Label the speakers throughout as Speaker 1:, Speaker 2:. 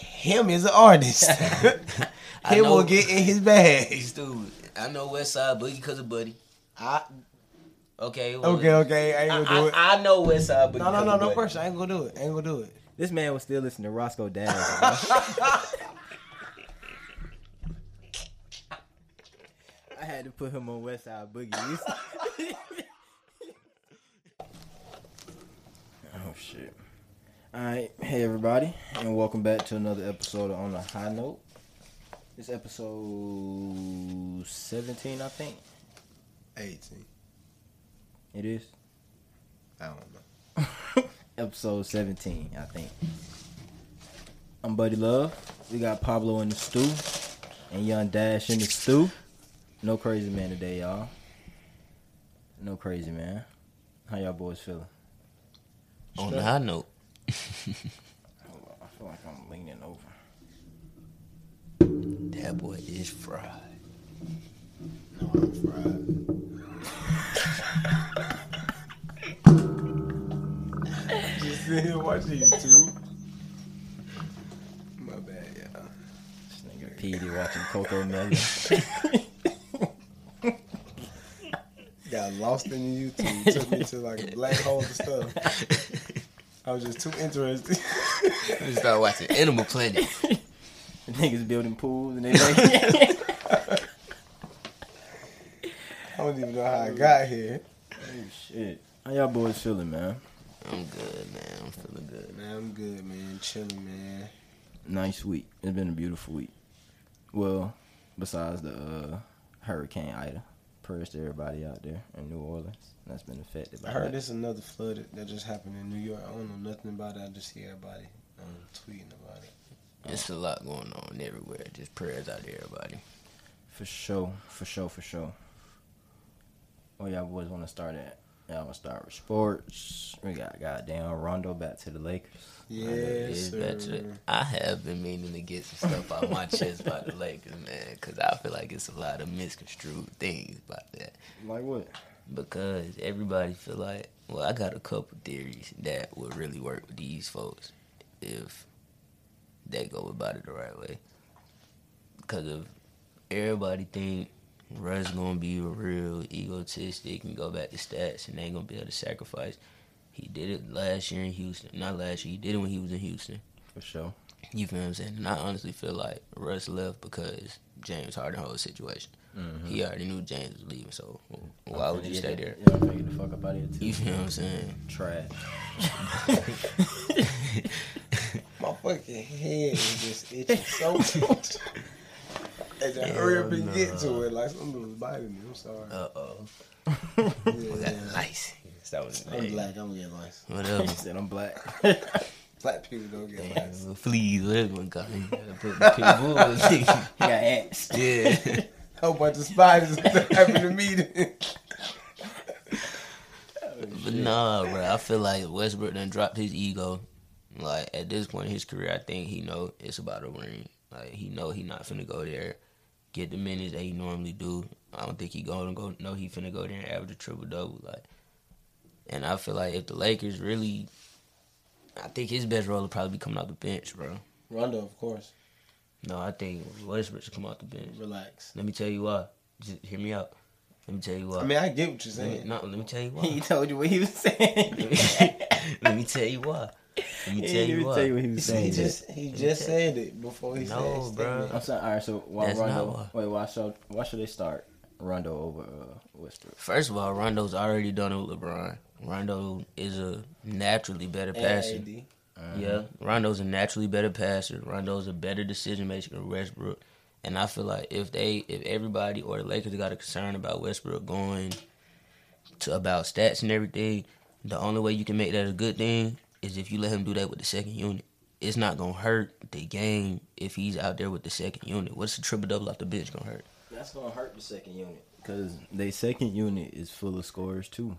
Speaker 1: him is an artist.
Speaker 2: I
Speaker 1: him will
Speaker 2: know-
Speaker 1: get in his bag.
Speaker 2: He's dude. I know West Side Boogie because of Buddy.
Speaker 1: I,
Speaker 2: Okay. well,
Speaker 1: okay, okay, I ain't gonna do
Speaker 2: I,
Speaker 1: it.
Speaker 2: I, I know West Side Boogie.
Speaker 1: No, no,
Speaker 2: because
Speaker 1: no,
Speaker 2: of
Speaker 1: no
Speaker 2: Buddy.
Speaker 1: pressure. I ain't gonna do it. I ain't gonna do it.
Speaker 3: This man was still listening to Roscoe Dash. bro. I had to put him on West Side Boogie. oh shit! All right, hey everybody, and welcome back to another episode of On a High Note. This episode seventeen, I think
Speaker 1: 18.
Speaker 3: it is.
Speaker 1: I don't know.
Speaker 3: episode 17, I think. I'm Buddy Love. We got Pablo in the stew and Young Dash in the stew. No crazy man today, y'all. No crazy man. How y'all boys feeling?
Speaker 2: On the high note.
Speaker 3: Hold on, I feel like I'm leaning over.
Speaker 2: That boy is fried.
Speaker 1: No, I'm fried. Just sitting here watching YouTube. My bad, y'all.
Speaker 3: This nigga PD watching Coco Melon.
Speaker 1: Got lost in the YouTube. Took me to like a black hole of stuff. I was just too interested.
Speaker 2: I started watching Animal Planet.
Speaker 3: The niggas building pools and they like,
Speaker 1: I don't even know how I got here.
Speaker 3: oh shit. How y'all boys feeling, man?
Speaker 2: I'm good, man. I'm feeling good.
Speaker 1: Man, I'm good, man. Chilling, man.
Speaker 3: Nice week. It's been a beautiful week. Well, besides the uh, Hurricane Ida, prayers to everybody out there in New Orleans that's been affected by
Speaker 1: I heard
Speaker 3: that.
Speaker 1: there's another flood that- that just happened in New York. I don't know nothing about it. I just see everybody um, tweeting about it.
Speaker 2: It's a lot going on everywhere. Just prayers out to everybody.
Speaker 3: For sure, for sure, for sure. Well, y'all boys want to start at? Y'all want to start with sports? We got goddamn Rondo back to the Lakers.
Speaker 2: It
Speaker 1: Yes,
Speaker 2: is better to-
Speaker 1: sir.
Speaker 2: I have been meaning to get some stuff off my chest about the Lakers, man, because I feel like it's a lot of misconstrued things about that.
Speaker 3: Like what?
Speaker 2: Because everybody feel like, well, I got a couple theories that would really work with these folks if they go about it the right way. Because if everybody think Russ gonna be real egotistic and go back to stats and they ain't gonna be able to sacrifice. He did it last year in Houston. Not last year. He did it when he was in Houston.
Speaker 3: For sure.
Speaker 2: You feel what I'm saying? And I honestly feel like Russ left because James Harden whole situation.
Speaker 3: Mm-hmm.
Speaker 2: He already knew James was leaving, so why would you stay there?
Speaker 3: Yeah, I'm finna get the fuck up out of here
Speaker 2: You
Speaker 3: too.
Speaker 2: feel what I'm saying?
Speaker 3: Trash.
Speaker 1: My fucking head is just itching so much. And to hurry up and get to it, like something was biting me. I'm sorry.
Speaker 2: Uh oh.
Speaker 1: yeah,
Speaker 2: Nice. That was
Speaker 1: I'm black. I'm getting lice.
Speaker 3: he
Speaker 2: Whatever.
Speaker 3: said I'm black.
Speaker 1: Black people don't get
Speaker 2: Damn,
Speaker 1: lice.
Speaker 2: Fleas, everyone got him. Gotta put the pit bull in the-
Speaker 3: He got ants.
Speaker 2: Yeah.
Speaker 1: Whole bunch of spiders having a meeting.
Speaker 2: But nah, bro. I feel like Westbrook done dropped his ego. Like at this point in his career, I think he know it's about a ring. Like he know he not finna go there, get the minutes that he normally do. I don't think he gonna go. No, he finna go there and average a triple double. Like, and I feel like if the Lakers really, I think his best role would probably be coming out the bench, bro.
Speaker 1: Rondo, of course.
Speaker 2: No, I think Westbrook should come out the bench.
Speaker 1: Relax.
Speaker 2: Let me tell you why. Just hear me out. Let me tell you why.
Speaker 1: I mean, I get what you're
Speaker 2: let me,
Speaker 1: saying.
Speaker 2: no, let me tell you why.
Speaker 3: he told you what he was saying.
Speaker 2: let me tell you why. Let me
Speaker 3: He
Speaker 2: tell
Speaker 3: didn't
Speaker 2: you
Speaker 3: even
Speaker 2: why.
Speaker 3: tell you what he was saying.
Speaker 1: He just he just said it before he said
Speaker 2: No,
Speaker 1: it.
Speaker 2: bro.
Speaker 3: I'm sorry. All right. So why
Speaker 2: That's
Speaker 3: Rondo?
Speaker 2: not why.
Speaker 3: Wait, why should why should they start Rondo over uh, Westbrook?
Speaker 2: First of all, Rondo's already done it with LeBron. Rondo is a naturally better passer.
Speaker 1: AD.
Speaker 3: Uh-huh.
Speaker 2: Yeah, Rondo's a naturally better passer. Rondo's a better decision maker than Westbrook. And I feel like if they, if everybody or the Lakers got a concern about Westbrook going to about stats and everything, the only way you can make that a good thing is if you let him do that with the second unit. It's not gonna hurt the game if he's out there with the second unit. What's the triple double off the bench gonna hurt?
Speaker 3: That's gonna hurt the second unit because they second unit is full of scorers too.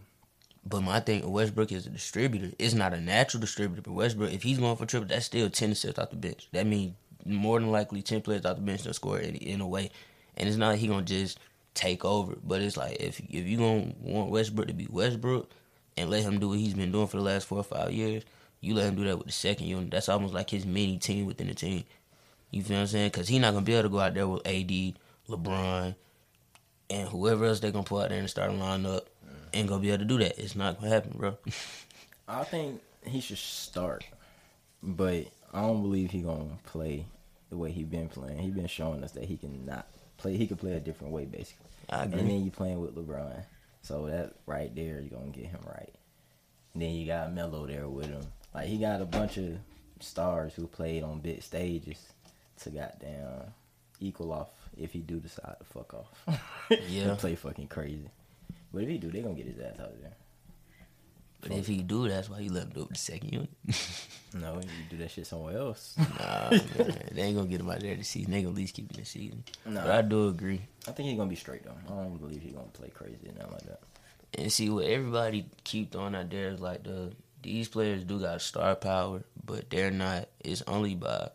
Speaker 2: But my thing, Westbrook is a distributor. It's not a natural distributor. But Westbrook, if he's going for triple, that's still 10 assists off the bench. That means more than likely 10 players off the bench to score in, in a way. And it's not like he going to just take over. But it's like if if you going to want Westbrook to be Westbrook and let him do what he's been doing for the last four or five years, you let him do that with the second unit. That's almost like his mini team within the team. You feel what I'm saying? Because he's not gonna be able to go out there with AD, LeBron, and whoever else they gonna put out there and start line up. Ain't gonna be able to do that. It's not gonna happen, bro.
Speaker 3: I think he should start, but I don't believe he gonna play the way he been playing. He been showing us that he can not play. He can play a different way, basically.
Speaker 2: I
Speaker 3: And
Speaker 2: agree.
Speaker 3: then you playing with LeBron, so that right there you gonna get him right. And then you got Melo there with him. Like he got a bunch of stars who played on big stages to goddamn equal off if he do decide to fuck off.
Speaker 2: Yeah.
Speaker 3: and play fucking crazy. But if he do, they gonna get his ass out of there.
Speaker 2: But if he do, that's why you let him do it with the second unit.
Speaker 3: No, you do that shit somewhere else.
Speaker 2: nah, man, they ain't gonna get him out there this season. They gonna at least keep him this season.
Speaker 3: Nah.
Speaker 2: But I do agree.
Speaker 3: I think he's gonna be straight though. I don't believe he's gonna play crazy and nothing like that.
Speaker 2: And see what everybody keep throwing out there is like the these players do got star power, but they're not. It's only by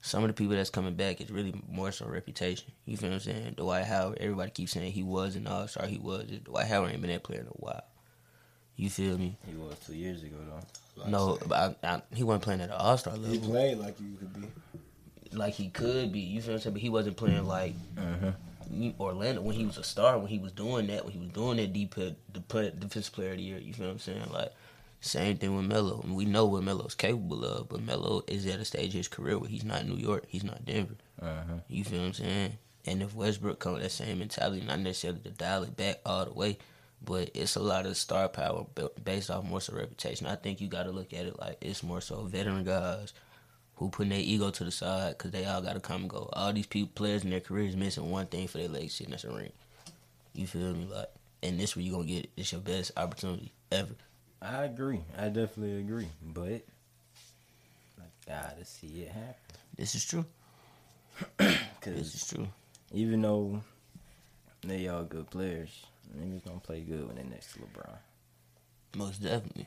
Speaker 2: some of the people that's coming back. It's really more so reputation. You feel what I'm saying? Dwight Howard. Everybody keeps saying he was an All Star. He was. Dwight Howard ain't been that player in a while. You feel me?
Speaker 3: He was two years ago though.
Speaker 1: Like
Speaker 2: no,
Speaker 1: I said,
Speaker 2: but I, I, he wasn't playing at an All Star
Speaker 1: he
Speaker 2: level.
Speaker 1: played like you could be.
Speaker 2: like he could be. You feel what I'm saying? But he wasn't playing like you- Orlando when he was a star. When he was doing that, when he was doing that deep uh, the play, defensive player of the year. You feel what I'm saying? Like same thing with Melo. And we know what Melo's capable of, but Melo is at a stage of his career where he's not New York, he's not Denver.
Speaker 3: Uh-huh.
Speaker 2: You feel what I'm saying? And if Westbrook come with that same mentality, not necessarily to dial it back all the way, but it's a lot of star power bu- based off more so reputation. I think you got to look at it like it's more so veteran guys who putting their ego to the side because they all got to come and go. All these people, players in their careers missing one thing for their legacy, and that's a ring. You feel me? Like, and this where you gonna get it. It's your best opportunity ever.
Speaker 3: I agree. I definitely agree. But I gotta see it happen.
Speaker 2: This is true. This
Speaker 3: Cause
Speaker 2: is true.
Speaker 3: even though they all good players, niggas gonna play good when they next to LeBron.
Speaker 2: Most definitely.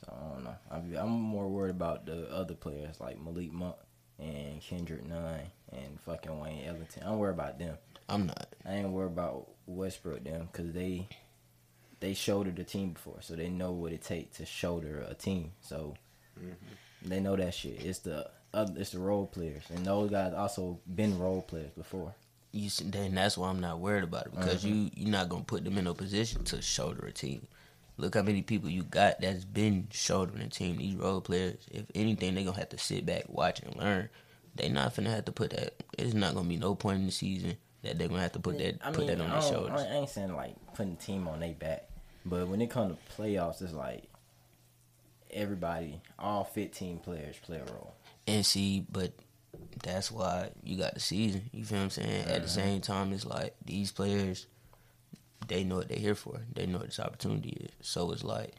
Speaker 3: So I don't know. I'm, I'm more worried about the other players like Malik Monk and Kendrick Nunn and fucking Wayne Ellington. I'm worried about them.
Speaker 2: I'm not.
Speaker 3: I ain't worried about Westbrook them because they they shouldered the team before, so they know what it takes to shoulder a team. So they know that shit. It's the other, it's the role players, and those guys also been role players before.
Speaker 2: you s- then that's why I'm not worried about it because
Speaker 3: Mm-hmm.
Speaker 2: you you're not gonna put them in a position to shoulder a team. Look how many people you got that's been shouldering a team. These role players, if anything, they gonna have to sit back, watch, and learn. They not finna have to put that. It's not gonna be no point in the season that they gonna have to put that
Speaker 3: I
Speaker 2: put
Speaker 3: mean,
Speaker 2: that on their
Speaker 3: I, don't-
Speaker 2: shoulders.
Speaker 3: I ain't saying like putting the team on their back, but when it comes to playoffs, it's like everybody, all fifteen players play a role.
Speaker 2: And see, but that's why you got the season. You feel what I'm saying? At the same time, it's like these players, they know what they're here for. They know what this opportunity is. So it's like,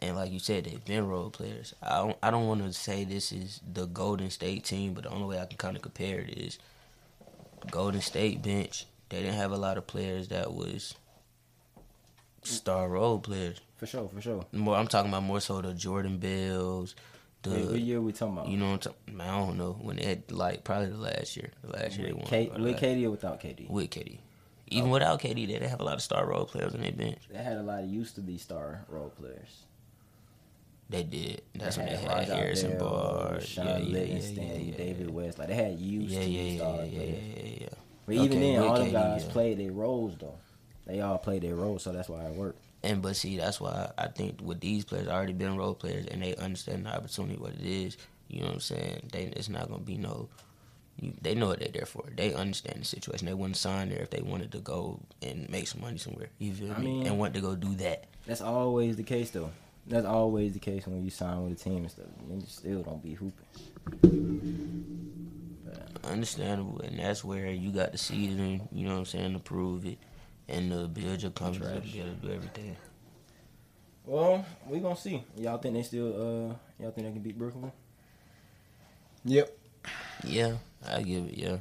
Speaker 2: and like you said, they've been role players. I don't, I don't want to say this is the Golden State team, but the only way I can kind of compare it is Golden State bench. They didn't have a lot of players that was star role players.
Speaker 3: For sure, for sure.
Speaker 2: More, I'm talking about more so the Jordan Bells, the
Speaker 3: Wait, what year we talking about?
Speaker 2: you know what I'm talking? Man, I don't know when they had like probably the last year, the last year they won
Speaker 3: Kate,
Speaker 2: or the
Speaker 3: with Oh.
Speaker 2: last-
Speaker 3: KD or without KD?
Speaker 2: with KD. Even without KD, they they have a lot of star role players on their bench.
Speaker 3: They had a lot of used to be star role players.
Speaker 2: They did. That's
Speaker 3: They
Speaker 2: when they had
Speaker 3: Rajah
Speaker 2: Harrison
Speaker 3: Bell,
Speaker 2: Barr,
Speaker 3: Sean
Speaker 2: yeah, yeah, yeah,
Speaker 3: Livingston,
Speaker 2: yeah, yeah,
Speaker 3: David West. Like they had used
Speaker 2: yeah,
Speaker 3: to
Speaker 2: yeah,
Speaker 3: be
Speaker 2: yeah,
Speaker 3: stars.
Speaker 2: yeah,
Speaker 3: players.
Speaker 2: yeah, yeah, yeah.
Speaker 3: But even
Speaker 2: Okay,
Speaker 3: then,
Speaker 2: with
Speaker 3: all the
Speaker 2: KD,
Speaker 3: guys
Speaker 2: yeah.
Speaker 3: played their roles though. They all played their roles, so that's why it worked.
Speaker 2: And but see, that's why I think with these players, already been role players, and they understand the opportunity what it is. You know what I'm saying? They it's not gonna be no. You, they know what they're there for. They understand the situation. They wouldn't sign there if they wanted to go and make some money somewhere. You feel
Speaker 3: I
Speaker 2: me?
Speaker 3: mean-
Speaker 2: and want to go do that.
Speaker 3: That's always the case though. That's always the case when you sign with a team and stuff. Niggas still don't be hooping.
Speaker 2: Understandable, and that's where you got the season. You know what I'm saying to prove it and to build your confidence, to be able to do everything.
Speaker 3: Well, we gonna see. Y'all think they still? uh Y'all think they can beat Brooklyn?
Speaker 1: Yep.
Speaker 2: Yeah, I give it. Yeah,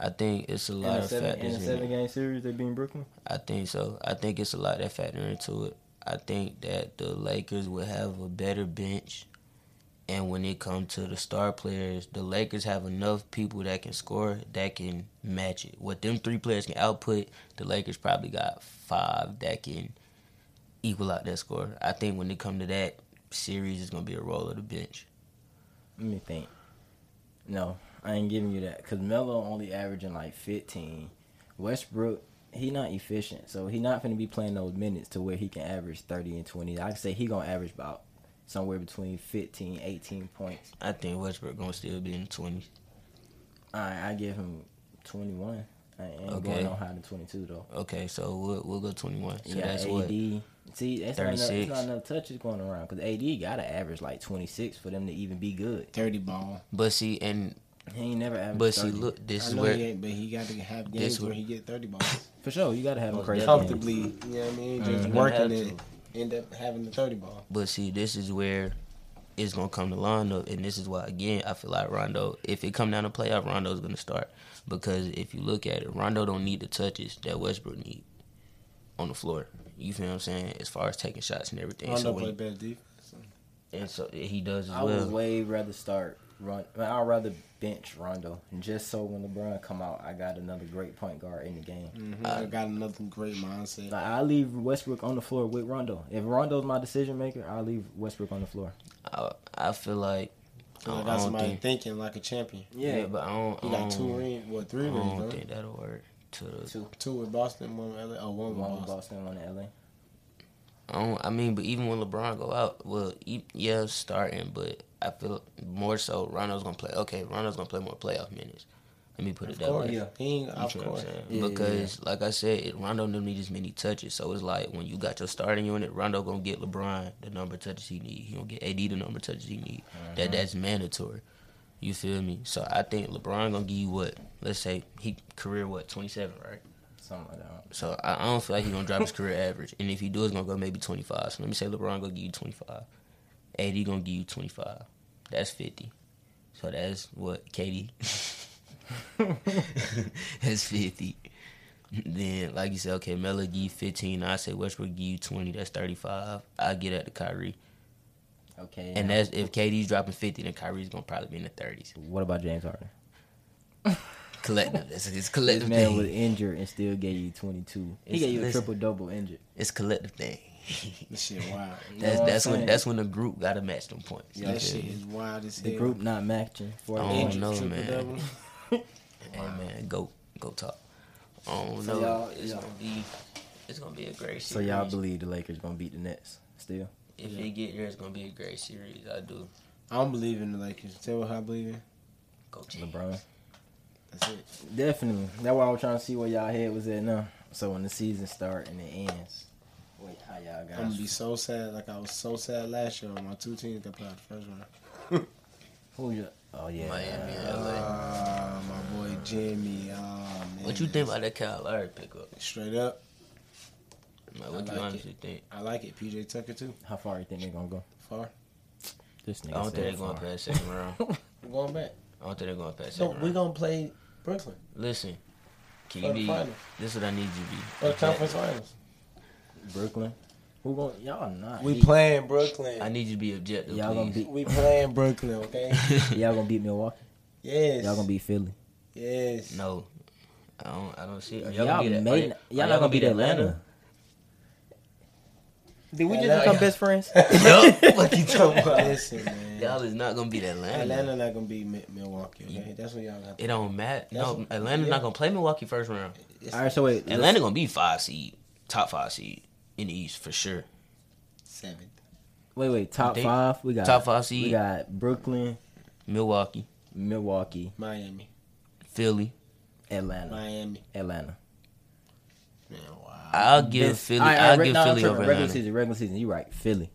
Speaker 2: I think it's a
Speaker 3: In
Speaker 2: lot
Speaker 3: a
Speaker 2: of
Speaker 3: seven,
Speaker 2: factors.
Speaker 3: in a
Speaker 2: it.
Speaker 3: seven game series, they beat Brooklyn.
Speaker 2: I think so. I think it's a lot that factor into it. I think that the Lakers will have a better bench, and when it comes to the star players, the Lakers have enough people that can score that can match it. What them three players can output, the Lakers probably got five that can equal out that score. I think when it comes to that series, it's gonna be a roll of the bench.
Speaker 3: Let me think. No, I ain't giving you that because Melo only averaging like 15. Westbrook, he not efficient, so he not gonna be playing those minutes to where he can average 30 and 20. I can say he gonna average about somewhere between 15, 18 points.
Speaker 2: I think Westbrook gonna still be in the twenties.
Speaker 3: All right, I give him 21. I ain't
Speaker 2: Okay.
Speaker 3: going no higher than 22 though.
Speaker 2: Okay, so we'll we'll go twenty one. So
Speaker 3: yeah,
Speaker 2: that's
Speaker 3: AD.
Speaker 2: what
Speaker 3: See, that's not, enough, that's
Speaker 2: 36.
Speaker 3: not enough touches going around because AD got to average like 26 for them to even be good.
Speaker 1: Thirty ball.
Speaker 2: But see, and
Speaker 3: He ain't never averaged.
Speaker 2: but see,
Speaker 3: 30.
Speaker 2: look, this
Speaker 1: I
Speaker 2: is
Speaker 1: know
Speaker 2: where
Speaker 1: he ain't, but he got to have
Speaker 2: This
Speaker 1: games
Speaker 2: where-
Speaker 1: where he get thirty balls
Speaker 3: for sure, you got to have him
Speaker 2: Most
Speaker 3: crazy.
Speaker 2: definitely.
Speaker 3: games.
Speaker 1: comfortably. You know what I mean?
Speaker 2: Mhm.
Speaker 1: Just
Speaker 2: You
Speaker 1: working
Speaker 2: have
Speaker 1: it, end up having the thirty ball.
Speaker 2: But see, this is where it's gonna come to Rondo, and this is why again I feel like Rondo. If it come down to playoff, Rondo's gonna start because if you look at it, Rondo don't need the touches that Westbrook need on the floor. You feel what I'm saying? As far as taking shots and everything,
Speaker 1: Rondo
Speaker 2: so
Speaker 1: play
Speaker 2: when,
Speaker 1: better defense.
Speaker 2: and so he does as
Speaker 3: I would
Speaker 2: well.
Speaker 3: way rather start run. I'd rather bench Rondo just so when LeBron come out, I got another great point guard in the game.
Speaker 1: hmm I got another great mindset.
Speaker 3: Like I leave Westbrook on the floor with Rondo. If Rondo's my decision maker, I leave Westbrook on the floor.
Speaker 2: I, I feel like I
Speaker 1: I
Speaker 2: don't,
Speaker 1: got
Speaker 2: I don't
Speaker 1: somebody
Speaker 2: think.
Speaker 1: thinking like a champion.
Speaker 2: Yeah, but I don't.
Speaker 1: He
Speaker 2: I
Speaker 1: got
Speaker 2: don't-
Speaker 1: two rings, well
Speaker 2: I
Speaker 1: three
Speaker 2: don't
Speaker 1: rings,
Speaker 2: think that'll work. To
Speaker 1: though.
Speaker 2: the,
Speaker 1: Two, two with Boston, one with LA, oh, one with
Speaker 3: one in
Speaker 1: Boston.
Speaker 3: Boston, one in LA.
Speaker 2: I, don't, I mean, but even when LeBron go out, well, e yeah, starting, but I feel more so Rondo's gonna play. Okay, Rondo's gonna play more playoff minutes. Let me put it
Speaker 1: Of
Speaker 2: that
Speaker 1: course,
Speaker 2: way.
Speaker 1: yeah. He ain't,
Speaker 2: You
Speaker 1: of
Speaker 2: feel what
Speaker 1: course.
Speaker 2: I'm saying?
Speaker 3: Yeah, yeah,
Speaker 2: because, like I said, it, Rondo don't need as many touches. So it's like when you got your starting unit, Rondo gonna get LeBron the number of touches he need. He gonna get AD the number of touches he need.
Speaker 3: Uh-huh.
Speaker 1: Uh-huh.
Speaker 2: That that's mandatory. You feel me? So I think LeBron gonna give you what? Let's say he career what twenty seven, right?
Speaker 3: Something like that.
Speaker 2: So I, I don't feel like he's gonna drop his career average. And if he do, it's gonna go maybe twenty five. So let me say LeBron gonna give you twenty five. AD gonna give you twenty five. That's fifty. So that's what Katie. that's fifty. Then, like you said, okay, Melo give you fifteen. I say Westbrook give you twenty. That's thirty-five. I get at the Kyrie,
Speaker 3: Okay.
Speaker 2: and that's if KD's dropping fifty, then Kyrie's gonna probably be in the thirties.
Speaker 3: what about James Harden?
Speaker 2: Collective, that's his
Speaker 3: This
Speaker 2: collective
Speaker 3: man
Speaker 2: thing.
Speaker 3: was injured and still gave you 22. He
Speaker 2: It's-
Speaker 3: gave you a
Speaker 2: listen.
Speaker 3: triple double injured.
Speaker 2: It's collective thing.
Speaker 1: This shit wild.
Speaker 2: That's
Speaker 3: what I'm
Speaker 2: that's when
Speaker 3: saying?
Speaker 2: that's when the group gotta match them points. You
Speaker 1: Yeah, that
Speaker 2: feel
Speaker 1: shit
Speaker 2: me?
Speaker 1: is wild as
Speaker 3: The
Speaker 1: hell.
Speaker 3: group not matching. For
Speaker 2: I don't
Speaker 1: Injured
Speaker 2: know,
Speaker 1: triple
Speaker 2: man.
Speaker 1: double.
Speaker 2: Hey man, go go talk. I don't
Speaker 3: So
Speaker 2: know.
Speaker 3: y'all-
Speaker 2: it's
Speaker 3: y'all-
Speaker 2: gonna be it's gonna be a great series.
Speaker 3: So y'all believe the Lakers gonna beat the Nets still?
Speaker 2: if it get there, it's gonna be a great series. I do.
Speaker 1: I don't believe in the Lakers. Tell what I believe in.
Speaker 2: Go James.
Speaker 3: LeBron.
Speaker 1: That's it.
Speaker 3: Definitely. That's why I'm trying to see where y'all head was at now. So when the season start and it ends, wait, how y'all
Speaker 1: I'm gonna
Speaker 3: guys?
Speaker 1: be so sad. Like I was so sad last year when my two teams got played out the first round.
Speaker 3: Who you? Oh yeah.
Speaker 2: Miami, LA.
Speaker 1: Ah, my boy Jimmy. Ah, man.
Speaker 2: What you think about that Kyle Lowry pickup?
Speaker 1: Straight up,
Speaker 2: Like, what
Speaker 1: I
Speaker 2: you
Speaker 1: like
Speaker 2: honestly think?
Speaker 1: I like it. PJ Tucker too.
Speaker 3: How far you think they're gonna go?
Speaker 1: Far.
Speaker 3: This nigga
Speaker 2: I don't think
Speaker 3: said
Speaker 2: they're going
Speaker 3: far.
Speaker 2: past second round. I
Speaker 1: We're going back.
Speaker 2: don't think they're going past
Speaker 1: So
Speaker 2: second
Speaker 1: we
Speaker 2: round.
Speaker 1: gonna play Brooklyn
Speaker 2: Listen, can
Speaker 1: For
Speaker 2: you
Speaker 1: the
Speaker 2: be?
Speaker 1: final.
Speaker 2: This is what I need you to be.
Speaker 1: for the
Speaker 2: Okay?
Speaker 1: conference finals.
Speaker 3: Brooklyn. Who going? Y'all not.
Speaker 1: We
Speaker 3: beat-
Speaker 1: playing
Speaker 2: I
Speaker 1: Brooklyn.
Speaker 2: need you to be objective,
Speaker 3: Y'all gonna
Speaker 2: please.
Speaker 1: We playing Brooklyn. Okay.
Speaker 3: Y'all gonna beat Milwaukee.
Speaker 1: Yes.
Speaker 3: Y'all gonna beat Philly.
Speaker 1: Yes.
Speaker 2: no, I don't. I don't see. Y'all,
Speaker 3: Y'all,
Speaker 2: gonna be that,
Speaker 3: may.
Speaker 2: are y-
Speaker 3: not-
Speaker 2: are
Speaker 3: y'all not gonna beat Atlanta. Did we
Speaker 1: Atlanta.
Speaker 3: just become best friends?
Speaker 2: Nope. What you talking about?
Speaker 1: Listen, man.
Speaker 2: Y'all is not gonna beat
Speaker 1: Atlanta not gonna beat Mi- Milwaukee. Okay, that's when y'all got.
Speaker 2: It don't matter. No,
Speaker 1: That's-
Speaker 2: Atlanta's
Speaker 1: yeah.
Speaker 2: not gonna play Milwaukee first round.
Speaker 3: All right. So wait. let's-
Speaker 2: Atlanta gonna be five seed, top five seed in the East for sure.
Speaker 1: seventh.
Speaker 3: Wait. Wait. Top
Speaker 2: They-
Speaker 3: five. We got
Speaker 2: top five
Speaker 3: We
Speaker 2: seed,
Speaker 3: got Brooklyn,
Speaker 2: Milwaukee,
Speaker 3: Milwaukee,
Speaker 1: Miami.
Speaker 2: Philly.
Speaker 3: Atlanta,
Speaker 1: Miami.
Speaker 3: Atlanta.
Speaker 1: Man, wow.
Speaker 2: I'll give
Speaker 3: Best-
Speaker 2: Philly.
Speaker 3: all right, all
Speaker 2: I'll
Speaker 3: right,
Speaker 2: give
Speaker 3: no, I'm
Speaker 2: Philly
Speaker 3: tripping.
Speaker 2: over
Speaker 3: regular
Speaker 2: Atlanta.
Speaker 3: season. Regular season. You're right. Philly,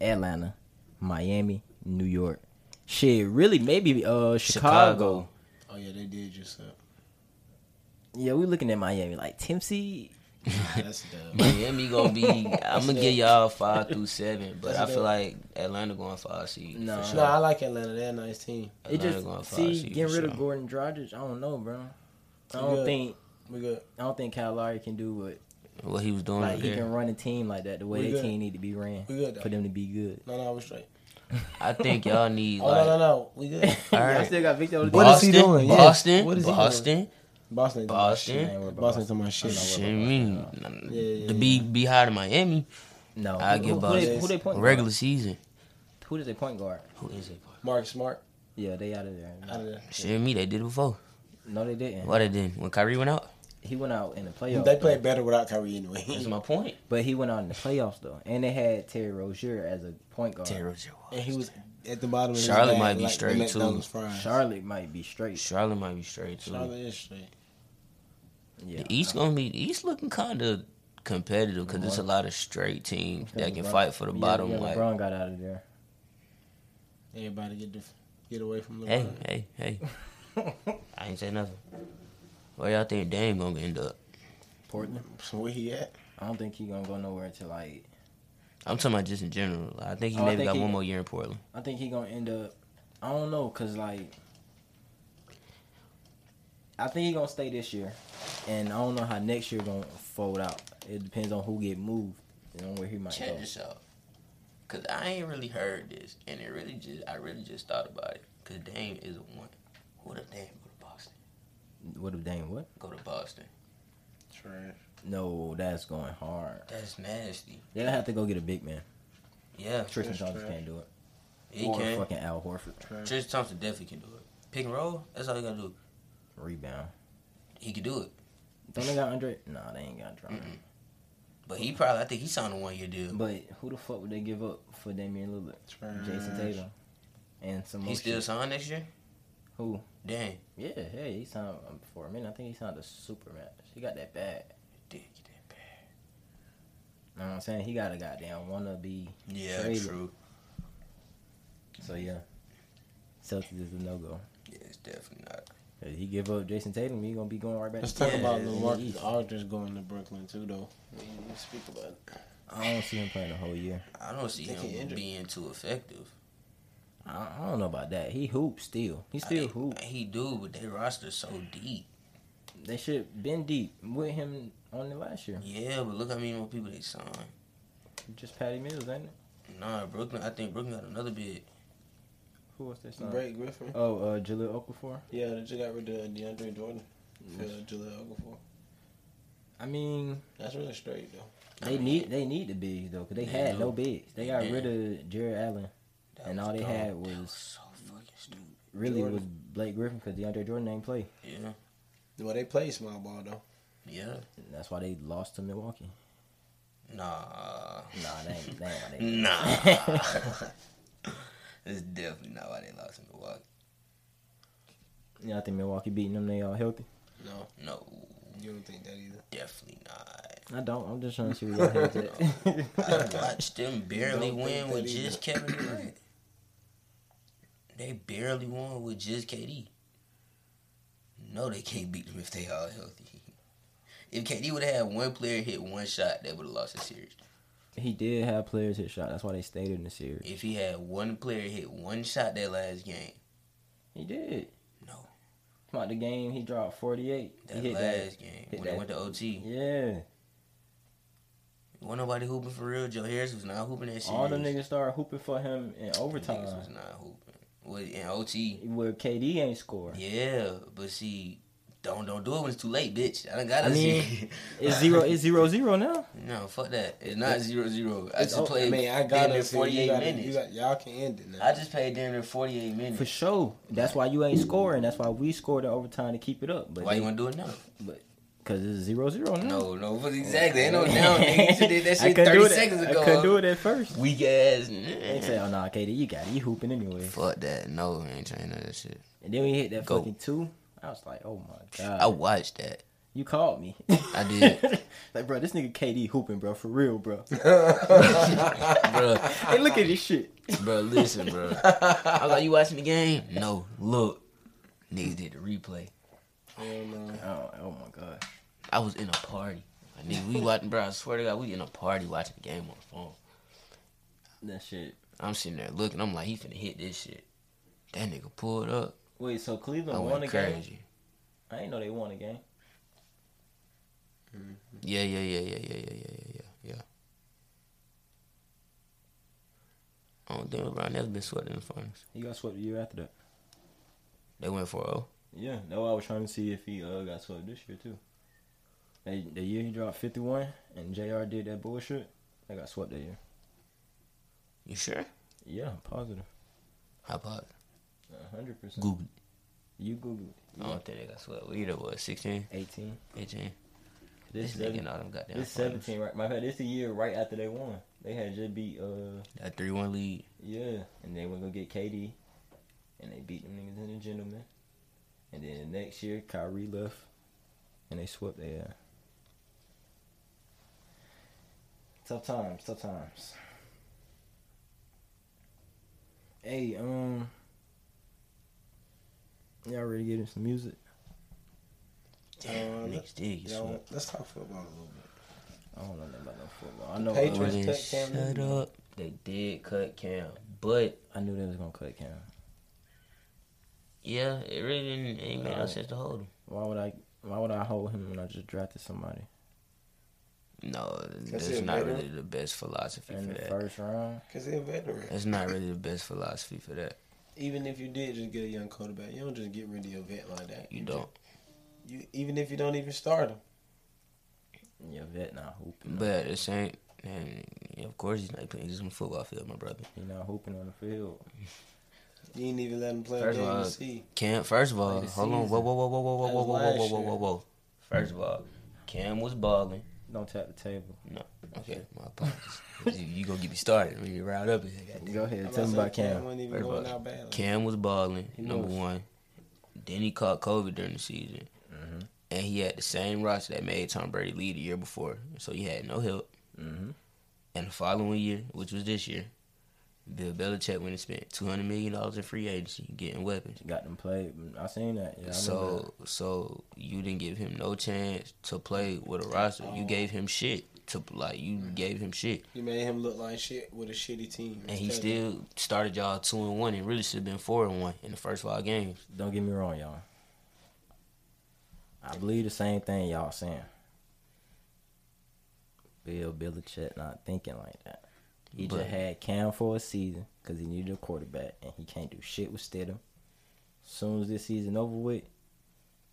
Speaker 3: Atlanta, Miami, New York. Shit, really? Maybe uh Chicago.
Speaker 2: Chicago.
Speaker 1: Oh yeah, they did just up.
Speaker 3: Yeah, we looking at Miami like Tim seed.
Speaker 1: That's dumb.
Speaker 2: Miami gonna be. I'm gonna give y'all five through seven, but I feel like Atlanta going five seed.
Speaker 3: No.
Speaker 2: for sure.
Speaker 1: No, I like Atlanta. They're a nice team.
Speaker 3: It
Speaker 2: Atlanta
Speaker 3: just
Speaker 2: going five
Speaker 3: see
Speaker 2: seed
Speaker 3: getting
Speaker 2: for
Speaker 3: rid of
Speaker 2: sure.
Speaker 3: Gordon Dragic. I don't know, bro. I don't
Speaker 1: Yeah.
Speaker 3: think
Speaker 1: We good.
Speaker 3: I don't think Kyle Lowry can do what
Speaker 2: What he was doing
Speaker 3: like
Speaker 2: over
Speaker 3: he
Speaker 2: there.
Speaker 3: can run a team like that the way
Speaker 1: We
Speaker 3: their
Speaker 1: good.
Speaker 3: team need to be ran
Speaker 1: We good.
Speaker 3: for
Speaker 1: Though.
Speaker 3: them to be good.
Speaker 1: No, no, we straight.
Speaker 2: I think y'all need
Speaker 1: Oh
Speaker 2: like.
Speaker 1: no, no, no. We good.
Speaker 2: All
Speaker 3: I
Speaker 2: right.
Speaker 3: still got
Speaker 1: What
Speaker 3: Victor.
Speaker 1: is he
Speaker 2: Boston,
Speaker 1: doing? Yeah.
Speaker 2: Boston,
Speaker 1: What is he doing?
Speaker 2: Boston.
Speaker 1: Boston. ain't doing
Speaker 2: Boston?
Speaker 1: shit.
Speaker 3: I ain't worried about
Speaker 1: Boston to my shit.
Speaker 2: Shit, I mean,
Speaker 1: Yeah, yeah,
Speaker 2: to
Speaker 1: yeah.
Speaker 2: be be higher than Miami
Speaker 3: No,
Speaker 2: I
Speaker 3: Oh, who,
Speaker 2: give
Speaker 3: who,
Speaker 2: Boston.
Speaker 3: they- who they point
Speaker 2: regular season.
Speaker 3: Guard? Who is their point guard?
Speaker 2: Who is it?
Speaker 1: Mark Smart.
Speaker 3: Yeah, they out of there.
Speaker 4: Out of there.
Speaker 2: Shit, me, they did it before.
Speaker 3: No, they didn't.
Speaker 2: Why they didn't? When Kyrie went out?
Speaker 3: He went out in the playoffs.
Speaker 4: They
Speaker 3: though.
Speaker 4: play better without Kyrie anyway.
Speaker 2: That's my point.
Speaker 3: but he went out in the playoffs though, and they had Terry Rozier as a point guard.
Speaker 2: Terry Rozier.
Speaker 4: and he was at the bottom. of his
Speaker 2: Charlotte
Speaker 4: bag,
Speaker 2: might be
Speaker 4: like,
Speaker 2: straight,
Speaker 4: the
Speaker 2: too.
Speaker 4: McDonald's fries.
Speaker 3: Charlotte might be straight.
Speaker 2: Charlotte might be straight too.
Speaker 4: Charlotte is straight.
Speaker 3: Yeah,
Speaker 2: The East gonna be the East looking kind of competitive because there's a lot of straight teams that can fight for the
Speaker 3: Yeah,
Speaker 2: bottom.
Speaker 3: Yeah,
Speaker 2: like,
Speaker 3: LeBron got out of there.
Speaker 4: Everybody get diff- get away from LeBron.
Speaker 2: hey, hey, hey, I ain't say nothing. Where y'all think Dame gonna end up?
Speaker 3: Portland.
Speaker 4: So where he at?
Speaker 3: I don't think he gonna go nowhere until like.
Speaker 2: I'm talking about just in general. I think he
Speaker 3: Oh, I
Speaker 2: maybe
Speaker 3: think
Speaker 2: got
Speaker 3: he-
Speaker 2: one more year in Portland.
Speaker 3: I think he gonna end up. I don't know, cause like. I think he gonna stay this year, and I don't know how next year gonna fold out. It depends on who get moved and on where he might
Speaker 2: Check
Speaker 3: go.
Speaker 2: this out. Cause I ain't really heard this, and it really just I really just thought about it. Cause Dame is a one. What if Dame go to Boston?
Speaker 3: What if Dame? What?
Speaker 2: Go to Boston.
Speaker 4: Trash.
Speaker 3: No, that's going hard.
Speaker 2: That's nasty.
Speaker 3: They'll have to go get a big man.
Speaker 2: Yeah,
Speaker 3: Tristan
Speaker 4: That's
Speaker 3: Thompson
Speaker 4: trash.
Speaker 3: can't do it.
Speaker 2: he
Speaker 3: or
Speaker 2: can.
Speaker 3: fucking Al Horford
Speaker 4: Trash.
Speaker 2: Tristan Thompson definitely can do it. Pick and roll. That's all he gotta do.
Speaker 3: rebound.
Speaker 2: He could do it.
Speaker 3: Don't they got Andre? Nah, they ain't got Andre.
Speaker 2: Mm-mm. But he probably I think he signed a one year deal.
Speaker 3: But who the fuck would they give up for Damian Lillard,
Speaker 4: Trash.
Speaker 3: Jason Tatum, and some?
Speaker 2: Mm. he
Speaker 3: more
Speaker 2: still
Speaker 3: shit?
Speaker 2: signed next year.
Speaker 3: who?
Speaker 2: Dang.
Speaker 3: Yeah, hey, he signed um, for a minute. I think he signed a super match. He got that bag.
Speaker 2: Did get that bad.
Speaker 3: You know what I'm saying? He got a goddamn wanna be.
Speaker 2: Yeah,
Speaker 3: Traded.
Speaker 2: true.
Speaker 3: So yeah, Celtics is a no go.
Speaker 2: Yeah, it's definitely not.
Speaker 3: If he give up Jason Tatum, he gonna be going right back.
Speaker 4: Let's
Speaker 3: to-
Speaker 4: talk
Speaker 2: Yeah,
Speaker 4: about
Speaker 2: it's
Speaker 3: easy.
Speaker 4: LaMarcus Aldridge going to Brooklyn too, though. We didn't speak about it.
Speaker 3: I don't see him playing the whole year.
Speaker 2: I don't see
Speaker 4: Think he
Speaker 2: him
Speaker 4: injured?
Speaker 2: being too effective.
Speaker 3: I, I don't know about that. He hoop still. He still
Speaker 2: I-
Speaker 3: hoop.
Speaker 2: He do, but their roster's so deep.
Speaker 3: They should been deep with him on the last year.
Speaker 2: Yeah, but look how many more people they signed.
Speaker 3: Just Patty Mills, ain't it?
Speaker 2: Nah, Brooklyn. I think Brooklyn got another bid.
Speaker 3: Who was that song?
Speaker 4: Blake Griffin.
Speaker 3: Oh, uh, Jaleel Okafor.
Speaker 4: Yeah, they just got rid of DeAndre Jordan
Speaker 1: Mm-hmm.
Speaker 4: for Jaleel Okafor.
Speaker 3: I mean,
Speaker 4: That's really straight though.
Speaker 3: they need they need the bigs though, cause they
Speaker 2: They
Speaker 3: had no
Speaker 2: do.
Speaker 3: bigs. They got
Speaker 2: Yeah.
Speaker 3: rid of Jared Allen.
Speaker 2: That
Speaker 3: And
Speaker 2: was
Speaker 3: all they
Speaker 2: dumb.
Speaker 3: had
Speaker 2: That
Speaker 3: was-
Speaker 2: so fucking stupid.
Speaker 3: Really
Speaker 4: Jordan.
Speaker 3: was Blake Griffin, cause DeAndre Jordan ain't play.
Speaker 2: Yeah,
Speaker 4: Well, they play small ball though.
Speaker 2: yeah.
Speaker 3: And that's why they lost to Milwaukee.
Speaker 2: Nah,
Speaker 3: Nah, that ain't, that ain't why they.
Speaker 2: nah. That's definitely not why they lost in Milwaukee.
Speaker 3: Yeah, I think Milwaukee beating them. They all healthy.
Speaker 4: No,
Speaker 2: No,
Speaker 4: you don't think that either.
Speaker 2: definitely not.
Speaker 3: I don't. I'm just trying to see where y'all heads at.
Speaker 2: I watched them barely
Speaker 4: Don't think
Speaker 2: win
Speaker 4: that
Speaker 2: with
Speaker 4: either.
Speaker 2: just Kevin Durant. They barely won with just KD. No, they can't beat them if they all healthy. If KD would have had one player hit one shot, they would have lost the series.
Speaker 3: he did have players hit shot. That's why they stayed in the series.
Speaker 2: If he had one player hit one shot that last game,
Speaker 3: He did.
Speaker 2: no,
Speaker 3: Come out the game, he dropped 48.
Speaker 2: that
Speaker 3: he hit
Speaker 2: last
Speaker 3: hit
Speaker 2: game when they
Speaker 3: that.
Speaker 2: went to OT,
Speaker 3: that. Yeah.
Speaker 2: wasn't nobody hooping for real. Joe Harris was not hooping that series.
Speaker 3: All the niggas started hooping for him in
Speaker 2: Niggas
Speaker 3: overtime.
Speaker 2: was not hooping. Was in OT.
Speaker 3: Where KD ain't score.
Speaker 2: Yeah, but see, don't don't do it when it's too late, bitch. I done got
Speaker 3: I
Speaker 2: to
Speaker 3: mean,
Speaker 2: see.
Speaker 3: It's zero. It's zero zero now.
Speaker 2: no, fuck that. It's not zero zero. I
Speaker 3: It's
Speaker 2: just
Speaker 3: o-
Speaker 2: played
Speaker 4: I mean, I
Speaker 2: damn
Speaker 4: got
Speaker 2: near
Speaker 4: it.
Speaker 2: forty eight minutes.
Speaker 4: y'all can end it now.
Speaker 2: I just played damn near forty eight minutes.
Speaker 3: For sure. That's why you ain't scoring. That's why we scored in overtime to keep it up. But
Speaker 2: Why you want to do it now?
Speaker 3: Because it's zero zero now.
Speaker 2: No, no, but exactly. Ain't no down. Nigga. You should did that
Speaker 3: I
Speaker 2: shit
Speaker 3: couldn't
Speaker 2: thirty
Speaker 3: do it-
Speaker 2: seconds
Speaker 3: I couldn't do
Speaker 2: ago.
Speaker 3: it at first.
Speaker 2: Weak ass.
Speaker 3: They say, "Oh nah, KD, you got it. You hooping anyway."
Speaker 2: Fuck that. No, I ain't trying none of that shit.
Speaker 3: And then we hit that
Speaker 2: Go.
Speaker 3: fucking two. I was like, "Oh my god!"
Speaker 2: I watched that.
Speaker 3: you called me.
Speaker 2: I did.
Speaker 3: like, bro, this nigga KD hooping, bro, for real, bro.
Speaker 2: bro,
Speaker 3: hey, look at this shit.
Speaker 2: bro, listen, bro. I was like, you watching the game? No, look. Niggas did the replay.
Speaker 4: Hell no.
Speaker 3: Oh, oh my god.
Speaker 2: I was in a party. Like, nigga, we watching, bro. I swear to God, we in a party watching the game on the phone.
Speaker 3: That shit.
Speaker 2: I'm sitting there looking. I'm like, he finna hit this shit. That nigga pulled up.
Speaker 3: Wait, so Cleveland
Speaker 2: I
Speaker 3: won a
Speaker 2: went
Speaker 3: game?
Speaker 2: crazy.
Speaker 3: I ain't know they won a game.
Speaker 2: Yeah, yeah, yeah, yeah, yeah, yeah, yeah, yeah, yeah, yeah. I don't think LeBron never been swept in the finals.
Speaker 3: He got swept the year after that.
Speaker 2: They went oh. 4-0.
Speaker 3: Yeah, that's why I was trying to see if he uh, got swept this year too. They, the year he dropped fifty one and Jr. did that bullshit, they got swept that year.
Speaker 2: You sure?
Speaker 3: Yeah, positive.
Speaker 2: How about?
Speaker 3: hundred percent.
Speaker 2: Google.
Speaker 3: You Google
Speaker 2: I don't think they got swept. We either was 16,
Speaker 3: eighteen.
Speaker 2: 18.
Speaker 3: This
Speaker 2: This,
Speaker 3: seven-
Speaker 2: nigga and all them goddamn.
Speaker 3: This seventeen, right? My bad. This the year right after they won. They had just beat uh
Speaker 2: That 3 1 lead.
Speaker 3: yeah, and they went go get KD, and they beat them niggas in the gentleman. And then the next year, Kyrie left, and they swept their. Tough times, tough times. Hey, um, y'all ready to get into some music?
Speaker 1: Um,
Speaker 2: Next day,
Speaker 1: Y'all,
Speaker 2: you swept.
Speaker 1: want- let's talk football a little bit.
Speaker 3: I don't know nothing about no football. I know.
Speaker 2: Boy,
Speaker 3: uh,
Speaker 1: Patriots-
Speaker 2: they
Speaker 1: cut Cam
Speaker 2: shut
Speaker 1: Newton.
Speaker 2: up. They did cut Cam, but
Speaker 3: I knew they was gonna cut Cam.
Speaker 2: yeah, it really didn't. It ain't made no sense to hold him.
Speaker 3: Why would I? Why would I hold him when I just drafted somebody
Speaker 2: No,
Speaker 1: That's
Speaker 2: that's,
Speaker 1: it,
Speaker 2: not
Speaker 1: man.
Speaker 2: really the best philosophy
Speaker 3: in
Speaker 2: for
Speaker 3: the
Speaker 2: that.
Speaker 3: first round?
Speaker 1: Because they're veteran.
Speaker 2: That's not really the best philosophy for that.
Speaker 1: Even if you did just get a young quarterback, you don't just get rid of your vet like that.
Speaker 2: You don't.
Speaker 1: Just, you even if you don't even start him.
Speaker 3: Your vet not hooping.
Speaker 2: But at the same, and yeah, of course he's not playing. He's on the football field, my brother.
Speaker 3: He not hooping on the field.
Speaker 1: You ain't even let him play a
Speaker 2: First of
Speaker 1: game
Speaker 2: all,
Speaker 1: to see.
Speaker 2: Cam, first of all,
Speaker 3: Play the
Speaker 2: hold on. Whoa,
Speaker 3: season.
Speaker 2: whoa, whoa, whoa, whoa, whoa,
Speaker 1: That
Speaker 2: whoa,
Speaker 1: was
Speaker 2: whoa,
Speaker 1: last
Speaker 2: whoa, whoa,
Speaker 1: year.
Speaker 2: whoa, whoa. First of all, Cam was balling.
Speaker 3: Don't tap the table.
Speaker 2: Okay, my apologies. you, you gonna get me started when you riled up. here. Goddamn.
Speaker 3: Go ahead. Tell me about Cam.
Speaker 1: wasn't even
Speaker 2: First of
Speaker 1: going
Speaker 2: all,
Speaker 1: out bad. like-
Speaker 2: Cam was balling,
Speaker 3: He
Speaker 2: number
Speaker 3: was.
Speaker 2: one. Then he caught COVID during the season.
Speaker 3: Mhm.
Speaker 2: And he had the same roster that made Tom Brady lead the year before. So he had no help.
Speaker 3: Mm-hmm.
Speaker 2: And the following year, which was this year, Bill Belichick went and spent $200 million in free agency getting weapons.
Speaker 3: Got them played. I seen that. Yeah, I remember
Speaker 2: so so you didn't give him no chance to play with a roster. You
Speaker 1: Oh.
Speaker 2: gave him shit to like you
Speaker 1: Mm.
Speaker 2: gave him shit.
Speaker 1: You made him look like shit with a shitty team.
Speaker 2: And he still started y'all two and one and really should have been four and one in the first five games.
Speaker 3: that. Don't get me wrong, y'all. I believe the same thing y'all saying. Bill Belichick not thinking like that. He
Speaker 2: But-
Speaker 3: just had Cam for a season because he needed a quarterback, and he can't do shit with Stidham. Soon as this season over with,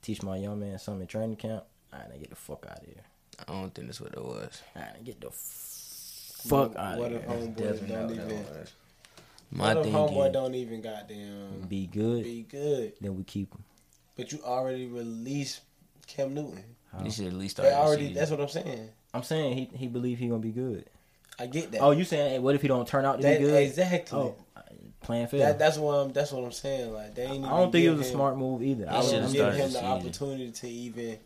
Speaker 3: teach my young man something in training camp. I didn't get the fuck out of here.
Speaker 2: I don't think that's what it was.
Speaker 3: I didn't get the f- fuck out
Speaker 1: What
Speaker 3: of
Speaker 1: if
Speaker 3: here.
Speaker 1: homeboys don't
Speaker 3: Definitely
Speaker 1: even?
Speaker 3: not.
Speaker 2: My
Speaker 1: What if
Speaker 2: thing
Speaker 1: homeboy
Speaker 2: is,
Speaker 1: don't even goddamn
Speaker 3: Be good,
Speaker 1: be good?
Speaker 3: then we keep him.
Speaker 1: But you already released Cam Newton.
Speaker 2: you should at least
Speaker 1: They
Speaker 2: start.
Speaker 1: already. That's what I'm saying.
Speaker 3: I'm saying he he believe he gonna be good.
Speaker 1: I get that.
Speaker 3: Oh, you saying hey, what if he don't turn out to
Speaker 1: that
Speaker 3: be good?
Speaker 1: exactly.
Speaker 3: Oh, playing fair.
Speaker 1: That, that's what I'm. That's what I'm saying. Like they
Speaker 3: I
Speaker 1: ain't.
Speaker 3: don't
Speaker 1: even
Speaker 3: think it
Speaker 1: give
Speaker 3: was a
Speaker 1: him-
Speaker 3: smart move either. I
Speaker 1: I
Speaker 2: They
Speaker 3: was,
Speaker 2: should've
Speaker 1: don't give
Speaker 3: I'm
Speaker 2: started
Speaker 1: him
Speaker 2: the
Speaker 1: the
Speaker 2: season.
Speaker 1: opportunity to even.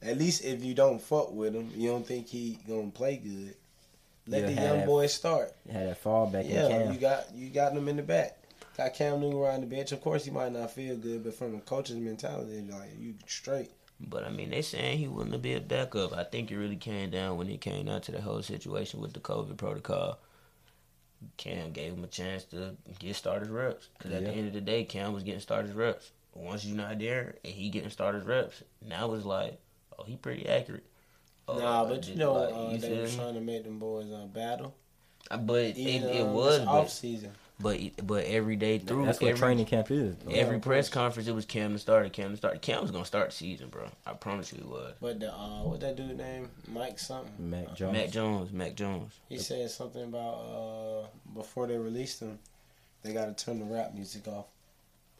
Speaker 1: At least if you don't fuck with him, you don't think he gonna play good. Let
Speaker 3: Yeah,
Speaker 1: the
Speaker 3: had
Speaker 1: young
Speaker 3: that-
Speaker 1: boy start.
Speaker 3: had that fallback
Speaker 1: Yeah,
Speaker 3: in Cam.
Speaker 1: you got you got him in the back. Got Cam Newton around the bench. Of course, he might not feel good, but from a coach's mentality, like you straight.
Speaker 2: But I mean, they saying he wouldn't be a backup. I think it really came down when it came down to the whole situation with the COVID protocol. Cam gave him a chance to get starters reps because at
Speaker 3: Yeah.
Speaker 2: the end of the day, Cam was getting starters reps. Once you're not there and he getting starters reps, now it's like, oh, he pretty accurate. Oh,
Speaker 1: nah, but
Speaker 2: just
Speaker 1: you know
Speaker 2: like,
Speaker 1: uh,
Speaker 2: you
Speaker 1: they
Speaker 2: feel
Speaker 1: were
Speaker 2: me?
Speaker 1: trying to make them boys uh, battle.
Speaker 2: Uh, but it,
Speaker 1: Even,
Speaker 2: it
Speaker 1: um,
Speaker 2: was,
Speaker 1: this off
Speaker 2: but,
Speaker 1: season.
Speaker 2: but but every day through,
Speaker 3: That's what
Speaker 2: every-
Speaker 3: training camp is. though.
Speaker 2: Every
Speaker 1: of
Speaker 2: press
Speaker 1: course.
Speaker 2: conference, it was Cam to start. Cam to start. Cam was gonna start the season, bro. I promise you, he was.
Speaker 1: But the uh, what that dude name Mike something.
Speaker 3: Mac Jones.
Speaker 2: Mac Jones, Mac Jones.
Speaker 1: He said something about uh, before they released him, they got to turn the rap music off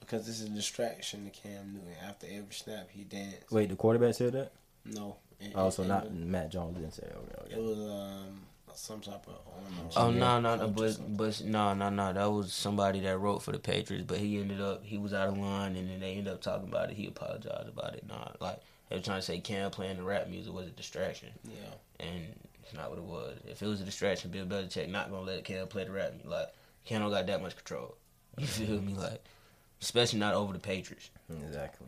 Speaker 1: because this is a distraction to Cam Newton. After every snap, he danced.
Speaker 3: Wait, the quarterback said that.
Speaker 1: No. It,
Speaker 3: Oh, so
Speaker 1: it-
Speaker 3: not
Speaker 1: It,
Speaker 3: Matt Jones didn't say. it. Okay,
Speaker 1: it
Speaker 3: okay.
Speaker 1: was um, some type of. I don't know.
Speaker 2: Oh
Speaker 3: Yeah.
Speaker 2: no, no, no,
Speaker 1: Coach or
Speaker 2: but
Speaker 1: something.
Speaker 2: but no, no, no. That was somebody that wrote for the Patriots, but he ended up he was out of line, and then they ended up talking about it. He apologized about it. Nah, like they were trying to say Cam playing the rap music was a distraction,
Speaker 1: Yeah.
Speaker 2: and it's not what it was. If it was a distraction, Bill Belichick not gonna let Cam play the rap music. Like Cam don't got that much control. You feel me? Like especially not over the Patriots.
Speaker 3: Exactly.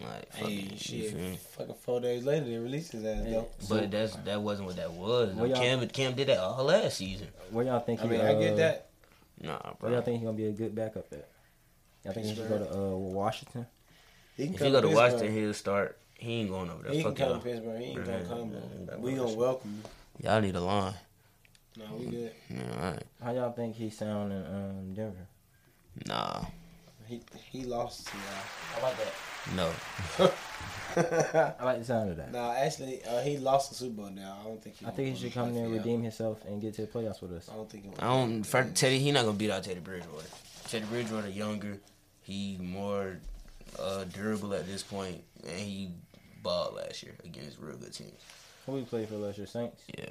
Speaker 2: Like fuck
Speaker 1: Hey,
Speaker 2: it, you
Speaker 1: shit.
Speaker 2: feel me?
Speaker 1: Fucking four days later, they released his ass, though.
Speaker 2: But that's that wasn't what that was.
Speaker 3: Well, y'all-
Speaker 2: Cam Cam did that all last season.
Speaker 3: Where y'all think?
Speaker 1: I
Speaker 3: he,
Speaker 1: mean, I
Speaker 3: uh,
Speaker 1: get that.
Speaker 2: Nah,
Speaker 3: Where y'all
Speaker 2: bro.
Speaker 3: think he's gonna be a good backup at? Y'all think he should go to uh, Washington?
Speaker 1: He can
Speaker 2: If
Speaker 1: come
Speaker 2: he go to
Speaker 1: Pittsburgh.
Speaker 2: Washington, he'll start. He ain't going over there.
Speaker 1: He can
Speaker 2: Fuck
Speaker 1: come
Speaker 2: y'all.
Speaker 1: to Pittsburgh. He ain't
Speaker 2: Man,
Speaker 1: gonna come.
Speaker 2: man,
Speaker 1: though.
Speaker 2: that
Speaker 1: We
Speaker 2: boy
Speaker 1: gonna
Speaker 2: is-
Speaker 1: welcome
Speaker 2: Y'all need a line.
Speaker 1: you. Nah, we good.
Speaker 2: Yeah, all right.
Speaker 3: How y'all think he sound in um, Denver?
Speaker 2: Nah,
Speaker 1: He he lost to
Speaker 3: I like that.
Speaker 2: no.
Speaker 1: y'all.
Speaker 3: I like the sound of that.
Speaker 1: nah, actually, uh, he lost the Super Bowl. Now I don't think. He
Speaker 3: I think he should come there and
Speaker 1: and
Speaker 3: redeem himself and get to the playoffs with us.
Speaker 1: I don't think. He
Speaker 2: I don't. Frank Teddy, he not gonna beat out Teddy Bridgewater. Teddy Bridgewater younger. He more uh, durable at this point, and he balled last year against real good teams.
Speaker 3: Who we played for last year? Saints.
Speaker 2: Yeah.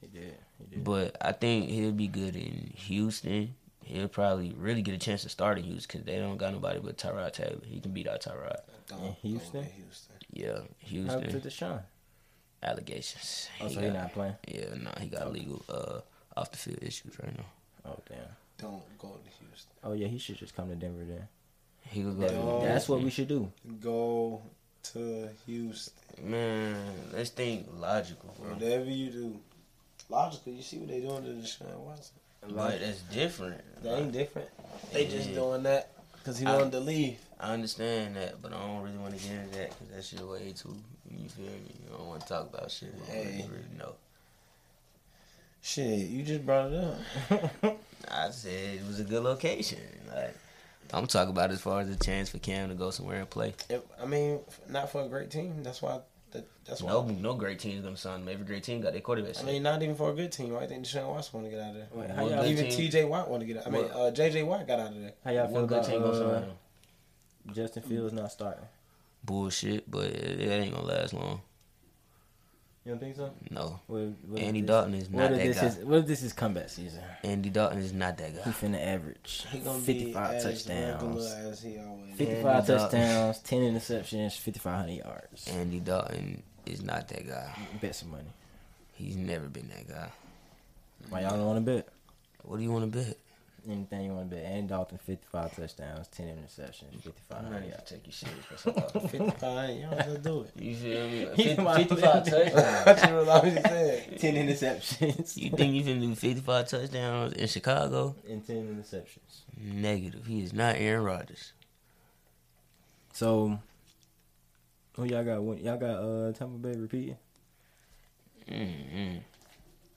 Speaker 3: He did. He did.
Speaker 2: But I think he'll be good in Houston. He'll probably really get a chance to start in Houston because they don't got nobody but Tyrod Taylor. He can beat out Tyrod.
Speaker 1: Don't
Speaker 3: In
Speaker 1: go
Speaker 3: Houston?
Speaker 1: to Houston.
Speaker 2: Yeah,
Speaker 3: What happened to
Speaker 2: Houston
Speaker 3: Deshaun?
Speaker 2: allegations.
Speaker 3: Oh,
Speaker 2: He
Speaker 3: so he
Speaker 2: got-
Speaker 3: not playing.
Speaker 2: Yeah, no, he got legal uh, off the field issues right now.
Speaker 3: Oh damn.
Speaker 1: Don't go to Houston.
Speaker 3: Oh yeah, he should just come to Denver then.
Speaker 2: He could go.
Speaker 1: Oh.
Speaker 3: That's what we should do.
Speaker 1: Go to Houston.
Speaker 2: Man, let's think logical, bro.
Speaker 1: Whatever you do, logically, you see what they doing to Deshaun Watson.
Speaker 2: But that's different.
Speaker 1: That ain't different. They just
Speaker 2: Yeah.
Speaker 1: doing that because he
Speaker 2: I-
Speaker 1: wanted to leave.
Speaker 2: I understand that, but I don't really want to get into that because that shit way too. You feel me? I don't want to talk about shit. I don't really,
Speaker 1: Hey.
Speaker 2: really know.
Speaker 1: Shit, you just brought it up.
Speaker 2: I said it was a good location. Like I'm talking about as far as a chance for Cam to go somewhere and play.
Speaker 1: It- I mean, not for a great team. That's why. That, that's why.
Speaker 2: No, no great team is gonna sign him. Every great team got their quarterback.
Speaker 1: I
Speaker 2: set.
Speaker 1: mean, not even for a good team. I think Deshaun Watson want to get out of there.
Speaker 3: Wait,
Speaker 2: One
Speaker 3: how y'all,
Speaker 2: good
Speaker 1: Even
Speaker 2: team-
Speaker 1: T.J. Watt want to get out. I mean,
Speaker 2: What?
Speaker 1: uh, J.J. Watt got out of there.
Speaker 3: how y'all feel
Speaker 2: one good
Speaker 3: about
Speaker 2: team gonna sign
Speaker 3: uh,
Speaker 2: him.
Speaker 3: Justin Fields not starting?
Speaker 2: Bullshit, but it, it ain't gonna last long.
Speaker 3: You don't think so?
Speaker 2: No,
Speaker 3: What, what if
Speaker 2: Andy
Speaker 3: this-
Speaker 2: Dalton is
Speaker 3: What
Speaker 2: not
Speaker 3: if
Speaker 2: that
Speaker 3: this
Speaker 2: guy.
Speaker 3: is what if this is comeback season?
Speaker 2: Andy Dalton is not that
Speaker 3: He
Speaker 2: guy.
Speaker 3: finna average
Speaker 1: He gonna
Speaker 3: fifty
Speaker 1: be
Speaker 3: five
Speaker 1: as
Speaker 3: touchdowns.
Speaker 1: regular as he always. is.
Speaker 3: Fifty
Speaker 2: Andy
Speaker 3: five
Speaker 2: Dalton.
Speaker 3: touchdowns, ten interceptions, fifty five hundred yards.
Speaker 2: Andy Dalton is not that guy.
Speaker 3: Bet some money.
Speaker 2: He's never been that guy.
Speaker 3: Why y'all don't wanna bet?
Speaker 2: What do you want to bet?
Speaker 3: Anything you want to bet. Andy Dalton, 55 touchdowns, 10 interceptions, 55 yards.
Speaker 2: take you serious.
Speaker 1: Fifty-five. Y'all just do it.
Speaker 2: You feel me?
Speaker 3: He
Speaker 2: Fif-
Speaker 3: might-
Speaker 2: 55 touchdowns.
Speaker 1: That's what I was saying.
Speaker 3: 10 interceptions.
Speaker 2: You think you can do 55 touchdowns in Chicago?
Speaker 3: and 10 interceptions.
Speaker 2: Negative. He is not Aaron Rodgers.
Speaker 3: So, who y'all got? win- Y'all got uh, Tampa Bay repeating?
Speaker 2: Mm-mm.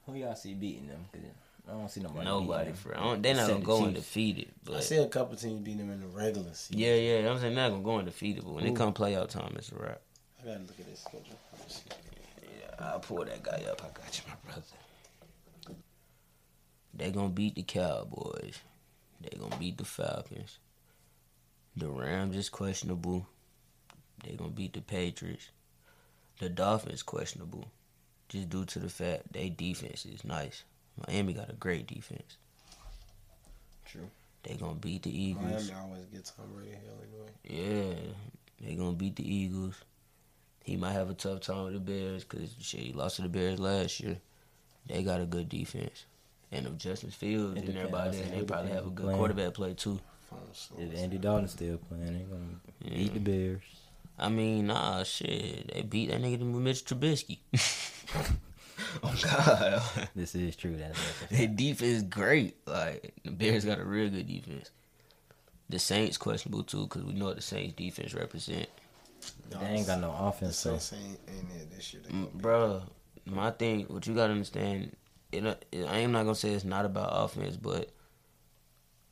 Speaker 3: Who y'all see beating them? 'Cause I don't see nobody.
Speaker 2: Nobody
Speaker 3: beating
Speaker 2: for. I don't- They're not
Speaker 3: Except
Speaker 2: gonna go
Speaker 3: the Chiefs.
Speaker 2: undefeated.
Speaker 1: I
Speaker 2: But
Speaker 1: see a couple teams beating him in the regular season.
Speaker 2: yeah, yeah. I'm saying they're not gonna go undefeated. But when
Speaker 3: Ooh.
Speaker 2: it come playoff time, it's a wrap.
Speaker 1: I gotta look at this schedule. Let me see.
Speaker 2: Yeah, I'll pull that guy up. I got you, my brother. They're gonna beat the Cowboys. They're gonna beat the Falcons. The Rams is questionable. They're gonna beat the Patriots. The Dolphins questionable. Just due to the fact they defense is nice. Miami got a great defense.
Speaker 3: True.
Speaker 2: They gonna beat the Eagles.
Speaker 1: Miami always gets Tom Brady Hill anyway.
Speaker 2: Yeah, they gonna beat the Eagles. He might have a tough time with the Bears because shit, he lost to the Bears last year. They got a good defense, and if Justin Fields
Speaker 3: It
Speaker 2: and
Speaker 3: depends.
Speaker 2: everybody,
Speaker 3: It
Speaker 2: there, they probably
Speaker 3: depends
Speaker 2: have a
Speaker 3: who
Speaker 2: good
Speaker 3: playing.
Speaker 2: quarterback play too.
Speaker 1: Phone slow.
Speaker 3: them. If Andy Dalton still playing, they going to
Speaker 2: Yeah.
Speaker 3: beat the Bears.
Speaker 2: I mean, nah, shit, they beat that nigga to Mitch Trubisky. oh God,
Speaker 3: This is true. That's that's-
Speaker 2: their defense great. Like the Bears got a real good defense. The Saints questionable too because we know what the Saints defense represent.
Speaker 3: They ain't got no
Speaker 1: The
Speaker 3: offense, so
Speaker 1: Saints ain't ain't there this year. They gonna
Speaker 2: Mm,
Speaker 1: be-
Speaker 2: Bruh, my thing, what you gotta understand, it, uh, it, I am not gonna say it's not about offense, but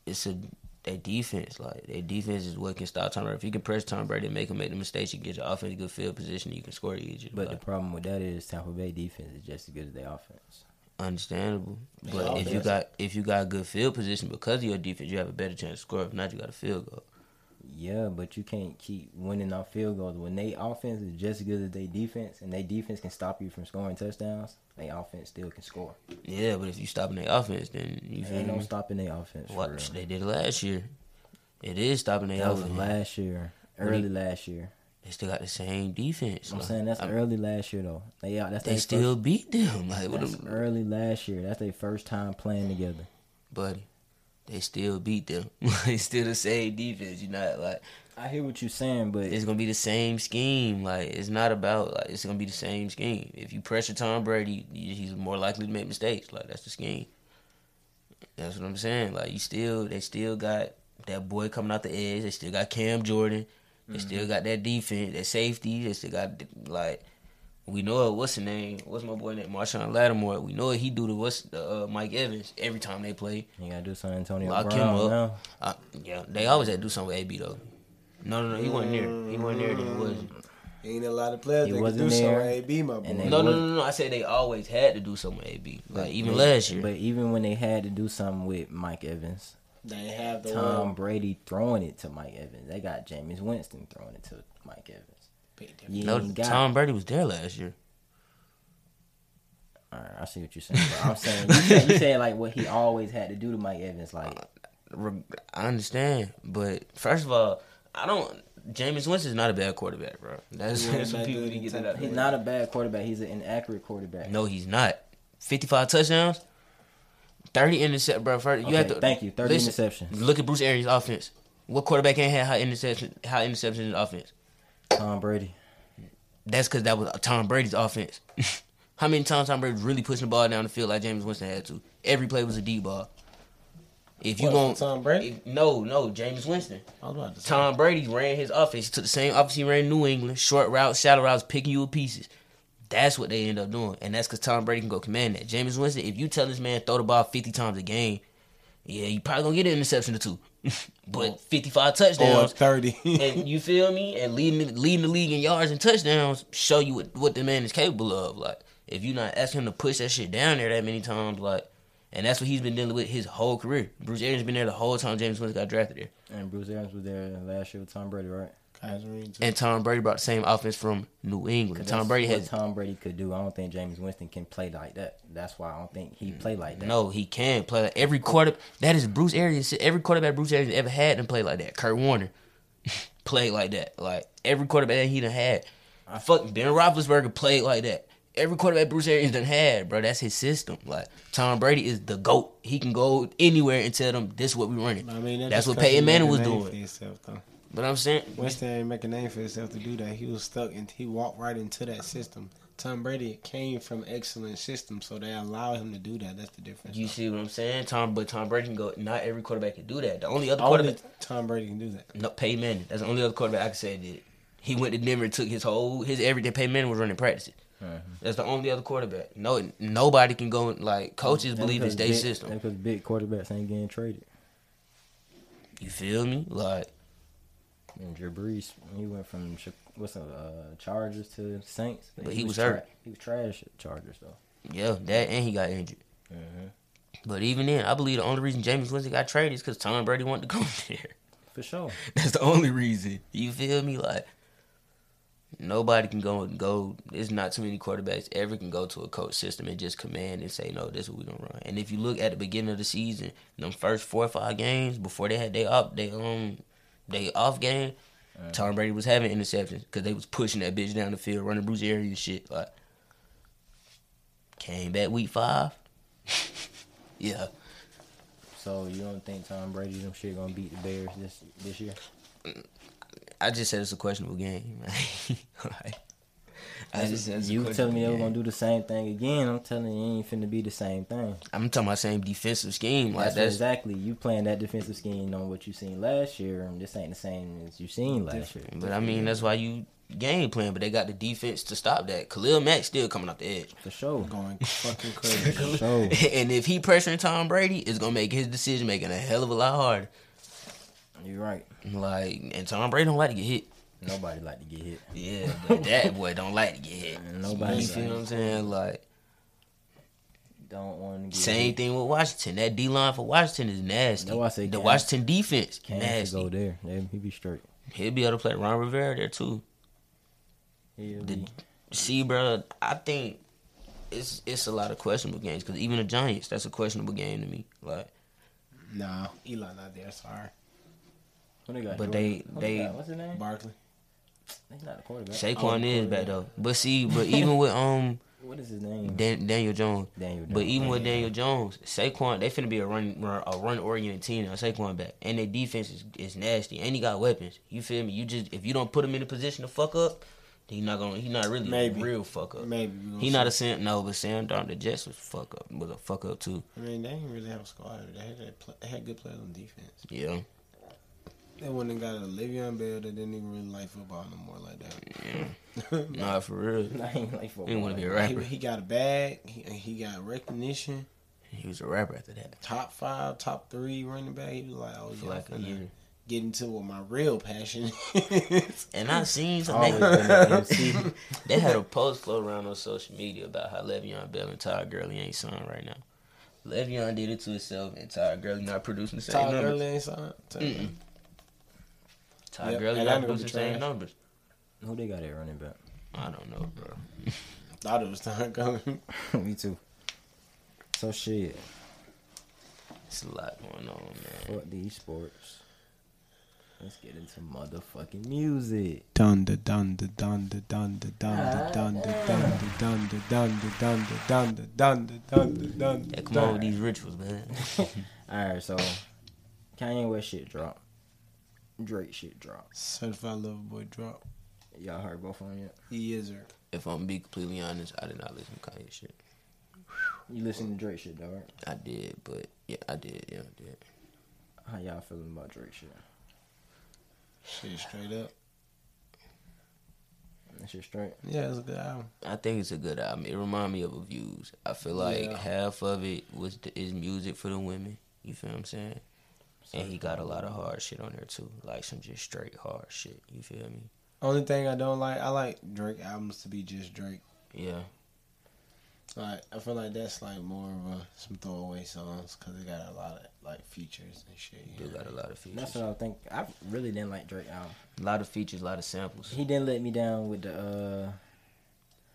Speaker 2: it's a their defense. Like their defense is what can stop Tom Brady. If you can press Tom Brady and make him make the mistakes, you get your offense in good field position, you can score. You just
Speaker 3: But the
Speaker 2: like,
Speaker 3: problem with that is Tampa Bay defense is just as good as their offense.
Speaker 2: understandable. But
Speaker 1: Yeah,
Speaker 2: if you
Speaker 1: offense.
Speaker 2: got if you got good field position because of your defense, you have a better chance to score. If not, you got a field goal.
Speaker 3: Yeah, but you can't keep winning off field goals when they offense is just as good as they defense, and they defense can stop you from scoring touchdowns. They offense still can score.
Speaker 2: Yeah, but if you stopping their offense, then you feel
Speaker 3: Ain't no
Speaker 2: me?
Speaker 3: stopping their offense. For
Speaker 2: What
Speaker 3: real.
Speaker 2: they did last year, it is stopping their
Speaker 3: That was
Speaker 2: offense.
Speaker 3: last year,
Speaker 2: do you-
Speaker 3: early last year.
Speaker 2: They still got the same defense.
Speaker 3: I'm
Speaker 2: Like,
Speaker 3: saying that's
Speaker 2: I'm-
Speaker 3: early last year though. They out. That's
Speaker 2: they
Speaker 3: their
Speaker 2: still beat them. Like, what
Speaker 3: First,
Speaker 2: them-
Speaker 3: that's early last year. That's their first time playing together.
Speaker 2: buddy, they still beat them. it's still the same defense. You're not like
Speaker 3: I hear what you're saying, but
Speaker 2: it's gonna be the same scheme. Like it's not about like it's gonna be the same scheme. If you pressure Tom Brady, you- he's more likely to make mistakes. Like that's the scheme. That's what I'm saying. Like you still, they still got that boy coming out the edge. They still got Cam Jordan. They still got that defense, that safety. They still got like we know it. What's the name? What's my boy name? Marshawn Lattimore. We know it. He do the what's the, uh, Mike Evans every time they play.
Speaker 3: you gotta do San Antonio
Speaker 2: Lock
Speaker 3: Brown
Speaker 2: him up.
Speaker 3: now.
Speaker 2: Uh, yeah, they always had to do something with AB though. No, no, no, he wasn't there. He wasn't there. Then was
Speaker 1: Ain't a lot of players
Speaker 3: He
Speaker 1: that can
Speaker 3: wasn't
Speaker 1: do something.
Speaker 3: there,
Speaker 1: with AB, my boy.
Speaker 3: and they-
Speaker 2: no, no, no, no, no. I said they always had to do something with AB. Like even last year,
Speaker 3: But even when they had to do something with Mike Evans,
Speaker 1: They have the
Speaker 3: Tom
Speaker 1: Tom.
Speaker 3: Brady throwing it to Mike Evans. They got Jameis Winston throwing it to Mike Evans. You
Speaker 2: No,
Speaker 3: ain't got-
Speaker 2: Tom Brady was there last year.
Speaker 3: All right, I see what you're saying. but I'm saying you said, you said like what he always had to do to Mike Evans. Like
Speaker 2: Re- I understand, but first of all, I don't. Jameis Winston's not a bad quarterback, bro. That's,
Speaker 1: Yeah,
Speaker 2: that's what
Speaker 1: that
Speaker 2: people
Speaker 1: dude
Speaker 2: need to
Speaker 1: is
Speaker 2: get that out.
Speaker 3: he's not a bad quarterback. He's an inaccurate quarterback.
Speaker 2: No, he's not. Fifty-five touchdowns, thirty intercept, bro. First, you
Speaker 3: Okay,
Speaker 2: have to
Speaker 3: thank you. Thirty
Speaker 2: listen,
Speaker 3: interceptions.
Speaker 2: Look at Bruce Arians' offense. What quarterback ain't had how interception, how interceptions in the offense?
Speaker 3: Tom Brady.
Speaker 2: That's because that was Tom Brady's offense. how many times Tom Brady was really pushing the ball down the field like James Winston had to? Every play was a deep ball. If you
Speaker 1: What,
Speaker 2: want
Speaker 1: Tom Brady?
Speaker 2: if- no, no, James Winston.
Speaker 1: I was about to say.
Speaker 2: Tom Brady ran his offense. He took the same offense he ran in New England, short routes, shallow routes, picking you in pieces. That's what they end up doing, and that's because Tom Brady can go command that. Jameis Winston, if you tell this man throw the ball fifty times a game, yeah, you probably gonna get an interception or two, but fifty-five
Speaker 1: Or
Speaker 2: touchdowns,
Speaker 1: thirty.
Speaker 2: and you feel me, and leading leading the league in yards and touchdowns show you what, what the man is capable of. Like if you not asking him to push that shit down there that many times, like, and that's what he's been dealing with his whole career. Bruce Arians been there the whole time James Winston got drafted there.
Speaker 3: And Bruce Arians was there last year with Tom Brady, right?
Speaker 1: Kyrie, too.
Speaker 2: and Tom Brady brought the same offense from New England. Tom
Speaker 3: That's
Speaker 2: Brady
Speaker 3: what
Speaker 2: has
Speaker 3: Tom Brady could do. I don't think James Winston can play like that. That's why I don't think he play like that.
Speaker 2: no, he can play like every quarter. That is Bruce Arians. Every quarterback Bruce Arians ever had and played like that. Kurt Warner played like that. Like every quarterback that he done had. Fuck Ben Roethlisberger played like that. Every quarterback Bruce Arians done had, bro. That's his system. Like Tom Brady is the goat. He can go anywhere and tell them this is what we running.
Speaker 1: I mean,
Speaker 2: That's
Speaker 1: just
Speaker 2: what
Speaker 1: 'cause he
Speaker 2: Peyton Manning
Speaker 1: made
Speaker 2: was
Speaker 1: a name for
Speaker 2: doing.
Speaker 1: himself, though.
Speaker 2: But I'm saying,
Speaker 1: Winston ain't make a name for himself to do that. He was stuck and he walked right into that system. Tom Brady came from excellent systems, so they allowed him to do that. That's the difference.
Speaker 2: you see what I'm saying, Tom. But Tom Brady can go. Not every quarterback can do that. The only other quarterback.
Speaker 1: Only Tom Brady can do that.
Speaker 2: No, Peyton Manning. That's the only other quarterback I can say did it. He went to Denver and took his whole his everything. Peyton Manning was running practices.
Speaker 3: Mm-hmm.
Speaker 2: That's the only other quarterback. No, nobody can go and, like coaches
Speaker 3: That's
Speaker 2: believe it's
Speaker 3: because
Speaker 2: their
Speaker 3: big-
Speaker 2: system.
Speaker 3: That's because big quarterbacks ain't getting traded.
Speaker 2: You feel me? Like
Speaker 3: And Drew Brees, he went from Chi- what's the uh, Chargers to Saints,
Speaker 2: But he was hurt.
Speaker 3: He was trash at Chargers though.
Speaker 2: yeah, that and he got injured.
Speaker 3: Mhm.
Speaker 2: But even then, I believe the only reason James Winston got traded is because Tom Brady wanted to go there.
Speaker 3: For sure.
Speaker 2: That's the only reason. You feel me? Like nobody can go and go. There's not too many quarterbacks ever can go to a coach system and just command and say, "No, this is what we're gonna run." And if you look at the beginning of the season, them first four or five games before they had they off they um they off game, Tom Brady was having interceptions because they was pushing that bitch down the field, running Bruce Arians and shit. Like came back week five. yeah,
Speaker 3: So you don't think Tom Brady them shit gonna beat the Bears this this year?
Speaker 2: I just said it's a questionable game. like, I just said it's a
Speaker 3: you telling me
Speaker 2: questionable
Speaker 3: they were
Speaker 2: game.
Speaker 3: gonna do the same thing again? I'm telling you, it ain't finna be the same thing.
Speaker 2: I'm talking about same defensive scheme. Like
Speaker 3: That's,
Speaker 2: that's,
Speaker 3: exactly you playing that defensive scheme on what you seen last year. And this ain't the same as you seen last year.
Speaker 2: but I mean that's why you game plan. But they got the defense to stop that. Khalil Mack still coming off the edge,
Speaker 3: For sure.
Speaker 1: Going fucking crazy.
Speaker 3: For sure.
Speaker 2: and if he pressuring Tom Brady, it's gonna make his decision making a hell of a lot harder.
Speaker 3: You're right.
Speaker 2: Like and Tom Brady don't like to get hit.
Speaker 3: Nobody like to get hit.
Speaker 2: Yeah, but that boy don't like to get hit.
Speaker 3: Nobody
Speaker 2: You feel what I'm saying? Like
Speaker 3: Don't want to get
Speaker 2: same
Speaker 3: hit.
Speaker 2: thing with Washington. That D line for Washington is nasty.
Speaker 3: That's why I say
Speaker 2: the
Speaker 3: Cam-
Speaker 2: Washington defense
Speaker 3: Cam should go
Speaker 2: nasty.
Speaker 3: there. Yeah, he be straight.
Speaker 2: He'll be able to play Ron Rivera there too.
Speaker 3: He'll
Speaker 2: The-
Speaker 3: be.
Speaker 2: See, bro, I think it's it's a lot of questionable games because even the Giants, that's a questionable game to me. Like,
Speaker 1: nah, Eli not there. Sorry,
Speaker 3: Who they got?
Speaker 2: but
Speaker 3: Jordan?
Speaker 2: they-
Speaker 3: Who
Speaker 2: they-
Speaker 3: got? what's his name?
Speaker 1: Barkley.
Speaker 3: He's not a quarterback.
Speaker 2: Saquon
Speaker 1: Oh,
Speaker 2: is back though. But see, but even with um
Speaker 3: What is his name?
Speaker 2: Dan, Daniel Jones,
Speaker 3: Daniel.
Speaker 2: but even with Daniel
Speaker 3: Daniel.
Speaker 2: Jones, Saquon, they finna be a run run- a run oriented team now. Saquon back, and their defense is, is nasty, and he got weapons. You feel me? You just if you don't put him in a position to fuck up, he not gonna he not really a
Speaker 1: Maybe.
Speaker 2: real fuck up.
Speaker 1: Maybe we gonna
Speaker 2: He not a
Speaker 1: see.
Speaker 2: Sam no, but Sam Darnold the Jets was fuck up was a fuck up too.
Speaker 1: I mean, they didn't really have a squad. They had, they pl- they had good players on defense.
Speaker 2: Yeah.
Speaker 1: They wouldn't have got a Le'Veon Bell that didn't even really like football no more like
Speaker 2: yeah.
Speaker 1: that.
Speaker 2: Nah, for real.
Speaker 3: I ain't like football.
Speaker 2: He didn't want to be a
Speaker 1: he,
Speaker 2: rapper.
Speaker 1: he got a bag. He, he got recognition.
Speaker 2: He was a rapper after that
Speaker 1: Top five, top three running back. He was like, oh,
Speaker 2: for
Speaker 1: yeah,
Speaker 2: like a
Speaker 1: I'm finna
Speaker 2: year.
Speaker 1: get into what my real passion is.
Speaker 2: And I seen some
Speaker 3: Always
Speaker 2: they,
Speaker 3: been an MC.
Speaker 2: they had a post flow around on social media about how Le'Veon Bell and Todd Gurley ain't signed right now. Le'Veon did it to himself, and Todd Gurley not producing the same
Speaker 1: Todd
Speaker 2: numbers.
Speaker 1: Gurley ain't signed. Todd Gurley.
Speaker 2: Mm-mm. Todd
Speaker 1: Yep,
Speaker 2: Gurley
Speaker 1: and
Speaker 2: not
Speaker 1: that nigga
Speaker 2: producing the same
Speaker 1: trash.
Speaker 2: numbers.
Speaker 3: Who they got at running back?
Speaker 2: I don't know, bro.
Speaker 1: Thought it was Todd Gurley.
Speaker 3: Me too. So shit.
Speaker 2: It's a lot going on, man.
Speaker 3: Fuck these sports. Let's get into motherfucking music.
Speaker 4: Dun da dun da dun da dun da dun da dun da dun da dun da dun da dun da dun da dun da dun da dun da
Speaker 2: Yeah, come on with these rituals, man.
Speaker 3: Alright, so Kanye West shit drop. Drake shit drop.
Speaker 1: Certified lover boy drop.
Speaker 3: Y'all heard both of them yet?
Speaker 1: He is her.
Speaker 2: if I'm be completely honest, I did not listen to Kanye shit.
Speaker 3: You listen to Drake shit though, right?
Speaker 2: I did, but yeah, I did, yeah, I did.
Speaker 3: How y'all feeling about Drake shit?
Speaker 1: Shit straight up.
Speaker 3: That shit straight.
Speaker 1: Yeah, it's a good album.
Speaker 2: I think it's a good album. It remind me of a Views. I feel like
Speaker 1: Yeah.
Speaker 2: half of it was the, is music for the women. You feel what I'm saying? And he got a lot of hard shit on there too, like some just straight hard shit. You feel me?
Speaker 1: Only thing I don't like, I like Drake albums to be just Drake.
Speaker 2: Yeah,
Speaker 1: Like I feel like that's like more of a some throwaway songs because they got a lot of like features and shit.
Speaker 2: he
Speaker 1: You
Speaker 2: do
Speaker 1: know?
Speaker 2: got a lot of features.
Speaker 3: That's what I think. I really didn't like Drake album.
Speaker 2: A lot of features, a lot of samples.
Speaker 3: He didn't let me down with the uh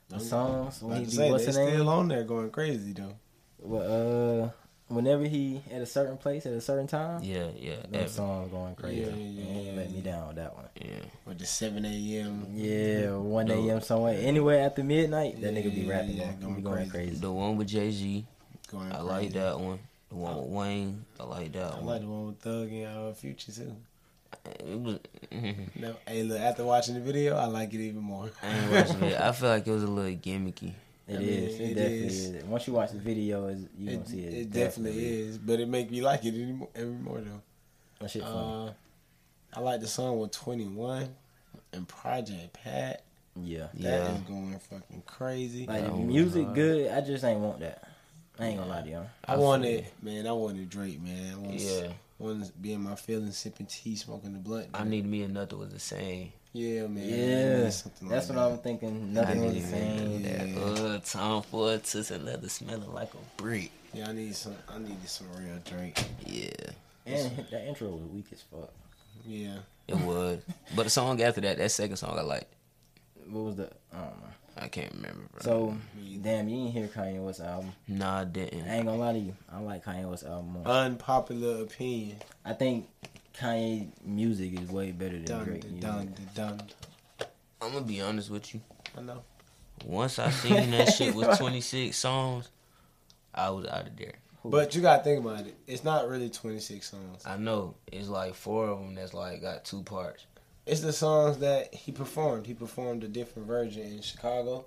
Speaker 3: the songs
Speaker 1: Like
Speaker 3: when
Speaker 1: I
Speaker 3: he be
Speaker 1: say,
Speaker 3: what's
Speaker 1: they
Speaker 3: his name?
Speaker 1: still on there going crazy though.
Speaker 3: Well, uh, whenever he at a certain place at a certain time,
Speaker 2: Yeah, yeah,
Speaker 3: that
Speaker 2: every-
Speaker 3: song going crazy.
Speaker 1: Yeah, yeah,
Speaker 3: And he
Speaker 1: yeah,
Speaker 3: let me
Speaker 1: yeah. Mm-hmm.
Speaker 3: down with that one.
Speaker 2: yeah.
Speaker 1: With the seven a.m.
Speaker 3: Yeah, one
Speaker 2: No.
Speaker 3: a.m. somewhere, anywhere after midnight, that
Speaker 1: Yeah,
Speaker 3: nigga be
Speaker 1: yeah,
Speaker 3: rapping.
Speaker 1: yeah,
Speaker 3: Yeah, going, going crazy.
Speaker 2: The one with Jay Z,
Speaker 1: going.
Speaker 2: I
Speaker 1: crazy.
Speaker 2: like that one. The one with Wayne, I like that
Speaker 1: I
Speaker 2: one.
Speaker 1: like the one with Thug and uh, Future too.
Speaker 2: It was.
Speaker 1: No, hey, look, after watching the video, I like it even more.
Speaker 2: I ain't watching it. I feel like it was a little gimmicky.
Speaker 3: It
Speaker 1: I mean,
Speaker 3: is. It,
Speaker 1: it
Speaker 3: definitely is.
Speaker 1: is.
Speaker 3: Once you watch the video, is you
Speaker 1: It,
Speaker 3: gonna see it.
Speaker 1: it definitely, is, but it make me like it anymore, every more though.
Speaker 3: That shit funny.
Speaker 1: Uh, I like the song with Twenty One and Project Pat.
Speaker 3: yeah.
Speaker 1: That
Speaker 2: Yeah.
Speaker 1: is going fucking crazy.
Speaker 3: Like
Speaker 2: that
Speaker 3: if
Speaker 2: one was
Speaker 3: music
Speaker 2: hard.
Speaker 3: good, I just ain't want that. I ain't gonna lie to y'all.
Speaker 1: I
Speaker 2: I
Speaker 1: wanted, man, I wanted Drake, man. I wanted,
Speaker 2: Yeah,
Speaker 1: wanted to be in my feelings, sipping tea, smoking the blunt.
Speaker 2: I need me and nothing was the same.
Speaker 1: yeah, man. I
Speaker 3: Yeah,
Speaker 1: need
Speaker 3: that's
Speaker 1: something
Speaker 3: what
Speaker 1: like
Speaker 3: I'm
Speaker 1: that.
Speaker 3: thinking.
Speaker 2: I
Speaker 3: Nothing was
Speaker 2: need
Speaker 3: the
Speaker 2: me
Speaker 3: same.
Speaker 2: and that.
Speaker 1: Yeah.
Speaker 2: Uh, Tom Ford toots and leather smelling like a brick.
Speaker 1: Yeah, I need some. I needed some real Drake.
Speaker 2: Yeah,
Speaker 3: And that intro was weak as fuck.
Speaker 1: Yeah,
Speaker 2: it was. but the song after that, that second song, I liked.
Speaker 3: What was the? I don't know.
Speaker 2: I can't remember. Bro.
Speaker 3: So
Speaker 1: Me either.
Speaker 3: damn, you didn't hear Kanye West album.
Speaker 2: nah, I didn't.
Speaker 3: I ain't gonna lie to you. I like Kanye West album more.
Speaker 1: unpopular opinion.
Speaker 3: I think Kanye music is way better than
Speaker 1: Dun
Speaker 3: Drake
Speaker 1: da, dun
Speaker 3: music.
Speaker 1: da, dun.
Speaker 2: I'm gonna be honest with you.
Speaker 1: I know.
Speaker 2: Once I seen that shit was 26 songs, I was out of there.
Speaker 1: But you gotta think about it. It's not really 26 songs.
Speaker 2: I know it's like four of them that's like got two parts.
Speaker 1: It's the songs that he performed. He performed a different version in Chicago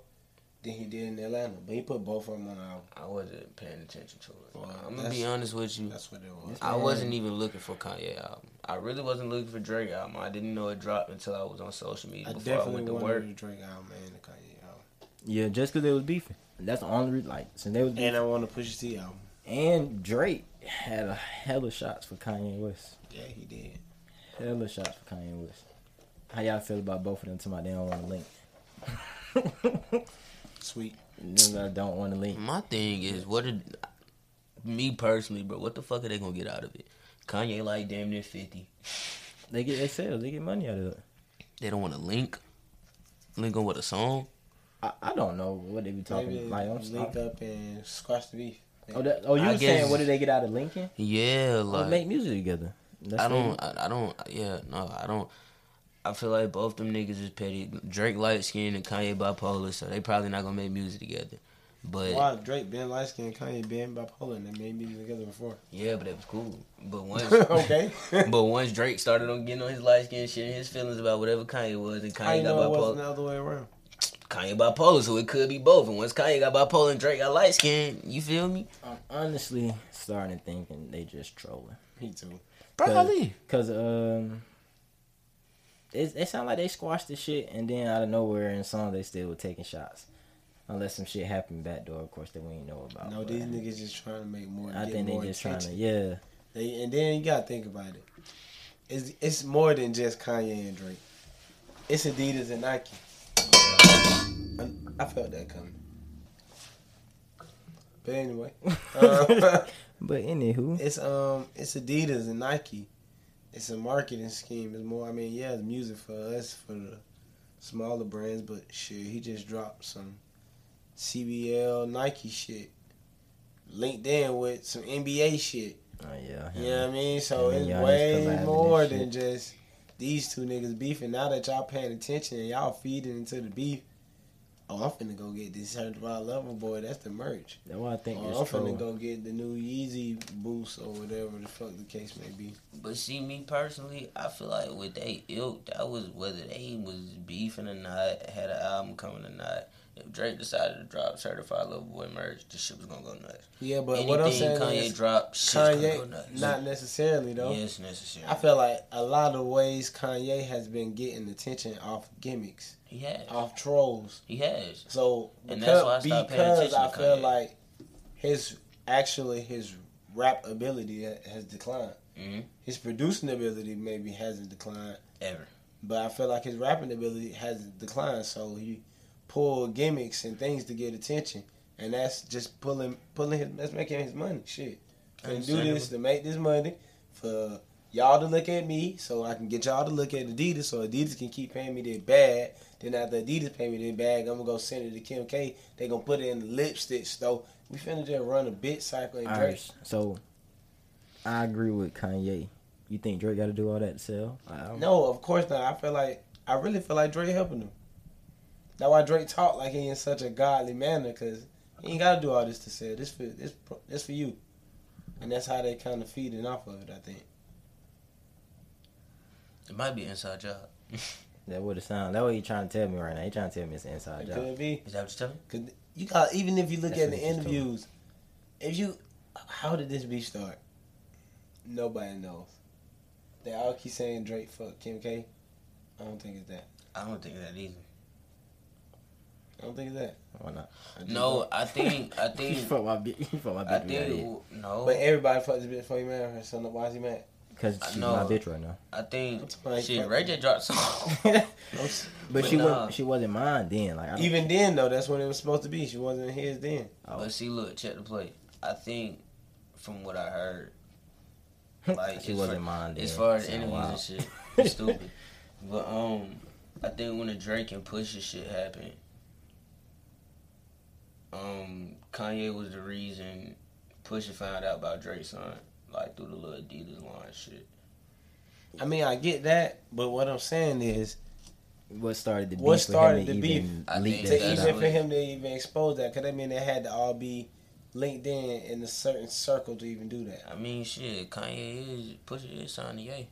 Speaker 1: than he did in Atlanta. But he put both of them on the album.
Speaker 2: I wasn't paying attention to it.
Speaker 1: Well,
Speaker 2: I'm gonna be
Speaker 1: that's-
Speaker 2: honest with you.
Speaker 1: That's what it was.
Speaker 2: I
Speaker 3: Man.
Speaker 2: wasn't even looking for Kanye album. I really wasn't looking for Drake album. I didn't know it dropped until I was on social media
Speaker 1: I
Speaker 2: before I
Speaker 1: definitely
Speaker 2: went to
Speaker 1: wanted
Speaker 2: work.
Speaker 1: to drink album and the Kanye album.
Speaker 3: Yeah, just because they was beefing. That's the only reason. Like since they was beefing.
Speaker 1: And uh, I want to push T album.
Speaker 3: And, Drake had a hella shots for Kanye West.
Speaker 1: Yeah, he did.
Speaker 3: Hella shots for Kanye West. How y'all feel about both of them? To my they don't want to link.
Speaker 1: Sweet.
Speaker 3: Niggas that don't want to link.
Speaker 2: My thing is, what did me personally, bro? What the fuck are they gonna get out of it? Kanye like damn near fifty.
Speaker 3: They get they sales. They get money out of it.
Speaker 2: They don't want to link, link on with a song.
Speaker 3: I, I don't know what they be talking
Speaker 1: Maybe
Speaker 3: like. I'm
Speaker 1: link
Speaker 3: sorry.
Speaker 1: up and squash the beef.
Speaker 3: Oh, that, oh, you
Speaker 2: I
Speaker 3: were saying
Speaker 2: guess-
Speaker 3: what did they get out of Lincoln?
Speaker 2: Yeah,
Speaker 3: Oh,
Speaker 2: like
Speaker 3: make music together. That's
Speaker 2: I
Speaker 3: what they
Speaker 2: don't, I, I don't, yeah, no, I don't. I feel like both them niggas is petty. Drake light skinned and Kanye bipolar, so they probably not gonna make music together. But
Speaker 1: Why Drake been light skinned, Kanye been bipolar, and they made music together before.
Speaker 2: yeah, but that was cool. But once
Speaker 1: okay.
Speaker 2: But once Drake started on getting on his light skin shit and his feelings about whatever Kanye was, and
Speaker 1: I
Speaker 2: Kanye
Speaker 1: didn't
Speaker 2: got
Speaker 1: know it wasn't
Speaker 2: bipolar,
Speaker 1: the other way around.
Speaker 2: Kanye bipolar, so it could be both. And once Kanye got bipolar and Drake got light skin, you feel me?
Speaker 3: I'm honestly starting to thinking they just trolling.
Speaker 1: Me too.
Speaker 3: Probably. Cause um, it, it sound like they squashed the shit, and then out of nowhere in song they still were taking shots. Unless some shit happened backdoor, of course that we ain't know about.
Speaker 1: No,
Speaker 3: but
Speaker 1: these niggas just trying to make more.
Speaker 3: Oh, I
Speaker 1: get
Speaker 3: think
Speaker 1: more
Speaker 3: they just trying to.
Speaker 1: attention.
Speaker 3: Yeah,
Speaker 1: They, and then you gotta think about it. It's it's more than just Kanye and Drake. It's Adidas and Nike. I, I felt that coming. But anyway, uh,
Speaker 3: But anywho,
Speaker 1: it's um, it's Adidas and Nike. It's a marketing scheme. It's more. I mean, yeah, it's music for us for the smaller brands, but shit, he just dropped some CBL Nike shit. Linked in with some NBA shit.
Speaker 3: oh yeah,
Speaker 1: You know what I mean? So
Speaker 3: And then
Speaker 1: it's
Speaker 3: y'all just
Speaker 1: way
Speaker 3: collabing and
Speaker 1: more
Speaker 3: shit.
Speaker 1: than just these two niggas beefing. Now that y'all paying attention and y'all feeding into the beef, oh, I'm finna go get this Hurt by Lover Boy. That's the merch.
Speaker 3: That's why I think
Speaker 1: Or Oh, I'm
Speaker 3: it's
Speaker 1: finna
Speaker 3: true.
Speaker 1: go get the new Yeezy Boost or whatever the fuck the case may be.
Speaker 2: But see, me personally, I feel like with they ilk, that was whether they was beefing or not, had an album coming or not. If Drake decided to drop Certified Little Boy merch, this shit was gonna go nuts.
Speaker 1: Yeah, but
Speaker 2: Anything
Speaker 1: what I'm saying
Speaker 2: Kanye
Speaker 1: is
Speaker 2: dropped, shit's gonna go
Speaker 1: Kanye,
Speaker 2: nuts.
Speaker 1: not necessarily though.
Speaker 2: Yes, necessary.
Speaker 1: I feel like a lot of ways Kanye has been getting attention off gimmicks,
Speaker 2: he has.
Speaker 1: off trolls.
Speaker 2: He has.
Speaker 1: So
Speaker 2: And
Speaker 1: because,
Speaker 2: that's why I stopped paying
Speaker 1: because
Speaker 2: attention
Speaker 1: I
Speaker 2: to
Speaker 1: feel
Speaker 2: Kanye.
Speaker 1: like his actually his rap ability ha- has declined.
Speaker 2: Mhm.
Speaker 1: His producing ability maybe hasn't declined,
Speaker 2: Ever.
Speaker 1: but I feel like his rapping ability has declined. So he pulled gimmicks and things to get attention, and that's just pulling pulling his that's making his money. Shit, can do this to make this money for y'all to look at me, so I can get y'all to look at Adidas, so Adidas can keep paying me their bag. Then after Adidas pay me their bag, I'm gonna go send it to Kim K. They gonna put it in the lipstick store. We finna just run a bit cycle and
Speaker 3: All
Speaker 1: Drake.
Speaker 3: right, so I agree with Kanye. You think Drake got to do all that to sell? I don't-
Speaker 1: No, of course not. I feel like I really feel like Drake helping him. That's why Drake talk like he in such a godly manner, cause he ain't gotta do all this to sell. This for this pro- this for you, and that's how they kind of feeding off of it. I think.
Speaker 2: It might be inside job.
Speaker 3: That would have sound. That what you trying to tell me right now. You trying to tell me it's an inside
Speaker 1: It
Speaker 3: job.
Speaker 1: could be.
Speaker 2: Is that what you're telling me?
Speaker 1: Cause you got even if you look
Speaker 3: That's
Speaker 1: at the
Speaker 3: what he's told.
Speaker 1: interviews, if you how did this beef start? Nobody knows. They all keep saying Drake fuck Kim K. I don't think it's that.
Speaker 2: I don't think that either.
Speaker 1: I don't think it's that.
Speaker 3: Why not?
Speaker 1: I just
Speaker 2: No,
Speaker 1: don't.
Speaker 2: I think I think
Speaker 3: you fuck my bitch. You fuck my
Speaker 2: I
Speaker 3: bitch.
Speaker 2: think no.
Speaker 1: But everybody fucked this bitch before he married her, so why is he mad?
Speaker 3: Because
Speaker 2: I
Speaker 3: she's
Speaker 2: know.
Speaker 3: my bitch right now.
Speaker 2: I think
Speaker 1: It's like-
Speaker 2: shit. Ray J dropped some.
Speaker 1: I'm s-
Speaker 3: But,
Speaker 2: But
Speaker 3: she
Speaker 2: nah.
Speaker 3: wasn't. She wasn't mine then. Like I don't,
Speaker 1: Even then though, that's when it was supposed to be. She wasn't his then.
Speaker 2: But see, look, check the play. I think from what I heard, like,
Speaker 3: like she
Speaker 2: as
Speaker 3: wasn't
Speaker 2: far-
Speaker 3: mine then.
Speaker 2: as far as
Speaker 3: So,
Speaker 2: interviews
Speaker 3: wow.
Speaker 2: and shit, it's stupid. But um, I think when the Drake and Pusha shit happened, um, Kanye was the reason Pusha found out about Drake's son, like through the little Adidas line shit.
Speaker 1: I mean, I get that, but what I'm saying is,
Speaker 3: What started the beef?
Speaker 1: What
Speaker 3: for him
Speaker 1: started
Speaker 3: to
Speaker 1: the
Speaker 3: even
Speaker 2: I
Speaker 3: leak
Speaker 2: think
Speaker 3: that
Speaker 1: to
Speaker 2: that's
Speaker 3: shit
Speaker 1: even
Speaker 3: out?
Speaker 1: for him to even expose that, because I mean, they had to all be linked in in a certain circle to even do that.
Speaker 2: I mean, shit, Kanye is Pusha is signed to Ye.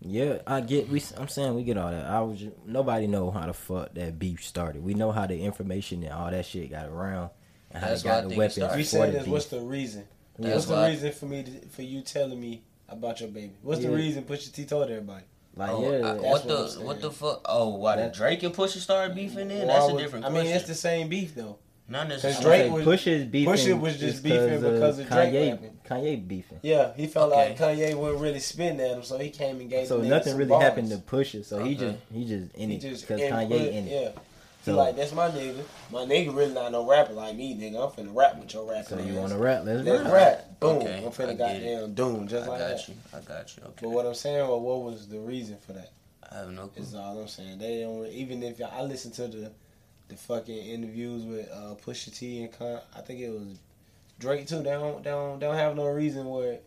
Speaker 3: Yeah, I get. We, I'm saying we get all that. I was. Nobody know how the fuck that beef started. We know how the information and all that shit got around, and how
Speaker 2: That's
Speaker 3: they
Speaker 2: why I
Speaker 3: got the
Speaker 2: think it started.
Speaker 1: You
Speaker 3: weapons for
Speaker 1: said
Speaker 3: the
Speaker 1: this. What's
Speaker 3: beef.
Speaker 1: the reason?
Speaker 2: Yeah.
Speaker 1: what's
Speaker 2: That's
Speaker 1: the
Speaker 2: why I-
Speaker 1: reason for me to, for you telling me about your baby? What's the
Speaker 3: Yeah.
Speaker 1: reason Pusha T told everybody?
Speaker 3: Like,
Speaker 2: Oh,
Speaker 3: yeah,
Speaker 2: I-
Speaker 3: that's
Speaker 2: what
Speaker 1: what I'm
Speaker 2: the
Speaker 1: saying.
Speaker 2: what the fuck? Oh, why did
Speaker 3: That-
Speaker 2: Drake and Pusha start beefing? Then
Speaker 1: Why
Speaker 2: that's a
Speaker 1: would-
Speaker 2: different.
Speaker 1: I
Speaker 2: question.
Speaker 1: mean, it's the same beef though.
Speaker 2: Not
Speaker 1: 'Cause
Speaker 2: necessarily.
Speaker 1: Drake
Speaker 3: Drake
Speaker 1: was-
Speaker 3: Pusha's beefing.
Speaker 1: Pusha was just
Speaker 3: is
Speaker 1: beefing because of Drake
Speaker 3: Kanye.
Speaker 1: rapping.
Speaker 3: Kanye beefing.
Speaker 1: Yeah, he felt
Speaker 2: Okay.
Speaker 1: like Kanye wouldn't really spin at him, so he came and gave.
Speaker 3: So
Speaker 1: the nigga
Speaker 3: nothing
Speaker 1: some
Speaker 3: really
Speaker 1: bars.
Speaker 3: happened to Pusha. So
Speaker 2: Okay.
Speaker 3: he just he just in
Speaker 1: Uh-huh. He
Speaker 3: it because
Speaker 1: just
Speaker 3: Kanye
Speaker 1: input-
Speaker 3: in it.
Speaker 1: Yeah, he
Speaker 3: So,
Speaker 1: like that's my nigga. My nigga really not no rapper like me, nigga. I'm finna rap with your rap.
Speaker 3: so
Speaker 1: ass.
Speaker 3: you want to rap? Let's,
Speaker 1: Let's
Speaker 3: rap.
Speaker 1: rap. Boom.
Speaker 2: Okay,
Speaker 1: I'm
Speaker 2: I
Speaker 1: finna
Speaker 2: get it.
Speaker 1: goddamn doom
Speaker 2: I
Speaker 1: just
Speaker 2: got
Speaker 1: like that.
Speaker 2: you. I got you. Okay.
Speaker 1: But what I'm saying, well, what was the reason for that?
Speaker 2: I have no clue.
Speaker 1: Is all I'm saying. They don't even if I listen to the the fucking interviews with uh, Pusha T and Con, I think it was Drake too. They don't they don't, they don't have no reason where it-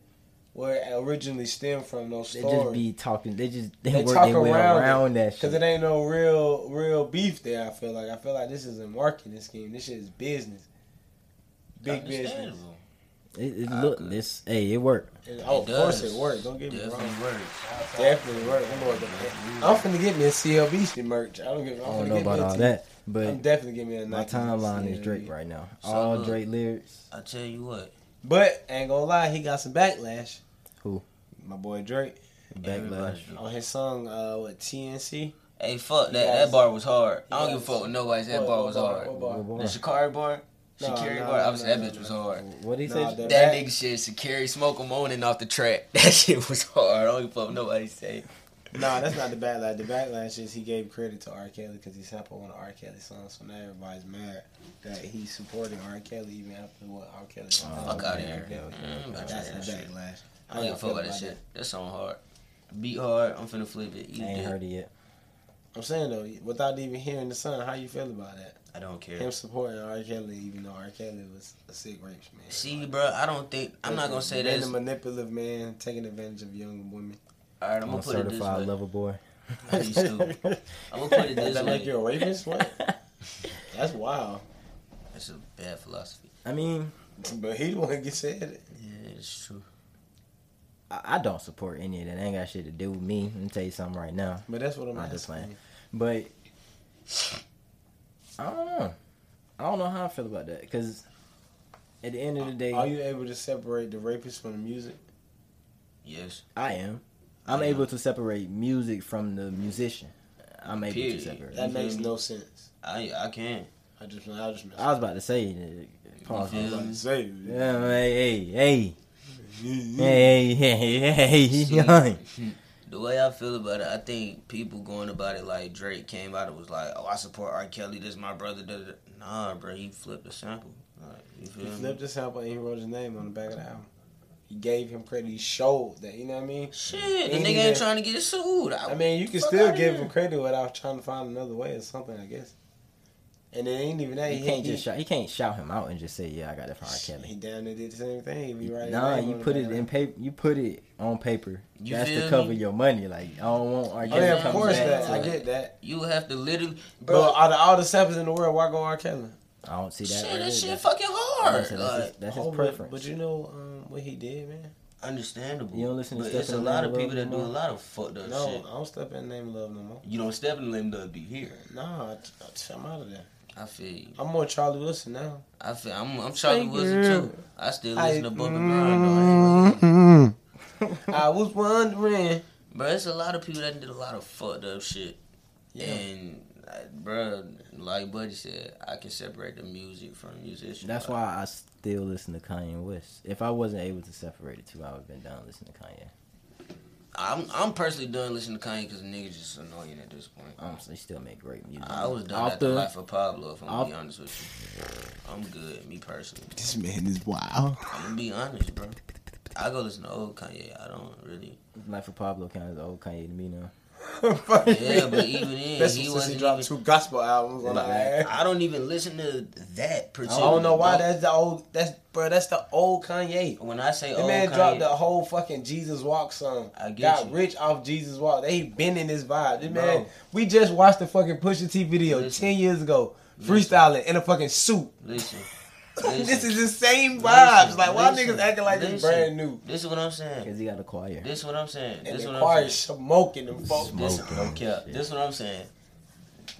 Speaker 1: where it originally stemmed from no
Speaker 3: They just
Speaker 1: story
Speaker 3: be talking. They just they,
Speaker 1: They
Speaker 3: work
Speaker 1: talk
Speaker 3: their way
Speaker 1: around
Speaker 3: around,
Speaker 1: it.
Speaker 3: that
Speaker 1: because
Speaker 3: shit.
Speaker 1: it ain't no real real beef there. I feel like I feel like this is a marketing scheme. This shit is business, big business.
Speaker 2: Understandable.
Speaker 3: It, it
Speaker 1: Ah,
Speaker 2: I
Speaker 3: look
Speaker 2: could-
Speaker 3: this. Hey, it worked.
Speaker 1: And, oh,
Speaker 2: It
Speaker 1: of course
Speaker 2: does.
Speaker 1: it worked. Don't get me
Speaker 2: Definitely
Speaker 1: wrong.
Speaker 2: works.
Speaker 1: Definitely worked. I'm, gonna, I'm finna get me a CLB shit merch. I don't give. I'm
Speaker 3: I don't
Speaker 1: finna
Speaker 3: know
Speaker 1: get
Speaker 3: about
Speaker 1: me a
Speaker 3: all
Speaker 1: T-
Speaker 3: that,
Speaker 1: I'm
Speaker 3: but
Speaker 1: definitely giving me a
Speaker 3: my
Speaker 1: Nike
Speaker 3: timeline is
Speaker 1: CLB.
Speaker 3: Drake right now.
Speaker 2: So
Speaker 3: All
Speaker 2: look.
Speaker 3: Drake lyrics.
Speaker 2: I tell you what,
Speaker 1: But ain't gonna lie, he got some backlash.
Speaker 3: Who?
Speaker 1: My boy Drake
Speaker 3: Backlash.
Speaker 2: everybody's drunk.
Speaker 1: on his song uh what TNC.
Speaker 2: Hey, fuck that.
Speaker 1: Yes.
Speaker 2: That bar was hard. I don't
Speaker 1: Yes.
Speaker 2: give a fuck what nobody said. That
Speaker 1: What-
Speaker 2: bar
Speaker 1: what
Speaker 2: was
Speaker 1: bar?
Speaker 2: hard.
Speaker 1: What bar?
Speaker 2: The Shikari bar,
Speaker 1: No,
Speaker 2: Shakiri
Speaker 1: no,
Speaker 2: bar.
Speaker 1: no,
Speaker 2: Obviously,
Speaker 1: no,
Speaker 2: that
Speaker 1: no,
Speaker 2: bitch
Speaker 1: no.
Speaker 2: was hard.
Speaker 3: What he
Speaker 1: Nah,
Speaker 3: say?
Speaker 1: that-
Speaker 2: That nigga shit, Shakiri smoke him on and off the track. That shit was hard. I don't give a fuck what nobody say.
Speaker 1: nah, that's not the backlash. The backlash is he gave credit to R. Kelly because he sampled one of R. Kelly's songs, so now everybody's mad that he supported R. Kelly even after what R. Kelly did.
Speaker 3: Oh,
Speaker 2: Oh, Fuck out of here.
Speaker 1: Yeah,
Speaker 2: Mm, about
Speaker 1: That's
Speaker 2: that
Speaker 1: the
Speaker 2: shit.
Speaker 1: backlash.
Speaker 2: I don't give a fuck about that shit. That song hard. Beat hard. I'm finna flip it.
Speaker 3: I
Speaker 2: You
Speaker 3: ain't
Speaker 2: did.
Speaker 3: heard it yet.
Speaker 1: I'm saying though, without even hearing the song, how you feel about that?
Speaker 2: I don't care.
Speaker 1: Him supporting R. Kelly, even though R. Kelly was a sick rapist man.
Speaker 2: See,
Speaker 1: Like,
Speaker 2: bro, I don't think I'm not gonna say that.
Speaker 1: Being
Speaker 2: it's-
Speaker 1: a manipulative man taking advantage of young women.
Speaker 2: All right, I'm
Speaker 3: I'm
Speaker 2: gonna
Speaker 3: a
Speaker 2: put it this
Speaker 3: certified
Speaker 2: way.
Speaker 3: lover boy.
Speaker 2: How you stupid? I'm gonna put it
Speaker 1: Does
Speaker 2: this
Speaker 1: that make
Speaker 2: way.
Speaker 1: you a rapist? What? That's wild.
Speaker 2: That's a bad philosophy.
Speaker 3: I mean,
Speaker 1: But he the one get said it.
Speaker 2: Yeah, it's true.
Speaker 3: I, I don't support any of that. That ain't got shit to do with me. Let me tell you something right now.
Speaker 1: But that's what I'm
Speaker 3: I'm
Speaker 1: asking.
Speaker 3: just playing. But I don't know. I don't know how I feel about that because at the end of the day,
Speaker 1: Are you able to separate the rapist from the music?
Speaker 2: Yes.
Speaker 3: I am. I'm
Speaker 2: Yeah.
Speaker 3: able to separate music from the musician. I'm able
Speaker 2: Period.
Speaker 3: to separate.
Speaker 1: That
Speaker 2: Mhm.
Speaker 1: makes no sense.
Speaker 2: I I can.
Speaker 1: I just, I just, messed
Speaker 3: I was about to say that. Pause.
Speaker 2: You
Speaker 1: up. I was about to say,
Speaker 3: Yeah, man, hey, hey, hey,
Speaker 1: yeah.
Speaker 3: hey, hey, hey, hey,
Speaker 2: See,
Speaker 3: hey.
Speaker 2: The way I feel about it, I think people going about it like Drake came out and was like, "Oh, I support R. Kelly. This is my brother." Da, da, da. Nah, bro, he flipped the sample. Like, you feel
Speaker 1: He
Speaker 2: me?
Speaker 1: flipped the sample and he wrote his name on the back of the album. He gave him credit. He showed that. You know what I mean?
Speaker 2: Shit, the
Speaker 1: Ain't
Speaker 2: nigga
Speaker 1: even-
Speaker 2: ain't trying to get sued.
Speaker 1: I mean, you can
Speaker 2: Fuck
Speaker 1: still
Speaker 2: outta
Speaker 1: give
Speaker 2: here.
Speaker 1: him credit without trying to find another way or something, I guess. And it ain't even that.
Speaker 3: He can't just
Speaker 1: he,
Speaker 3: shout. He can't shout him out and just say, "Yeah, I got that from R.
Speaker 1: He
Speaker 3: Kelly."
Speaker 1: down there did the same thing. He right
Speaker 3: Nah, you put it in paper. You put it on paper.
Speaker 2: You
Speaker 3: That's
Speaker 2: feel
Speaker 3: to
Speaker 2: me?
Speaker 3: cover your money. Like I don't want R.
Speaker 1: Oh,
Speaker 3: Kelly.
Speaker 1: yeah,
Speaker 2: comes
Speaker 1: of course
Speaker 2: back
Speaker 1: that.
Speaker 2: to
Speaker 1: I
Speaker 2: it.
Speaker 1: get that.
Speaker 2: You have to literally,
Speaker 1: But
Speaker 2: bro.
Speaker 1: out of all the samples in the world, why go R. Kelly?
Speaker 3: I don't see that.
Speaker 2: shit,
Speaker 3: right
Speaker 2: that
Speaker 3: there.
Speaker 2: shit
Speaker 3: That's-
Speaker 2: fucking hard.
Speaker 3: that's his-
Speaker 2: Like,
Speaker 3: that's his, that's his
Speaker 1: Oh, but-
Speaker 3: preference.
Speaker 1: But you know um, what he did, man?
Speaker 2: understandable.
Speaker 3: You don't listen to
Speaker 2: but
Speaker 3: Step
Speaker 2: it's
Speaker 3: in
Speaker 2: a
Speaker 3: the
Speaker 2: lot
Speaker 3: Name
Speaker 2: of
Speaker 3: of
Speaker 2: people
Speaker 3: Love
Speaker 2: that do
Speaker 3: no
Speaker 2: a
Speaker 3: more?
Speaker 2: lot of fucked up
Speaker 1: No,
Speaker 2: Oh, shit.
Speaker 1: I don't step in the name of love no more.
Speaker 2: You don't step in them dub be here.
Speaker 1: Nah, I- I- I'm out of there.
Speaker 2: I feel you.
Speaker 1: I'm more Charlie Wilson now.
Speaker 2: I feel I'm I'm Charlie
Speaker 1: Thank
Speaker 2: Wilson
Speaker 1: you.
Speaker 2: too. I still
Speaker 1: I-
Speaker 2: listen to Bump and Grind though. I ain't gonna lie.
Speaker 1: I was wondering.
Speaker 3: Mm-hmm.
Speaker 2: Bro, it's a lot of people that did a lot of fucked up shit.
Speaker 1: Yeah.
Speaker 2: And like, bro, like Buddy said, I can separate the music from the musician.
Speaker 3: That's
Speaker 2: Like,
Speaker 3: why I still listen to Kanye West. If I wasn't able to separate the two, I would have been down listening to Kanye.
Speaker 2: I'm I'm personally done listening to Kanye because niggas just annoying at this point.
Speaker 1: Oh,
Speaker 3: Honestly, still make great music.
Speaker 2: I was done
Speaker 3: Off
Speaker 2: after
Speaker 3: the-
Speaker 2: Life of Pablo. If I'm
Speaker 3: off-
Speaker 2: gonna be honest with you, I'm good. Me personally,
Speaker 4: This man is wild.
Speaker 2: I'm gonna be honest, bro. I go listen to old Kanye. I don't really.
Speaker 3: Life of Pablo kind of old Kanye to me now.
Speaker 1: Fuck
Speaker 2: Yeah, but
Speaker 1: me.
Speaker 2: even then,
Speaker 1: Especially
Speaker 2: he
Speaker 1: since
Speaker 2: wasn't
Speaker 1: he dropped
Speaker 2: even.
Speaker 1: two gospel albums on
Speaker 3: Like,
Speaker 1: the
Speaker 2: I don't even listen to that
Speaker 1: I
Speaker 2: particular.
Speaker 1: don't know why.
Speaker 2: bro.
Speaker 1: That's the old. That's bro. That's the old Kanye.
Speaker 2: When I say
Speaker 1: The
Speaker 2: old
Speaker 1: man
Speaker 2: Kanye,
Speaker 1: dropped the whole fucking Jesus Walk song.
Speaker 2: I get
Speaker 1: Got
Speaker 2: you.
Speaker 1: rich off Jesus Walk. They been in this vibe. This
Speaker 2: Bro.
Speaker 1: man, we just watched the fucking Pusha T video
Speaker 2: Listen.
Speaker 1: ten years ago,
Speaker 2: Listen.
Speaker 1: freestyling in a fucking suit.
Speaker 2: listen,
Speaker 1: this
Speaker 2: listen,
Speaker 1: is the same vibes.
Speaker 2: Listen,
Speaker 1: like why
Speaker 2: listen,
Speaker 1: niggas acting like this
Speaker 2: listen.
Speaker 1: brand new?
Speaker 2: this is what I'm saying.
Speaker 3: Because he got a choir.
Speaker 2: This is what I'm saying.
Speaker 1: And
Speaker 2: This is
Speaker 1: the
Speaker 2: what
Speaker 1: choir
Speaker 2: I'm
Speaker 1: is
Speaker 2: saying.
Speaker 1: smoking them folks.
Speaker 3: Smoke.
Speaker 2: This,
Speaker 3: Smoking
Speaker 2: okay,
Speaker 3: shit.
Speaker 2: this is what I'm saying.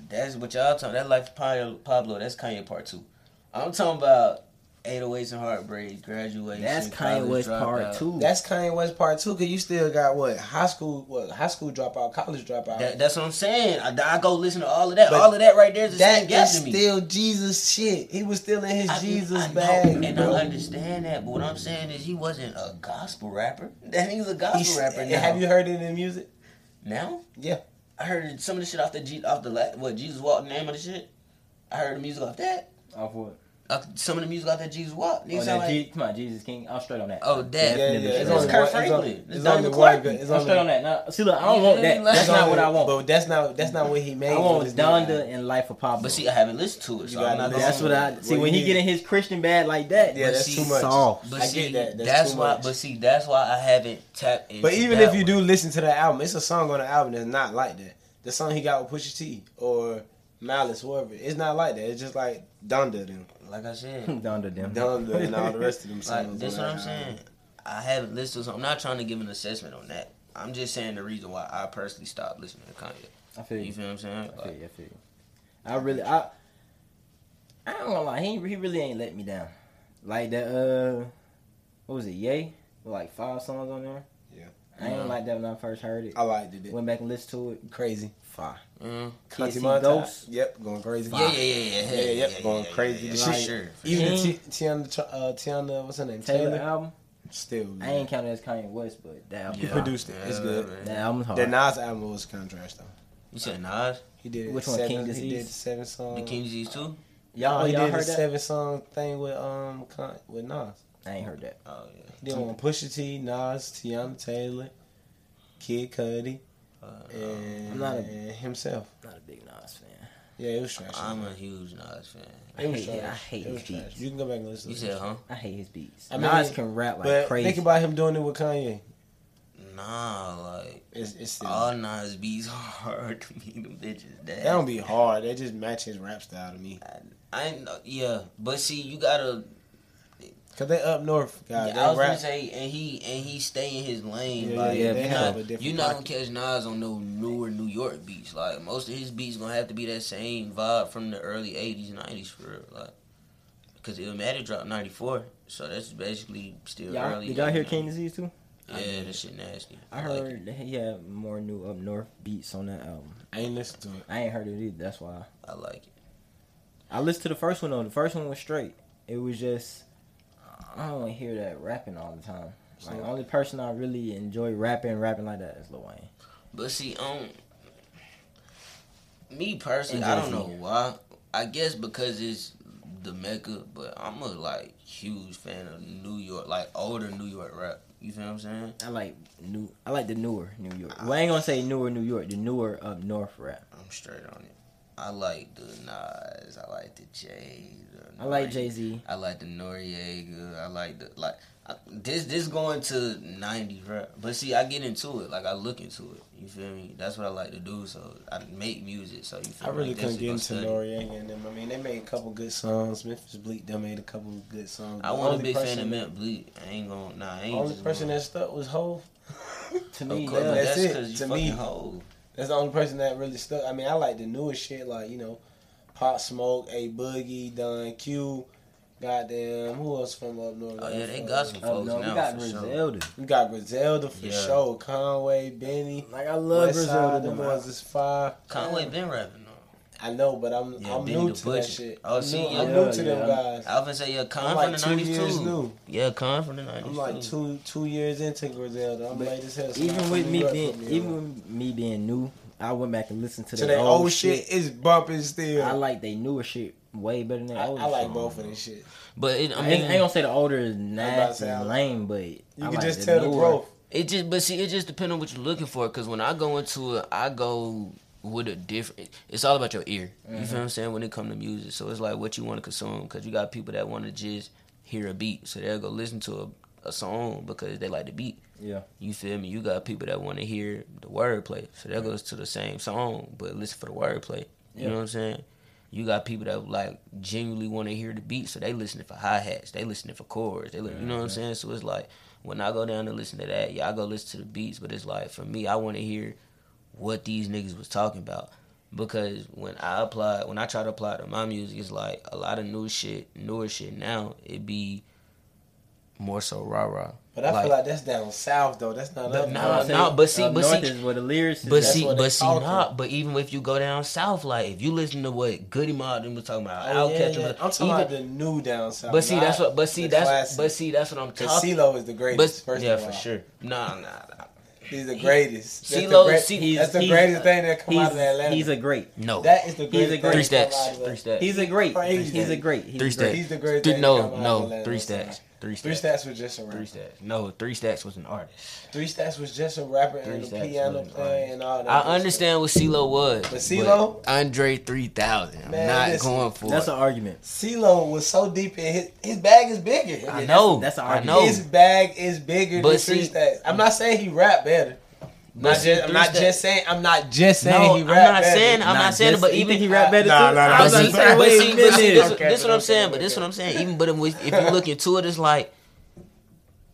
Speaker 2: That's what y'all talking. That life of Pablo, Pablo. That's Kanye part two. I'm talking about 808s and heartbreak, graduation.
Speaker 3: That's Kanye
Speaker 2: college
Speaker 3: West part
Speaker 2: dropout.
Speaker 3: two.
Speaker 1: That's Kanye West part two. Cause you still got what high school, what high school dropout, college dropout.
Speaker 2: That, that's what I'm saying. I, I go listen to all of that.
Speaker 1: But
Speaker 2: all of that right there is the
Speaker 1: That
Speaker 2: same gas
Speaker 1: is
Speaker 2: to me.
Speaker 1: still Jesus shit. He was still in his
Speaker 2: I-
Speaker 1: Jesus
Speaker 2: I know,
Speaker 1: bag.
Speaker 2: and
Speaker 1: bro.
Speaker 2: I understand that. But what I'm saying is, he wasn't a gospel rapper. That nigga's a gospel
Speaker 1: He's-
Speaker 2: rapper
Speaker 1: and
Speaker 2: now.
Speaker 1: Have you heard it in the music?
Speaker 2: now?
Speaker 1: Yeah.
Speaker 2: I heard some of the shit off the G, off the la- what Jesus Walk the name of the shit. I heard the music off that.
Speaker 3: Off what?
Speaker 2: Off Uh, some of the music off that Jesus Walk. Niggas
Speaker 3: Oh,
Speaker 2: sound
Speaker 3: that
Speaker 2: like,
Speaker 3: G- come on, Jesus King. I'm straight on that.
Speaker 2: Oh,
Speaker 3: I'm
Speaker 2: that. Yeah,
Speaker 3: definitely
Speaker 1: It's
Speaker 2: yeah,
Speaker 3: straight
Speaker 2: it's
Speaker 1: only
Speaker 3: on
Speaker 2: Kirk
Speaker 1: one- only-
Speaker 3: that.
Speaker 2: Franklin. It's
Speaker 1: It's
Speaker 2: Donnie
Speaker 1: only one.
Speaker 2: Clark.
Speaker 1: good- It's
Speaker 3: I'm straight on
Speaker 1: only.
Speaker 3: that. Now, see, look, I don't want that.
Speaker 1: It's
Speaker 3: That's not
Speaker 1: only-
Speaker 3: what I want.
Speaker 1: But that's not. That's not what he made.
Speaker 3: I
Speaker 1: for
Speaker 3: want
Speaker 1: this
Speaker 3: Donda
Speaker 1: nigga.
Speaker 3: and Life of Pablo.
Speaker 2: but see, I haven't listened to it, so
Speaker 1: You
Speaker 2: I'm
Speaker 1: gotta
Speaker 2: not.
Speaker 1: listen.
Speaker 3: that's what I see
Speaker 1: Well,
Speaker 3: when
Speaker 1: you
Speaker 3: he
Speaker 1: need-
Speaker 3: get in his Christian bag like that.
Speaker 1: Yeah,
Speaker 3: but
Speaker 1: that's
Speaker 3: see,
Speaker 1: too much.
Speaker 3: soft.
Speaker 2: But
Speaker 1: I
Speaker 2: see,
Speaker 1: get that. That's
Speaker 2: That's,
Speaker 1: too
Speaker 2: why.
Speaker 1: much.
Speaker 2: But see, that's why I haven't tapped into.
Speaker 1: But even
Speaker 2: that
Speaker 1: if you
Speaker 2: one.
Speaker 1: do listen to the album, it's a song on the album that's not like that. The song he got with Pusha T or Malice, whoever, it's not like that. It's just like Donda them,
Speaker 2: like I said,
Speaker 3: Donda them.
Speaker 1: Donda and all the rest of them songs.
Speaker 2: like that's
Speaker 1: on
Speaker 2: what
Speaker 1: that
Speaker 2: I'm
Speaker 1: album.
Speaker 2: saying. I haven't listened, so I'm not trying to give an assessment on that. I'm just saying the reason why I personally stopped listening to Kanye.
Speaker 3: I feel
Speaker 2: You
Speaker 3: you.
Speaker 2: feel what I'm saying?
Speaker 3: I feel
Speaker 2: Like,
Speaker 3: you. I feel you. I really, I, I don't gonna lie. He, he really ain't let me down. Like that. Uh, what was it? Yay. With like five songs on there.
Speaker 1: Yeah.
Speaker 3: I ain't
Speaker 2: Yeah.
Speaker 3: like that when I first heard it.
Speaker 1: I liked it.
Speaker 3: Went back and listened to it.
Speaker 1: Crazy.
Speaker 3: Fine.
Speaker 2: mm,
Speaker 1: Country
Speaker 3: TSC
Speaker 1: Montana.
Speaker 3: Ghost.
Speaker 1: Yep, going crazy.
Speaker 2: yeah, yeah, yeah, yeah,
Speaker 1: Yeah, yep, going crazy.
Speaker 2: yeah,
Speaker 1: The
Speaker 2: for
Speaker 1: shit-
Speaker 2: sure.
Speaker 1: Even
Speaker 3: Mhm.
Speaker 1: Ti- Tiana, Tr- uh, Tiana, what's her name?
Speaker 3: Taylor,
Speaker 1: Taylor.
Speaker 3: album.
Speaker 1: Still,
Speaker 3: I ain't counting as Kanye West, but that album,
Speaker 1: He
Speaker 2: Yeah.
Speaker 1: produced it. It's good.
Speaker 3: that album's hard.
Speaker 1: The Nas album was contrast though.
Speaker 2: You said Nas,
Speaker 1: He did
Speaker 3: Which
Speaker 1: it
Speaker 3: one,
Speaker 1: Seven,
Speaker 3: King
Speaker 1: he did
Speaker 3: Disease?
Speaker 1: the seven song.
Speaker 2: the King Disease too.
Speaker 1: Y'all,
Speaker 3: y'all,
Speaker 1: he
Speaker 3: Oh, y'all
Speaker 1: did the
Speaker 3: heard that?
Speaker 1: seven song thing with um Con- with Nas.
Speaker 3: I ain't heard that.
Speaker 2: Oh yeah.
Speaker 1: He did one with Pusha T, Nas, Tiana Taylor, Kid Cudi,
Speaker 2: Uh,
Speaker 1: and
Speaker 3: I'm not a-
Speaker 1: himself.
Speaker 3: Not a big Nas fan.
Speaker 1: Yeah, it was trash.
Speaker 2: I'm a huge Nas fan.
Speaker 3: I
Speaker 1: it was
Speaker 3: hate,
Speaker 1: trash.
Speaker 3: it. I hate
Speaker 1: it
Speaker 3: his
Speaker 1: was trash.
Speaker 3: beats.
Speaker 1: You can go back and listen.
Speaker 2: You
Speaker 1: to
Speaker 2: said,
Speaker 1: it.
Speaker 2: huh?
Speaker 3: I hate his beats.
Speaker 1: I
Speaker 3: Nas
Speaker 1: mean,
Speaker 3: can rap like
Speaker 1: but
Speaker 3: crazy.
Speaker 1: think about him doing it with Kanye.
Speaker 2: Nah, like
Speaker 1: It's, it's still,
Speaker 2: all Nas beats hard to me. Them bitches.
Speaker 1: that don't be hard. That just match his rap style to me.
Speaker 2: I ain't know. Yeah, but see, you gotta.
Speaker 1: Cause they up north, God,
Speaker 2: yeah,
Speaker 1: they
Speaker 2: I was
Speaker 1: rap.
Speaker 2: gonna say, and he and he stay in his lane.
Speaker 1: Yeah,
Speaker 2: like,
Speaker 1: yeah,
Speaker 3: yeah,
Speaker 1: they
Speaker 2: you're
Speaker 1: have
Speaker 2: not,
Speaker 1: a different
Speaker 2: you're not gonna
Speaker 1: pocket.
Speaker 2: catch Nas on no newer New York beats. Like most of his beats gonna have to be that same vibe from the early '80s, '90s for real. Like, because Illmatic dropped '94, so that's basically still
Speaker 3: y'all,
Speaker 2: early.
Speaker 3: did y'all hear
Speaker 2: 90s.
Speaker 3: King Disease too?
Speaker 2: Yeah, that shit nasty.
Speaker 3: I
Speaker 2: like
Speaker 3: heard that he had more new up north beats on that album.
Speaker 1: I ain't listen to it.
Speaker 3: I ain't heard it either. That's why
Speaker 2: it. I like it.
Speaker 3: I listened to the first one though. The first one was straight. It was just I don't wanna hear that rapping all the time. Like the only person I really enjoy rapping, rapping like that is Lil Wayne.
Speaker 2: But see, um, me personally,
Speaker 3: And
Speaker 2: I don't
Speaker 3: Jay-Z.
Speaker 2: know why. I guess because it's the mecca, but I'm a like huge fan of New York, like older New York rap. You feel what I'm saying?
Speaker 3: I like new. I like the newer New York. Well, I ain't gonna say newer New York. The newer up north rap.
Speaker 2: I'm straight on it. I like the Nas. I like the Jay. the
Speaker 3: I like
Speaker 2: Nori-
Speaker 3: Jay Z.
Speaker 2: I like the Noriega. I like the like. I, this this going to ninety, bro. But see, I get into it. Like I look into it. You feel me? That's what I like to do. So I make music. So you. Feel
Speaker 1: I
Speaker 2: me?
Speaker 1: really
Speaker 2: Like,
Speaker 1: couldn't
Speaker 2: that's
Speaker 1: get
Speaker 2: what
Speaker 1: into
Speaker 2: I study.
Speaker 1: Noriega and them. I mean, they made a couple good songs. Memphis Bleak, they made a couple good songs.
Speaker 2: I
Speaker 1: The
Speaker 2: wasn't a
Speaker 1: only
Speaker 2: big
Speaker 1: person-
Speaker 2: fan of Mint Bleak. I ain't gonna. Nah, I ain't.
Speaker 1: Only
Speaker 2: just
Speaker 1: person
Speaker 2: gonna,
Speaker 1: that stuck was Hov.
Speaker 3: To
Speaker 2: Of
Speaker 3: me,
Speaker 2: course,
Speaker 1: yeah,
Speaker 2: but
Speaker 3: yeah.
Speaker 1: that's
Speaker 2: that's
Speaker 1: it.
Speaker 2: because you
Speaker 1: To
Speaker 2: fucking
Speaker 1: me-
Speaker 2: hoe.
Speaker 1: That's the only person that really stuck. I mean, I like the newest shit, like you know, Pop Smoke, A Boogie, Don Q, goddamn. Who else from up north?
Speaker 2: Oh yeah, they got some
Speaker 1: Uh,
Speaker 3: up
Speaker 2: folks
Speaker 3: north. We
Speaker 2: now
Speaker 3: got
Speaker 2: for sure.
Speaker 3: Griselda.
Speaker 1: We got Griselda for
Speaker 2: Yeah.
Speaker 1: sure. Conway, Benny,
Speaker 3: Like I love
Speaker 1: West
Speaker 3: Griselda.
Speaker 1: Side, them
Speaker 3: man.
Speaker 1: boys is fire.
Speaker 2: Conway been rapping though.
Speaker 1: I know, but I'm
Speaker 2: Yeah,
Speaker 1: I'm
Speaker 2: Benny
Speaker 1: new
Speaker 2: the
Speaker 1: to that
Speaker 2: Butcher.
Speaker 1: shit.
Speaker 2: Oh,
Speaker 1: I'm
Speaker 2: see,
Speaker 1: new, I'm
Speaker 3: yeah.
Speaker 1: new to them
Speaker 3: Yeah.
Speaker 1: guys.
Speaker 2: I was gonna say yeah,
Speaker 1: I'm
Speaker 2: Con
Speaker 1: like
Speaker 2: from
Speaker 1: two
Speaker 2: the '90s
Speaker 1: years
Speaker 2: too.
Speaker 1: new.
Speaker 2: Yeah, Con from the '90s.
Speaker 1: I'm like
Speaker 2: too.
Speaker 1: two two years into Griselda. I'm
Speaker 3: But
Speaker 1: late as hell. so I'm
Speaker 3: Even
Speaker 1: from
Speaker 3: with
Speaker 1: New
Speaker 3: me
Speaker 1: York,
Speaker 3: being,
Speaker 1: from New
Speaker 3: even
Speaker 1: York.
Speaker 3: with me being new, I went back and listened to
Speaker 1: to
Speaker 3: the
Speaker 1: that old shit, it's bumping still.
Speaker 3: I like they newer shit way better than
Speaker 1: I,
Speaker 3: the older.
Speaker 1: I like
Speaker 3: shit.
Speaker 1: both of this shit.
Speaker 2: But it, I
Speaker 3: I, ain't, I ain't
Speaker 2: mean,
Speaker 3: gonna say the older is
Speaker 1: about to
Speaker 3: nasty
Speaker 1: say, I-
Speaker 3: and lame, but you
Speaker 1: You can just tell the growth.
Speaker 2: it just but see, it just depends on what you're looking for. Because when I go into it, I go with a different. It's all about your ear. You
Speaker 1: Mm-hmm.
Speaker 2: feel what I'm saying when it comes to music. So it's like what you want to consume. Because you got people that want to just hear a beat, so they'll go listen to a, a song because they like the beat.
Speaker 3: Yeah,
Speaker 2: You feel me? You got people that want to hear the wordplay, so that goes to the same song, but listen for the wordplay. You
Speaker 3: Yeah.
Speaker 2: know what I'm saying? You got people that like genuinely want to hear the beat, so they listening for hi hats, they listening for chords, they li- you know what I'm saying? So it's like when I go down and listen to that, yeah, I go listen to the beats, but it's like for me, I want to hear what these niggas was talking about because when I apply, when I try to apply it to my music, it's like a lot of new shit, newer shit now. It be more so rah rah.
Speaker 1: But I feel like that's down south though. That's not
Speaker 2: But
Speaker 1: up
Speaker 2: nah,
Speaker 1: north.
Speaker 2: nah, but see-
Speaker 3: up
Speaker 2: but
Speaker 3: north
Speaker 2: see-
Speaker 3: is where the lyrics. is
Speaker 2: But
Speaker 3: at.
Speaker 2: see,
Speaker 1: what they
Speaker 2: but see,
Speaker 1: talking.
Speaker 2: not. But even if you go down south, like if you listen to what Goody Mob them was talking about,
Speaker 1: Oh, yeah,
Speaker 2: Outkast,
Speaker 1: yeah.
Speaker 2: them-
Speaker 1: I'm talking
Speaker 2: even-
Speaker 1: about the new down south.
Speaker 2: but see,
Speaker 1: not
Speaker 2: that's what. But see,
Speaker 1: the
Speaker 2: that's
Speaker 1: classic.
Speaker 2: but see, that's what I'm
Speaker 1: Cause
Speaker 2: talking.
Speaker 1: CeeLo is the
Speaker 2: But
Speaker 1: greatest. first
Speaker 2: yeah,
Speaker 1: of
Speaker 2: for
Speaker 1: all.
Speaker 2: sure. Nah, nah, nah.
Speaker 1: He's the greatest. That's the
Speaker 2: CeeLo
Speaker 1: great-
Speaker 2: CeeLo
Speaker 1: that's the
Speaker 3: he's-
Speaker 1: greatest thing that come
Speaker 3: he's,
Speaker 1: out of Atlanta.
Speaker 3: he's a great.
Speaker 2: No,
Speaker 1: that is the
Speaker 3: He's a
Speaker 1: greatest.
Speaker 3: great-
Speaker 2: three
Speaker 1: thing that
Speaker 2: stacks.
Speaker 1: come out of
Speaker 2: Three
Speaker 1: Atlanta.
Speaker 2: stacks.
Speaker 3: He's a great.
Speaker 1: Crazy.
Speaker 3: He's a great. He's
Speaker 2: Three
Speaker 3: a great.
Speaker 2: stacks.
Speaker 1: He's the greatest.
Speaker 2: Three,
Speaker 1: thing that come
Speaker 2: no,
Speaker 1: out of
Speaker 2: no,
Speaker 1: Atlanta.
Speaker 2: three stacks. Three
Speaker 1: Three
Speaker 2: stacks.
Speaker 1: stats was just a rapper.
Speaker 2: Three stacks. No, three stacks was an artist.
Speaker 1: Three stats was just a rapper
Speaker 2: Three
Speaker 1: and a
Speaker 2: Stacks
Speaker 1: piano
Speaker 2: was-
Speaker 1: player and all that.
Speaker 2: I
Speaker 1: good
Speaker 2: understand what CeeLo was,
Speaker 1: But CeeLo?
Speaker 2: Andre three thousand. I'm
Speaker 1: Man,
Speaker 2: not
Speaker 1: listen.
Speaker 2: going for
Speaker 3: That's
Speaker 2: it.
Speaker 3: an argument.
Speaker 1: stuff. CeeLo was so deep in his his bag is bigger.
Speaker 2: I know.
Speaker 3: that's
Speaker 2: That's,
Speaker 3: an
Speaker 2: I
Speaker 3: argument.
Speaker 2: know.
Speaker 1: His bag is bigger
Speaker 2: But
Speaker 1: than three
Speaker 2: see-
Speaker 1: stacks. I'm not saying he rap better. Not
Speaker 2: But
Speaker 1: just, I'm
Speaker 2: Three
Speaker 1: not
Speaker 2: Stacks-
Speaker 1: just saying. I'm not just saying
Speaker 2: No,
Speaker 1: he
Speaker 2: I'm
Speaker 1: rap
Speaker 2: not
Speaker 1: better.
Speaker 2: saying. I'm
Speaker 3: Nah,
Speaker 2: not saying.
Speaker 3: just-
Speaker 2: But
Speaker 3: you
Speaker 2: even
Speaker 3: think he rap better
Speaker 1: Nah,
Speaker 3: too?
Speaker 1: nah, nah,
Speaker 3: I
Speaker 2: But
Speaker 3: was
Speaker 1: I'm
Speaker 2: see,
Speaker 1: just
Speaker 3: about to
Speaker 1: saying,
Speaker 3: say,
Speaker 2: but
Speaker 3: wait
Speaker 2: see,
Speaker 3: a
Speaker 2: but see, this,
Speaker 3: minute.
Speaker 1: Okay,
Speaker 2: this what I'm
Speaker 1: okay,
Speaker 2: saying. But
Speaker 1: okay.
Speaker 2: this what I'm saying. Even but if if you look into it, it's like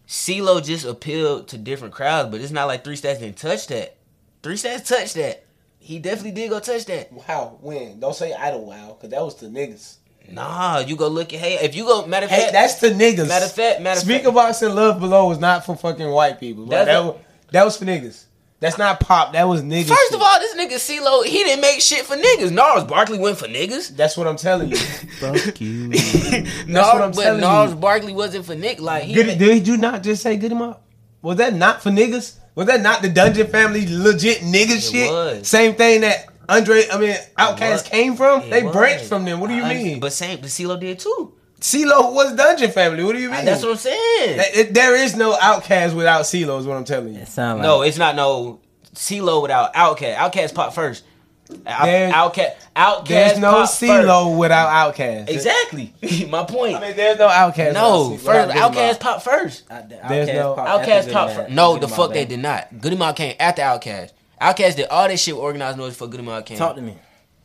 Speaker 2: CeeLo just appealed to different crowds, but it's not like Three Stacks didn't touch that. Three Stacks touched that. He definitely did go touch that.
Speaker 1: Wow, when? Don't say I don't wow, cause that was the niggas.
Speaker 2: Nah, you go look at hey. If you go matter of
Speaker 1: Hey,
Speaker 2: fact,
Speaker 1: that's the niggas.
Speaker 2: matter of fact, matter of
Speaker 1: Speaker
Speaker 2: fact.
Speaker 1: box and love below was not for fucking white people. bro.
Speaker 2: That's
Speaker 1: that,
Speaker 2: a-
Speaker 1: was, that was for niggas. That's not pop. That was nigga.
Speaker 2: First
Speaker 1: shit.
Speaker 2: of all, this nigga CeeLo, he didn't make shit for niggas. Gnarls Barkley went for niggas.
Speaker 1: that's what I'm telling you.
Speaker 4: Fuck you.
Speaker 1: what I'm
Speaker 2: Gnarls, but
Speaker 1: telling
Speaker 2: Gnarls
Speaker 1: you.
Speaker 2: Barkley wasn't for niggas. Like he
Speaker 1: did, did you not just say get him up? Was that not for niggas? Was that not the Dungeon Family legit nigga shit?
Speaker 2: was.
Speaker 1: Same thing that Andre, I mean Outkast
Speaker 2: was.
Speaker 1: came from.
Speaker 2: It
Speaker 1: they
Speaker 2: was.
Speaker 1: branched from them. What do you
Speaker 2: I-
Speaker 1: mean? But
Speaker 2: But same, but CeeLo did too.
Speaker 1: CeeLo was Dungeon Family. What do you mean?
Speaker 2: That's what I'm saying.
Speaker 1: That- it- there is no Outkast without CeeLo. Is what I'm telling you.
Speaker 3: It sound like
Speaker 2: No, it's not no CeeLo without Outkast. Outkast pop first.
Speaker 1: There's-
Speaker 2: Outcast, Outkast.
Speaker 1: There's no
Speaker 2: pop first.
Speaker 1: CeeLo without Outkast.
Speaker 2: Exactly, my point.
Speaker 1: I mean, there's no Outkast.
Speaker 2: no,
Speaker 1: without
Speaker 2: first
Speaker 1: CeeLo. Without Big
Speaker 2: Outkast
Speaker 1: Mama.
Speaker 2: pop first.
Speaker 1: There's
Speaker 3: Outcast
Speaker 1: no-
Speaker 2: Outcast pop first. No, the fuck they did not. Goody Mob came after Outcast. Outcast did all that shit with organized noise for Goody Mob came.
Speaker 3: Talk to me.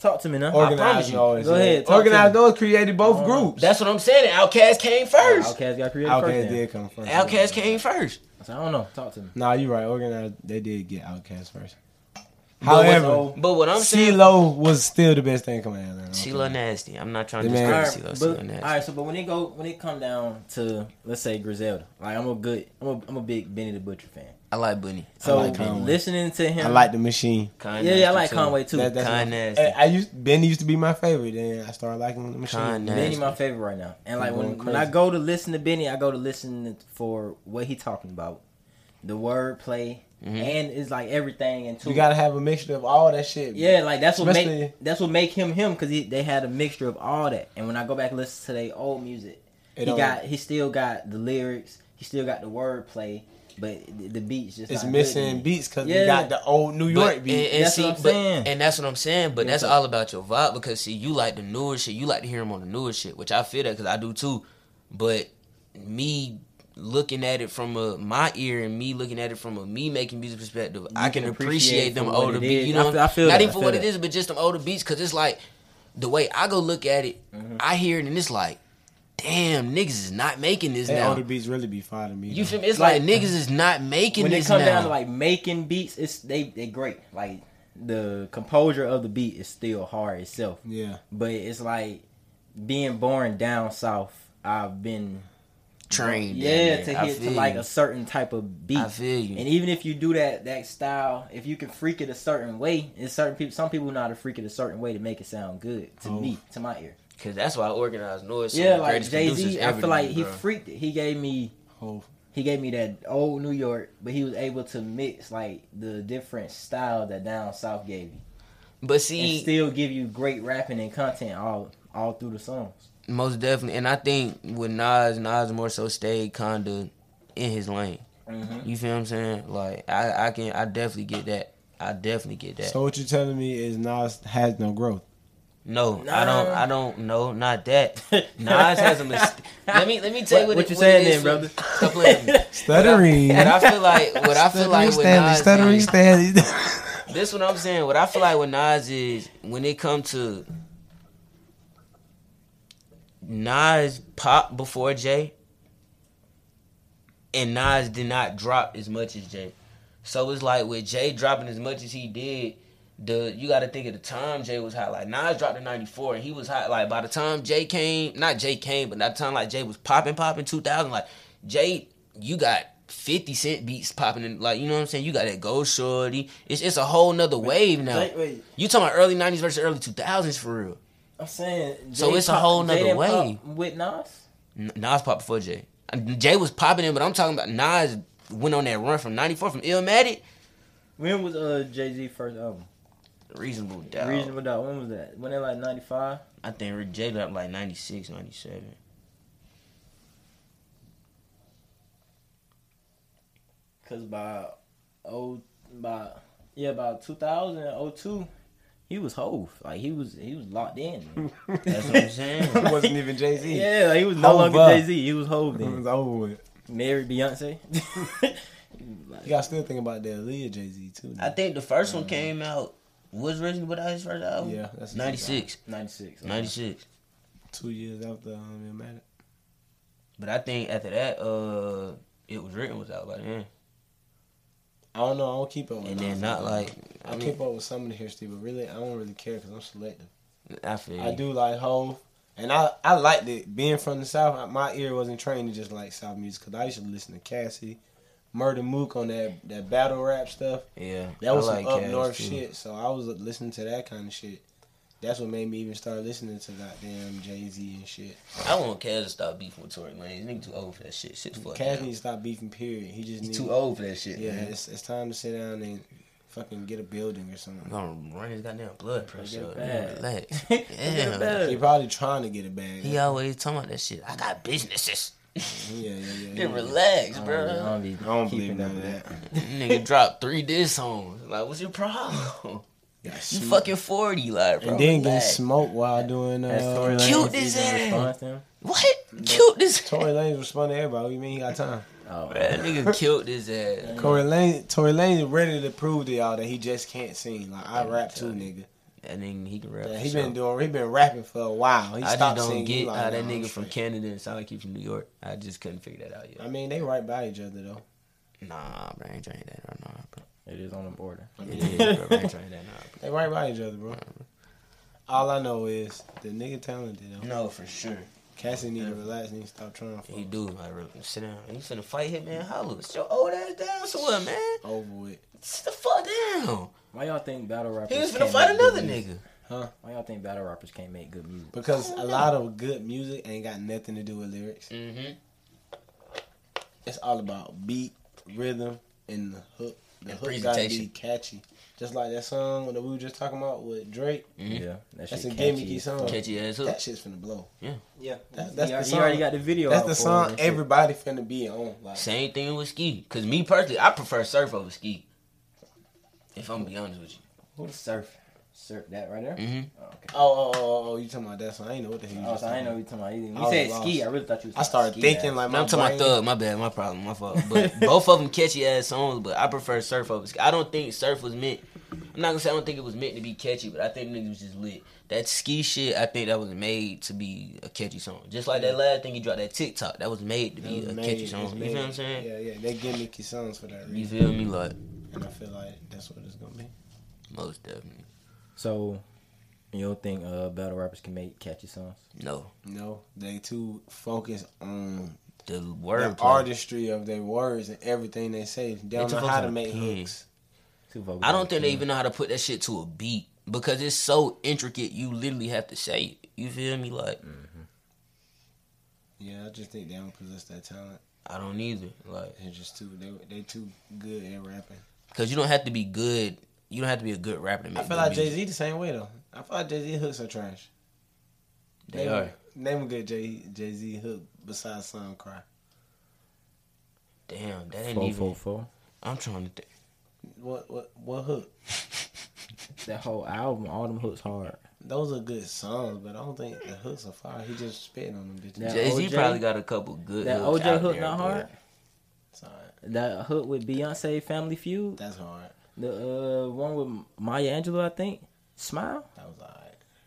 Speaker 3: Talk to me now.
Speaker 1: Organized
Speaker 2: you.
Speaker 1: noise.
Speaker 3: Go ahead, talk
Speaker 1: Organized
Speaker 3: to
Speaker 1: noise created both groups.
Speaker 2: Oh, That's what I'm saying. Outcast came first.
Speaker 3: Outcast got created
Speaker 1: Outkast
Speaker 3: first. then.
Speaker 1: did come first.
Speaker 2: Outcast came first.
Speaker 3: So I don't know. Talk to me.
Speaker 1: Nah, you're right. Organized, they did get Outcast first.
Speaker 3: But what's
Speaker 1: However,
Speaker 3: old-
Speaker 2: But what I'm saying,
Speaker 1: CeeLo was still the best thing coming out of that.
Speaker 2: CeeLo nasty. I'm not trying to
Speaker 1: The man-
Speaker 2: discredit
Speaker 3: Alright,
Speaker 2: CeeLo.
Speaker 3: but-
Speaker 2: CeeLo nasty.
Speaker 3: alright, so but when it go when it come down to let's say Griselda, like I'm a good I'm a, I'm a big Benny the Butcher fan.
Speaker 2: I like Bunny.
Speaker 3: So
Speaker 1: like Conway.
Speaker 3: listening to him,
Speaker 1: I like the machine.
Speaker 2: Kind
Speaker 3: yeah, yeah, I
Speaker 2: nasty
Speaker 3: like
Speaker 2: too.
Speaker 3: Conway too.
Speaker 1: That- that's
Speaker 2: Kind
Speaker 1: my-
Speaker 2: nasty.
Speaker 1: I, I used Benny used to be my favorite, then I started liking the machine.
Speaker 2: Kind nasty.
Speaker 3: Benny my favorite right now, and like
Speaker 1: I'm
Speaker 3: when,
Speaker 1: going
Speaker 3: when I
Speaker 1: crazy.
Speaker 3: go to listen to Benny, I go to listen for what he talking about, the wordplay,
Speaker 2: Mm-hmm.
Speaker 3: and it's like everything and
Speaker 1: You gotta have a mixture of all that shit.
Speaker 3: Yeah, like that's what
Speaker 1: Especially-
Speaker 3: make that's what make him him because they had a mixture of all that. And when I go back and listen to their old music,
Speaker 1: It
Speaker 3: he
Speaker 1: don't-
Speaker 3: got he still got the lyrics, he still got the wordplay, but the, the beats just
Speaker 1: it's
Speaker 3: not good
Speaker 1: missing
Speaker 3: anymore.
Speaker 1: beats because
Speaker 3: Yeah.
Speaker 1: we got the old New
Speaker 2: But-
Speaker 1: York beat.
Speaker 2: And, and
Speaker 3: That's
Speaker 2: see,
Speaker 3: what I'm
Speaker 2: but-
Speaker 3: saying.
Speaker 2: and that's what I'm saying. But
Speaker 3: Yeah,
Speaker 2: that's
Speaker 3: but-
Speaker 2: all about your vibe because see, you like the newer shit. You like to hear them on the newer shit, which I feel that because I do too. But me looking at it from a my ear and me looking at it from a me making music perspective, I
Speaker 3: can
Speaker 2: can
Speaker 3: appreciate
Speaker 2: appreciate them
Speaker 3: for what
Speaker 2: older
Speaker 3: it
Speaker 2: beats.
Speaker 3: is.
Speaker 2: You
Speaker 3: I
Speaker 2: know,
Speaker 3: feel- I feel
Speaker 2: not
Speaker 3: that,
Speaker 2: even for
Speaker 3: I feel
Speaker 2: what it
Speaker 3: that.
Speaker 2: is, but just them older beats because it's like the way I go look at it.
Speaker 3: Mm-hmm.
Speaker 2: I hear it and it's like, damn, niggas is not making this
Speaker 1: That
Speaker 2: now.
Speaker 1: older beats really be fire to me.
Speaker 2: You
Speaker 1: though.
Speaker 2: feel me? It's like,
Speaker 3: Like-
Speaker 2: niggas is not making
Speaker 3: When it
Speaker 2: this
Speaker 3: come
Speaker 2: now.
Speaker 3: down to like making beats, it's they they great. Like the composure of the beat is still hard itself,
Speaker 1: Yeah.
Speaker 3: but it's like being born down south. I've been
Speaker 2: trained.
Speaker 3: yeah
Speaker 2: down there.
Speaker 3: to
Speaker 2: I
Speaker 3: hit to
Speaker 2: feel
Speaker 3: like
Speaker 2: you.
Speaker 3: a certain type of beat.
Speaker 2: I feel you.
Speaker 3: And even if you do that that style, if you can freak it a certain way, it's certain people. Some people know how to freak it a certain way to make it sound good to
Speaker 1: Oh.
Speaker 3: me, to my ear.
Speaker 2: Cause that's why I organized noise.
Speaker 3: yeah, like Jay Z, I feel like he freaked it. He gave me
Speaker 1: Oh,
Speaker 3: he gave me that old New York, but he was able to mix like the different style that down south gave you,
Speaker 2: but
Speaker 3: and
Speaker 2: see,
Speaker 3: still give you great rapping and content all all through the songs.
Speaker 2: most definitely, and I think with Nas, Nas more so stayed kinda in his lane.
Speaker 3: Mhm.
Speaker 2: You feel what I'm saying? Like I, I can, I definitely get that. I definitely get that.
Speaker 1: so what you're telling me is Nas has no growth.
Speaker 2: no, I
Speaker 3: Nah.
Speaker 2: don't. I don't. No, not that. Nas has a mistake. Let me let me tell you what,
Speaker 3: What
Speaker 2: it-
Speaker 3: you
Speaker 2: it
Speaker 3: saying
Speaker 2: is
Speaker 3: then,
Speaker 2: for-
Speaker 3: brother?
Speaker 2: Stop playing. with me.
Speaker 1: Stuttering.
Speaker 2: What I feel like, what I feel like with Nas,
Speaker 1: stuttering,
Speaker 2: is-
Speaker 1: Stanley, stuttering,
Speaker 2: This what I'm saying. What I feel like with Nas is when it come to Nas popped before Jay, and Nas did not drop as much as Jay. So it's like with Jay dropping as much as he did, the you got to think of the time Jay was hot. Like Nas dropped in '94, and he was hot. Like by the time Jay came, not Jay came, but by the time like Jay was popping, popping 2000, like Jay, you got 50 Cent beats popping, in, like you know what I'm saying. You got that Gold Shorty. It's it's a whole nother wave now.
Speaker 3: Wait, wait.
Speaker 2: You talking about early '90s versus early 2000s for real?
Speaker 3: I'm saying,
Speaker 2: So it's a whole nother
Speaker 3: didn't
Speaker 2: way.
Speaker 3: pop with Nas.
Speaker 2: N- Nas popped before Jay. And Jay was popping in, but I'm talking about Nas went on that run from '94 from Illmatic.
Speaker 3: When was uh Jay Z first album?
Speaker 2: Reasonable doubt.
Speaker 3: Reasonable doubt. When was that? When they like ninety five.
Speaker 2: I think Rick Jay dropped like 96, 97.
Speaker 3: Cause by oh by yeah by 2000 02, he was hove like he was he was locked in.
Speaker 2: That's what I'm saying.
Speaker 1: It wasn't even Jay Z.
Speaker 3: yeah, like, he was no
Speaker 1: Hove
Speaker 3: longer
Speaker 1: up.
Speaker 3: Jay Z. He was hove
Speaker 1: It was
Speaker 3: then.
Speaker 1: over with.
Speaker 3: Married Beyonce.
Speaker 1: You gotta still think about that Leah Jay Z too.
Speaker 2: I think the first one came out was Reasonable Doubt his first album.
Speaker 1: Mm-hmm. Yeah, that's his
Speaker 2: 96.
Speaker 3: Ninety six.
Speaker 2: 96.
Speaker 1: Two years after um, Illmatic.
Speaker 2: But I think after that, uh, it was written was out by then.
Speaker 1: I don't know. I don't keep up with.
Speaker 2: And then
Speaker 1: Nas.
Speaker 2: not like
Speaker 1: I,
Speaker 2: I
Speaker 1: keep
Speaker 2: mean
Speaker 1: up with some of the history, but really, I don't really care because I'm selective.
Speaker 2: I feel
Speaker 1: I
Speaker 2: you.
Speaker 1: do like Hov, and I I liked it. Being from the South, I- my ear wasn't trained to just like South music because I used to listen to Cassie, Murder Mook on that that battle rap stuff.
Speaker 2: Yeah,
Speaker 1: That was
Speaker 2: I
Speaker 1: some up
Speaker 2: Cash,
Speaker 1: north
Speaker 2: too.
Speaker 1: shit. So I was listening to that kind of shit. That's what made me even start listening to goddamn Jay Z and shit.
Speaker 2: I want Cash to stop beefing with Tory Lanez. Nigga too old for that shit. Shit's fucked
Speaker 1: Cash
Speaker 2: up.
Speaker 1: needs to stop beefing. Period. He just
Speaker 2: He's
Speaker 1: needs.
Speaker 2: too old for that shit.
Speaker 1: Yeah,
Speaker 2: man.
Speaker 1: it's, it's time to sit down and fucking get a building or
Speaker 2: I'm
Speaker 1: something.
Speaker 2: gonna run his goddamn blood pressure. up.
Speaker 3: bad.
Speaker 2: Relax.
Speaker 3: Get
Speaker 2: Damn.
Speaker 3: better.
Speaker 1: He probably trying to get it back.
Speaker 2: He always talking about that shit. I got businesses.
Speaker 1: Yeah, yeah, yeah.
Speaker 2: Then
Speaker 1: yeah.
Speaker 2: relax,
Speaker 3: I don't be- I
Speaker 2: bro.
Speaker 3: don't be
Speaker 1: I don't
Speaker 3: keeping
Speaker 1: believe
Speaker 3: up
Speaker 1: none
Speaker 3: with
Speaker 1: of
Speaker 3: that.
Speaker 1: that.
Speaker 2: Nigga dropped three diss songs. Like, what's your problem?
Speaker 1: Got
Speaker 2: You
Speaker 1: smoked.
Speaker 2: fucking forty, like, bro.
Speaker 1: and then get
Speaker 2: relax.
Speaker 1: smoked while doing
Speaker 3: That's
Speaker 1: uh,
Speaker 3: Tory
Speaker 2: Cute
Speaker 3: Lanez.
Speaker 2: as
Speaker 3: He's in
Speaker 2: hell.
Speaker 3: response to him.
Speaker 2: What? Killed this.
Speaker 1: Tory Lanez responding to everybody. What do you mean he got time?
Speaker 3: Oh,
Speaker 2: That nigga killed his ass.
Speaker 1: Tory Lane, Tory Lane is ready to prove to y'all that he just can't sing. Like I rap too, nigga.
Speaker 2: And then he can rap.
Speaker 1: Yeah,
Speaker 2: for
Speaker 1: he
Speaker 2: sure.
Speaker 1: been doing, he been rapping for a while. He
Speaker 2: I just
Speaker 1: stopped
Speaker 2: don't
Speaker 1: singing. He
Speaker 2: get
Speaker 1: like,
Speaker 2: how that
Speaker 1: "Nah, I'm
Speaker 2: nigga from
Speaker 1: straight."
Speaker 2: Canada and sound like he from New York. I just couldn't figure that out yet.
Speaker 1: I mean, they right by each other though.
Speaker 2: Nah, bro, I ain't trying that right now, bro.
Speaker 3: It is on the border.
Speaker 2: It is, bro. I ain't trying that now,
Speaker 1: They right by each other, bro. All I know is the nigga talented though.
Speaker 2: bro. No, for sure.
Speaker 1: Cassie need to relax. Need to stop trying for
Speaker 2: He
Speaker 1: him.
Speaker 2: do, like, really. Sit down. You finna fight Hitman Hollow. Sit your old ass down somewhere, man.
Speaker 1: over with.
Speaker 2: Sit the fuck down.
Speaker 3: Why y'all think battle rappers?
Speaker 2: He was finna
Speaker 3: can't
Speaker 2: fight
Speaker 3: make good
Speaker 2: another
Speaker 3: music?
Speaker 2: nigga.
Speaker 3: Why y'all think battle rappers can't make good music?
Speaker 1: Because a lot of good music ain't got nothing to do with lyrics.
Speaker 2: Mm-hmm.
Speaker 1: It's all about beat, rhythm, and the hook. The
Speaker 2: And
Speaker 1: hook gotta be
Speaker 2: presentation.
Speaker 1: catchy. Just like that song that we were just talking about with Drake.
Speaker 2: Mhm.
Speaker 3: Yeah, that
Speaker 1: That's
Speaker 3: shit
Speaker 1: a
Speaker 3: catchy
Speaker 1: gimmicky
Speaker 3: as
Speaker 1: song.
Speaker 3: fuck.
Speaker 2: Catchy ass hook.
Speaker 1: Mm-hmm. That shit's finna blow.
Speaker 3: Yeah,
Speaker 1: That- that's
Speaker 3: he,
Speaker 1: the
Speaker 3: al- he
Speaker 1: song-
Speaker 3: already got the video.
Speaker 1: That's
Speaker 3: out
Speaker 1: the
Speaker 3: for it
Speaker 1: song
Speaker 3: and shit.
Speaker 1: everybody finna be on. Like,
Speaker 2: Same thing with ski. Cause me personally, I prefer surf over ski. If I'm gonna be honest with
Speaker 3: Who the surf? Surf that right there.
Speaker 2: you. Mm-hmm.
Speaker 3: Oh, okay.
Speaker 1: oh, oh, oh, oh, you talking about that song? I ain't know what the hell you
Speaker 3: Oh,
Speaker 1: just
Speaker 3: so I
Speaker 1: talking
Speaker 3: didn't know
Speaker 1: about.
Speaker 3: you talking about. either.
Speaker 1: I
Speaker 3: You
Speaker 1: was
Speaker 3: said
Speaker 1: lost.
Speaker 3: ski. I really thought you. Was
Speaker 1: I started
Speaker 3: ski
Speaker 1: thinking
Speaker 3: ass.
Speaker 1: like my
Speaker 2: I'm talking about
Speaker 1: brain-
Speaker 2: Thug. My bad. My problem. My fault. But both of them catchy ass songs, but I prefer Surf over. Ski. I don't think Surf was meant. I'm not gonna say I don't think it was meant to be catchy, but I think niggas was just lit. That ski shit, I think that was made to be a catchy song. Just like that last thing you dropped, that TikTok, that was made to
Speaker 1: That
Speaker 2: be
Speaker 1: was
Speaker 2: a
Speaker 1: made-
Speaker 2: catchy
Speaker 1: it's
Speaker 2: song. uh, You
Speaker 1: made-
Speaker 2: feel what I'm saying?
Speaker 1: Yeah, yeah. They gimmicky songs for that
Speaker 2: You
Speaker 1: reason.
Speaker 2: feel me? Like
Speaker 1: And I feel like that's what it's gonna be.
Speaker 2: most definitely.
Speaker 3: So, you don't think uh, battle rappers can make catchy songs?
Speaker 2: No,
Speaker 1: No, they too focus on
Speaker 2: the
Speaker 1: the
Speaker 2: word
Speaker 1: artistry of their words and everything they say. They don't
Speaker 2: too
Speaker 1: know how
Speaker 2: focused
Speaker 1: to
Speaker 2: on
Speaker 1: make
Speaker 2: the
Speaker 1: hooks.
Speaker 3: Too focused
Speaker 2: I
Speaker 3: on
Speaker 2: don't think they
Speaker 3: the
Speaker 2: even know how to put that shit to a beat because it's so intricate. You literally have to say it. You feel me? Like
Speaker 1: Mm. Yeah, I just think they don't possess that talent.
Speaker 2: I don't either. Like
Speaker 1: They're just too they they too good at rapping.
Speaker 2: because you don't have to be good. You don't have to be a good rapper to make.
Speaker 1: I feel
Speaker 2: good
Speaker 1: like Jay
Speaker 2: music.
Speaker 1: Z the same way though. I feel like Jay Z hooks are trash.
Speaker 2: They
Speaker 1: name,
Speaker 2: are.
Speaker 1: Name a good Jay Jay Z hook besides "Song Cry."
Speaker 2: Damn, that ain't
Speaker 3: Fo,
Speaker 2: even.
Speaker 3: fo, fo.
Speaker 2: I'm trying to think.
Speaker 1: What what what hook?
Speaker 3: That whole album, all them hooks hard.
Speaker 1: Those are good songs, but I don't think the hooks are fire. He just spitting on them bitches.
Speaker 3: That
Speaker 2: Jay Z
Speaker 3: OJ
Speaker 2: probably got a couple good.
Speaker 3: That
Speaker 2: hooks
Speaker 3: OJ
Speaker 2: out
Speaker 3: hook
Speaker 2: there,
Speaker 3: not
Speaker 2: but
Speaker 3: hard?
Speaker 1: It's alright.
Speaker 3: That hook with Beyonce, Family Feud.
Speaker 1: That's hard.
Speaker 3: The uh, one with Maya Angelou, I think. Smile.
Speaker 1: That was alright.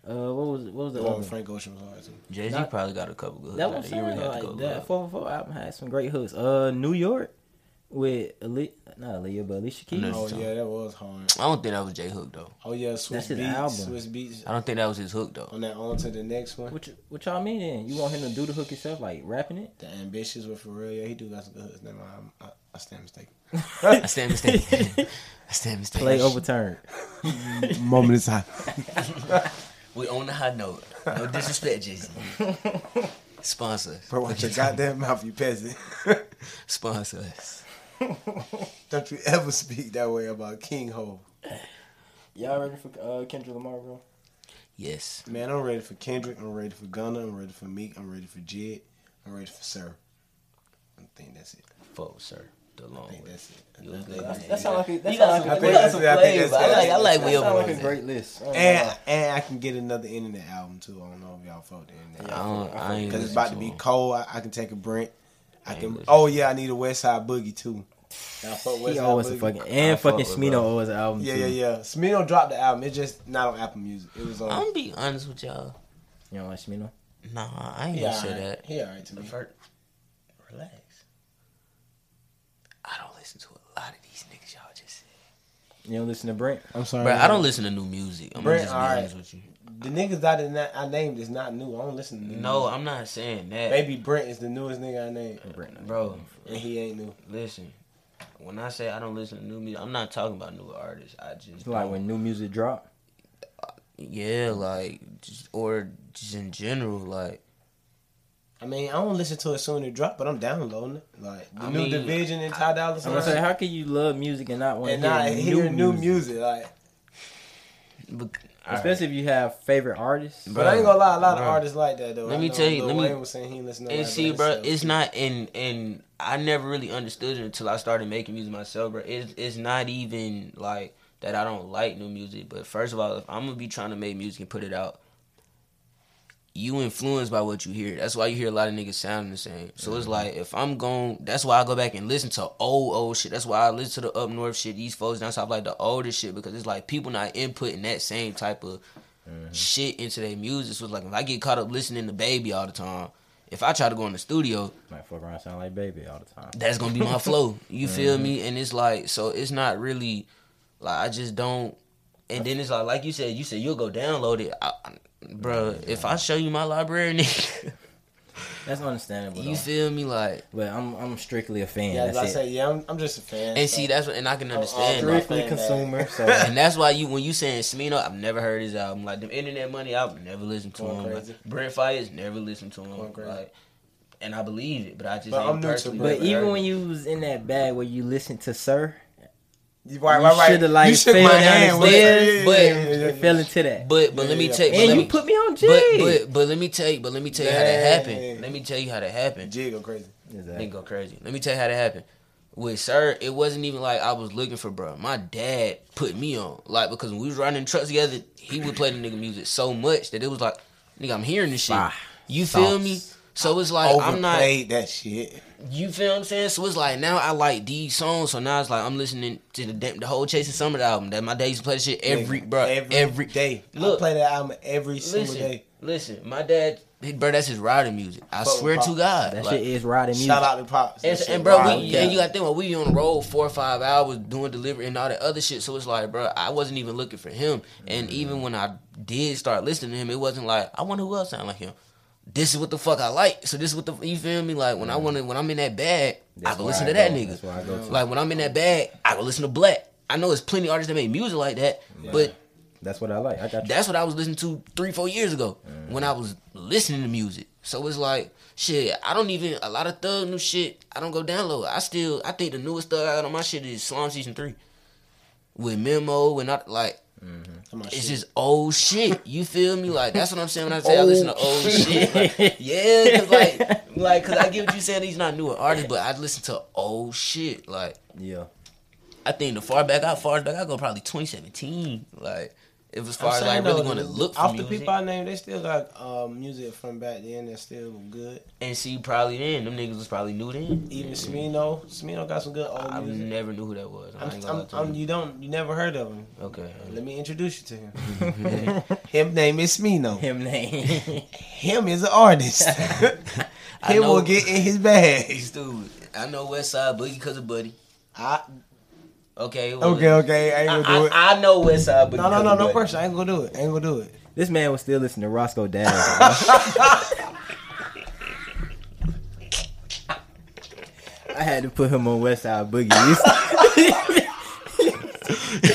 Speaker 3: Uh, what was what was
Speaker 1: The
Speaker 3: the
Speaker 1: one
Speaker 3: other?
Speaker 1: with Frank Ocean was hard too.
Speaker 2: Jay Z
Speaker 3: Not-
Speaker 2: probably got a couple good. Hooks
Speaker 3: That
Speaker 2: out
Speaker 3: one's
Speaker 2: there. You
Speaker 3: really
Speaker 2: really have to
Speaker 3: like
Speaker 2: go
Speaker 3: that.
Speaker 2: look.
Speaker 3: Four Four album had some great hooks. Uh, New York with Ali, not Aaliyah, but Alicia Keys.
Speaker 2: No.
Speaker 1: Oh
Speaker 2: That's tough.
Speaker 1: yeah, that was hard.
Speaker 2: I don't think that was Jay Hook though.
Speaker 1: Oh yeah, Swiss
Speaker 3: That's his
Speaker 1: Beats.
Speaker 3: album.
Speaker 1: Swiss Beats.
Speaker 2: I don't think that was his hook though.
Speaker 1: On that, on to the next one.
Speaker 3: What, y- what y'all mean then? You want him to do the hook himself, like rapping it?
Speaker 1: The ambitious with Pharrell. Yeah, he do got some good hooks. Never mind. I, I stand mistaken.
Speaker 2: I stand mistaken. I stand mistaken.
Speaker 3: Play overturned.
Speaker 4: Moment of time.
Speaker 2: We on the high note. No disrespect, Jay Z. Sponsor.
Speaker 1: Bro, watch your goddamn mouth, you peasant.
Speaker 2: Sponsor us.
Speaker 1: don't you ever speak that way about King Ho.
Speaker 3: Y'all ready for uh, Kendrick Lamar, bro?
Speaker 2: Yes.
Speaker 1: Man, I'm ready for Kendrick. I'm ready for Gunna. I'm ready for Meek. I'm ready for Jid. I'm ready for Sir. I think that's it.
Speaker 2: Full, sir. The
Speaker 1: I
Speaker 2: long
Speaker 1: think
Speaker 2: way.
Speaker 1: that's it. I
Speaker 2: You
Speaker 1: think
Speaker 2: good,
Speaker 1: that's
Speaker 2: man.
Speaker 1: it.
Speaker 3: That sound like a, that
Speaker 2: You
Speaker 3: sound
Speaker 2: got some-
Speaker 3: like a,
Speaker 1: I think
Speaker 3: that
Speaker 1: that's
Speaker 3: sound
Speaker 1: it. I think
Speaker 2: flavor.
Speaker 1: that's
Speaker 2: I
Speaker 1: it.
Speaker 2: like- I like
Speaker 3: like-
Speaker 2: where
Speaker 3: that
Speaker 2: your
Speaker 3: sound
Speaker 2: boy
Speaker 3: like a
Speaker 2: at.
Speaker 3: great list. I ain't gonna
Speaker 1: And
Speaker 3: lie.
Speaker 1: and I can get another internet album too. I don't know if y'all fuck the internet.
Speaker 2: I don't. I ain't
Speaker 1: Because it's
Speaker 2: listen
Speaker 1: about to be
Speaker 2: him.
Speaker 1: cold. I, I can take a Brent. I can.
Speaker 2: English.
Speaker 1: Oh yeah, I need a West Side Boogie too. And I fuck West
Speaker 3: he
Speaker 1: Side
Speaker 3: always a
Speaker 1: Boogie.
Speaker 3: fucking
Speaker 2: I
Speaker 3: and
Speaker 2: fuck
Speaker 3: fucking
Speaker 2: with
Speaker 3: Smino
Speaker 2: bro.
Speaker 3: always an album.
Speaker 1: Yeah,
Speaker 3: too.
Speaker 1: yeah, yeah. Smino dropped the album. It's just not on Apple Music. It was on.
Speaker 2: I'm be honest with y'all.
Speaker 3: You don't like Smino?
Speaker 2: Nah, I ain't
Speaker 1: he
Speaker 2: gonna say
Speaker 1: alright.
Speaker 2: that.
Speaker 1: He alright to me.
Speaker 2: Divert. Relax. I don't listen to a lot of these niggas. Y'all just. said.
Speaker 3: You don't listen to Brent?
Speaker 1: I'm sorry.
Speaker 2: Bro, I don't listen to new music. I'm gonna
Speaker 1: Brent,
Speaker 2: just be
Speaker 1: alright.
Speaker 2: honest with you.
Speaker 1: The niggas I did not I named is not new. I don't listen to new
Speaker 2: No,
Speaker 1: music.
Speaker 2: I'm not saying that.
Speaker 1: Baby Brent is the newest nigga I named,
Speaker 3: Brent,
Speaker 2: Bro,
Speaker 1: and he ain't new.
Speaker 2: listen. When I say I don't listen to new music, I'm not talking about new artists. I just
Speaker 3: Like
Speaker 2: don't-
Speaker 3: when new music drop.
Speaker 2: yeah, like just or just in general, like
Speaker 1: I mean, I don't listen to it soon to drop, but I'm downloading it. Like the
Speaker 2: I
Speaker 1: new
Speaker 2: mean,
Speaker 1: division and Ty Dolla
Speaker 3: I'm gonna say,
Speaker 1: Sign,
Speaker 3: how can you love music and not want to
Speaker 1: and
Speaker 3: hear,
Speaker 1: not
Speaker 3: new,
Speaker 1: hear new music. Like,
Speaker 2: bec- all right.
Speaker 3: Especially if you have favorite artists.
Speaker 1: but I ain't gonna lie, a lot of
Speaker 2: Bruh.
Speaker 1: artists like that though.
Speaker 2: Let
Speaker 1: I
Speaker 2: me
Speaker 1: know
Speaker 2: tell you,
Speaker 1: Lil
Speaker 2: let me-
Speaker 1: Wayne was saying he ain't listen to
Speaker 2: And
Speaker 1: rap,
Speaker 2: see,
Speaker 1: but
Speaker 2: bro,
Speaker 1: it's
Speaker 2: it's
Speaker 1: so-
Speaker 2: not and and I never really understood it until I started making music myself, bro. It's it's not even like that I don't like new music, but first of all, if I'm gonna be trying to make music and put it out, you influenced by what you hear. That's why you hear a lot of niggas sounding the same. So it's like if I'm going, that's why I go back and listen to old old shit. That's why I listen to the up north shit, these folks down south, like the older shit, because it's like people not inputting that same type of shit into their music. So it's like if I get caught up listening to Baby all the time, if I try to go in the studio,
Speaker 3: Might fuck around sound like baby all the time.
Speaker 2: that's gonna be my flow. You feel me?
Speaker 1: Mm-hmm.
Speaker 2: And it's like so it's not really like I just don't. And then it's like like you said, you said you'll go download it, I, bro. If I show you my library, nigga,
Speaker 3: That's understandable.
Speaker 2: you
Speaker 3: though.
Speaker 2: feel me? Like
Speaker 3: but I'm I'm strictly a fan.
Speaker 1: Yeah, as I
Speaker 3: that's it.
Speaker 1: say, yeah, I'm, I'm just a fan.
Speaker 2: and
Speaker 1: so-
Speaker 2: see that's what and I can
Speaker 1: I'm
Speaker 2: understand.
Speaker 1: a
Speaker 2: that.
Speaker 3: strictly
Speaker 1: fan, man.
Speaker 3: consumer. So
Speaker 2: And that's why you when you saying Smino, I've never heard his album. Like them Internet Money, I've never listened to
Speaker 1: Going
Speaker 2: him.
Speaker 1: crazy.
Speaker 2: Like, Brent Fires, never listened to him.
Speaker 1: Going crazy.
Speaker 2: Like, and I believe it, but I just
Speaker 1: But
Speaker 2: ain't
Speaker 1: I'm new to
Speaker 2: personally
Speaker 1: Brent
Speaker 3: But
Speaker 2: never heard
Speaker 3: even
Speaker 2: it.
Speaker 3: when you was in that bag where you listened to Sir,
Speaker 1: You- right,
Speaker 3: you
Speaker 1: right, right.
Speaker 3: shoulda, like,
Speaker 1: you shook
Speaker 3: fell
Speaker 1: my
Speaker 3: down
Speaker 1: hand,
Speaker 3: the
Speaker 1: with-
Speaker 3: stairs,
Speaker 1: yeah,
Speaker 2: but-
Speaker 1: yeah, yeah, yeah,
Speaker 3: it
Speaker 1: yeah.
Speaker 3: fell into that.
Speaker 2: But but
Speaker 1: Yeah,
Speaker 2: let me
Speaker 1: yeah.
Speaker 2: take but
Speaker 3: and
Speaker 2: let
Speaker 3: you
Speaker 2: me-
Speaker 3: put me on G.
Speaker 2: But but but let me tell you. But let me tell you how that happened.
Speaker 1: Dang.
Speaker 2: Let me tell you how that happened.
Speaker 1: Jig go crazy.
Speaker 3: Exactly.
Speaker 2: Then go crazy. Let me tell you how that happened. With sir, it wasn't even like I was looking for bro. My dad put me on like because when we was riding in trucks together, he would play the nigga music so much that it was like nigga, I'm hearing this shit.
Speaker 3: Bah.
Speaker 2: You feel
Speaker 3: Sauce.
Speaker 2: me? So it's like I'm not.
Speaker 1: Overplayed that shit.
Speaker 2: You feel what I'm saying? So it's like now I like these songs. So now it's like I'm listening to the damn- the whole Chasing Summer album. That my dad used to play this shit every
Speaker 1: Nigga,
Speaker 2: bro
Speaker 1: every day. Look, I
Speaker 2: Look.
Speaker 1: play that album every single
Speaker 2: Listen,
Speaker 1: day.
Speaker 2: listen, my dad, his- bro, that's his riding music. I
Speaker 1: Fuck with
Speaker 2: swear
Speaker 1: Pop.
Speaker 2: to God.
Speaker 3: That
Speaker 2: like-
Speaker 3: shit is riding music.
Speaker 1: Shout out to pops. That
Speaker 2: and,
Speaker 1: shit
Speaker 2: and bro,
Speaker 1: wild.
Speaker 2: we,
Speaker 1: Yeah.
Speaker 2: and you got to think about we on the road four or five hours doing delivery and all that other shit. So it's like, bro, I wasn't even looking for him.
Speaker 3: Mm.
Speaker 2: And even when I did start listening to him, it wasn't like I wonder who else sound like him. This is what the fuck I like. So this is what the you feel me? Like when I want to when I'm in that bag, I
Speaker 3: Mm. That's
Speaker 2: can
Speaker 3: where
Speaker 2: listen
Speaker 3: I
Speaker 2: to that
Speaker 3: go.
Speaker 2: nigga.
Speaker 3: That's where I go to.
Speaker 2: Like when I'm in that bag, I can listen to Black. I know there's plenty of artists that make music like that, but
Speaker 3: That's what I like. I got you.
Speaker 2: that's what I was listening to three, four years ago
Speaker 1: Mm-hmm.
Speaker 2: when I was listening to music. So it's like, shit, I don't even, a lot of thug new shit, I don't go download. I still, I think the newest thug out on my shit is Slum Season 3. With Memo and not like,
Speaker 1: Come on,
Speaker 2: it's
Speaker 1: shit.
Speaker 2: just old shit. You feel me? Like, that's what I'm saying when I say I listen to old shit. Like, yeah, cause like, like, cause I get what you saying, he's not newer artists, but I listen to old shit. Like,
Speaker 3: Yeah.
Speaker 2: I think the far back I far back I go probably 2017. Like if as
Speaker 1: I'm
Speaker 2: far as I
Speaker 1: saying,
Speaker 2: really
Speaker 1: though,
Speaker 2: want to look for
Speaker 1: off
Speaker 2: music
Speaker 1: the people I named, they still got um, music from back then that's still good.
Speaker 2: and see probably then them niggas was probably new then.
Speaker 1: Even Smino, Smino got some good old
Speaker 2: I
Speaker 1: music.
Speaker 2: never knew who that was. I ain't
Speaker 1: I'm,
Speaker 2: gonna
Speaker 1: I'm,
Speaker 2: lie to
Speaker 1: I'm,
Speaker 2: you.
Speaker 1: you don't, you never heard of him.
Speaker 2: Okay.
Speaker 1: Let me introduce you to him. him name is Smino.
Speaker 3: Him name.
Speaker 1: Him is an artist.
Speaker 2: I
Speaker 1: him
Speaker 2: know-
Speaker 1: will get in his bag.
Speaker 2: Dude, I know Westside Boogie because of Buddy.
Speaker 1: I,
Speaker 2: Okay. well,
Speaker 1: okay, okay, I
Speaker 2: I,
Speaker 1: ain't gonna do it.
Speaker 2: I, I know Westside Boogie.
Speaker 1: No, no,
Speaker 2: because
Speaker 1: no, no
Speaker 2: of Buddy.
Speaker 1: pressure. I ain't gonna do it. I ain't gonna do it.
Speaker 3: this man was still listening to Roscoe Dash. I had to put him on West Side Boogie.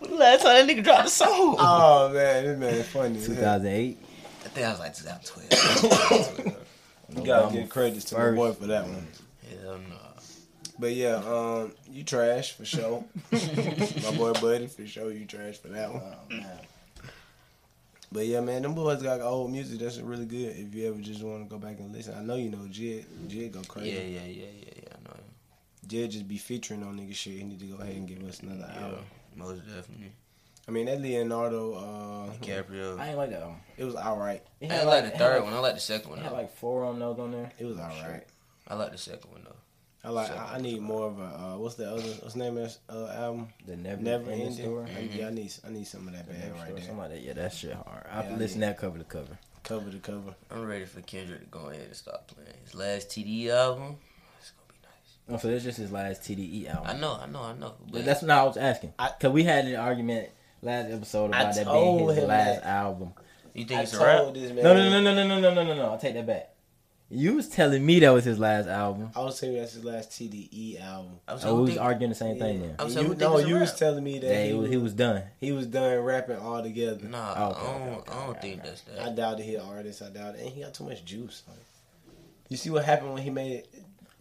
Speaker 2: When the Last time that nigga dropped a song.
Speaker 1: Oh man, this man is funny. as hell.
Speaker 3: 2008.
Speaker 2: I think I was like 2012.
Speaker 1: You gotta give credits to my
Speaker 3: First.
Speaker 1: boy for that one.
Speaker 2: Hell no.
Speaker 1: But yeah, um, you trash for sure. My boy Buddy, for sure, you trash for that one. But yeah, man, them boys got old music that's really good. If you ever just want to go back and listen, I know you know Jid. Jid go
Speaker 2: Yeah,
Speaker 1: crazy.
Speaker 2: yeah, yeah, yeah, yeah. I know.
Speaker 1: Jid just be featuring on nigga shit. He need to go ahead and give us another
Speaker 2: Yeah.
Speaker 1: album.
Speaker 2: Most definitely.
Speaker 1: I mean that Leonardo, uh,
Speaker 2: DiCaprio.
Speaker 3: I ain't like that one.
Speaker 1: it was alright.
Speaker 3: It
Speaker 2: I like the third one. I like the second one.
Speaker 3: It had
Speaker 2: though.
Speaker 3: like four on those on there.
Speaker 1: It was alright.
Speaker 2: I like the second one though.
Speaker 1: I like. I, I need more of a uh, what's the other what's the name of that uh, album?
Speaker 3: The Never,
Speaker 1: Never
Speaker 3: Ending
Speaker 1: ending.
Speaker 3: Story.
Speaker 2: Mm-hmm.
Speaker 1: Yeah, I need I need some of that
Speaker 3: Yeah,
Speaker 1: bad right there.
Speaker 3: Somebody, yeah, that shit hard. I
Speaker 1: Yeah, I
Speaker 3: listen to that cover to cover.
Speaker 1: Cover to cover.
Speaker 2: I'm ready for Kendrick to go ahead and start playing his last TD album. It's gonna be nice.
Speaker 3: Oh, so that's just his last TDE album.
Speaker 2: I know, I know, I know.
Speaker 3: But
Speaker 2: But
Speaker 3: that's not what I was asking.
Speaker 1: I-
Speaker 3: Cause we had an argument last episode
Speaker 1: I
Speaker 3: about that being
Speaker 1: told
Speaker 3: his
Speaker 1: him
Speaker 3: last
Speaker 1: that.
Speaker 3: album.
Speaker 2: you think
Speaker 1: I
Speaker 2: it's a rap?
Speaker 1: told this man.
Speaker 3: No, no, no, no, no, no, no, no, no, no. I'll take that back. You was telling me that was his last album.
Speaker 1: I would say that's his last TDE album.
Speaker 2: I was
Speaker 3: Oh, we was
Speaker 2: hoping-
Speaker 3: arguing the same thing
Speaker 1: Yeah.
Speaker 3: then.
Speaker 2: I was
Speaker 1: And you,
Speaker 2: hoping it
Speaker 1: no,
Speaker 2: was a
Speaker 1: you
Speaker 2: rap.
Speaker 1: was telling me that
Speaker 3: Yeah,
Speaker 1: he,
Speaker 3: he was, he was done.
Speaker 1: he was done rapping all together.
Speaker 2: Nah,
Speaker 3: Okay,
Speaker 2: I don't,
Speaker 3: okay,
Speaker 2: I don't
Speaker 3: okay,
Speaker 2: think that's
Speaker 1: I
Speaker 2: that.
Speaker 1: doubt he an artist. I doubt it. And he got too much juice. Like, you see what happened when he made it?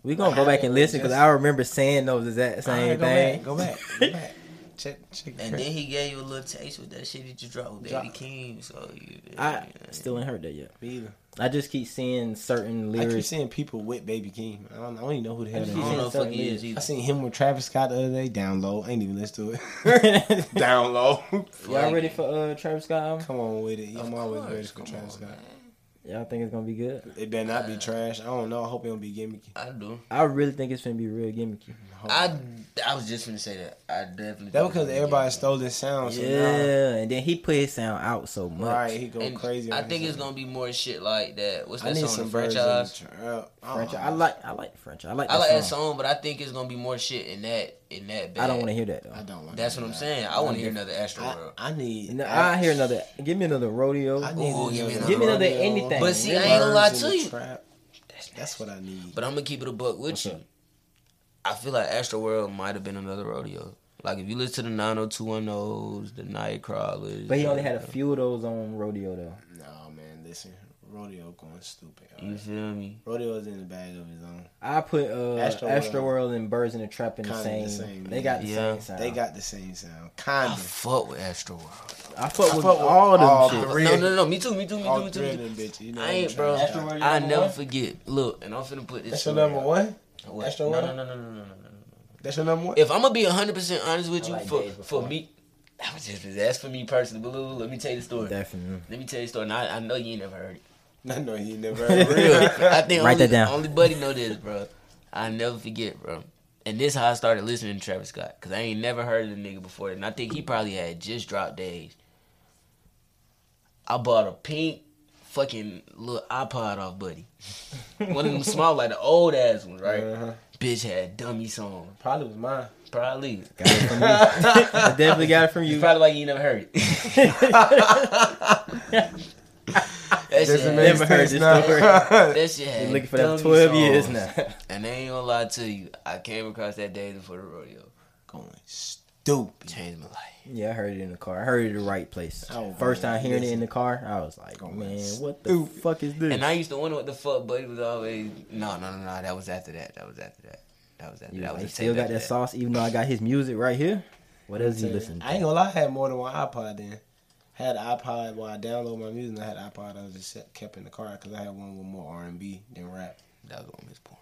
Speaker 3: We gonna go back and listen because I remember saying those exact
Speaker 1: Alright,
Speaker 3: same
Speaker 1: go
Speaker 3: thing.
Speaker 1: Back, go back. Go back. check check the
Speaker 2: And
Speaker 1: track.
Speaker 2: then he gave you a little taste with that shit he just dropped with Baby
Speaker 1: Drop.
Speaker 2: King. So you,
Speaker 3: I still ain't heard that yet.
Speaker 1: Me either.
Speaker 3: I just keep seeing certain
Speaker 1: I keep
Speaker 3: lyrics.
Speaker 1: seeing people with Baby King. I don't, I don't even know who the hell
Speaker 3: I
Speaker 1: that
Speaker 3: keep
Speaker 2: I don't
Speaker 1: is.
Speaker 2: know if fuck
Speaker 3: something
Speaker 2: he is
Speaker 1: I
Speaker 2: either.
Speaker 1: seen him with Travis Scott the other day. Down low. ain't even listen to it. Down low.
Speaker 3: Y'all ready for uh Travis Scott album?
Speaker 1: Come on with it.
Speaker 2: Of
Speaker 1: I'm always
Speaker 2: course,
Speaker 1: ready for
Speaker 2: come
Speaker 1: Travis
Speaker 2: on,
Speaker 1: Scott.
Speaker 2: man.
Speaker 3: Y'all think it's gonna be good?
Speaker 1: It better not be trash. I don't know. I hope it don't be gimmicky.
Speaker 2: I do.
Speaker 3: I really think it's gonna be real gimmicky.
Speaker 2: I, I was just gonna say that. I definitely.
Speaker 1: That was because everybody stole his sound. Oh, So yeah.
Speaker 3: yeah, and then he put his sound out so much.
Speaker 1: right, he go
Speaker 2: And
Speaker 1: crazy.
Speaker 2: I
Speaker 1: on
Speaker 2: think
Speaker 1: his
Speaker 2: it's
Speaker 1: own.
Speaker 2: gonna be more shit like that. What's
Speaker 1: I
Speaker 2: that
Speaker 1: need
Speaker 2: song?
Speaker 1: some
Speaker 2: The
Speaker 1: birds in
Speaker 2: franchise.
Speaker 1: the trap. Uh-uh.
Speaker 3: French, I like I like French. I like that
Speaker 2: I like that
Speaker 3: song.
Speaker 2: song, but I think it's gonna be more shit in that in that. Bag.
Speaker 3: I don't want to hear that though.
Speaker 1: I don't like.
Speaker 2: That's
Speaker 1: that
Speaker 2: what I'm
Speaker 1: guy.
Speaker 2: saying. I want
Speaker 3: I
Speaker 2: to hear another Astro
Speaker 1: I,
Speaker 2: World.
Speaker 1: I need.
Speaker 3: No, I hear another. Give me another rodeo.
Speaker 1: I need
Speaker 2: Ooh, give me
Speaker 1: another
Speaker 2: Give me
Speaker 3: another
Speaker 1: rodeo.
Speaker 3: anything.
Speaker 2: But see, I
Speaker 1: Birds
Speaker 2: ain't gonna lie
Speaker 1: in
Speaker 2: to
Speaker 1: the
Speaker 2: you.
Speaker 1: trap. That's what I need.
Speaker 2: But I'm gonna keep it a buck with
Speaker 3: What's
Speaker 2: you.
Speaker 3: up?
Speaker 2: I feel like Astro World might have been another rodeo. Like if you listen to the 90210s, the Nightcrawlers.
Speaker 3: but he only had a
Speaker 2: uh,
Speaker 3: few of those on rodeo though.
Speaker 1: No man, listen. Rodeo going stupid. all
Speaker 2: You
Speaker 1: right?
Speaker 2: feel me?
Speaker 1: Rodeo's in the bag of his own.
Speaker 3: I put uh, Astro,
Speaker 1: Astro
Speaker 3: World and Birds in the Trap in the
Speaker 1: Kinda
Speaker 3: same.
Speaker 1: the same,
Speaker 3: They got the
Speaker 2: yeah.
Speaker 3: same sound.
Speaker 1: They got the same sound. Kind
Speaker 2: I
Speaker 1: of.
Speaker 2: fuck with Astro World.
Speaker 3: I fuck with
Speaker 1: fuck with
Speaker 3: all them
Speaker 1: all
Speaker 3: shit.
Speaker 1: Three.
Speaker 2: No, no, no. Me too. Me too. Me too.
Speaker 1: All
Speaker 2: Me
Speaker 1: three of
Speaker 2: too.
Speaker 1: them bitches. Oh, You know
Speaker 2: I
Speaker 1: what I'm
Speaker 2: ain't,
Speaker 1: trying
Speaker 2: bro.
Speaker 1: to tell you.
Speaker 4: World, your
Speaker 2: I
Speaker 4: number
Speaker 2: never
Speaker 4: one?
Speaker 2: forget. Look, and I'm finna put this.
Speaker 1: That's your
Speaker 2: story
Speaker 1: number
Speaker 2: out.
Speaker 1: one.
Speaker 2: What?
Speaker 1: Astro
Speaker 2: no,
Speaker 1: World?
Speaker 2: no, no, no, no, no, no, no.
Speaker 1: That's your number one.
Speaker 2: If I'm gonna be 100 percent honest with
Speaker 3: I
Speaker 2: you,
Speaker 3: like
Speaker 2: for
Speaker 3: Days
Speaker 2: for
Speaker 3: Before.
Speaker 2: me, that was just that's for me personally. But look, let me tell you the story.
Speaker 3: Definitely.
Speaker 2: Let me tell you a story. And I, I know you ain't never heard it.
Speaker 1: No, no, he never. heard of
Speaker 2: Real.
Speaker 1: it.
Speaker 2: I think
Speaker 3: Write
Speaker 2: only,
Speaker 3: that down.
Speaker 2: only buddy know this, bro. I never forget, bro. And this how I started listening to Travis Scott. Cause I ain't never heard of the nigga before. And I think he probably had just dropped days. I bought a pink fucking little iPod off buddy. One of them small, like the old ass ones, right?
Speaker 1: Uh-huh.
Speaker 2: Bitch had dummy songs.
Speaker 1: Probably was mine.
Speaker 2: Probably.
Speaker 3: Got it from me. I definitely got it from
Speaker 2: You
Speaker 3: you.
Speaker 2: probably like you never heard it. that shit
Speaker 1: Doesn't
Speaker 2: had-
Speaker 3: Never
Speaker 1: make
Speaker 3: heard
Speaker 1: sense
Speaker 3: this
Speaker 1: now.
Speaker 3: story.
Speaker 2: That shit had
Speaker 3: Been looking for that
Speaker 2: dummy
Speaker 3: twelve years
Speaker 2: songs.
Speaker 3: now.
Speaker 2: And I ain't gonna lie to you, I came across that day before the rodeo.
Speaker 1: Going stupid.
Speaker 2: Changed my life.
Speaker 3: Yeah, I heard it in the car. I heard it the right place.
Speaker 1: Oh,
Speaker 3: First
Speaker 1: man,
Speaker 3: time hearing it
Speaker 1: listen.
Speaker 3: in the car, I was like,
Speaker 1: Oh,
Speaker 3: man,
Speaker 1: man,
Speaker 3: what the
Speaker 1: stupid.
Speaker 3: fuck is this?
Speaker 2: And I used to wonder what the fuck Buddy was always. No, no, no, no. That was after that. That was after that. That was after
Speaker 3: You
Speaker 2: that.
Speaker 3: like,
Speaker 2: was the
Speaker 3: still
Speaker 2: tape
Speaker 3: got
Speaker 2: after
Speaker 3: that sauce, even though I got his music right here. What else he listen to?
Speaker 1: I ain't gonna lie, I had more than one iPod then. I had an iPod where I download my music. And I had an iPod I was just set- kept in the car because I had one with more R and B than rap.
Speaker 2: That was on Miss Porn.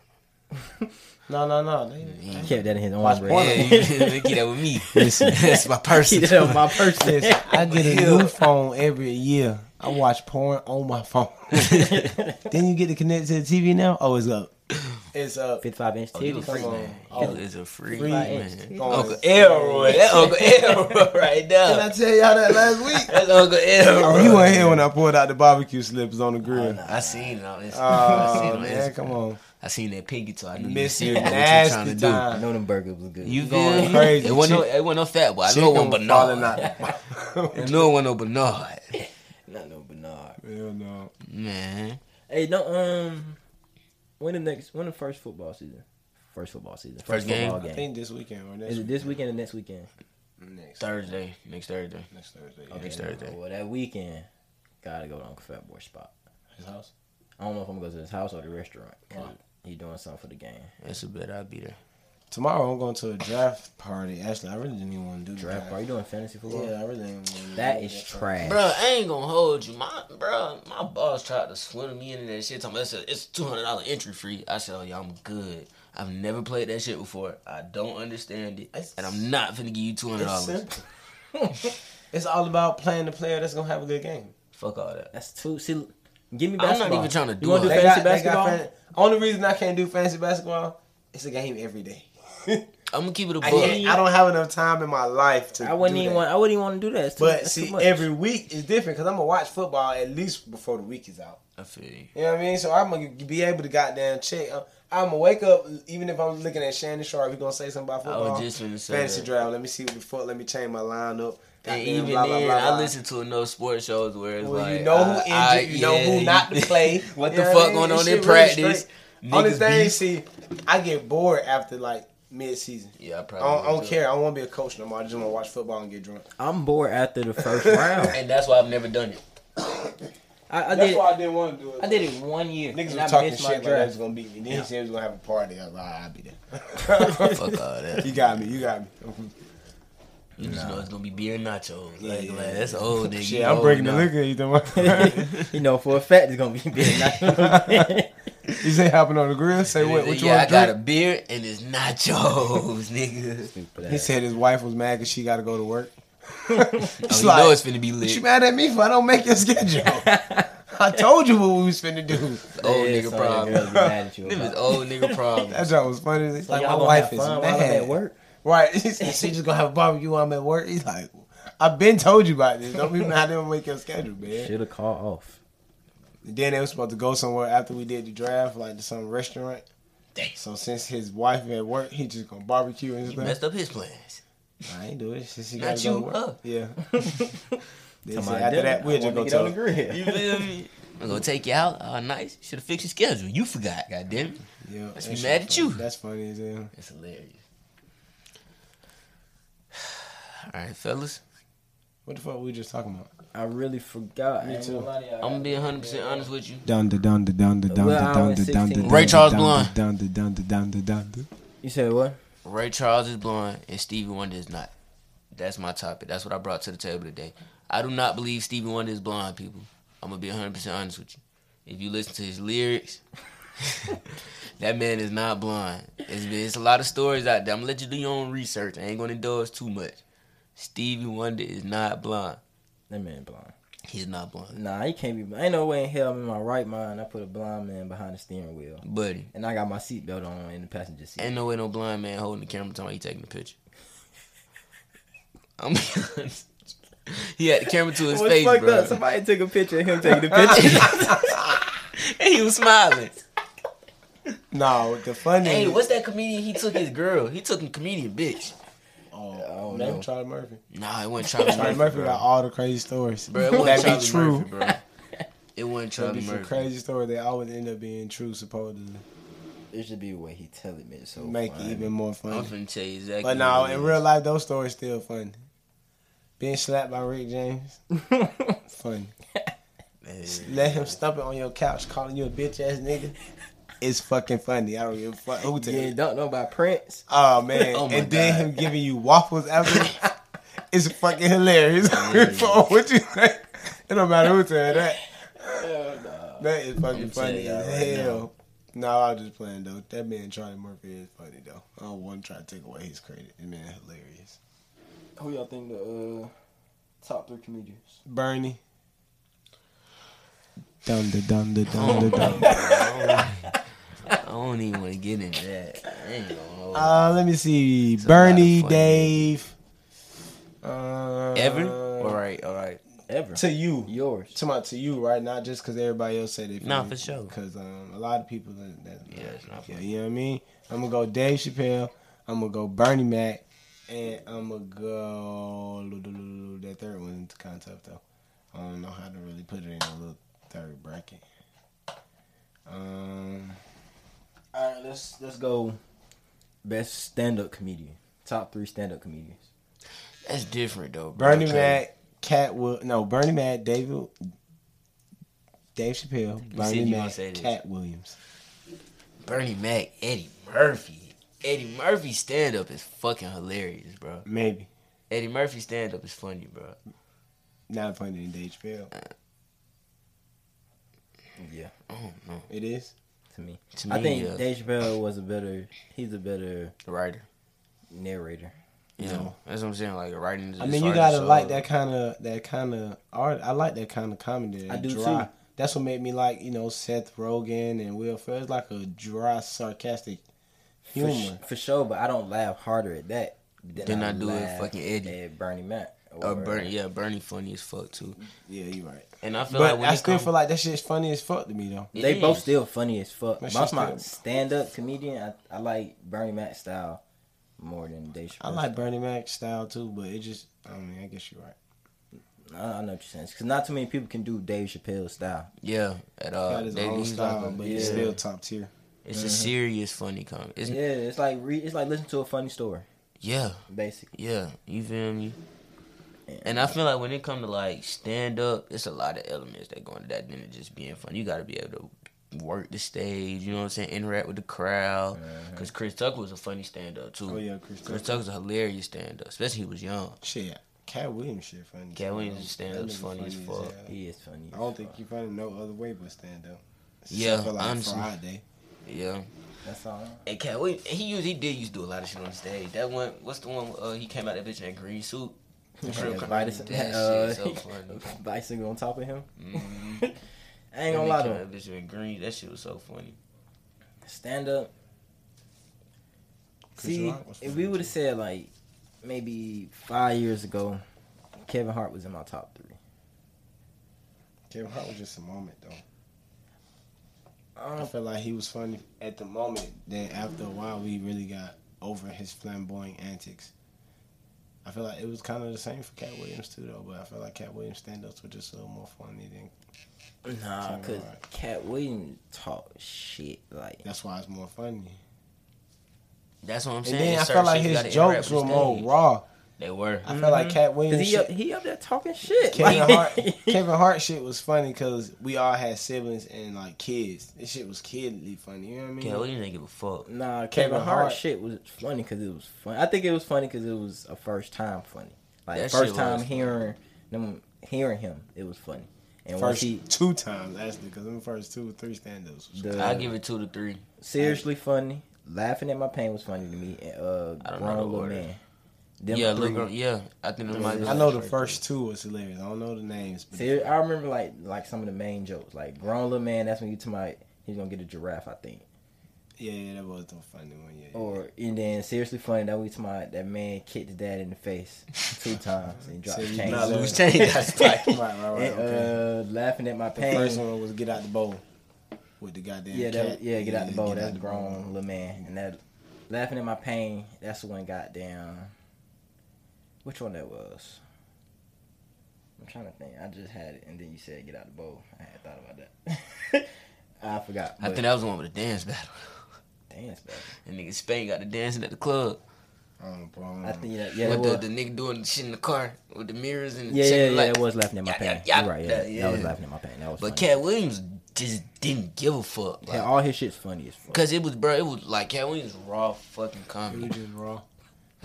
Speaker 1: No, no, no. They,
Speaker 3: He kept that in his
Speaker 1: Watch
Speaker 3: own
Speaker 1: porn.
Speaker 2: Yeah,
Speaker 3: brain.
Speaker 2: you you get that with me. That's my person.
Speaker 3: Keep that on my person.
Speaker 1: Listen, I get a new phone every year. I watch porn on my phone. then you get to connect to the TV now. Oh, it's up. It's up.
Speaker 3: Fifty-five inch
Speaker 2: Oh, you a
Speaker 3: titties.
Speaker 2: freak
Speaker 1: Come
Speaker 2: man.
Speaker 1: on.
Speaker 2: You is a freak
Speaker 1: Freak.
Speaker 2: man.
Speaker 1: Going
Speaker 2: Uncle Elroy. That Uncle Elroy right
Speaker 1: Did I
Speaker 2: there.
Speaker 1: tell y'all that last week?
Speaker 2: That's Uncle Elroy.
Speaker 1: you weren't here when I pulled out the barbecue slippers on the grill.
Speaker 2: I seen it on Instagram. I seen it
Speaker 1: Oh,
Speaker 2: on
Speaker 1: man,
Speaker 2: Instagram.
Speaker 1: come on.
Speaker 2: I seen that pinky toe. I knew
Speaker 1: Miss
Speaker 2: you
Speaker 1: you
Speaker 2: were serious what you
Speaker 1: nasty
Speaker 2: were trying to
Speaker 3: I
Speaker 1: time.
Speaker 3: know them burgers was good.
Speaker 2: do. You
Speaker 1: going
Speaker 2: feel me?
Speaker 1: crazy.
Speaker 2: It wasn't no, it wasn't no fat boy. I know it wasn't
Speaker 1: Chicken falling
Speaker 2: Bernard.
Speaker 1: out.
Speaker 2: No, it wasn't no Bernard.
Speaker 3: not no Bernard.
Speaker 1: Hell no.
Speaker 2: Man,
Speaker 3: Hey, no. Um, when the next? When the first football season? First football season.
Speaker 2: First
Speaker 3: football
Speaker 1: I
Speaker 3: game.
Speaker 1: think this weekend or next
Speaker 3: Is it this weekend or next weekend?
Speaker 1: Next
Speaker 2: Thursday, next Thursday.
Speaker 1: Next Thursday.
Speaker 2: Okay. Next Thursday.
Speaker 3: Well, that weekend, gotta go to Uncle Fat Boy spot.
Speaker 1: His house.
Speaker 3: I don't know if I'm gonna go to his house or the restaurant. 'cause
Speaker 1: Why?
Speaker 3: He doing something for the game.
Speaker 2: That's a bet. I'll be there.
Speaker 1: Tomorrow I'm going to a draft party. Actually, I really didn't even want to do the
Speaker 3: Draft? Are you doing fantasy football?
Speaker 1: Yeah, I really didn't want to.
Speaker 3: That is trash.
Speaker 2: Bro, I ain't gonna hold you. My bro, my boss tried to swindle me into that shit. Talking about it's a, it's two hundred dollar entry fee. I said, oh yeah, I'm good. I've never played that shit before. I don't understand it,
Speaker 1: It's-
Speaker 2: and I'm not finna give you two hundred
Speaker 1: It's
Speaker 2: dollars.
Speaker 1: simple. it's all about playing the player that's gonna have a good game.
Speaker 2: Fuck all that.
Speaker 3: That's too. See, give
Speaker 2: I'm
Speaker 3: me
Speaker 2: not
Speaker 3: basketball.
Speaker 2: even trying to do
Speaker 3: you wanna
Speaker 2: all
Speaker 3: do
Speaker 2: that.
Speaker 1: They got-
Speaker 3: fantasy
Speaker 1: they got
Speaker 3: basketball?
Speaker 1: fan- only reason I can't do fantasy basketball, it's a game every day.
Speaker 2: I'm gonna keep it a
Speaker 1: I,
Speaker 2: buck.
Speaker 1: can't, I don't have enough time in my life to.
Speaker 3: I wouldn't
Speaker 1: do
Speaker 3: even
Speaker 1: that.
Speaker 3: want. I wouldn't even want to do that. It's too,
Speaker 1: But
Speaker 3: that's too
Speaker 1: see,
Speaker 3: much.
Speaker 1: every week is different because I'm gonna watch football at least before the week is out.
Speaker 2: I feel you.
Speaker 1: You know what I mean? So I'm gonna be able to goddamn check. I'm gonna wake up even if I'm looking at Shannon Sharp. He gonna say something about
Speaker 2: I
Speaker 1: football.
Speaker 2: was just gonna say
Speaker 1: Fantasy
Speaker 2: that.
Speaker 1: draft. Let me see what the fuck. Let me change my lineup.
Speaker 2: And
Speaker 1: Goddamn,
Speaker 2: even
Speaker 1: blah, blah,
Speaker 2: then,
Speaker 1: blah, blah.
Speaker 2: I listen to enough sports shows where it's
Speaker 1: Well,
Speaker 2: like,
Speaker 1: you know who
Speaker 2: I-
Speaker 1: injured,
Speaker 2: I-
Speaker 1: you know
Speaker 2: yeah,
Speaker 1: who not to play.
Speaker 2: what
Speaker 1: You
Speaker 2: the
Speaker 1: know I
Speaker 2: fuck
Speaker 1: mean?
Speaker 2: going
Speaker 1: This
Speaker 2: on
Speaker 1: shit
Speaker 2: in
Speaker 1: really
Speaker 2: practice? Niggas
Speaker 1: Only thing,
Speaker 2: beef.
Speaker 1: see, I get bored after like mid season.
Speaker 2: Yeah, I
Speaker 1: I
Speaker 2: probably
Speaker 1: don't, I don't
Speaker 2: do.
Speaker 1: care. I don't want to be a coach no more. I just want to watch football and get drunk.
Speaker 3: I'm bored after the first round.
Speaker 2: And that's why I've never done it.
Speaker 3: I, I
Speaker 1: That's
Speaker 3: did.
Speaker 1: why I didn't want to do it.
Speaker 2: I did it one year.
Speaker 1: Niggas
Speaker 2: and
Speaker 1: was
Speaker 2: I
Speaker 1: talking
Speaker 2: missed
Speaker 1: shit
Speaker 2: my
Speaker 1: like they
Speaker 2: draft.
Speaker 1: was gonna beat me. Then he said he was gonna have a party. I was like, I'll be
Speaker 2: Fuck
Speaker 1: there.
Speaker 2: all that.
Speaker 1: you got me. You got me.
Speaker 2: You just know it's gonna be beer and nachos.
Speaker 1: Yeah,
Speaker 2: like,
Speaker 1: yeah,
Speaker 2: like,
Speaker 1: yeah.
Speaker 2: that's old nigga.
Speaker 1: Shit,
Speaker 2: You
Speaker 1: I'm
Speaker 2: old
Speaker 1: breaking the
Speaker 2: now.
Speaker 1: liquor. You know
Speaker 3: you know, for a fact, it's gonna be big. night.
Speaker 1: You say hopping on the grill. Say what? What you
Speaker 2: yeah, I
Speaker 1: want to
Speaker 2: got a
Speaker 1: drink?
Speaker 2: beer and it's nachos, nigga.
Speaker 3: Stupid
Speaker 1: He
Speaker 3: ass.
Speaker 1: said his wife was mad because she got to go to work.
Speaker 2: Oh,
Speaker 1: It's
Speaker 2: you know it's finna be
Speaker 1: But
Speaker 2: lit.
Speaker 1: you mad at me for I don't make your schedule. I told you what we was finna do.
Speaker 2: old
Speaker 3: Yeah,
Speaker 2: nigga
Speaker 3: some of the girls
Speaker 2: problem.
Speaker 3: be mad at you
Speaker 2: Them is
Speaker 3: about-
Speaker 2: old nigga problem.
Speaker 1: That job was funny. It's
Speaker 3: So
Speaker 1: like
Speaker 3: y'all
Speaker 1: my
Speaker 3: gonna
Speaker 1: wife
Speaker 3: have
Speaker 1: is
Speaker 3: fun while I'm
Speaker 1: mad
Speaker 3: at work.
Speaker 1: Right? She just gonna have a barbecue while I'm at work. He's like, I've been told you about this. Don't be mad at me make your schedule, man.
Speaker 3: Should have called off.
Speaker 1: Then they was supposed to go somewhere after we did the draft, like to some restaurant.
Speaker 2: Damn.
Speaker 1: So since his wife at work, he just gonna barbecue and
Speaker 2: You
Speaker 1: stuff.
Speaker 2: messed up his plans.
Speaker 1: I ain't do it. Since he
Speaker 2: Not
Speaker 1: gotta go
Speaker 2: you,
Speaker 1: to work.
Speaker 2: huh?
Speaker 1: Yeah. They said
Speaker 3: Somebody
Speaker 1: after
Speaker 3: done
Speaker 1: that,
Speaker 3: it.
Speaker 1: we'll
Speaker 3: I
Speaker 1: just go
Speaker 3: wanna
Speaker 1: to
Speaker 3: get on the grill.
Speaker 2: You feel me? I'm gonna take you out. Oh, nice. Should have fixed your schedule. You forgot. God damn it.
Speaker 1: Yeah,
Speaker 2: Must
Speaker 1: that
Speaker 2: be
Speaker 1: shit
Speaker 2: mad at
Speaker 1: funny.
Speaker 2: you.
Speaker 1: That's funny as hell.
Speaker 2: That's hilarious. All right, fellas.
Speaker 1: What the fuck we just talking about?
Speaker 3: I really forgot.
Speaker 1: Me
Speaker 3: I ain't
Speaker 1: too.
Speaker 3: gonna lie to y'all.
Speaker 2: I'm gonna be 100 percent honest with you.
Speaker 4: Dun da dun da dun da dun
Speaker 3: Well,
Speaker 4: da
Speaker 3: I
Speaker 4: dun
Speaker 3: was
Speaker 4: da dun da
Speaker 3: 16.
Speaker 4: dun
Speaker 2: Ray
Speaker 4: da
Speaker 2: Charles
Speaker 4: dun da
Speaker 2: Blunt.
Speaker 4: Dun da dun da dun da dun da.
Speaker 3: You said what?
Speaker 2: Ray Charles is blind and Stevie Wonder is not. That's my topic. That's what I brought to the table today. I do not believe Stevie Wonder is blind, people. I'm gonna be 100 percent honest with you. If you listen to his lyrics, that man is not blind. It's, it's a lot of stories out there. I'm gonna let you do your own research. I ain't gonna indulge too much. Stevie Wonder is not blind.
Speaker 3: That man blind.
Speaker 2: He's not blind,
Speaker 3: Nah, he can't be. blind. Ain't no way in hell I'm in my right mind. I put a blind man behind the steering wheel,
Speaker 2: buddy.
Speaker 3: and I got my seatbelt on in the passenger seat.
Speaker 2: Ain't no way no blind man holding the camera talking about he taking the picture. I'm being honest. He had the camera to his
Speaker 3: What's
Speaker 2: face,
Speaker 3: fucked
Speaker 2: bro.
Speaker 3: up? Somebody took a picture of him taking the picture.
Speaker 2: and he was smiling.
Speaker 1: No, the funny.
Speaker 2: Hey, what's that comedian? He took his girl. He took a comedian, bitch.
Speaker 1: Oh,
Speaker 3: I don't
Speaker 1: name
Speaker 3: know.
Speaker 1: Charlie Murphy.
Speaker 2: Nah, it wasn't Charlie
Speaker 1: Charlie
Speaker 2: Murphy.
Speaker 1: Murphy
Speaker 2: bro.
Speaker 1: got all the crazy stories.
Speaker 2: Bro, it wasn't
Speaker 1: That
Speaker 2: Charlie
Speaker 1: be true.
Speaker 2: Murphy, bro. It wasn't
Speaker 1: That
Speaker 2: Charlie
Speaker 1: be some
Speaker 2: Murphy.
Speaker 1: crazy story. They always end up being true, supposedly.
Speaker 3: it should be the way he tell it, man. So
Speaker 1: Make it
Speaker 3: funny.
Speaker 1: even more
Speaker 2: I'm
Speaker 1: funny.
Speaker 2: finna tell you exactly.
Speaker 1: But no,
Speaker 2: what it
Speaker 1: in
Speaker 2: is.
Speaker 1: real life, those stories still funny. Being slapped by Rick James, funny.
Speaker 2: Man,
Speaker 1: Let him stump it on your couch, calling you a bitch ass nigga. It's fucking funny. I don't give a fuck who tell
Speaker 3: yeah,
Speaker 1: you.
Speaker 3: don't know about Prince.
Speaker 1: Oh man,
Speaker 2: Oh, my
Speaker 1: and then
Speaker 2: God.
Speaker 1: him giving you waffles after. it's fucking hilarious. For what you think? It don't matter who tell that. That is fucking
Speaker 2: I'm telling
Speaker 1: funny
Speaker 2: y'all
Speaker 1: as
Speaker 2: right
Speaker 1: hell. No, I was just playing though. That man Charlie Murphy is funny though. I don't want to try to take away his credit. That man hilarious.
Speaker 3: Who y'all think the uh, top three comedians?
Speaker 1: Bernie.
Speaker 4: Dun da dun da dun
Speaker 2: Oh,
Speaker 4: da dun.
Speaker 2: I don't even want to get into that. I ain't gonna hold you.
Speaker 1: Uh, let me see.
Speaker 2: a lot of
Speaker 1: Bernie,
Speaker 2: funny
Speaker 1: Dave. Uh,
Speaker 2: Ever? all right, all right.
Speaker 3: Ever.
Speaker 1: To you.
Speaker 3: Yours.
Speaker 1: to my to you right not just because everybody else said it
Speaker 2: Nah, for sure.
Speaker 1: because um, a lot of people that, that
Speaker 2: Yeah, it's not
Speaker 1: yeah,
Speaker 2: funny.
Speaker 1: you know what i mean i'm gonna go dave chappelle i'm gonna go bernie mac and i'm gonna go that third one's kind of tough though i don't know how to really put it in a little third bracket um
Speaker 3: All right, let's let's go. Best stand up comedian. Top three stand up comedians.
Speaker 2: That's different though. Bro.
Speaker 1: bernie
Speaker 2: Okay.
Speaker 1: mac Catwood, no Bernie Mac, David, Dave Chappelle, Bernie
Speaker 2: you gonna
Speaker 1: Mac,
Speaker 2: say this.
Speaker 1: Cat Williams.
Speaker 2: Bernie Mac, Eddie Murphy. Eddie Murphy's stand up is fucking hilarious, bro.
Speaker 1: Maybe
Speaker 2: Eddie Murphy's stand up is funny, bro.
Speaker 1: not funny in Dave Chappelle.
Speaker 3: Yeah,
Speaker 2: I don't know.
Speaker 1: It is.
Speaker 3: to me.
Speaker 2: To
Speaker 3: I
Speaker 2: me,
Speaker 3: think
Speaker 2: uh,
Speaker 3: Dave Chappelle was a better. He's a better
Speaker 2: Writer.
Speaker 3: narrator.
Speaker 2: You
Speaker 1: No.
Speaker 2: know, that's what I'm saying. Like writing.
Speaker 1: I mean, you gotta like that kind of that kind of art. I like that kind of comedy.
Speaker 3: I
Speaker 1: that
Speaker 3: do,
Speaker 1: dry.
Speaker 3: too.
Speaker 1: That's what made me like you know Seth Rogen and Will Ferrell. It's like a dry, sarcastic
Speaker 3: For,
Speaker 1: humor.
Speaker 3: sh- for sure, but I don't laugh harder at that
Speaker 2: Than I do at
Speaker 3: laugh
Speaker 2: fucking Eddie.
Speaker 3: At Bernie Mac.
Speaker 2: Or Uh, Bernie, yeah, Bernie funny as fuck too.
Speaker 1: Yeah, you right.
Speaker 2: And I feel
Speaker 1: But
Speaker 2: like when
Speaker 1: I
Speaker 2: it
Speaker 1: still
Speaker 2: come-
Speaker 1: feel like that shit's funny as fuck to me though.
Speaker 2: It
Speaker 3: They both
Speaker 2: is.
Speaker 3: still funny as fuck.
Speaker 1: That
Speaker 3: But
Speaker 1: shit's
Speaker 3: I'm my
Speaker 1: still-
Speaker 3: stand up comedian, I, I like Bernie Mac style more than Dave
Speaker 1: I
Speaker 3: Chappelle.
Speaker 1: like Bernie Mac style too, but it just I mean I guess you're right.
Speaker 3: I, I know what you're saying. Because not too many people can do Dave Chappelle style.
Speaker 2: yeah at all.
Speaker 1: Got his
Speaker 2: They
Speaker 1: own
Speaker 2: leave
Speaker 1: style,
Speaker 2: like a-
Speaker 1: but it's
Speaker 3: yeah.
Speaker 1: still top tier.
Speaker 2: it's a serious funny comedy. It's,
Speaker 3: Yeah,
Speaker 2: yeah.
Speaker 3: it's like re, it's like listening to a funny story,
Speaker 2: yeah,
Speaker 3: basically.
Speaker 2: you feel me?
Speaker 3: Yeah.
Speaker 2: And I feel like when it come to like stand up, it's a lot of elements that go into that than it just being funny. You got to be able to work the stage. You know what I'm saying? Interact with the crowd. Because Chris Tucker was a funny stand up too.
Speaker 1: Oh yeah, Chris.
Speaker 2: Chris
Speaker 1: Tucker.
Speaker 2: Tucker's a hilarious stand up, especially he was young.
Speaker 1: Shit, Cat Williams shit funny.
Speaker 2: Cat Williams
Speaker 1: That
Speaker 2: stand-up's
Speaker 1: nigga
Speaker 2: funny as fuck.
Speaker 1: hell.
Speaker 3: He is funny.
Speaker 1: I
Speaker 3: as
Speaker 1: don't think
Speaker 3: fuck.
Speaker 1: you funny no other way but stand up.
Speaker 2: Yeah,
Speaker 1: Except for like
Speaker 2: honestly.
Speaker 1: Friday.
Speaker 2: Yeah.
Speaker 3: that's all.
Speaker 2: And Cat Williams, he used he did used to do a lot of shit on the stage. That one, what's the one? Uh, he came out that bitch in that green suit. The crib
Speaker 3: Yeah,
Speaker 2: cr-
Speaker 3: bicycle-
Speaker 2: that
Speaker 3: uh,
Speaker 2: shit so funny.
Speaker 3: bicycle on top of him.
Speaker 2: Mhm.
Speaker 1: Mm-hmm.
Speaker 3: I ain't gonna
Speaker 2: When
Speaker 3: lie
Speaker 2: he
Speaker 3: to
Speaker 2: came
Speaker 3: him.
Speaker 2: out That bitch in green. That shit was so funny.
Speaker 3: Stand up.
Speaker 1: Chris
Speaker 3: See,
Speaker 1: Rock was
Speaker 3: if
Speaker 1: funny
Speaker 3: we would
Speaker 1: too.
Speaker 3: have said like maybe five years ago, Kevin Hart was in my top three.
Speaker 1: Kevin Hart was just a moment though.
Speaker 3: I
Speaker 1: I
Speaker 3: don't
Speaker 1: feel like he was funny at the moment. Then after a while, we really got over his flamboyant antics. I feel like it was kind of the same for Cat Williams too, though. But I feel like Cat Williams stand-ups were just a little more funny than.
Speaker 3: Nah,
Speaker 1: Kevin
Speaker 3: cause
Speaker 1: Hart.
Speaker 3: Cat Williams talk shit like
Speaker 1: That's why it's more funny.
Speaker 2: That's what I'm
Speaker 1: And
Speaker 2: saying.
Speaker 1: then I
Speaker 2: It's
Speaker 1: felt
Speaker 2: certain
Speaker 1: like
Speaker 2: shit
Speaker 1: his
Speaker 2: you gotta
Speaker 1: jokes
Speaker 2: interact with
Speaker 1: were
Speaker 2: the
Speaker 1: more
Speaker 2: stage.
Speaker 1: raw.
Speaker 2: They were.
Speaker 1: I felt like Cat
Speaker 3: mm-hmm. cause
Speaker 1: Williams
Speaker 3: he uh, up,
Speaker 1: shit,
Speaker 3: he up there talking shit.
Speaker 1: Kevin
Speaker 3: like-
Speaker 1: Hart, Kevin Hart shit was funny because we all had siblings and like kids. This shit was kidly funny. You know what I mean?
Speaker 2: Cat Williams didn't give a fuck.
Speaker 3: Nah,
Speaker 1: Kevin
Speaker 3: Kevin, Hart,
Speaker 1: Hart.
Speaker 3: shit was funny because it was funny. I think it was funny because it was a first time funny. Like
Speaker 2: That shit
Speaker 3: first
Speaker 2: was
Speaker 3: time
Speaker 2: funny.
Speaker 3: hearing them hearing him, it was funny. And once
Speaker 1: First
Speaker 3: he
Speaker 1: two times actually, because them first two or three stand-ups. Was
Speaker 3: the
Speaker 2: I give it two to three.
Speaker 3: seriously funny, laughing at my pain was funny to me. And, uh,
Speaker 2: I don't know
Speaker 3: grown
Speaker 2: the
Speaker 3: little
Speaker 2: order.
Speaker 3: man. Them
Speaker 2: yeah,
Speaker 3: three-
Speaker 2: look, on- yeah. I think it might be.
Speaker 1: I know the first two was hilarious. I don't know the names, but
Speaker 3: Ser- I remember like like some of the main jokes, like grown little man. That's when you to my he's gonna get a giraffe, I think.
Speaker 1: Yeah, yeah, that was the funny one. Yeah.
Speaker 3: Or and then seriously funny that we to my that man kicked the dad in the face two times and dropped
Speaker 1: So
Speaker 3: the
Speaker 1: you
Speaker 3: chain.
Speaker 1: not
Speaker 2: lose change, that's like-
Speaker 1: yeah. right, right, right.
Speaker 3: And,
Speaker 1: okay.
Speaker 3: uh, laughing at my
Speaker 1: the
Speaker 3: pain.
Speaker 1: first one was get out the bowl with the goddamn
Speaker 3: yeah,
Speaker 1: cat.
Speaker 3: that, yeah, get out the bowl. That's
Speaker 1: the
Speaker 3: grown little man. And that laughing at my pain. That's the one goddamn. Which one that was? I'm trying to think. I just had it, and then you said get out the bowl. I had thought about that. I forgot.
Speaker 2: I think that was the one with the dance battle.
Speaker 3: dance battle.
Speaker 2: And nigga Spain got the dancing at the club.
Speaker 1: I don't know, bro. I don't
Speaker 3: I
Speaker 1: know.
Speaker 3: think that, yeah, that
Speaker 2: with the,
Speaker 3: was,
Speaker 2: the nigga doing the shit in the car with the mirrors and
Speaker 3: yeah,
Speaker 2: the
Speaker 3: yeah,
Speaker 2: shit
Speaker 3: yeah.
Speaker 2: like-
Speaker 3: It was laughing at my
Speaker 2: Yeah,
Speaker 3: pain.
Speaker 2: yeah,
Speaker 3: You're right.
Speaker 2: yeah,
Speaker 3: Yeah, that was
Speaker 2: yeah.
Speaker 3: laughing at my pain. That was.
Speaker 2: But
Speaker 3: funny.
Speaker 2: Cat Williams just didn't give a fuck.
Speaker 3: Yeah,
Speaker 2: like-
Speaker 3: all his shit's funny as fuck.
Speaker 2: Cause it was, bro, it was like Cat Williams raw fucking
Speaker 1: He
Speaker 2: comedy.
Speaker 1: was just raw.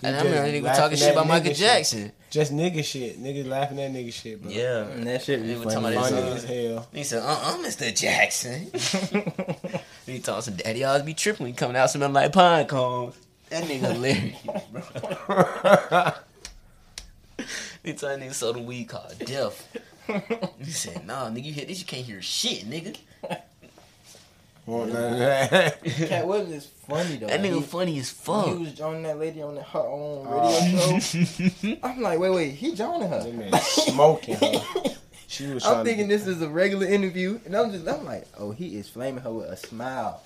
Speaker 1: He
Speaker 2: And I
Speaker 1: just
Speaker 2: remember they were
Speaker 1: laughing
Speaker 2: talking
Speaker 1: at
Speaker 2: shit about
Speaker 1: nigga
Speaker 2: Michael
Speaker 1: shit.
Speaker 2: Jackson.
Speaker 1: Just nigga shit. Niggas laughing at nigga shit, bro.
Speaker 2: Yeah.
Speaker 3: And that shit
Speaker 2: They
Speaker 3: was
Speaker 2: were
Speaker 3: funny.
Speaker 2: talking
Speaker 3: as
Speaker 2: about
Speaker 1: Funny
Speaker 2: Uh,
Speaker 1: as hell.
Speaker 2: He said, "Uh, uh Mr. Jackson."
Speaker 3: fuck.
Speaker 2: he talking some daddy always be tripping. when he coming out smelling like pine cones. That nigga hilarious, bro. he telling nigga sold a weed called death. He said, "Nah, nigga, you hear this? You can't hear shit, nigga."
Speaker 1: Want none of that.
Speaker 3: Cat Williams is funny though.
Speaker 2: That
Speaker 3: He-
Speaker 2: nigga funny as
Speaker 3: He
Speaker 2: fuck.
Speaker 3: was joining that lady on the, her own
Speaker 1: Oh.
Speaker 3: radio show. I'm like, wait, wait, he joining
Speaker 1: That
Speaker 3: her.
Speaker 1: man smoking her. She was trying
Speaker 3: I'm thinking
Speaker 1: to,
Speaker 3: this is a regular interview, and I'm just, I'm like, oh, he is flaming her with a smile,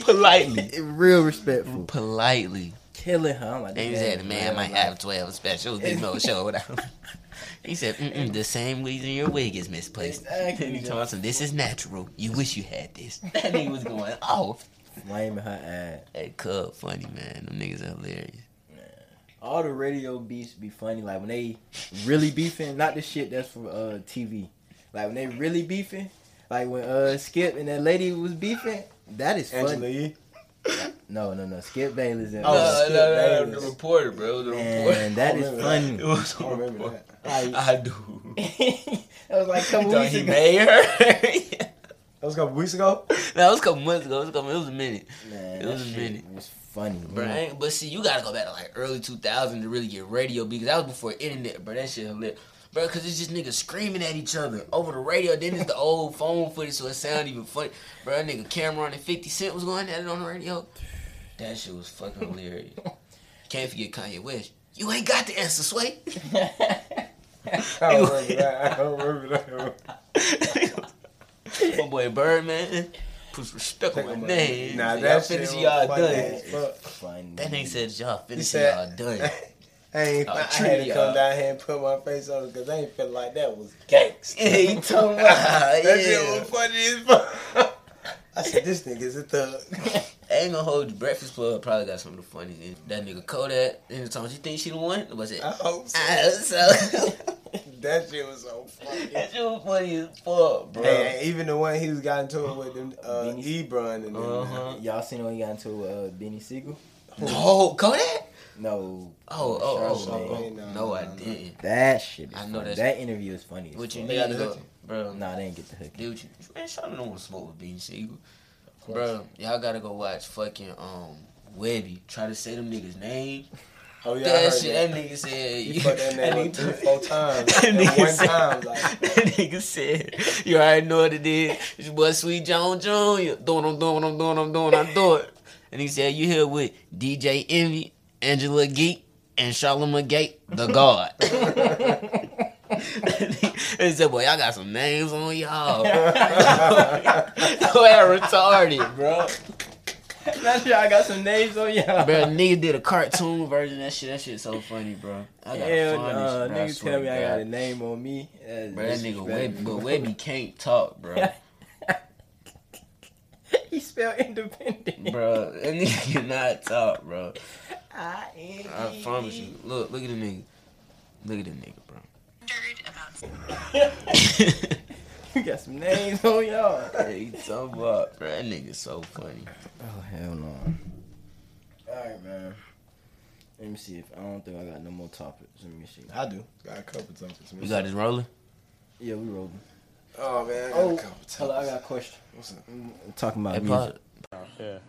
Speaker 2: Politely.
Speaker 3: real respectful,
Speaker 2: Politely.
Speaker 3: killing her. I'm like,
Speaker 2: Mm. They
Speaker 3: this
Speaker 2: said,
Speaker 3: is
Speaker 2: man, I might
Speaker 3: like,
Speaker 2: have 12 specials. There's no show without He said, mm-mm, the same reason your wig is misplaced.
Speaker 3: Exactly.
Speaker 2: And he told him, this is natural. You wish you had this. That nigga was going off.
Speaker 3: flaming her ass.
Speaker 2: Hey, Cub, funny, man. Them niggas are hilarious.
Speaker 3: All the radio beefs be funny, like when they really beefing, not the shit that's from uh TV. Like when they really beefing, like when uh Skip and that lady was beefing, that is funny.
Speaker 1: Angela Yee.
Speaker 3: No, no, no, Skip Bayless. and-
Speaker 1: Oh, No, Skip no, no, Bayless. the
Speaker 2: reporter, bro. The
Speaker 3: Man, that
Speaker 2: Oh,
Speaker 3: is
Speaker 1: remember that.
Speaker 3: funny.
Speaker 2: was
Speaker 1: I don't remember that.
Speaker 3: Like,
Speaker 2: I do.
Speaker 3: that was like a couple weeks
Speaker 2: he
Speaker 3: ago.
Speaker 2: made her.
Speaker 1: That was a couple weeks ago.
Speaker 2: That was a couple months ago. It was a, couple, it was a minute.
Speaker 3: Man,
Speaker 2: It
Speaker 3: that
Speaker 2: was a
Speaker 3: shit
Speaker 2: minute.
Speaker 3: was funny,
Speaker 2: Bro, I
Speaker 3: man.
Speaker 2: ain't- but see, you gotta go back to like early 2000 to really get radio because that was before internet, bro. That shit hilarious. Bro, because it's just niggas screaming at each other over the radio. Then it's the old phone footage, so it sounded even funny. Bro, that nigga Cameron and 50 Cent was going at it on the radio. That shit was fucking hilarious. Can't forget Kanye West. You ain't got the answer, Sway.
Speaker 1: I don't remember that. I don't remember that one.
Speaker 2: my boy Birdman puts respect on Oh, my name.
Speaker 1: Nah,
Speaker 2: Say,
Speaker 1: that
Speaker 2: y'all
Speaker 1: shit
Speaker 2: finish
Speaker 1: was
Speaker 2: y'all
Speaker 1: funny
Speaker 2: done.
Speaker 1: as fuck.
Speaker 3: Funny.
Speaker 2: That nigga said y'all
Speaker 1: He
Speaker 2: finish
Speaker 1: said,
Speaker 2: y'all done.
Speaker 1: I ain't.
Speaker 2: Oh,
Speaker 1: I had to
Speaker 2: trivia.
Speaker 1: come down here and put my face on it because I ain't feel like that was gangster.
Speaker 2: Yeah, you talking about
Speaker 1: That shit
Speaker 2: yeah.
Speaker 1: was funny as fuck. I said, this nigga's a thug.
Speaker 2: I ain't gonna hold you. Breakfast Club probably got some of the funniest. in- That nigga Kodak in the songs. You think she the one? Was it?
Speaker 1: I hope so.
Speaker 2: I so.
Speaker 1: That shit was so funny.
Speaker 2: that shit was funny as fuck, bro.
Speaker 1: Hey, even the one he was got into it with them uh,
Speaker 3: Beanie.
Speaker 1: Ebron and them.
Speaker 2: Uh-huh.
Speaker 3: Y'all seen when he got into it with uh, Benny Siegel?
Speaker 2: No, Kodak?
Speaker 3: No.
Speaker 2: Oh, oh, oh,
Speaker 3: Charlamagne.
Speaker 2: oh, oh.
Speaker 1: No,
Speaker 2: No, I
Speaker 1: no, no.
Speaker 2: didn't.
Speaker 3: That shit. Is
Speaker 2: I know
Speaker 3: funny.
Speaker 2: that's-
Speaker 3: that interview is funny. As
Speaker 2: What you
Speaker 3: fuck.
Speaker 1: They
Speaker 2: need
Speaker 1: got
Speaker 2: to
Speaker 1: the
Speaker 2: go,
Speaker 1: hook.
Speaker 2: bro.
Speaker 3: Nah, they didn't get the hook.
Speaker 2: Dude, you, man, Sean don't want to smoke with Bean Siegel. Bro, y'all gotta go watch fucking um Webby. Try to say them niggas' name.
Speaker 1: Oh yeah, I
Speaker 2: that
Speaker 1: heard
Speaker 2: shit,
Speaker 1: that.
Speaker 2: that nigga said.
Speaker 1: He fucked that name like
Speaker 2: nigga-
Speaker 1: three, four times.
Speaker 2: That
Speaker 1: At
Speaker 2: nigga
Speaker 1: one
Speaker 2: said-
Speaker 1: time, like
Speaker 2: that nigga said, you already know what it is. It's your boy Sweet John Jr. Doing, I'm doing, I'm doing, I'm doing, I'm doing. And he said, you here with DJ Envy, Angela Geek, and Charlamagne Gate, the God. he said, boy, y'all got some names on y'all. Boy, y'all retarded, bro.
Speaker 3: Not sure I got some names on y'all.
Speaker 2: Bro, nigga did a cartoon version of that shit. That shit so funny, bro. I got
Speaker 3: Hell
Speaker 2: funny,
Speaker 3: no,
Speaker 2: bro.
Speaker 3: niggas
Speaker 2: swear
Speaker 3: tell
Speaker 2: to
Speaker 3: me I
Speaker 2: God.
Speaker 3: got a name on me. That's
Speaker 2: Bro, that nigga Webby, but
Speaker 3: disrespectful.
Speaker 2: Webby can't talk, bro.
Speaker 3: he spelled independent.
Speaker 2: bro, that nigga cannot talk, bro.
Speaker 3: I am.
Speaker 2: I promise you. Look, look at the nigga. Look at the nigga, bro.
Speaker 3: You got some names on y'all.
Speaker 2: hey, he talking about, bro. That nigga so funny.
Speaker 3: Oh hell no. Alright man. Let me see if I don't think I got no more topics. Let me see.
Speaker 1: I do. Got a couple topics.
Speaker 2: You got this roller?
Speaker 3: Yeah, we rolling.
Speaker 1: Oh man, I got
Speaker 3: Oh,
Speaker 1: a couple topics.
Speaker 3: hello, I got a question.
Speaker 1: What's up?
Speaker 3: I'm talking about
Speaker 2: Hey,
Speaker 3: music.
Speaker 2: Pod,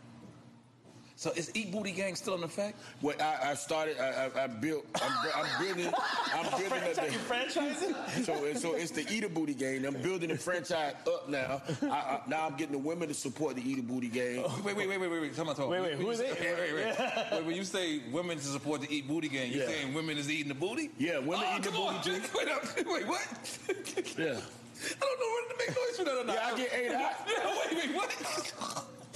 Speaker 5: So is Eat Booty Gang still in effect?
Speaker 6: What I, I started, I, I, I built, I'm, bu- I'm building, I'm building. franchising? So, so it's the Eater Booty game. I'm building the franchise up now. I, I, now I'm getting the women to support the Eater Booty game.
Speaker 5: Wait, wait, wait, wait, wait, wait. Come on, come on.
Speaker 6: Wait, wait,
Speaker 5: When
Speaker 6: who
Speaker 5: you
Speaker 6: is
Speaker 5: say-
Speaker 6: it?
Speaker 5: Wait, wait, wait. wait. When you say women to support the Eat Booty Gang, you
Speaker 6: Yeah.
Speaker 5: saying women is eating the booty?
Speaker 6: Yeah, women
Speaker 5: oh,
Speaker 6: eat the
Speaker 5: come on.
Speaker 6: booty,
Speaker 5: Wait, wait, wait, what?
Speaker 6: Yeah.
Speaker 5: I don't know whether to make noise for that or not.
Speaker 6: Yeah, I get eight out.
Speaker 5: Yeah, wait, wait, what?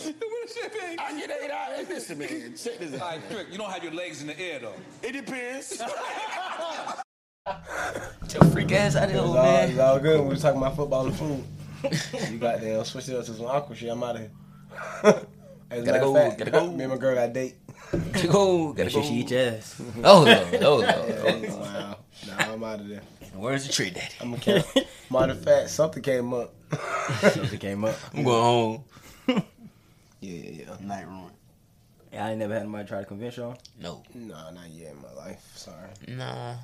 Speaker 5: Where the champagne?
Speaker 6: I get eight out. Hey, Listen, man, check this
Speaker 5: All
Speaker 6: out.
Speaker 5: right, Trick, you don't have your legs in the air, though.
Speaker 6: It depends.
Speaker 2: your freak ass out of
Speaker 1: It's
Speaker 2: here,
Speaker 1: all,
Speaker 2: man.
Speaker 1: it's all good. We were talking about football and food. you got there. Switch it up to some awkward shit. I'm out of here. As a
Speaker 2: Gotta
Speaker 1: matter
Speaker 2: go,
Speaker 1: of fact,
Speaker 2: gotta go.
Speaker 1: me and my girl got a date.
Speaker 2: Gotta go, gotta
Speaker 3: Make sure
Speaker 2: go.
Speaker 3: she eat your ass.
Speaker 2: Oh, no, no, no.
Speaker 1: wow. Nah, I'm out of there.
Speaker 2: Where's the tree, daddy?
Speaker 1: I'm a count. Matter of fact, something came up.
Speaker 3: Something came up.
Speaker 2: I'm going home.
Speaker 1: Yeah, yeah, yeah.
Speaker 2: Night ruin.
Speaker 3: I ain't never had nobody try to convince y'all.
Speaker 2: No.
Speaker 1: Nah, not yet in my life. Sorry.
Speaker 2: Nah.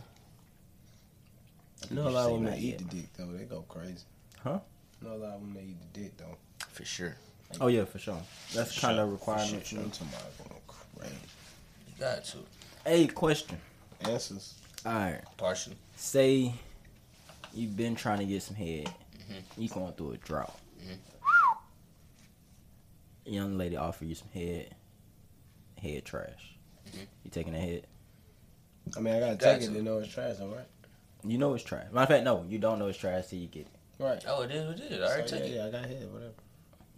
Speaker 1: You know a lot of
Speaker 3: Say
Speaker 1: women
Speaker 3: not
Speaker 1: that eat
Speaker 3: yet.
Speaker 1: the dick though. They go crazy.
Speaker 3: Huh?
Speaker 1: You know a lot of women that eat the dick though.
Speaker 2: For sure.
Speaker 3: Oh yeah, for sure. That's kind of a requirement.
Speaker 1: Shit,
Speaker 3: for me.
Speaker 1: I'm talking about going crazy.
Speaker 2: You got to.
Speaker 3: Hey, question.
Speaker 1: Answers.
Speaker 3: All right.
Speaker 2: Partially.
Speaker 3: Say you've been trying to get some head. You going through a drought. A Young lady offer you some head. Head trash. You taking the head?
Speaker 1: I mean, I gotta
Speaker 2: Got
Speaker 1: take it
Speaker 2: to.
Speaker 1: to know it's trash, though, right?
Speaker 3: You know it's trash. Matter of fact, no, you don't know it's trash till you get it.
Speaker 1: Right.
Speaker 2: Oh, it is what it is. I already
Speaker 1: So,
Speaker 2: took
Speaker 1: yeah,
Speaker 2: it.
Speaker 1: yeah, I got hit. Whatever.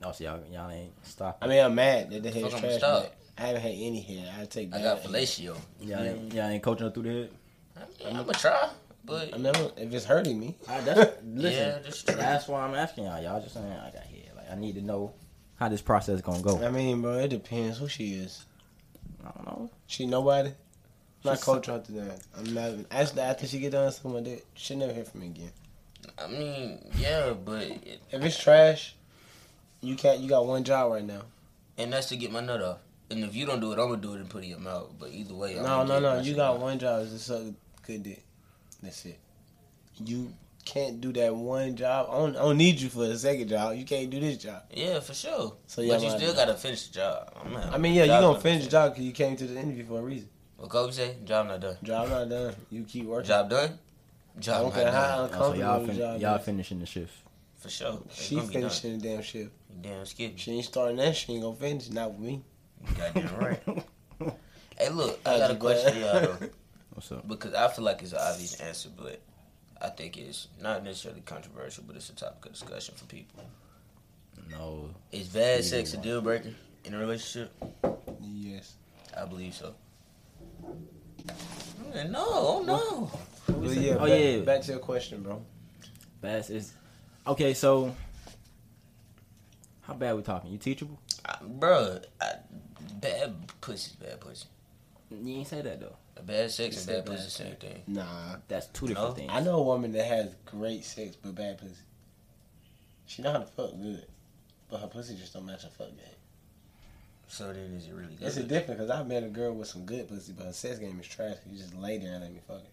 Speaker 3: No, so y'all y'all ain't
Speaker 1: I
Speaker 3: stopping.
Speaker 1: mean, I'm mad that the
Speaker 2: Fuck,
Speaker 1: head's
Speaker 2: I'm
Speaker 1: trash.
Speaker 2: stuck.
Speaker 1: but I haven't had any head. I take.
Speaker 2: I
Speaker 1: bad
Speaker 2: got
Speaker 1: head.
Speaker 2: fellatio.
Speaker 3: y'all, ain't, y'all ain't coaching her through the head.
Speaker 2: I mean, I'm gonna try, but
Speaker 1: I mean, I'm- if it's hurting me,
Speaker 3: I, that's, listen,
Speaker 2: Yeah, that's true.
Speaker 3: that's why I'm asking y'all. Y'all just saying I got head. Like I need to know how this process gonna go.
Speaker 1: I mean, bro, it depends who she is.
Speaker 3: I don't know.
Speaker 1: She nobody. I'm not
Speaker 3: She's-
Speaker 1: coach after that. I'm not. After after she get done, someone did. She never hear from me again.
Speaker 2: I mean, yeah, but
Speaker 1: If it's trash, you can't. You got one job right now.
Speaker 2: and that's to get my nut off. And if you don't do it, I'm gonna do it and put it in your mouth. But either way,
Speaker 1: No,
Speaker 2: I'm gonna
Speaker 1: no,
Speaker 2: get
Speaker 1: no.
Speaker 2: my
Speaker 1: You
Speaker 2: shit
Speaker 1: got
Speaker 2: off.
Speaker 1: one job. Is to suck good dick. That's it. You can't do that one job. I don't, I don't need you for the second job. You can't do this job.
Speaker 2: Yeah, for sure.
Speaker 1: So,
Speaker 2: So
Speaker 1: yeah,
Speaker 2: but you
Speaker 1: my-
Speaker 2: still gotta finish the job. I'm not,
Speaker 1: I mean, yeah, you gonna
Speaker 2: not
Speaker 1: finish the
Speaker 2: done.
Speaker 1: job because you came to the interview for a reason.
Speaker 2: What Kobe say? Job not done.
Speaker 1: Job not done. You keep working.
Speaker 2: Job done.
Speaker 1: I
Speaker 2: Job
Speaker 1: don't
Speaker 2: not
Speaker 1: care how
Speaker 2: done.
Speaker 3: Oh, so y'all
Speaker 1: uncomfortable the
Speaker 3: fin-
Speaker 1: job
Speaker 3: y'all
Speaker 1: is.
Speaker 3: finishing the shift.
Speaker 2: For sure. It's
Speaker 1: She
Speaker 2: gonna be done.
Speaker 1: finishing the damn shit.
Speaker 2: You Damn, skip.
Speaker 1: She ain't starting that. She ain't gonna finish. Not with me.
Speaker 2: Goddamn right. hey, look, I
Speaker 1: How'd
Speaker 2: got a
Speaker 1: you
Speaker 2: question, for
Speaker 1: go?
Speaker 2: y'all. Though.
Speaker 3: What's up?
Speaker 2: Because I feel like it's an obvious answer, but I think it's not necessarily controversial, but it's a topic of discussion for people.
Speaker 3: No.
Speaker 2: Is bad sex a deal breaker in a relationship?
Speaker 1: Yes.
Speaker 2: I believe so. Mm, No, oh no.
Speaker 1: But yeah,
Speaker 3: Oh,
Speaker 1: back,
Speaker 3: yeah.
Speaker 1: back to your question, bro.
Speaker 3: Bass is okay. So, how bad we talking? You teachable?
Speaker 2: I, bruh, I, bad pussy's bad pussy.
Speaker 3: You ain't say that though.
Speaker 2: Bad sex and bad
Speaker 3: said bad
Speaker 2: pussy same thing.
Speaker 1: Nah.
Speaker 3: That's two different
Speaker 2: No.
Speaker 3: things.
Speaker 1: I know a woman that has great sex but bad pussy. She know how to fuck good, but her pussy just don't match her fuck game.
Speaker 2: So then is it really good?
Speaker 1: It's a different because I met a girl with some good pussy, but her sex game is trash. 'cause You just lay there and let me fuck it.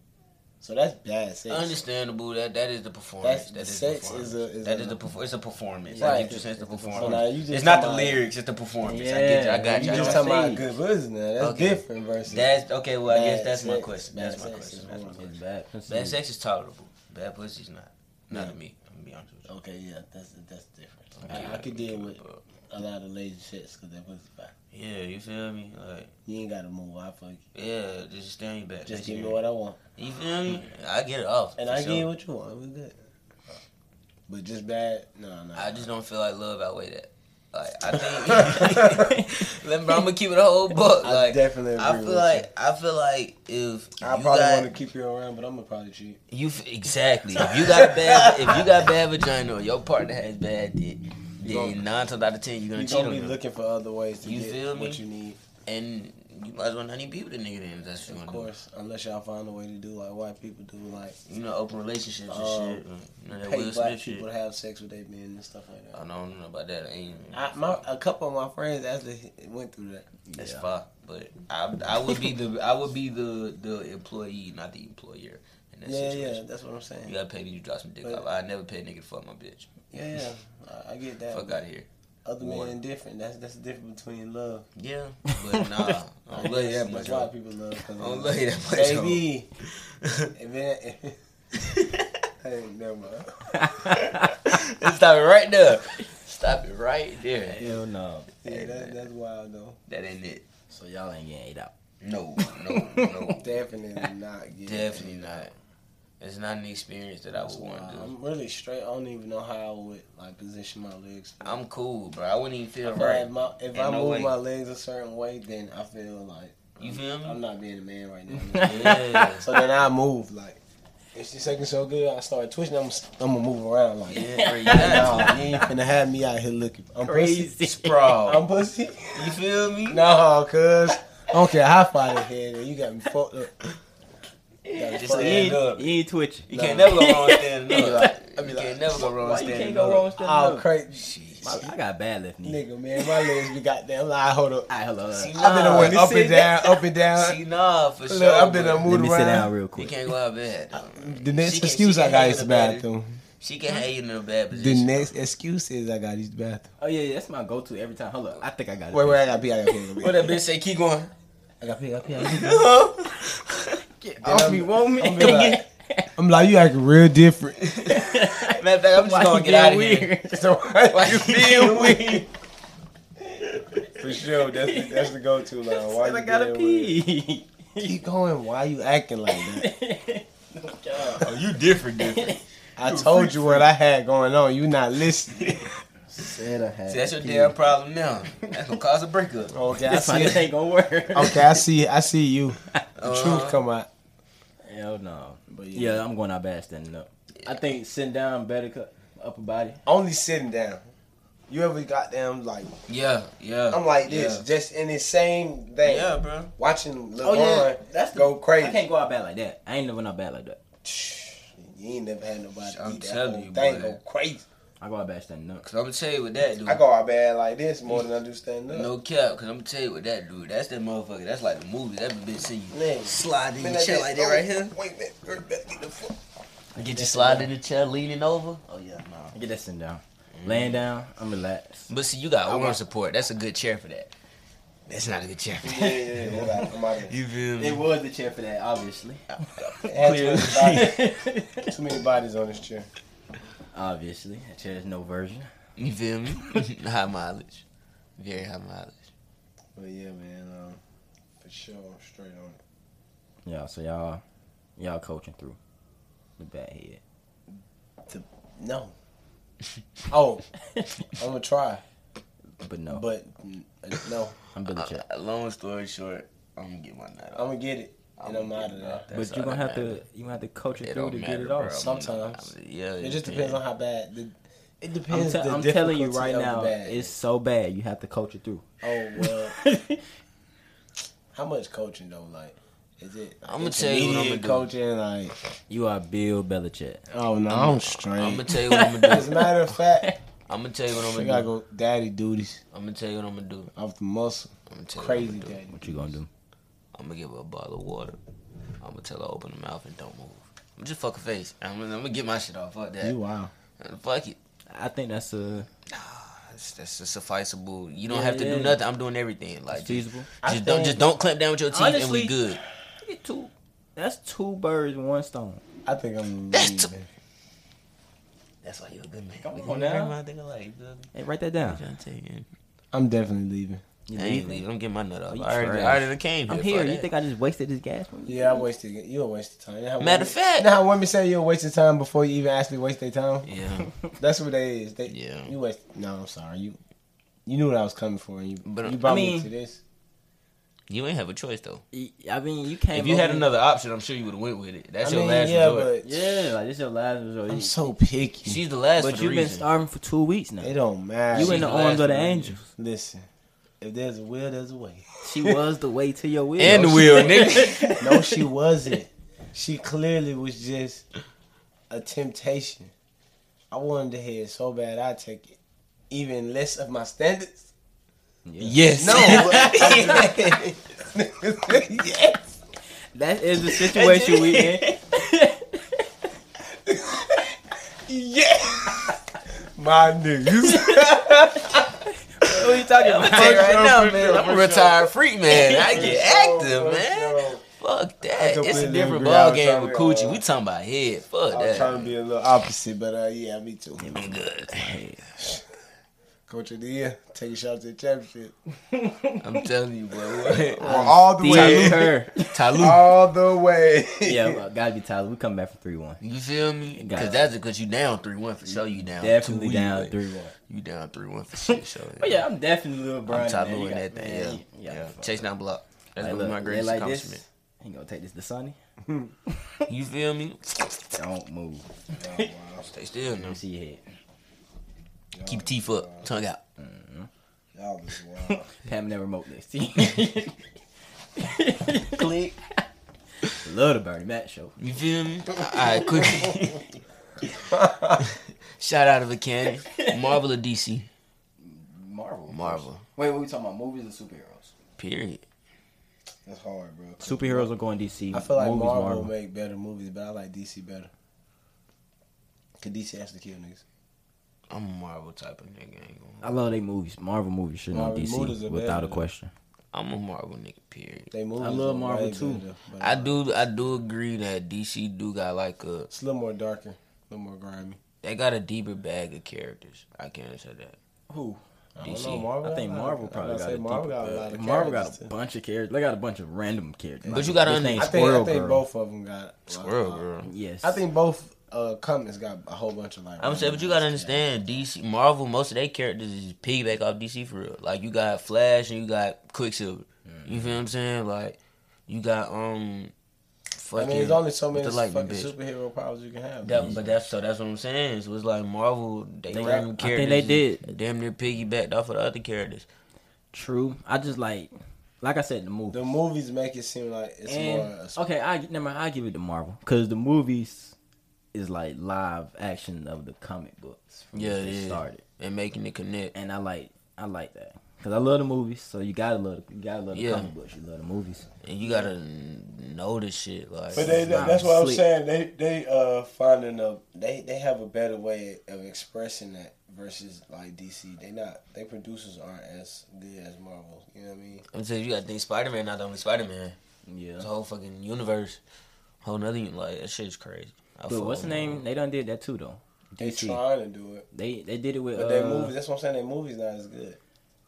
Speaker 1: So that's bad sex.
Speaker 2: Understandable that that is the performance.
Speaker 1: That's-
Speaker 2: That is
Speaker 1: sex
Speaker 2: performance.
Speaker 1: is a- is
Speaker 2: That
Speaker 1: a-
Speaker 2: is the perfor- it's a performance.
Speaker 1: Right.
Speaker 2: I get you saying it's the performance.
Speaker 1: So now you just
Speaker 2: it's not the
Speaker 1: talking about-
Speaker 2: lyrics, it's the performance. I
Speaker 3: Yeah,
Speaker 2: get you. I got you.
Speaker 1: You
Speaker 2: I
Speaker 1: just
Speaker 2: know
Speaker 1: talking
Speaker 2: what
Speaker 1: about
Speaker 2: you're
Speaker 1: good pussy now. That's
Speaker 2: Okay.
Speaker 1: different versus
Speaker 2: saying. That's okay. Well, I guess
Speaker 1: Bad
Speaker 2: that's my
Speaker 1: sex.
Speaker 2: question.
Speaker 1: Bad
Speaker 2: That's my
Speaker 1: sex
Speaker 2: question.
Speaker 1: is
Speaker 2: That's my
Speaker 1: horrible.
Speaker 2: question.
Speaker 3: It's bad.
Speaker 2: Bad sex is tolerable. Bad pussy's not. Not
Speaker 1: No.
Speaker 2: to me. I'm gonna be honest with you.
Speaker 1: Okay, yeah, that's that's different.
Speaker 2: Yeah,
Speaker 1: I, I could deal
Speaker 2: give a
Speaker 1: with
Speaker 2: fuck.
Speaker 1: a lot of lazy shits because that pussy fine.
Speaker 2: Yeah, you feel me? Like,
Speaker 1: You ain't gotta move. I fuck you.
Speaker 2: yeah, just stay on your back.
Speaker 1: Just
Speaker 2: That's
Speaker 1: give me
Speaker 2: your-
Speaker 1: what I want,
Speaker 2: You feel me? I get it off.
Speaker 1: and
Speaker 2: for
Speaker 1: I
Speaker 2: sure.
Speaker 1: give you what you want. We good. But just bad. No, no.
Speaker 2: I just don't feel like love outweigh that. Like I think, let me, bro, I'm gonna keep it a whole book.
Speaker 1: I
Speaker 2: Like
Speaker 1: definitely
Speaker 2: I
Speaker 1: agree
Speaker 2: feel
Speaker 1: with
Speaker 2: like I feel like if
Speaker 1: I
Speaker 2: you
Speaker 1: probably
Speaker 2: got
Speaker 1: want to keep you around, but I'm gonna probably cheat.
Speaker 2: you f- exactly if you got a bad if you got bad vagina or your partner has bad dick,
Speaker 1: gonna-
Speaker 2: then nine times out of ten you're gonna
Speaker 1: You're
Speaker 2: cheat
Speaker 1: gonna
Speaker 2: on
Speaker 1: be
Speaker 2: them,
Speaker 1: looking for other ways to
Speaker 2: You
Speaker 1: get
Speaker 2: feel me?
Speaker 1: what you need.
Speaker 2: and you might as well not even be with a nigga then. if That's what you
Speaker 1: Of
Speaker 2: want.
Speaker 1: course, unless y'all find a way to do like white people do, like
Speaker 2: You know, open relationships and
Speaker 1: Um,
Speaker 2: shit. You know, that
Speaker 1: pay
Speaker 2: Will
Speaker 1: black
Speaker 2: Smith
Speaker 1: people
Speaker 2: shit. Uh,
Speaker 1: to have sex with their men and stuff like that.
Speaker 2: I don't, know about that. I ain't.
Speaker 1: I, my, a couple of my friends actually went through that.
Speaker 2: That's fine, but I, I would be the I would be the the employee, not the employer. In that
Speaker 1: yeah, yeah,
Speaker 2: situation.
Speaker 1: that's what I'm saying.
Speaker 2: You gotta pay me to drop some dick
Speaker 1: But-
Speaker 2: off. I never pay a nigga to fuck my bitch.
Speaker 1: Yeah, yeah, I, I get that.
Speaker 2: Fuck out of here.
Speaker 1: Other
Speaker 2: War.
Speaker 1: men different. That's that's the difference between love.
Speaker 2: Yeah, but nah, I don't love you that
Speaker 1: That's,
Speaker 2: much.
Speaker 1: that's why
Speaker 2: though.
Speaker 1: people love. 'cause
Speaker 2: I
Speaker 1: of
Speaker 2: don't
Speaker 1: love.
Speaker 2: love you that much.
Speaker 1: Baby, if it, if, hey, never mind.
Speaker 2: though. Stop it right there. Stop it right there.
Speaker 3: Hell no.
Speaker 1: Yeah,
Speaker 2: Hey,
Speaker 1: that,
Speaker 2: man.
Speaker 1: that's wild though.
Speaker 2: That ain't it.
Speaker 3: So y'all ain't getting ate out.
Speaker 2: No, no, no.
Speaker 1: Definitely not. Getting
Speaker 2: Definitely not. It's not an experience that I
Speaker 1: That's
Speaker 2: would want to
Speaker 1: wild.
Speaker 2: do.
Speaker 1: I'm really straight. I don't even know how I would like position my legs.
Speaker 2: I'm cool, bro. I wouldn't even feel
Speaker 1: If I-
Speaker 2: right.
Speaker 1: If, my, if
Speaker 2: Ain't
Speaker 1: I
Speaker 2: no
Speaker 1: move
Speaker 2: way.
Speaker 1: my legs a certain way, then I feel like
Speaker 2: You feel me?
Speaker 1: I'm not being a man right now.
Speaker 2: Yeah.
Speaker 1: so then I move like. If she's sucking so good, I start twitching. I'm, I'm gonna move around like.
Speaker 2: Yeah, bro, yeah.
Speaker 1: No, you ain't finna have me out here looking. I'm pussy.
Speaker 2: Sprawl.
Speaker 1: I'm pussy.
Speaker 2: You feel me?
Speaker 1: No, cuz. I don't care how far the head is. You got me fucked up.
Speaker 2: Just
Speaker 1: fucked
Speaker 2: stand
Speaker 1: up.
Speaker 2: up.
Speaker 3: You ain't twitching.
Speaker 2: You can't never go wrong standing
Speaker 1: Be
Speaker 2: up.
Speaker 1: like- I
Speaker 2: You
Speaker 1: be
Speaker 2: can't
Speaker 1: like,
Speaker 2: never go wrong
Speaker 3: Why you
Speaker 2: standing
Speaker 3: can't go wrong
Speaker 2: up.
Speaker 3: standing
Speaker 1: All
Speaker 3: up?
Speaker 1: crazy.
Speaker 3: My- I got bad left knee.
Speaker 1: Nigga, man, my legs be goddamn lie. Hold up.
Speaker 3: Alright, hold on.
Speaker 2: See,
Speaker 1: I've been
Speaker 2: Nah,
Speaker 1: a went
Speaker 3: let
Speaker 1: up
Speaker 3: me sit
Speaker 1: and down, up and down.
Speaker 2: See, nah, for
Speaker 1: Look,
Speaker 2: sure.
Speaker 1: I've been a
Speaker 2: but
Speaker 1: mood
Speaker 3: Let me sit down
Speaker 1: around.
Speaker 3: real
Speaker 2: You
Speaker 3: quick.
Speaker 2: can't go out bad.
Speaker 1: The next
Speaker 2: She can-
Speaker 1: excuse
Speaker 2: she
Speaker 1: I
Speaker 2: can
Speaker 1: got
Speaker 2: handle
Speaker 1: is the
Speaker 2: better.
Speaker 1: bathroom.
Speaker 2: She can have you in a bad
Speaker 1: The
Speaker 2: position.
Speaker 1: next excuse is I got these bathroom.
Speaker 3: Oh yeah, yeah, that's my go-to every time. Hold up, I think I got it.
Speaker 1: Wait, wait, I got pee. I got pee.
Speaker 2: What that bitch say? Keep going.
Speaker 1: I got pee. I got pee. I got pee.
Speaker 3: Get
Speaker 1: Then
Speaker 3: off
Speaker 1: I'm-
Speaker 3: me, woman.
Speaker 1: I'm be like- I'm like, you acting real different.
Speaker 2: Matter of fact, I'm just
Speaker 3: Why
Speaker 2: gonna
Speaker 3: you
Speaker 2: get out of
Speaker 3: being
Speaker 2: here.
Speaker 3: weird?
Speaker 1: So why
Speaker 2: Why
Speaker 1: you
Speaker 2: you
Speaker 1: being
Speaker 2: being
Speaker 1: weird? For sure, that's the, that's the go-to line. Why
Speaker 3: Said
Speaker 1: you
Speaker 3: I gotta
Speaker 1: being weird?
Speaker 3: pee.
Speaker 1: Keep going. Why you acting like that?
Speaker 2: Oh, you different, different.
Speaker 1: I told you what I had going on. You not listening.
Speaker 3: Said I had.
Speaker 2: See, that's your damn problem now. That's gonna cause a breakup.
Speaker 1: Okay, I
Speaker 3: That's
Speaker 1: see.
Speaker 3: why this
Speaker 1: it.
Speaker 3: ain't gonna work.
Speaker 1: Okay, I see. I see you. The truth
Speaker 2: Uh,
Speaker 1: come out.
Speaker 3: Hell no.
Speaker 1: But
Speaker 3: Yeah, I'm going out bad standing up. I think sitting down better cut upper body.
Speaker 1: only sitting down. You ever got them like
Speaker 2: Yeah, yeah.
Speaker 1: I'm like this,
Speaker 2: Yeah.
Speaker 1: just in the same thing.
Speaker 2: Yeah, bro.
Speaker 1: Watching LeBron
Speaker 3: Oh yeah, that's the,
Speaker 1: go
Speaker 3: I
Speaker 1: crazy.
Speaker 3: can't go out bad like that. I ain't never out bad like that.
Speaker 1: You ain't never had nobody
Speaker 2: I'm
Speaker 1: eat that
Speaker 2: telling
Speaker 1: whole
Speaker 2: you,
Speaker 1: thing
Speaker 2: boy.
Speaker 1: go crazy.
Speaker 3: I go out bad standing up.
Speaker 2: Cause I'm gonna tell you what that do.
Speaker 1: I go out bad like this more than I do stand up.
Speaker 2: No cap, cause I'm gonna tell you what that dude. That's that motherfucker. That's like the movies. That bitch see you
Speaker 1: Nigga.
Speaker 2: slide in
Speaker 1: Man,
Speaker 2: your
Speaker 1: that
Speaker 2: chair
Speaker 1: bitch-
Speaker 2: like that
Speaker 1: oh,
Speaker 2: right here.
Speaker 1: Wait a minute, girl, better get the fuck.
Speaker 2: Get you slide in the chair, leaning over. Oh yeah, nah.
Speaker 3: Get that sitting down. Laying down, I'm relaxed.
Speaker 2: But see, you got arm
Speaker 1: want-
Speaker 2: support. That's a good chair for that. That's not a good chair for
Speaker 1: Yeah,
Speaker 2: that.
Speaker 1: yeah, yeah. I'm out- I'm out here.
Speaker 2: You feel
Speaker 3: It was the chair for that, obviously.
Speaker 1: It had too many bodies- Too many bodies on this chair.
Speaker 3: obviously, that chair is no version.
Speaker 2: You feel me? high mileage, very high mileage.
Speaker 1: But yeah, man, um, for sure, I'm straight on it.
Speaker 3: Yeah, so y'all y'all coaching through the bad head.
Speaker 1: To, no. oh, I'm gonna try,
Speaker 3: But no.
Speaker 1: but mm, no,
Speaker 3: I'm Billy Jack.
Speaker 2: Uh, long story short, I'm gonna get my
Speaker 1: I'm
Speaker 2: nut off.
Speaker 1: gonna get it, and I'm, out of there.
Speaker 2: That's
Speaker 3: but you're
Speaker 2: all
Speaker 3: gonna
Speaker 2: that
Speaker 3: have to
Speaker 2: matters.
Speaker 3: you gonna have to coach it,
Speaker 2: It
Speaker 3: through
Speaker 2: don't
Speaker 3: to
Speaker 2: matter,
Speaker 3: get it
Speaker 2: bro.
Speaker 3: off.
Speaker 2: I'm-
Speaker 1: sometimes.
Speaker 2: I'm- yeah,
Speaker 1: It just depends on how bad. The, it
Speaker 3: I'm,
Speaker 1: depends.
Speaker 3: te-
Speaker 1: the
Speaker 3: I'm telling you
Speaker 1: difficulty
Speaker 3: right
Speaker 1: of the
Speaker 3: now,
Speaker 1: bad.
Speaker 3: it's so bad you have to coach it through.
Speaker 1: oh well. How much coaching though? Like, is it?
Speaker 2: I'ma tell you what I'ma
Speaker 1: intermediate
Speaker 2: do.
Speaker 1: Coaching like,
Speaker 3: you are Bill Belichick.
Speaker 1: oh no, I'm, straight.
Speaker 2: I'm gonna tell you what I'm gonna
Speaker 1: As a
Speaker 2: do.
Speaker 1: matter of fact,
Speaker 2: I'm gonna tell you what I'm
Speaker 1: we gotta
Speaker 2: gonna do.
Speaker 1: go daddy duties
Speaker 2: I'm gonna tell you what I'm gonna do.
Speaker 1: off the muscle.
Speaker 2: I'm gonna tell you what
Speaker 1: Crazy
Speaker 2: I'm gonna do.
Speaker 1: daddy.
Speaker 3: What you gonna do?
Speaker 2: I'm gonna give her a bottle of water. I'm gonna tell her open her mouth and don't move. I'm just fuck her face. I'm gonna, I'm gonna get my shit off. Fuck that.
Speaker 1: You wow.
Speaker 2: Uh, Fuck it.
Speaker 3: I think that's a
Speaker 2: That's, that's just sufficeable. You don't
Speaker 3: Yeah,
Speaker 2: have to
Speaker 3: yeah.
Speaker 2: do nothing. I'm doing everything. Like just,
Speaker 3: feasible.
Speaker 1: I
Speaker 2: just don't
Speaker 1: think-
Speaker 2: just don't clamp down with your teeth and
Speaker 3: Honestly-
Speaker 2: we good.
Speaker 3: It's two. That's two birds, one stone.
Speaker 1: I think I'm
Speaker 2: That's
Speaker 1: leaving.
Speaker 2: too- That's why you're a good man.
Speaker 3: Come
Speaker 2: We
Speaker 3: on
Speaker 2: can hear
Speaker 3: now.
Speaker 2: my thing alike, good.
Speaker 3: Hey, write that down.
Speaker 2: Tryna tell you.
Speaker 1: I'm definitely leaving.
Speaker 3: You
Speaker 2: I ain't
Speaker 3: leaving?
Speaker 2: leaving. I'm getting my nut off.
Speaker 3: you
Speaker 2: I already,
Speaker 3: trash.
Speaker 2: I already came here.
Speaker 3: I'm
Speaker 2: Fuck
Speaker 3: here. You
Speaker 2: that.
Speaker 3: think I just wasted this gas? on you?
Speaker 1: Yeah, I wasted. it. You a waste of time. You know how
Speaker 2: Matter
Speaker 1: women-
Speaker 2: of fact.
Speaker 1: you know how women say you're a waste of time before you even actually waste their time.
Speaker 2: Yeah,
Speaker 1: That's what they is. They,
Speaker 2: Yeah.
Speaker 1: You waste. No, I'm sorry. You, you knew what I was coming for, and you,
Speaker 2: But,
Speaker 1: you
Speaker 2: uh,
Speaker 1: brought
Speaker 3: I
Speaker 1: me
Speaker 3: mean-
Speaker 1: to this.
Speaker 2: you ain't have a choice though.
Speaker 3: Y- I mean, you came.
Speaker 2: If you had
Speaker 3: over-
Speaker 2: another option, I'm sure you would have went with it. That's
Speaker 1: I
Speaker 2: your
Speaker 1: mean,
Speaker 2: last
Speaker 1: yeah,
Speaker 2: resort.
Speaker 1: but
Speaker 3: yeah, like this your last resort.
Speaker 1: I'm so picky.
Speaker 2: She's the last
Speaker 3: but
Speaker 2: for the
Speaker 3: you've been
Speaker 2: reason.
Speaker 3: starving for two weeks now.
Speaker 1: it don't matter.
Speaker 3: You in
Speaker 2: She's the
Speaker 3: the arms
Speaker 2: last
Speaker 3: of the
Speaker 2: one.
Speaker 3: angels.
Speaker 1: Listen, if there's a will, there's a way.
Speaker 3: She was the way to your will.
Speaker 2: and the wheel, nigga.
Speaker 1: No, she wasn't. She clearly was just a temptation. I wanted to hear it so bad. I take it, even less of my standards.
Speaker 2: yes.
Speaker 1: No. yes. yes.
Speaker 3: That is the situation we in.
Speaker 1: My niggas.
Speaker 3: What are you talking about?
Speaker 2: Tell you right now, man,
Speaker 1: sure,
Speaker 2: I'm a retired freak, man. I get active,
Speaker 1: For
Speaker 2: man.
Speaker 1: sure.
Speaker 2: Fuck that.
Speaker 1: I
Speaker 2: It's a
Speaker 1: completely
Speaker 2: different
Speaker 1: agree. I
Speaker 2: ball
Speaker 1: was
Speaker 2: game
Speaker 1: trying
Speaker 2: with
Speaker 1: to,
Speaker 2: Coochie.
Speaker 1: uh,
Speaker 2: We talking about head. Fuck
Speaker 1: I was trying to
Speaker 2: that.
Speaker 1: be a little opposite, but uh, yeah, me too.
Speaker 2: I'm good.
Speaker 1: Coach of the year, take a shot to the championship.
Speaker 2: I'm telling you, boy.
Speaker 1: all the
Speaker 3: Salute
Speaker 1: way.
Speaker 3: her.
Speaker 2: Talu.
Speaker 1: All the way.
Speaker 3: Yeah, well, gotta be Tyler. We come back from three one.
Speaker 2: You feel me?
Speaker 3: Got
Speaker 2: Because
Speaker 3: it.
Speaker 2: that's because you down 3 1 for sure. You down.
Speaker 3: Definitely
Speaker 2: two,
Speaker 3: down
Speaker 2: you-
Speaker 3: three one.
Speaker 2: You down 3 1 for sure. sure.
Speaker 3: But yeah, I'm definitely little bro.
Speaker 2: I'm Talu in that thing. Yeah. yeah. Chase down block. That's
Speaker 3: Like,
Speaker 2: gonna be
Speaker 3: look,
Speaker 2: my
Speaker 3: they
Speaker 2: greatest
Speaker 3: like this.
Speaker 2: accomplishment.
Speaker 3: Ain't gonna take this to Sonny.
Speaker 2: You feel me?
Speaker 3: Don't move.
Speaker 2: Stay still now.
Speaker 3: Let me see your head.
Speaker 2: Keep your teeth up. Tongue out.
Speaker 1: Y'all was wild.
Speaker 3: Pat me that remote next to you. Click. Love the Bernie Mac show.
Speaker 2: You feel me? Alright, Coochie. Shout out of a candy. Marvel or DC?
Speaker 3: Marvel.
Speaker 2: Marvel.
Speaker 3: Wait, what we talking about? Movies or superheroes?
Speaker 2: Period.
Speaker 1: That's hard, bro.
Speaker 3: Superheroes are going DC.
Speaker 1: I feel like
Speaker 3: Movies,
Speaker 1: Marvel, will make better movies, but I like DC better. Cause DC actually kill niggas.
Speaker 2: I'm a Marvel type of nigga. I ain't gonna-
Speaker 3: I love they movies. Marvel movies should not
Speaker 1: Marvel movies
Speaker 3: DC
Speaker 1: are
Speaker 3: without
Speaker 1: better.
Speaker 3: a question.
Speaker 2: I'm a Marvel nigga. Period.
Speaker 1: They movies.
Speaker 3: I love
Speaker 1: are
Speaker 3: Marvel
Speaker 1: way
Speaker 3: too.
Speaker 1: better, but
Speaker 2: I do. I do agree that DC do got like a.
Speaker 1: It's a little more darker, a little more grimy.
Speaker 2: They got a deeper bag of characters. I can't say that.
Speaker 3: Who?
Speaker 1: I don't
Speaker 2: DC.
Speaker 1: know, Marvel.
Speaker 3: I think
Speaker 1: got a lot
Speaker 3: Marvel
Speaker 1: of-
Speaker 3: probably
Speaker 1: I
Speaker 3: got, a
Speaker 1: say Marvel
Speaker 3: deeper-
Speaker 1: got a lot of
Speaker 3: Marvel got
Speaker 1: characters,
Speaker 3: a
Speaker 1: too.
Speaker 3: bunch of characters. They got a bunch of random characters.
Speaker 2: But you gotta
Speaker 3: this
Speaker 2: under-
Speaker 1: I
Speaker 3: ain't
Speaker 1: think, I
Speaker 3: Squirrel
Speaker 1: think
Speaker 3: Girl.
Speaker 1: both of them got a
Speaker 2: Squirrel
Speaker 1: lot of-
Speaker 2: girl.
Speaker 3: Yes.
Speaker 1: I think both uh, comics got a whole bunch of like.
Speaker 2: I'm saying, but you gotta understand, DC, Marvel, most of their characters is piggyback off DC for real. Like you got Flash and you got Quicksilver. You feel what I'm saying? Like you got um,
Speaker 1: I
Speaker 2: fucking.
Speaker 1: mean, there's only so
Speaker 2: with
Speaker 1: many
Speaker 2: the lightning
Speaker 1: fucking
Speaker 2: bitch.
Speaker 1: superhero powers you can have.
Speaker 2: That, but that's so that's what I'm saying. So it's like Marvel, they,
Speaker 3: They-
Speaker 2: random
Speaker 3: I
Speaker 2: characters.
Speaker 3: think they
Speaker 2: is Damn near piggybacked off of the other characters.
Speaker 3: True. I just like, like I said, the movie.
Speaker 1: The movies make it seem like it's
Speaker 3: And-
Speaker 1: more. a sp-
Speaker 3: okay, I never. mind, I give it to Marvel because the movies is like live action of the comic books. From
Speaker 2: Yeah,
Speaker 3: which
Speaker 2: it
Speaker 3: they
Speaker 2: is.
Speaker 3: started,
Speaker 2: And making it connect.
Speaker 3: and I like, I like that because I love the movies. So you gotta love, you gotta love the
Speaker 2: Yeah.
Speaker 3: comic books. You love the movies.
Speaker 2: And you gotta know this shit. Like
Speaker 1: But they,
Speaker 3: Nah,
Speaker 1: that's what I'm
Speaker 3: slick.
Speaker 1: saying. They they uh finding a they they have a better way of expressing that versus like DC. They not they producers aren't as good as Marvel. You know what I mean?
Speaker 2: I'm saying you gotta think Spider Man not the only Spider Man.
Speaker 3: Yeah.
Speaker 2: It's a whole fucking universe. Whole nother un- like that shit's crazy. I
Speaker 3: but
Speaker 2: fuck
Speaker 3: what's the
Speaker 2: with
Speaker 3: name?
Speaker 2: Marvel.
Speaker 3: They done did that too though.
Speaker 1: They
Speaker 3: DC.
Speaker 1: trying to do it,
Speaker 3: They they did it with
Speaker 1: but
Speaker 3: uh,
Speaker 1: their movies. That's what I'm saying. Their movies not as good.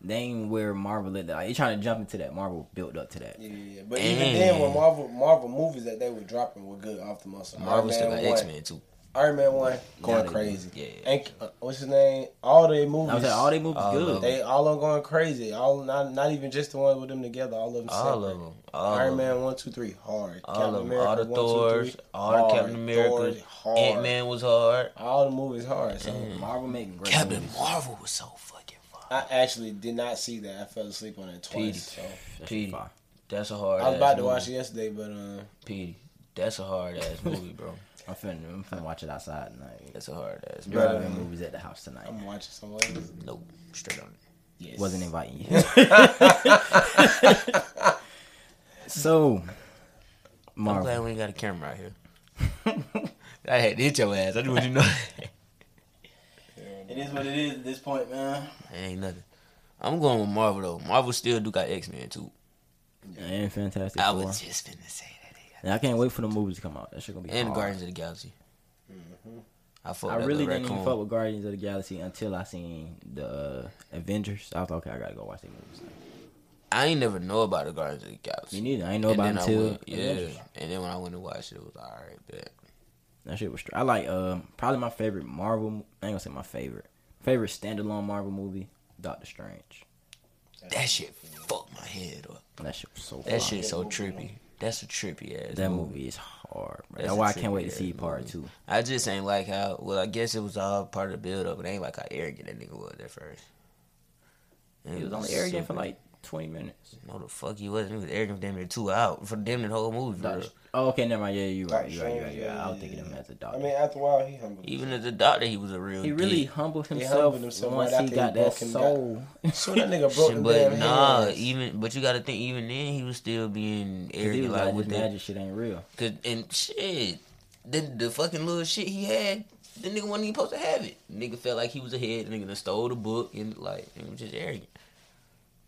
Speaker 3: they ain't where Marvel lit. Like, they trying to jump into that. Marvel built up to that.
Speaker 1: Yeah, yeah, yeah. But even then, when
Speaker 2: Mm.
Speaker 1: Marvel Marvel movies that they were dropping were good off the muscle.
Speaker 2: Marvel still
Speaker 1: Iron
Speaker 2: got
Speaker 1: Man
Speaker 2: X
Speaker 1: 1,
Speaker 2: Men too.
Speaker 1: Iron Man one
Speaker 2: Yeah,
Speaker 1: going
Speaker 2: they-
Speaker 1: crazy.
Speaker 2: yeah.
Speaker 1: And, uh, what's his name? All their movies.
Speaker 3: I was like, all Uh, they movies
Speaker 2: All
Speaker 3: good.
Speaker 2: of
Speaker 1: They all are going crazy. All not not even just the ones with them together. All of them.
Speaker 2: All
Speaker 1: separate.
Speaker 2: of them. All
Speaker 1: Iron
Speaker 2: of them.
Speaker 1: Man one two three hard.
Speaker 2: All
Speaker 1: Captain
Speaker 2: of them.
Speaker 1: America,
Speaker 2: All the
Speaker 1: one, two, three,
Speaker 2: Thors. All the
Speaker 1: hard.
Speaker 2: Captain
Speaker 1: Thor,
Speaker 2: America.
Speaker 1: hard.
Speaker 2: Ant Man was hard.
Speaker 1: All the movies hard. So
Speaker 3: Marvel making great
Speaker 2: Captain
Speaker 3: movies.
Speaker 2: Marvel was so fucking fun.
Speaker 1: I actually did not see that. I fell asleep on it
Speaker 2: Petey.
Speaker 1: twice. So.
Speaker 2: Petey.
Speaker 3: fire.
Speaker 2: That's a hard.
Speaker 1: I was about to
Speaker 2: movie.
Speaker 1: watch it yesterday, but uh,
Speaker 2: Petey. That's a hard ass movie, bro.
Speaker 3: I'm finna, I'm finna watch it outside tonight.
Speaker 2: That's a hard ass.
Speaker 3: There
Speaker 2: Bro.
Speaker 3: are movies at the house tonight.
Speaker 1: I'm watching some others.
Speaker 2: Nope. Straight on it.
Speaker 1: Yes.
Speaker 3: Wasn't inviting you. so,
Speaker 2: I'm glad
Speaker 3: Marvel.
Speaker 2: we ain't got a camera out here. I had to hit your ass. I didn't want you to know.
Speaker 3: It is what it is at this point, man.
Speaker 2: It ain't nothing. I'm going with Marvel though. Marvel still do got X Men too.
Speaker 3: And Fantastic
Speaker 2: I
Speaker 3: Four.
Speaker 2: was just finna say that. they got-
Speaker 3: and I can't wait for the movies to come out. That shit gonna be
Speaker 2: And
Speaker 3: hard.
Speaker 2: Guardians of the Galaxy. I fuck
Speaker 3: Mm-hmm. I
Speaker 2: that
Speaker 3: really
Speaker 2: little
Speaker 3: didn't even
Speaker 2: raccoon.
Speaker 3: fuck with Guardians of the Galaxy until I seen the uh, Avengers. I was like, okay, I gotta go watch these movies.
Speaker 2: I ain't never know about the Guardians of the
Speaker 3: Me
Speaker 2: Galaxy.
Speaker 3: neither. I ain't know
Speaker 2: And
Speaker 3: about
Speaker 2: then
Speaker 3: it
Speaker 2: I
Speaker 3: until
Speaker 2: went- yeah.
Speaker 3: Avengers.
Speaker 2: And then when I went and watched it, it was all right. But
Speaker 3: That shit was. Str- I like um probably my favorite Marvel. mo- I ain't gonna say my favorite. Favorite standalone Marvel movie, Doctor Strange.
Speaker 2: that shit fucked my head up.
Speaker 3: That shit was so.
Speaker 2: That
Speaker 3: fly.
Speaker 2: shit's so trippy. That's a trippy ass.
Speaker 3: That movie is hard. Bro.
Speaker 2: That's
Speaker 3: That's
Speaker 2: a
Speaker 3: why I can't wait to
Speaker 2: trippy-ass
Speaker 3: see part
Speaker 2: movie.
Speaker 3: two.
Speaker 2: I just ain't like how. Well, I guess it was all part of the build up. It ain't like how arrogant that nigga was at first. And
Speaker 3: He was only arrogant for like twenty minutes.
Speaker 2: No, the fuck he wasn't. He was arrogant for damn near two out for damn near the whole movie. For real.
Speaker 3: Oh, okay, never mind. Yeah, you right.
Speaker 1: Doctor
Speaker 3: You right. You right.
Speaker 1: Strange,
Speaker 3: You right.
Speaker 1: yeah,
Speaker 3: I was
Speaker 1: yeah,
Speaker 3: thinking of him
Speaker 1: yeah.
Speaker 3: as a
Speaker 1: I
Speaker 3: doctor.
Speaker 1: mean, after a while, he humbled.
Speaker 2: Even as a doctor, he was a real.
Speaker 3: he really
Speaker 2: dick.
Speaker 3: humbled
Speaker 1: humbled
Speaker 3: himself,
Speaker 1: himself
Speaker 3: once
Speaker 1: right
Speaker 3: he
Speaker 1: after
Speaker 3: got
Speaker 1: he
Speaker 3: that
Speaker 1: broke him down.
Speaker 3: soul.
Speaker 1: So that nigga broke
Speaker 2: Shit,
Speaker 1: the
Speaker 2: but
Speaker 1: damn
Speaker 2: nah,
Speaker 1: hands.
Speaker 2: even but you got to think even then he was still being
Speaker 3: Cause he
Speaker 2: arrogant
Speaker 3: was
Speaker 2: like
Speaker 3: like,
Speaker 2: with
Speaker 3: this
Speaker 2: that.
Speaker 3: magic shit ain't real.
Speaker 2: Cause and shit, the the fucking little shit he had, the nigga wasn't even supposed to have it. Nigga felt like he was ahead. The nigga done stole the book and like it was just arrogant.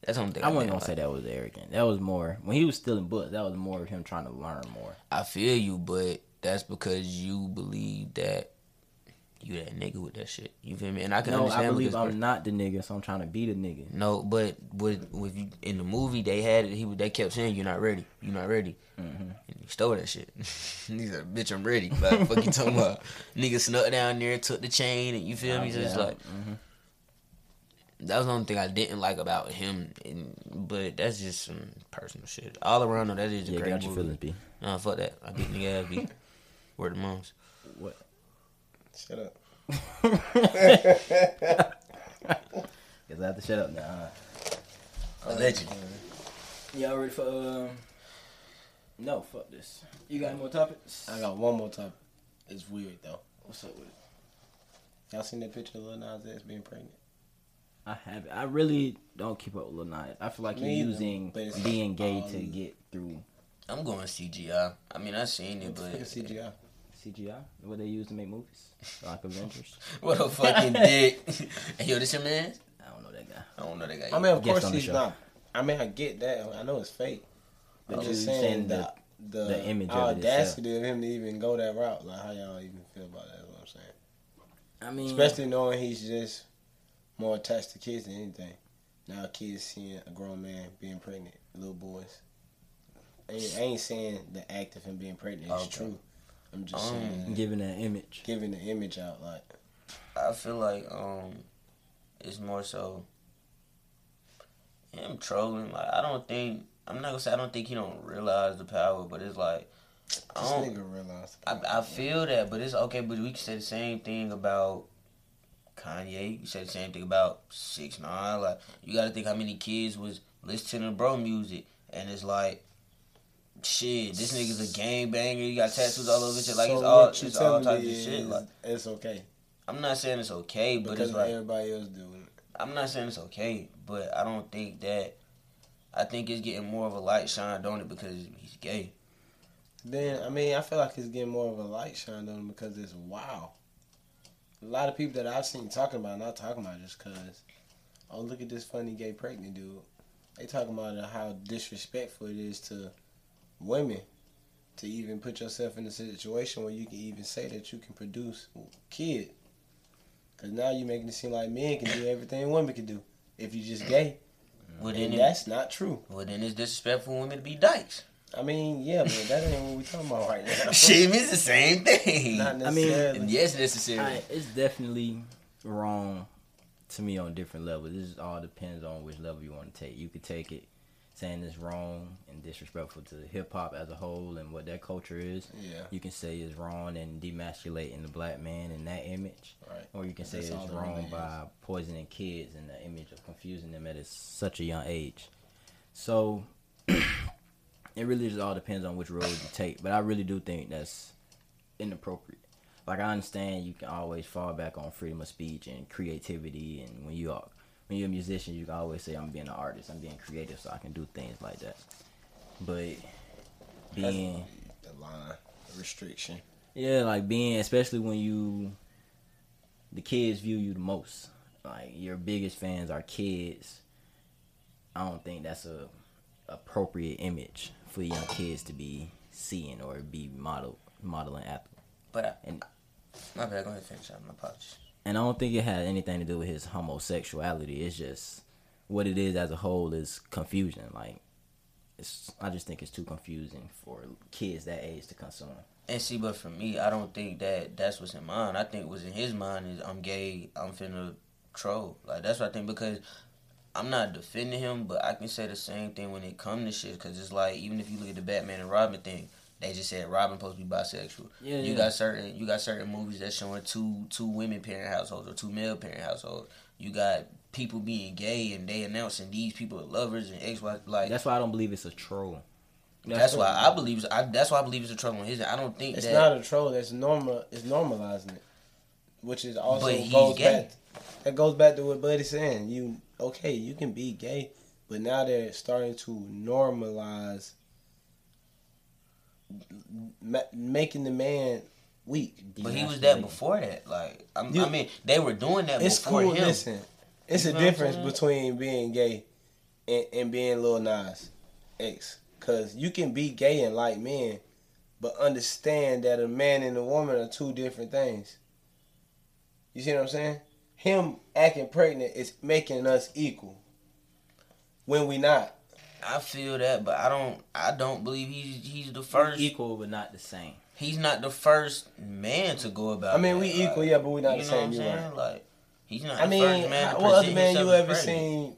Speaker 2: That's one thing.
Speaker 3: I wasn't
Speaker 2: didn't
Speaker 3: gonna
Speaker 2: like.
Speaker 3: say that was arrogant. That was more when he was stealing books. That was more of him trying to learn more.
Speaker 2: I feel you, but that's because you believe that you that nigga with that shit. You feel me? And I can
Speaker 3: No,
Speaker 2: understand.
Speaker 3: I
Speaker 2: what
Speaker 3: believe
Speaker 2: this
Speaker 3: I'm
Speaker 2: person-
Speaker 3: not the nigga, so I'm trying to be the nigga.
Speaker 2: No, but with with you in the movie they had it. He was- they kept saying you're not ready. You're not ready. And he stole that shit. He's like, bitch, I'm ready. Like, fuck you talking about? Nigga snuck down there, took the chain, and you feel me? So it's
Speaker 3: Yeah.
Speaker 2: like that was the only thing I didn't like about him. And, but that's just some personal shit. All around though, that is a
Speaker 3: Yeah,
Speaker 2: great
Speaker 3: got your
Speaker 2: movie.
Speaker 3: feelings, B.
Speaker 2: Nah, fuck that. I get nigga ass beat. Where the moms.
Speaker 3: What?
Speaker 1: Shut up.
Speaker 3: Cause I have to shut up now. Huh?
Speaker 2: Allegedly.
Speaker 3: Y'all ready for? Um... No, fuck this. You got any more topics?
Speaker 1: I got one more topic. It's weird though.
Speaker 3: What's up with it?
Speaker 1: Y'all seen that picture of Lil Nas X being pregnant?
Speaker 3: I have. I really don't keep up with Lil Nas. I feel like
Speaker 1: Me
Speaker 3: you're
Speaker 1: either,
Speaker 3: using
Speaker 1: but it's-
Speaker 3: being gay to
Speaker 1: um,
Speaker 3: get through
Speaker 2: I'm going CGI. I mean, I seen it, but
Speaker 1: It's CGI.
Speaker 3: CGI. What they use to make movies, like Avengers.
Speaker 2: what a fucking dick. hey, yo, this your man?
Speaker 3: I don't know that guy.
Speaker 2: I don't know that guy.
Speaker 1: I mean, of
Speaker 3: Guest
Speaker 1: course
Speaker 3: on the
Speaker 1: he's
Speaker 3: show.
Speaker 1: not. I mean, I get that. I know it's fake. But
Speaker 3: Oh,
Speaker 1: just
Speaker 3: you
Speaker 1: saying,
Speaker 3: saying
Speaker 1: the, the,
Speaker 3: the image of it itself.
Speaker 1: audacity of him to even go that route. Like, how y'all even feel about that? Is what I'm saying.
Speaker 3: I mean,
Speaker 1: Especially knowing he's just more attached to kids than anything. Now kids seeing a grown man being pregnant, little boys. I ain't, I ain't saying the act of him being pregnant is
Speaker 2: Okay.
Speaker 1: true. I'm just
Speaker 2: Um,
Speaker 1: saying
Speaker 3: giving that image.
Speaker 1: giving the image out like
Speaker 2: I feel like um, it's more so him trolling. Like I don't think I'm not gonna say I don't think he don't realize the power, but it's like I
Speaker 1: this
Speaker 2: don't.
Speaker 1: nigga realized.
Speaker 2: I, I feel that, but it's okay. But we can say the same thing about Kanye. You say the same thing about Six Nine. Like you got to think how many kids was listening to bro music, and it's like. Shit, this nigga's a game banger. You got tattoos all over his shit. Like
Speaker 1: So
Speaker 2: it's all,
Speaker 1: what you
Speaker 2: it's all
Speaker 1: telling
Speaker 2: types of
Speaker 1: me
Speaker 2: shit.
Speaker 1: is
Speaker 2: Like
Speaker 1: it's okay
Speaker 2: I'm not saying it's okay, but
Speaker 1: because
Speaker 2: it's like
Speaker 1: everybody else doing it.
Speaker 2: I'm not saying it's okay, but I don't think that. I think it's getting more of a light shined on it because he's gay.
Speaker 1: Then I mean I feel like it's getting more of a light shined on him because it's wow. A lot of people that I've seen talking about not talking about it just cause oh look at this funny gay pregnant dude. They talking about how disrespectful it is to women to even put yourself in a situation where you can even say that you can produce a kid. Cause now you're making it seem like men can do everything women can do. if you just gay.
Speaker 2: Well then,
Speaker 1: Mm.
Speaker 3: Mm-hmm.
Speaker 1: And
Speaker 2: it,
Speaker 1: that's not true.
Speaker 2: well then it's disrespectful for women to be dykes.
Speaker 1: I mean, yeah, but that ain't what we talking about right now.
Speaker 2: Shit, it's the same thing.
Speaker 1: Not
Speaker 3: I mean-
Speaker 1: necessarily.
Speaker 2: And yes, necessary.
Speaker 3: I- it's definitely wrong to me on different levels. This all depends on which level you want to take. You could take it saying it's wrong and disrespectful to hip hop as a whole and what that culture is.
Speaker 1: Yeah.
Speaker 3: You can say it's wrong and demasculating the black man in that image.
Speaker 1: Right.
Speaker 3: Or you can say
Speaker 1: That's all
Speaker 3: it's
Speaker 1: that really
Speaker 3: wrong
Speaker 1: is.
Speaker 3: by poisoning kids and the image of confusing them at a, such a young age. So it really just all depends on which road you take. But I really do think that's inappropriate. Like I understand you can always fall back on freedom of speech and creativity, and when you are when you're a musician, you can always say I'm being an artist, I'm being creative, so I can do things like that. But being
Speaker 1: The line, the restriction.
Speaker 3: yeah, like being especially when you the kids view you the most. Like your biggest fans are kids. I don't think that's a appropriate image for young kids to be seeing or be model modeling after.
Speaker 2: but I,
Speaker 3: And-
Speaker 2: my bad. Go ahead, and finish up. My apologies.
Speaker 3: And I don't think it had anything to do with his homosexuality. It's just what it is as a whole is confusion. Like it's I just think it's too confusing for kids that age to consume.
Speaker 2: And see, but for me, I don't think that that's what's in mind. I think what's in his mind is I'm gay. I'm finna troll. Like that's what I think because I'm not defending him, but I can say the same thing when it come to shit. Because it's like even if you look at the Batman and Robin thing, they just said Robin supposed to be bisexual.
Speaker 3: Yeah,
Speaker 2: you
Speaker 3: yeah.
Speaker 2: got certain you got certain movies that showing two two women parent households or two male parent households. You got people being gay and they announcing these people are lovers and X Y like.
Speaker 3: That's why I don't believe it's a troll.
Speaker 2: That's, why I believe. I, that's why I believe it's a trouble on his. end. I don't think
Speaker 1: It's
Speaker 2: that.
Speaker 1: not a troll. That's normal. It's normalizing it, which is also
Speaker 2: But he's
Speaker 1: goes
Speaker 2: gay.
Speaker 1: back. That goes back to what Buddy's saying. You okay? You can be gay, but now they're starting to normalize ma- making the man weak.
Speaker 2: But he was that before that. Like I'm,
Speaker 1: You-
Speaker 2: I mean, they were doing that
Speaker 1: It's
Speaker 2: before
Speaker 1: cool.
Speaker 2: him.
Speaker 1: Listen, it's
Speaker 2: You
Speaker 1: a
Speaker 2: know what I'm
Speaker 1: difference
Speaker 2: saying?
Speaker 1: between being gay and, and being Lil Nas X. Cause you can be gay and like men, but understand that a man and a woman are two different things. You see what I'm saying? Him acting pregnant is making us equal when we not.
Speaker 2: I feel that, but I don't. I don't believe he's he's the first.
Speaker 3: equal but not the same.
Speaker 2: He's not the first man to go about.
Speaker 1: I mean,
Speaker 2: that.
Speaker 1: we
Speaker 2: Like,
Speaker 1: equal, yeah, but we not
Speaker 2: you
Speaker 1: the
Speaker 2: know what
Speaker 1: same.
Speaker 2: I'm
Speaker 1: You
Speaker 2: saying?
Speaker 1: right?
Speaker 2: Like he's not
Speaker 1: I
Speaker 2: the
Speaker 1: mean,
Speaker 2: first man
Speaker 1: how-
Speaker 2: to
Speaker 1: what other
Speaker 2: present
Speaker 1: man you
Speaker 2: himself as
Speaker 1: ever
Speaker 2: pregnant.
Speaker 1: seen?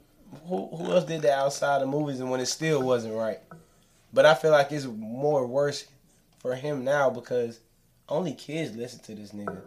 Speaker 1: Who who else did that outside of movies and when it still wasn't right? But I feel like it's more worse for him now because only kids listen to this nigga.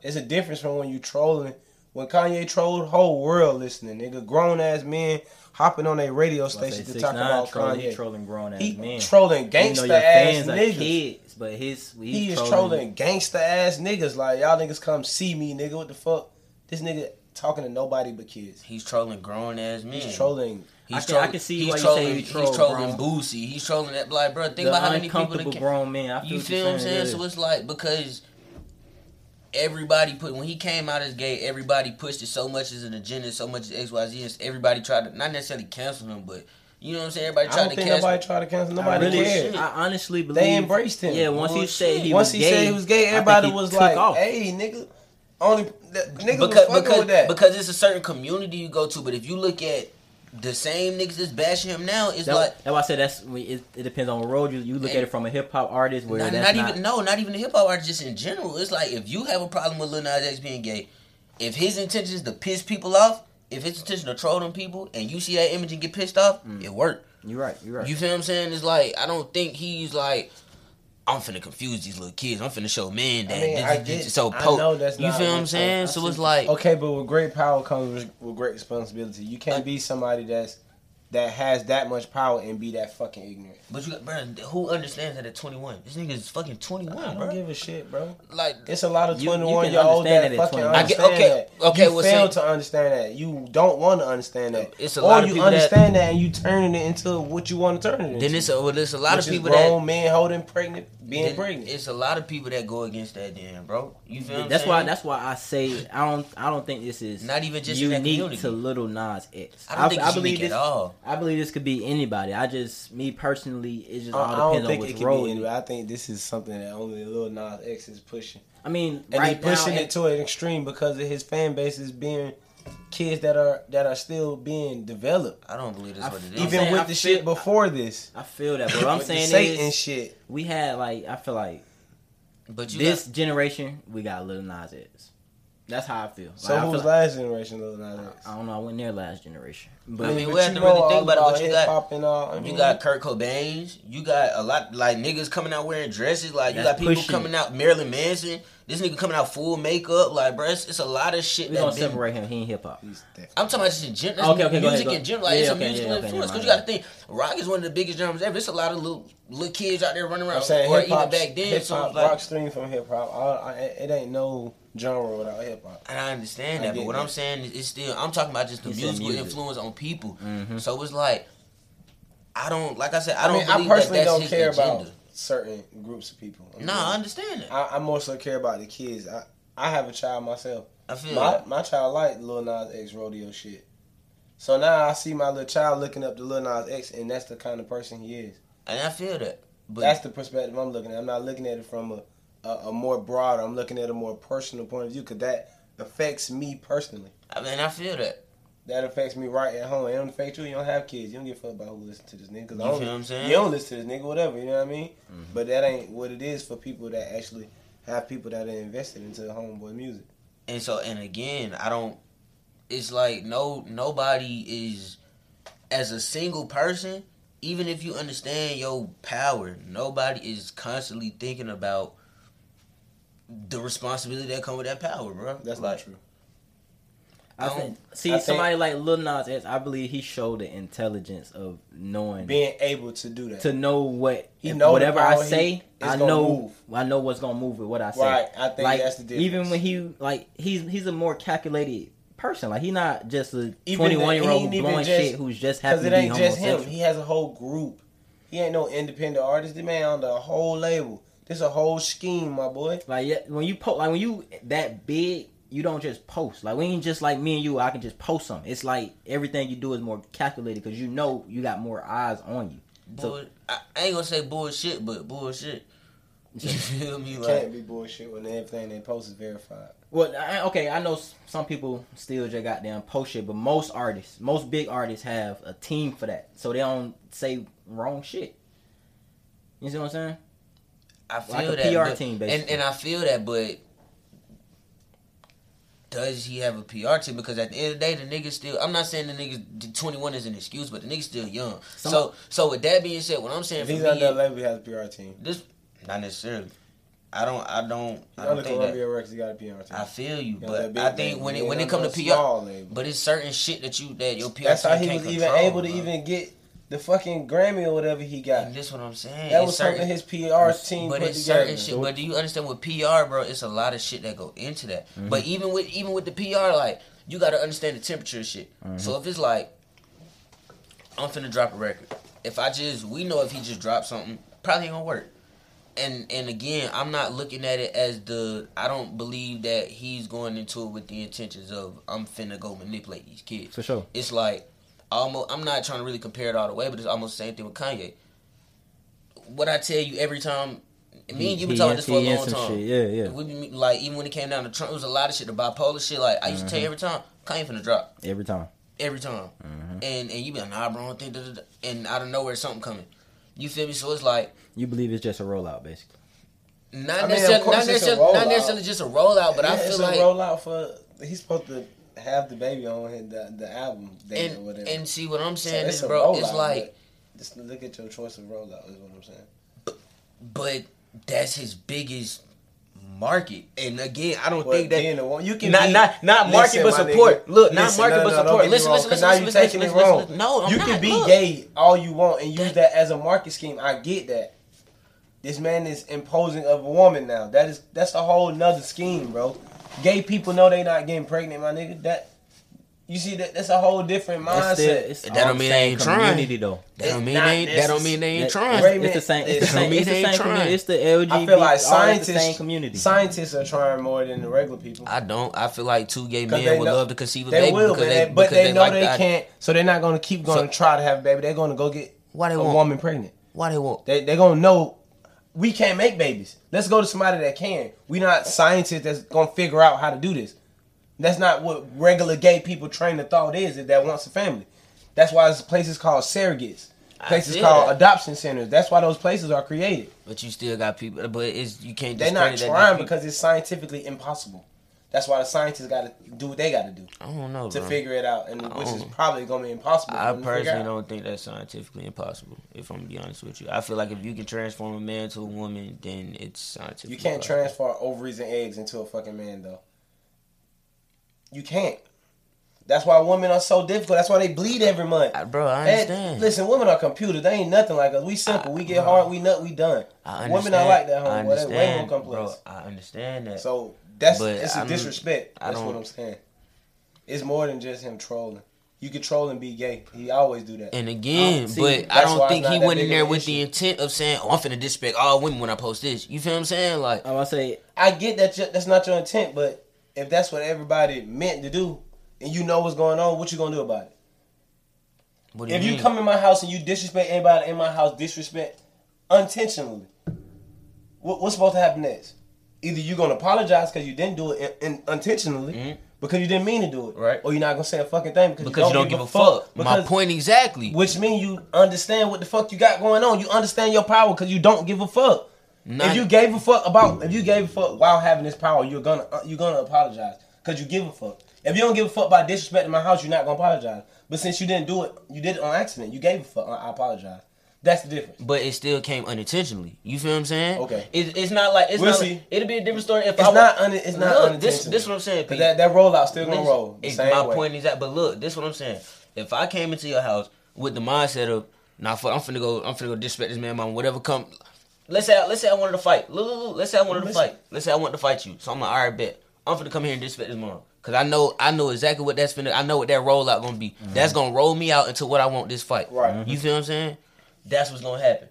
Speaker 1: It's a difference from when you trolling. When Kanye trolled, whole world listening. Nigga, grown ass men hopping on a radio
Speaker 3: Well, I say
Speaker 1: station to
Speaker 3: six,
Speaker 1: talk
Speaker 3: nine
Speaker 1: about
Speaker 3: trolling,
Speaker 1: Kanye.
Speaker 3: He trolling grown ass
Speaker 1: he
Speaker 3: men.
Speaker 1: trolling
Speaker 3: Even
Speaker 1: gangsta
Speaker 3: though your
Speaker 1: ass
Speaker 3: fans are
Speaker 1: niggas.
Speaker 3: kids, but his he's
Speaker 1: He is trolling gangsta ass niggas. Like y'all niggas come see me, nigga. What the fuck? This nigga talking to nobody but kids.
Speaker 2: He's trolling grown ass men.
Speaker 1: He's trolling.
Speaker 2: He's
Speaker 3: I can-
Speaker 2: trolling,
Speaker 3: I can see
Speaker 2: he's
Speaker 3: why you say
Speaker 2: trolling,
Speaker 3: you
Speaker 2: He's
Speaker 3: troll,
Speaker 2: trolling
Speaker 3: bro.
Speaker 2: Boosie. He's trolling that. Like, bro, think
Speaker 3: the
Speaker 2: about how many people.
Speaker 3: uncomfortable
Speaker 2: that ca-
Speaker 3: grown men. I feel
Speaker 2: you
Speaker 3: what
Speaker 2: feel
Speaker 3: you're
Speaker 2: what I'm saying?
Speaker 3: yeah.
Speaker 2: So it's like because everybody put when he came out as gay, everybody pushed it so much as an agenda, so much as X Y Z. and Everybody tried to not necessarily cancel him, but you know what I'm saying. Everybody
Speaker 1: I
Speaker 2: tried
Speaker 1: don't
Speaker 2: to
Speaker 1: think
Speaker 2: cancel.
Speaker 1: nobody tried to cancel.
Speaker 3: I
Speaker 1: Nobody
Speaker 3: really,
Speaker 1: cared.
Speaker 3: I honestly believe
Speaker 1: They embraced him.
Speaker 3: Yeah, once he said he
Speaker 1: Once
Speaker 3: was
Speaker 1: he
Speaker 3: gay,
Speaker 1: said he was gay,
Speaker 3: I think
Speaker 1: everybody
Speaker 3: he
Speaker 1: was
Speaker 3: took
Speaker 1: like,
Speaker 3: off.
Speaker 1: "Hey, nigga, only the, nigga was
Speaker 2: because
Speaker 1: fucking
Speaker 2: because,
Speaker 1: with that."
Speaker 2: because it's a certain community you go to. But if you look at the same niggas that's bashing him now, it's
Speaker 3: That,
Speaker 2: like.
Speaker 3: that's why I said that's we- it, it depends on what road you, you look at it from a hip hop artist where
Speaker 2: Not,
Speaker 3: that's
Speaker 2: not even no, not even the hip hop artist. Just in general, it's like if you have a problem with Lil Nas X being gay, if his intention is to piss people off, if his intention to troll them people, and you see that image and get pissed off, it worked.
Speaker 3: You're right. You're right.
Speaker 2: You feel what I'm saying? It's like I don't think he's like I'm finna confuse these little kids. I'm finna show men that
Speaker 1: I mean,
Speaker 2: this
Speaker 1: I
Speaker 2: is
Speaker 1: get-
Speaker 2: this is so
Speaker 1: I
Speaker 2: pope.
Speaker 1: know that's
Speaker 2: you
Speaker 1: not
Speaker 2: feel what
Speaker 1: what-
Speaker 2: I'm saying?
Speaker 1: I- I
Speaker 2: so
Speaker 1: see-
Speaker 2: it's like
Speaker 1: okay, but with great power comes with- with great responsibility. You can't be somebody that's that has that much power and be that fucking ignorant.
Speaker 2: but you got bro, who understands that at 21? This nigga is fucking 21,
Speaker 1: I
Speaker 2: bro.
Speaker 1: don't give a shit, bro.
Speaker 2: like
Speaker 1: It's a lot of
Speaker 3: You- you can
Speaker 1: twenty-one year olds
Speaker 3: understand
Speaker 1: that
Speaker 3: it at
Speaker 1: fucking
Speaker 3: 21. I
Speaker 2: get-
Speaker 1: understand
Speaker 2: okay,
Speaker 1: that.
Speaker 2: okay,
Speaker 1: you
Speaker 2: well,
Speaker 1: fail
Speaker 2: say-
Speaker 1: to understand that. You don't want to understand that.
Speaker 2: It's a
Speaker 1: or
Speaker 2: lot of
Speaker 1: you
Speaker 2: people that-
Speaker 1: understand that, and you turning it into what you want to turn it into.
Speaker 2: then it's a, well, there's a lot
Speaker 1: Which
Speaker 2: of
Speaker 1: is
Speaker 2: people that
Speaker 1: grown men holding pregnant, being
Speaker 2: then
Speaker 1: pregnant.
Speaker 2: It's a lot of people that go against that, then, bro. You feel? what I'm
Speaker 3: That's why.
Speaker 2: saying?
Speaker 3: That's why I say I don't. I don't think this is
Speaker 2: Not even just in that
Speaker 3: unique
Speaker 2: community.
Speaker 3: to Little Nas X.
Speaker 2: I don't think it's unique
Speaker 3: this,
Speaker 2: at all.
Speaker 3: I believe this could be anybody. I just me personally, it just
Speaker 1: I, I
Speaker 3: all
Speaker 1: don't
Speaker 3: depends on
Speaker 1: think it
Speaker 3: which
Speaker 1: can
Speaker 3: road.
Speaker 1: be.
Speaker 3: you-
Speaker 1: Anybody. I think this is something that only Lil Nas X is pushing,
Speaker 3: I mean,
Speaker 1: and
Speaker 3: right
Speaker 1: he's pushing
Speaker 3: now,
Speaker 1: it to an extreme because of his fan base is being kids that are that are still being developed,
Speaker 2: I don't believe that's what it is.
Speaker 1: even
Speaker 3: saying
Speaker 1: with
Speaker 3: I
Speaker 1: the
Speaker 3: feel-
Speaker 1: shit before this,
Speaker 3: I feel that. But what I'm
Speaker 1: with the
Speaker 3: saying
Speaker 1: Satan
Speaker 3: is,
Speaker 1: shit.
Speaker 3: we had like I feel like
Speaker 2: but you
Speaker 3: this generation we got Lil Nas X. That's how I feel. Like,
Speaker 1: So
Speaker 3: I
Speaker 1: who
Speaker 3: feel
Speaker 1: was
Speaker 3: like-
Speaker 1: last generation Lil Nas X?
Speaker 3: I don't know. I wasn't there last generation, but
Speaker 2: I mean,
Speaker 1: But
Speaker 2: we have
Speaker 1: you
Speaker 2: to really
Speaker 1: know
Speaker 2: think
Speaker 1: all
Speaker 2: about it,
Speaker 1: about
Speaker 2: but you got-
Speaker 1: hip-hop and all, I
Speaker 2: got,
Speaker 3: Mm-hmm.
Speaker 2: you
Speaker 1: mean,
Speaker 2: got Kurt Cobain's. You got a lot like niggas coming out wearing dresses. Like you
Speaker 3: That's
Speaker 2: got people
Speaker 3: pushing
Speaker 2: coming out Marilyn Manson. This nigga coming out full makeup. Like, bruh, it's, it's a lot of shit
Speaker 3: we gonna
Speaker 2: that been
Speaker 3: separate him. He ain't hip hop.
Speaker 1: Mm.
Speaker 2: I'm talking about just in general.
Speaker 3: Okay,
Speaker 2: Okay,
Speaker 3: okay, go ahead,
Speaker 2: music
Speaker 3: go ahead.
Speaker 2: in general, like
Speaker 3: Yeah,
Speaker 2: it's a
Speaker 3: okay, yeah,
Speaker 2: musical
Speaker 3: okay,
Speaker 2: influence.
Speaker 3: never
Speaker 2: Because you got
Speaker 3: mind.
Speaker 2: to think, rock is one of the biggest genres ever. It's a lot of little little kids out there running around,
Speaker 1: I'm saying
Speaker 2: or
Speaker 1: hip
Speaker 2: even
Speaker 1: hop.
Speaker 2: back then.
Speaker 1: Hip
Speaker 2: So
Speaker 1: hop,
Speaker 2: like,
Speaker 1: rock stream from hip hop. It ain't no genre without hip hop.
Speaker 2: and I understand
Speaker 1: I
Speaker 2: that, but
Speaker 1: get
Speaker 2: what
Speaker 1: that.
Speaker 2: I'm saying is, it's still I'm talking about just the
Speaker 3: He said
Speaker 2: musical
Speaker 3: music.
Speaker 2: influence on people.
Speaker 3: Mhm.
Speaker 2: So it's like, I don't like I said, I
Speaker 1: I
Speaker 2: don't
Speaker 1: mean, I
Speaker 2: believe
Speaker 1: personally
Speaker 2: that that's
Speaker 1: don't
Speaker 2: his
Speaker 1: care
Speaker 2: agenda.
Speaker 1: about certain groups of people. I'm
Speaker 2: Nah, I
Speaker 1: just-
Speaker 2: understand that.
Speaker 1: I, I more so care about the kids. I, I have a child myself.
Speaker 2: I feel
Speaker 1: My
Speaker 2: that.
Speaker 1: my child like Lil Nas X rodeo shit. So now I see my little child looking up to Lil Nas X, and that's the kind of person he is.
Speaker 2: and I feel that. But
Speaker 1: that's the perspective I'm looking at. I'm not looking at it from a, a, a more broader. I'm looking at a more personal point of view because that affects me personally.
Speaker 2: I mean, I feel that.
Speaker 1: That affects me right at home. It don't affect you. You don't have kids. You don't give a fuck about who listen to this nigga. 'cause I
Speaker 2: You
Speaker 1: don't-
Speaker 2: feel what I'm saying?
Speaker 1: You don't listen to this nigga, whatever. You know what I mean?
Speaker 3: Mm-hmm.
Speaker 1: But that ain't what it is for people that actually have people that are invested into homeboy music.
Speaker 2: And so, and again, I don't. It's like no, nobody is as a single person. Even if you understand your power, nobody is constantly thinking about the responsibility that come with that power, bro.
Speaker 1: That's
Speaker 2: like,
Speaker 1: not true.
Speaker 3: I
Speaker 2: I
Speaker 3: think, see
Speaker 1: I think-
Speaker 3: somebody like Lil Nas X. I believe he showed the intelligence of knowing
Speaker 1: Being able to do that.
Speaker 3: to know what
Speaker 1: He
Speaker 3: if
Speaker 1: know
Speaker 3: whatever
Speaker 1: how
Speaker 3: I
Speaker 1: he-
Speaker 3: say,
Speaker 1: it's
Speaker 3: I
Speaker 1: gonna
Speaker 3: know
Speaker 1: move.
Speaker 3: I know what's gonna move with what I say.
Speaker 1: Right, I think
Speaker 3: like,
Speaker 1: that's the difference.
Speaker 3: Even when he like he's he's a more calculated person. Like he's not just a
Speaker 1: the-
Speaker 3: twenty one year old
Speaker 1: he ain't even
Speaker 3: blowing
Speaker 1: just-
Speaker 3: shit who's just happy
Speaker 1: Because
Speaker 3: to
Speaker 1: it
Speaker 3: be
Speaker 1: ain't just
Speaker 3: homosexual.
Speaker 1: him. He has a whole group. He ain't no independent artist. The man on the whole label. This a whole scheme, my boy.
Speaker 3: like yeah, when you post, like when you that big, you don't just post. Like we ain't just like me and you. I can just post something. It's like everything you do is more calculated because you know you got more eyes on you.
Speaker 2: bull, I, I ain't gonna say bullshit, but bullshit. You feel me? Like,
Speaker 1: Can't be bullshit when everything they post is verified.
Speaker 3: Well, I, okay, I know s- some people steal your goddamn post shit, but most artists, most big artists have a team for that, so they don't say wrong shit. You see what I'm saying?
Speaker 2: I feel
Speaker 3: Like a
Speaker 2: that,
Speaker 3: PR
Speaker 2: but-
Speaker 3: team,
Speaker 2: and
Speaker 3: basically.
Speaker 2: and I feel that, but does he have a PR team? Because at the end of the day, the nigga still. I'm not saying the nigga 21 is an excuse, but the nigga still young.
Speaker 3: Some-
Speaker 2: so so with that being said, what I'm saying
Speaker 1: If
Speaker 2: for
Speaker 1: he's
Speaker 2: me,
Speaker 1: under a label, he has a PR team.
Speaker 2: this not necessarily. I don't. I don't. I
Speaker 1: He's
Speaker 2: don't
Speaker 1: under
Speaker 2: think that.
Speaker 1: Columbia Records, he got a PR team.
Speaker 2: I feel you,
Speaker 1: He under a
Speaker 2: but
Speaker 1: big
Speaker 2: I think
Speaker 1: label.
Speaker 2: when
Speaker 1: He
Speaker 2: it when it
Speaker 1: ain't
Speaker 2: come to
Speaker 1: under a
Speaker 2: PR,
Speaker 1: small label.
Speaker 2: but it's certain shit that you that your PR
Speaker 1: That's
Speaker 2: team
Speaker 1: how he
Speaker 2: can't
Speaker 1: was even
Speaker 2: control,
Speaker 1: able to
Speaker 2: bro.
Speaker 1: even get the fucking Grammy or whatever he got.
Speaker 2: And this what I'm saying.
Speaker 1: That
Speaker 2: It's
Speaker 1: was
Speaker 2: certain-
Speaker 1: something his PR team
Speaker 2: but
Speaker 1: put
Speaker 2: it's
Speaker 1: together.
Speaker 2: certain shit. But do you understand with PR, bro? It's a lot of shit that go into that. But even with even with the PR, like you got to understand the temperature of shit. So if it's like I'm finna drop a record, if I just we know if he just drops something, probably ain't gonna work. And and again, I'm not looking at it as the I don't believe that he's going into it with the intentions of I'm finna go manipulate these kids
Speaker 3: For sure.
Speaker 2: it's like almost I'm not trying to really compare it all the way, but it's almost the same thing with Kanye. What I tell you every time, me and you been
Speaker 3: He-
Speaker 2: talking
Speaker 3: he
Speaker 2: this for a
Speaker 3: in
Speaker 2: long
Speaker 3: some
Speaker 2: time.
Speaker 3: shit, yeah, yeah.
Speaker 2: We been, like even when it came down to Trump, it was a lot of shit, the bipolar shit. Like I used to tell you
Speaker 3: Mm-hmm.
Speaker 2: every time, Kanye finna drop
Speaker 3: Every time.
Speaker 2: every time,
Speaker 3: Mm-hmm.
Speaker 2: and and you be like, nah, bro, I don't think, da, da, da," and out of nowhere something coming. You feel me? So it's like
Speaker 3: You believe it's just a rollout, basically.
Speaker 1: I
Speaker 2: not
Speaker 1: mean, of
Speaker 2: necessarily,
Speaker 1: course
Speaker 2: not,
Speaker 1: it's a
Speaker 2: necessarily not
Speaker 1: rollout.
Speaker 2: necessarily just a rollout, but I
Speaker 1: Yeah,
Speaker 2: feel
Speaker 1: it's
Speaker 2: like
Speaker 1: a rollout for he's supposed to have the baby on his, the the album date or
Speaker 2: and
Speaker 1: whatever.
Speaker 2: and see what I'm
Speaker 1: So
Speaker 2: saying is,
Speaker 1: a
Speaker 2: bro, it's
Speaker 1: rollout,
Speaker 2: like.
Speaker 1: but just look at your choice of rollout. Is what I'm saying.
Speaker 2: but that's his biggest market. And again, I don't
Speaker 1: Well,
Speaker 2: think that
Speaker 1: being the one- you can
Speaker 2: not
Speaker 1: be-
Speaker 2: not not
Speaker 1: Listen,
Speaker 2: market but
Speaker 1: my nigga.
Speaker 2: support. Look, not
Speaker 1: Listen,
Speaker 2: market
Speaker 1: no,
Speaker 2: but
Speaker 1: no, don't
Speaker 2: support.
Speaker 1: get me
Speaker 2: Listen,
Speaker 1: wrong,
Speaker 2: listen,
Speaker 1: 'cause
Speaker 2: listen,
Speaker 1: now
Speaker 2: listen,
Speaker 1: you
Speaker 2: listen,
Speaker 1: taking it
Speaker 2: listen, listen,
Speaker 1: wrong.
Speaker 2: listen. No, I'm
Speaker 1: you
Speaker 2: not.
Speaker 1: can be
Speaker 2: Look.
Speaker 1: gay all you want and use
Speaker 2: That-
Speaker 1: that as a market scheme. I get that. This man is imposing of a woman now. That is that's a whole nother scheme, bro. Gay people know they not getting pregnant, my nigga. That you see that that's a whole different mindset.
Speaker 3: It's still, it's
Speaker 2: That
Speaker 3: all
Speaker 2: don't
Speaker 3: the
Speaker 2: mean
Speaker 3: same
Speaker 2: they ain't trying.
Speaker 3: community, though.
Speaker 2: That don't
Speaker 1: It's
Speaker 2: mean
Speaker 1: not
Speaker 2: they. That don't
Speaker 1: necess-
Speaker 2: mean they ain't
Speaker 3: That-
Speaker 2: trying.
Speaker 1: Wait a
Speaker 3: It's the
Speaker 1: minute.
Speaker 3: same. It's the
Speaker 1: That don't
Speaker 3: same.
Speaker 2: mean
Speaker 3: It's the
Speaker 2: they
Speaker 3: same
Speaker 2: ain't
Speaker 3: community.
Speaker 2: trying.
Speaker 3: It's the LGBT.
Speaker 1: I feel like
Speaker 3: all at the same
Speaker 1: scientists
Speaker 3: community.
Speaker 1: scientists are trying more than the regular people.
Speaker 2: I don't. I feel like two gay
Speaker 1: 'Cause they
Speaker 2: men would
Speaker 1: know-
Speaker 2: love to conceive a
Speaker 1: They
Speaker 2: baby
Speaker 1: will,
Speaker 2: because
Speaker 1: but
Speaker 2: they,
Speaker 1: they, but
Speaker 2: because
Speaker 1: they, know
Speaker 2: like
Speaker 1: they
Speaker 2: the idea-
Speaker 1: can't. So they're not gonna keep going to try to have a baby. They're gonna go get
Speaker 2: Why they
Speaker 1: a
Speaker 2: won't?
Speaker 1: woman pregnant.
Speaker 2: Why they won't?
Speaker 1: They they gonna know we can't make babies. Let's go to somebody that can. We not scientists that's gonna figure out how to do this. That's not what regular gay people train of thought is that, that wants a family. That's why this place is called surrogates.
Speaker 2: I
Speaker 1: Places
Speaker 2: feel
Speaker 1: called
Speaker 2: that.
Speaker 1: adoption centers. That's why those places are created.
Speaker 2: But you still got people. But it's you can't.
Speaker 1: They're not
Speaker 2: discredit that
Speaker 1: trying
Speaker 2: people-
Speaker 1: because it's scientifically impossible. That's why the scientists got to do what they got to do
Speaker 2: I don't know.
Speaker 1: to
Speaker 2: bro.
Speaker 1: figure it out, and which is
Speaker 2: Oh.
Speaker 1: probably gonna be impossible.
Speaker 2: I
Speaker 1: for them to figure
Speaker 2: personally
Speaker 1: out.
Speaker 2: don't think that's scientifically impossible. If I'm gonna be honest with you, I feel like if you can transform a man to a woman, then it's scientific.
Speaker 1: You can't transfer ovaries and eggs into a fucking man though. You can't. That's why women are so difficult. That's why they bleed every month.
Speaker 2: bro. I
Speaker 1: Hey,
Speaker 2: understand.
Speaker 1: listen, women are computers. They ain't nothing like us. We simple. we get hard. We nut. We done.
Speaker 2: I
Speaker 1: Women are
Speaker 2: understand-
Speaker 1: like that,
Speaker 2: I
Speaker 1: homeboy. They way more
Speaker 2: understand,
Speaker 1: complex.
Speaker 2: bro. I understand that.
Speaker 1: So that's
Speaker 2: But
Speaker 1: it's a
Speaker 2: I'm-
Speaker 1: disrespect.
Speaker 2: I
Speaker 1: That's what
Speaker 2: don't-
Speaker 1: I'm saying. It's more than just him trolling. You can troll and be gay. He always do that.
Speaker 2: and again,
Speaker 3: Oh, see,
Speaker 2: but I
Speaker 1: that's why
Speaker 2: don't
Speaker 1: it's
Speaker 2: think
Speaker 1: not
Speaker 2: he
Speaker 1: that
Speaker 2: went
Speaker 1: big
Speaker 2: in
Speaker 1: of
Speaker 2: there
Speaker 1: an
Speaker 2: with the
Speaker 1: issue.
Speaker 2: intent of saying, "Oh, I'm finna disrespect all women when I post this." You feel what I'm saying? Like,
Speaker 3: Oh, I say
Speaker 1: I get that you, that's not your intent, but if that's what everybody meant to do, and you know what's going on, what you gonna do about it?
Speaker 2: what do
Speaker 1: If
Speaker 2: you,
Speaker 1: you
Speaker 2: mean?
Speaker 1: come in my house and you disrespect anybody in my house, disrespect unintentionally, what, what's supposed to happen next? Either you're gonna apologize because you didn't do it in, in, intentionally
Speaker 2: Mhm.
Speaker 1: because you didn't mean to do it,
Speaker 2: Right.
Speaker 1: Or you're not gonna say a fucking thing because,
Speaker 2: because you don't give a fuck. My
Speaker 1: Because-
Speaker 2: point exactly.
Speaker 1: which means you understand what the fuck you got going on. You understand your power because you don't give a fuck.
Speaker 2: Not-
Speaker 1: if you gave a fuck about, if you gave a fuck while having this power, you're gonna uh, you're gonna apologize because you give a fuck. If you don't give a fuck by disrespecting my house, you're not gonna apologize. But since you didn't do it, you did it on accident. You gave a fuck. I I apologize. That's the difference.
Speaker 2: but it still came unintentionally. You feel what I'm saying?
Speaker 1: Okay.
Speaker 2: It, it's not like it's
Speaker 1: We'll
Speaker 2: not.
Speaker 1: see.
Speaker 2: Like, it'll be a different story if I
Speaker 1: It's
Speaker 2: wa-
Speaker 1: not. Un, it's not.
Speaker 2: Look, this-
Speaker 1: unintentional.
Speaker 2: this what I'm saying,
Speaker 1: 'Cause
Speaker 2: Pete.
Speaker 1: That that rollout still gonna
Speaker 2: Listen,
Speaker 1: roll. The
Speaker 2: it's-
Speaker 1: same
Speaker 2: my
Speaker 1: way.
Speaker 2: point is that, but look, this is what I'm saying. If I came into your house with the mindset of, nah, fuck, I'm finna go, I'm finna go disrespect this man, mom, whatever come. Let's say, I- let's say I wanted to fight. Look, look, look, let's say I wanted to
Speaker 1: Listen.
Speaker 2: fight. Let's say I want to fight you. So I'm like, all right, bet. I'm finna come here and disrespect this mom. Cause I know, I know exactly what that's finna. I know what that rollout gonna be. That's gonna roll me out into what I want this fight.
Speaker 1: Mm-hmm. Right.
Speaker 2: You feel what I'm saying? That's what's gonna happen.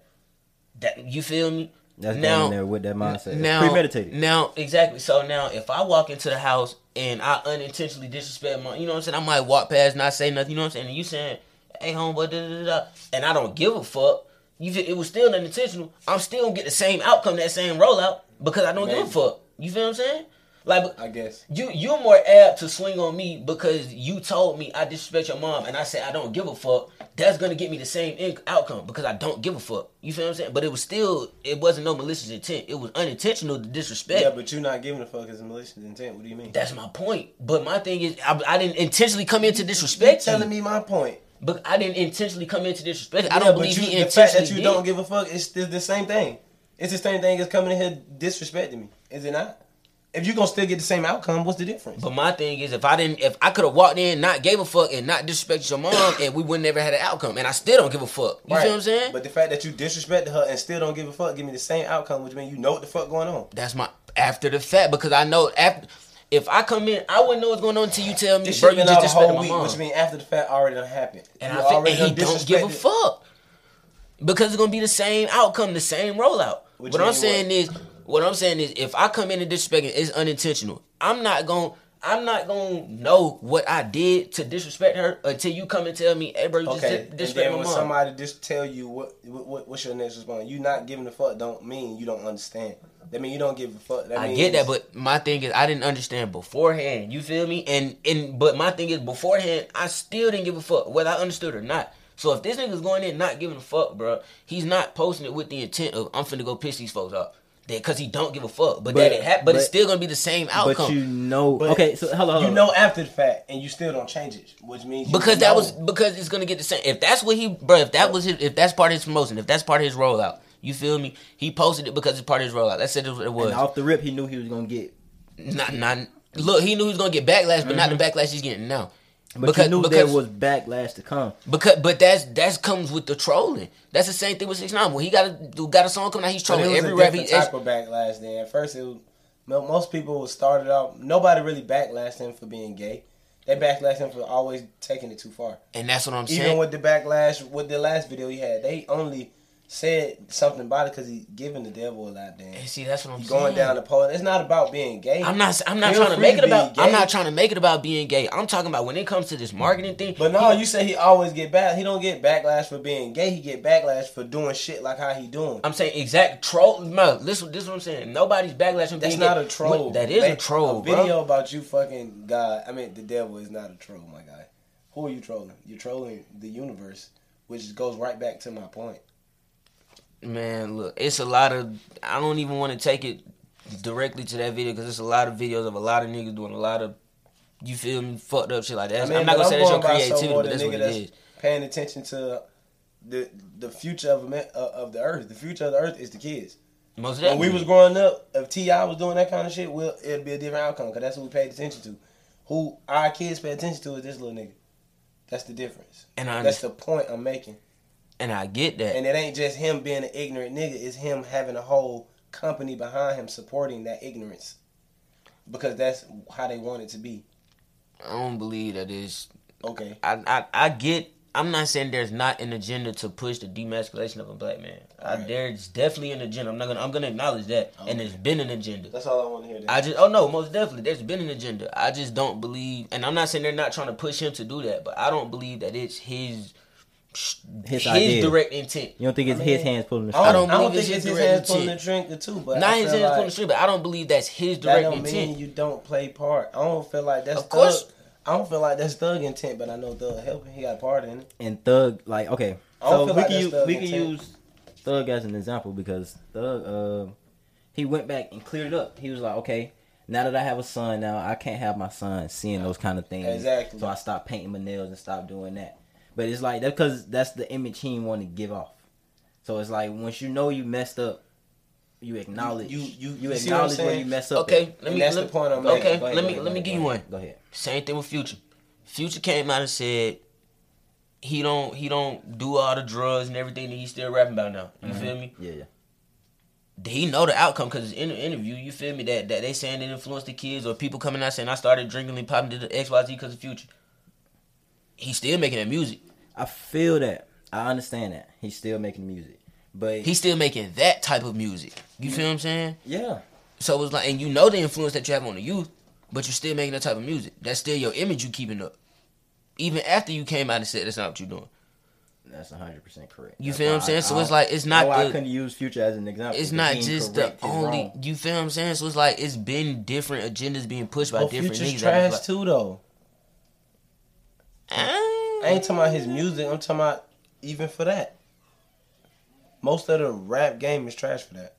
Speaker 2: That you feel me?
Speaker 3: that's
Speaker 2: Now-
Speaker 3: going in there with that mindset.
Speaker 2: now,
Speaker 3: it's premeditated.
Speaker 2: Now, exactly. So now, if I walk into the house and I unintentionally disrespect my, you know what I'm saying? I might walk past, not say nothing. You know what I'm saying? And you saying, "Hey, homeboy," da, da, da, da, and I don't give a fuck. You, feel- it was still unintentional. I'm still gonna get the same outcome, that same rollout, because I don't
Speaker 1: Maybe.
Speaker 2: give a fuck. You feel what I'm saying? Like,
Speaker 1: I guess.
Speaker 2: you you're more apt to swing on me because you told me I disrespect your mom and I said I don't give a fuck. That's gonna get me the same in- outcome because I don't give a fuck. You feel what I'm saying? But it was still it wasn't no malicious intent. It was unintentional to disrespect.
Speaker 1: Yeah, but you're not giving a fuck as a malicious intent. What do you mean?
Speaker 2: That's my point. But my thing is I, I didn't intentionally come in to
Speaker 1: You're
Speaker 2: disrespect
Speaker 1: telling me
Speaker 2: you.
Speaker 1: my point.
Speaker 2: But I didn't intentionally come in to disrespect. you. I
Speaker 1: Yeah,
Speaker 2: don't
Speaker 1: but
Speaker 2: believe
Speaker 1: you-
Speaker 2: he
Speaker 1: the fact
Speaker 2: intentionally
Speaker 1: that you
Speaker 2: did.
Speaker 1: don't give a fuck it's the, the same thing. It's the same thing as coming in here disrespecting me, is it not? If you're gonna still get the same outcome, what's the difference?
Speaker 2: But my thing is, if I didn't, if I could have walked in, not gave a fuck, and not disrespected your mom, and we would never had an outcome, and I still don't give a fuck. You
Speaker 1: Right.
Speaker 2: feel what I'm saying?
Speaker 1: But the fact that you disrespected her and still don't give a fuck, give me the same outcome, which means you know what the fuck going on.
Speaker 2: That's my after the fact because I know after if I come in, I wouldn't know what's going on until you tell me,
Speaker 1: This
Speaker 2: bro.
Speaker 1: shit
Speaker 2: You
Speaker 1: been
Speaker 2: just
Speaker 1: out a
Speaker 2: disrespected
Speaker 1: whole
Speaker 2: my
Speaker 1: week,
Speaker 2: mom,
Speaker 1: which means after the fact already done happened.
Speaker 2: and
Speaker 1: You
Speaker 2: I think
Speaker 1: already
Speaker 2: and he
Speaker 1: done
Speaker 2: don't give a
Speaker 1: disrespected-
Speaker 2: fuck because it's gonna be the same outcome, the same rollout.
Speaker 1: Which
Speaker 2: what I'm
Speaker 1: mean
Speaker 2: saying is, what I'm saying is, if I come in and disrespect, it, it's unintentional. I'm not gonna. I'm not gonna know what I did to disrespect her until you come and tell me, "Hey, bro, you
Speaker 1: Okay,
Speaker 2: just
Speaker 1: and
Speaker 2: disrespect
Speaker 1: then
Speaker 2: my
Speaker 1: when
Speaker 2: mom."
Speaker 1: somebody just tell you what, what, what what's your next response, you not giving a fuck don't mean you don't understand. That mean you don't give a fuck. That
Speaker 2: I
Speaker 1: means
Speaker 2: get that, but my thing is I didn't understand beforehand. You feel me? And and but my thing is beforehand, I still didn't give a fuck whether I understood or not. So if this nigga's going in not giving a fuck, bro, he's not posting it with the intent of I'm finna go piss these folks off. That cause he don't give a fuck. But,
Speaker 3: But-
Speaker 2: that it hap- but, it's
Speaker 3: but-
Speaker 2: still gonna be the same outcome.
Speaker 3: But you know,
Speaker 1: But
Speaker 3: okay. So hello, hello.
Speaker 1: you know after the fact, and you still don't change it, which means you
Speaker 2: because that
Speaker 1: know.
Speaker 2: was because it's gonna get the same. If that's what he, bro, if that was his, if that's part of his promotion, if that's part of his rollout, you feel me? He posted it because it's part of his rollout. That's said it was.
Speaker 3: and off the rip, he knew he was gonna get.
Speaker 2: not not look. He knew he was gonna get backlash, but not the
Speaker 1: Mm-hmm.
Speaker 2: backlash he's getting now.
Speaker 3: But you knew there was backlash to come.
Speaker 2: because but that's that's comes with the trolling. That's the same thing with Six Nine. When he got a got a song coming out, he's
Speaker 1: But it
Speaker 2: trolling
Speaker 1: was
Speaker 2: every
Speaker 1: a
Speaker 2: rap. He,
Speaker 1: different type of backlash. Then at first, it was, mo- most people was started off. Nobody really backlashed him for being gay. They backlashed him for always taking it too far.
Speaker 2: and that's what I'm
Speaker 1: Even
Speaker 2: saying.
Speaker 1: with the backlash with the last video he had, they only said something about it because he giving the devil a lot. Damn,
Speaker 2: And see, that's what I'm
Speaker 1: he
Speaker 2: saying.
Speaker 1: going down the pole. It's not about being gay.
Speaker 2: I'm not. I'm not
Speaker 1: Feel
Speaker 2: trying to
Speaker 1: free
Speaker 2: make it
Speaker 1: be
Speaker 2: about.
Speaker 1: gay.
Speaker 2: I'm not trying to make it about being gay. I'm talking about when it comes to this marketing thing.
Speaker 1: But no, you say he always get back. He don't get backlash for being gay. He get backlash for doing shit like how he doing.
Speaker 2: I'm saying exact troll. No, listen. This is what I'm saying. Nobody's backlashing. for
Speaker 1: That's
Speaker 2: being
Speaker 1: not
Speaker 2: gay.
Speaker 1: a troll.
Speaker 2: What- that is a
Speaker 1: Like,
Speaker 2: troll.
Speaker 1: A
Speaker 2: bro.
Speaker 1: video about you fucking God. I mean, the devil is not a troll, my guy. Who are you trolling? You're trolling the universe, which goes right back to my point.
Speaker 2: Man, look, it's a lot of. I don't even want to take it directly to that video because it's a lot of videos of a lot of niggas doing a lot of. You feel me? Fucked up shit like that.
Speaker 1: I mean,
Speaker 2: I'm not
Speaker 1: but
Speaker 2: gonna say that's your
Speaker 1: going by
Speaker 2: creativity,
Speaker 1: someone,
Speaker 2: but that's
Speaker 1: the
Speaker 2: what
Speaker 1: nigga
Speaker 2: it is.
Speaker 1: Paying attention to the the future of Amer- uh, of the earth. The future of the earth is the kids.
Speaker 2: Most
Speaker 1: When
Speaker 2: definitely.
Speaker 1: we was growing up, if Ti was doing that kind of shit, we'll, it'd be a different outcome because that's what we paid attention to. Who our kids pay attention to is this little nigga. That's the difference.
Speaker 2: and I
Speaker 1: That's the point I'm making.
Speaker 2: and I get that.
Speaker 1: And it ain't just him being an ignorant nigga, it's him having a whole company behind him supporting that ignorance. Because that's how they want it to be.
Speaker 2: I don't believe that is.
Speaker 1: Okay.
Speaker 2: I, I I get. I'm not saying there's not an agenda to push the demasculation of a black man. I,
Speaker 1: Alright.
Speaker 2: There's definitely an agenda. I'm not gonna. I'm gonna acknowledge that. And there's been an agenda.
Speaker 1: That's all I want to hear. then.
Speaker 2: I just, oh no, most definitely. There's been an agenda. I just don't believe, and I'm not saying they're not trying to push him to do that, but I don't believe that it's his
Speaker 3: His
Speaker 2: his,
Speaker 3: idea.
Speaker 2: direct intent.
Speaker 3: You don't think it's
Speaker 1: I
Speaker 3: his
Speaker 1: mean,
Speaker 3: hands pulling the
Speaker 1: I
Speaker 3: strings?
Speaker 1: don't, I don't
Speaker 2: believe
Speaker 1: think it's
Speaker 2: it's his
Speaker 1: his
Speaker 2: direct
Speaker 1: hands pulling the
Speaker 2: intent.
Speaker 1: drink or two, but
Speaker 2: not
Speaker 1: I
Speaker 2: his
Speaker 1: feel
Speaker 2: hands
Speaker 1: like
Speaker 2: on the street, but I don't believe that's his
Speaker 1: that
Speaker 2: direct
Speaker 1: don't mean
Speaker 2: intent.
Speaker 1: you don't play part. I don't feel like that's
Speaker 2: Of course.
Speaker 1: Thug. I don't feel like that's Thug intent, but I know Thug helping. He got a part in it.
Speaker 3: And Thug, like, okay,
Speaker 1: I don't
Speaker 3: so we
Speaker 1: feel like
Speaker 3: can
Speaker 1: that's
Speaker 3: use,
Speaker 1: Thug
Speaker 3: we can
Speaker 1: intent.
Speaker 3: use Thug as an example because Thug, uh, he went back and cleared it up. He was like, okay, now that I have a son, now I can't have my son seeing those kind of things.
Speaker 1: Exactly.
Speaker 3: So I stopped painting my nails and stopped doing that. But it's like that's because that's the image he want to give off. So it's like once you know you messed up, you acknowledge
Speaker 1: you- you- you see what I'm
Speaker 3: acknowledge where
Speaker 1: saying?
Speaker 3: you mess up. at.
Speaker 2: Okay, let
Speaker 1: And
Speaker 2: me.
Speaker 1: that's
Speaker 2: let,
Speaker 1: the point I'm making.
Speaker 2: Okay,
Speaker 3: Go ahead,
Speaker 2: let
Speaker 3: go
Speaker 2: me
Speaker 3: ahead,
Speaker 2: let me
Speaker 3: go
Speaker 2: give
Speaker 3: ahead,
Speaker 2: you
Speaker 3: go
Speaker 2: one.
Speaker 3: ahead, Go ahead.
Speaker 2: Same thing with Future. Future came out and said he don't he don't do all the drugs and everything that he's still rapping about now. You
Speaker 1: Mm-hmm.
Speaker 2: feel me?
Speaker 3: Yeah, yeah.
Speaker 2: he know the outcome because in the interview, you feel me that that they saying it influenced the kids or people coming out saying I started drinking and popping to the X Y Z because of Future. He's still making that music.
Speaker 3: I feel that. I understand that. He's still making music, but
Speaker 2: He's still making that type of music. You feel what I'm saying?
Speaker 3: yeah,
Speaker 2: So it's like, and you know the influence that you have on the youth, but you're still making that type of music. That's still your image you keeping up, even after you came out and said that's not what you're doing.
Speaker 3: that's hundred percent correct.
Speaker 2: You
Speaker 3: That's
Speaker 2: feel
Speaker 3: why
Speaker 2: what I'm saying? So
Speaker 3: I-
Speaker 2: it's like, it's not
Speaker 3: why I
Speaker 2: the-
Speaker 3: couldn't use Future as an example.
Speaker 2: It's
Speaker 3: because
Speaker 2: not
Speaker 3: he
Speaker 2: just the
Speaker 3: incorrect, he's
Speaker 2: only.
Speaker 3: wrong.
Speaker 2: You feel what I'm saying? So it's like it's been different agendas being pushed by
Speaker 1: But
Speaker 2: different
Speaker 1: Future's
Speaker 2: niggas.
Speaker 1: trash
Speaker 2: Like,
Speaker 1: too, though.
Speaker 2: ah.
Speaker 1: I ain't talking about his music. I'm talking about even for that. Most of the rap game is trash for that.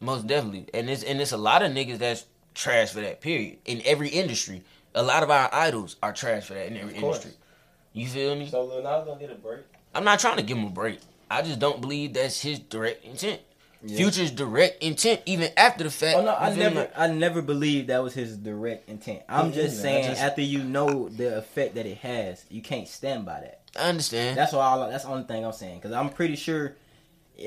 Speaker 2: Most definitely, and it's and it's a lot of niggas that's trash for that. Period. In every industry, a lot of our idols are trash for that in every
Speaker 1: Of course.
Speaker 2: industry. You feel me?
Speaker 1: So Lil Nas gonna get a break.
Speaker 2: I'm not trying to give him a break. I just don't believe that's his direct intent. Future's direct intent, even after the fact.
Speaker 3: Oh no, I
Speaker 2: you feel me?
Speaker 3: never, I never believed that was his direct intent. I'm
Speaker 1: Me
Speaker 3: just
Speaker 1: either. I
Speaker 3: saying,
Speaker 1: just-
Speaker 3: after you know the effect that it has, you can't stand by that.
Speaker 2: I understand.
Speaker 3: That's all. That's the only thing I'm saying. Because I'm pretty sure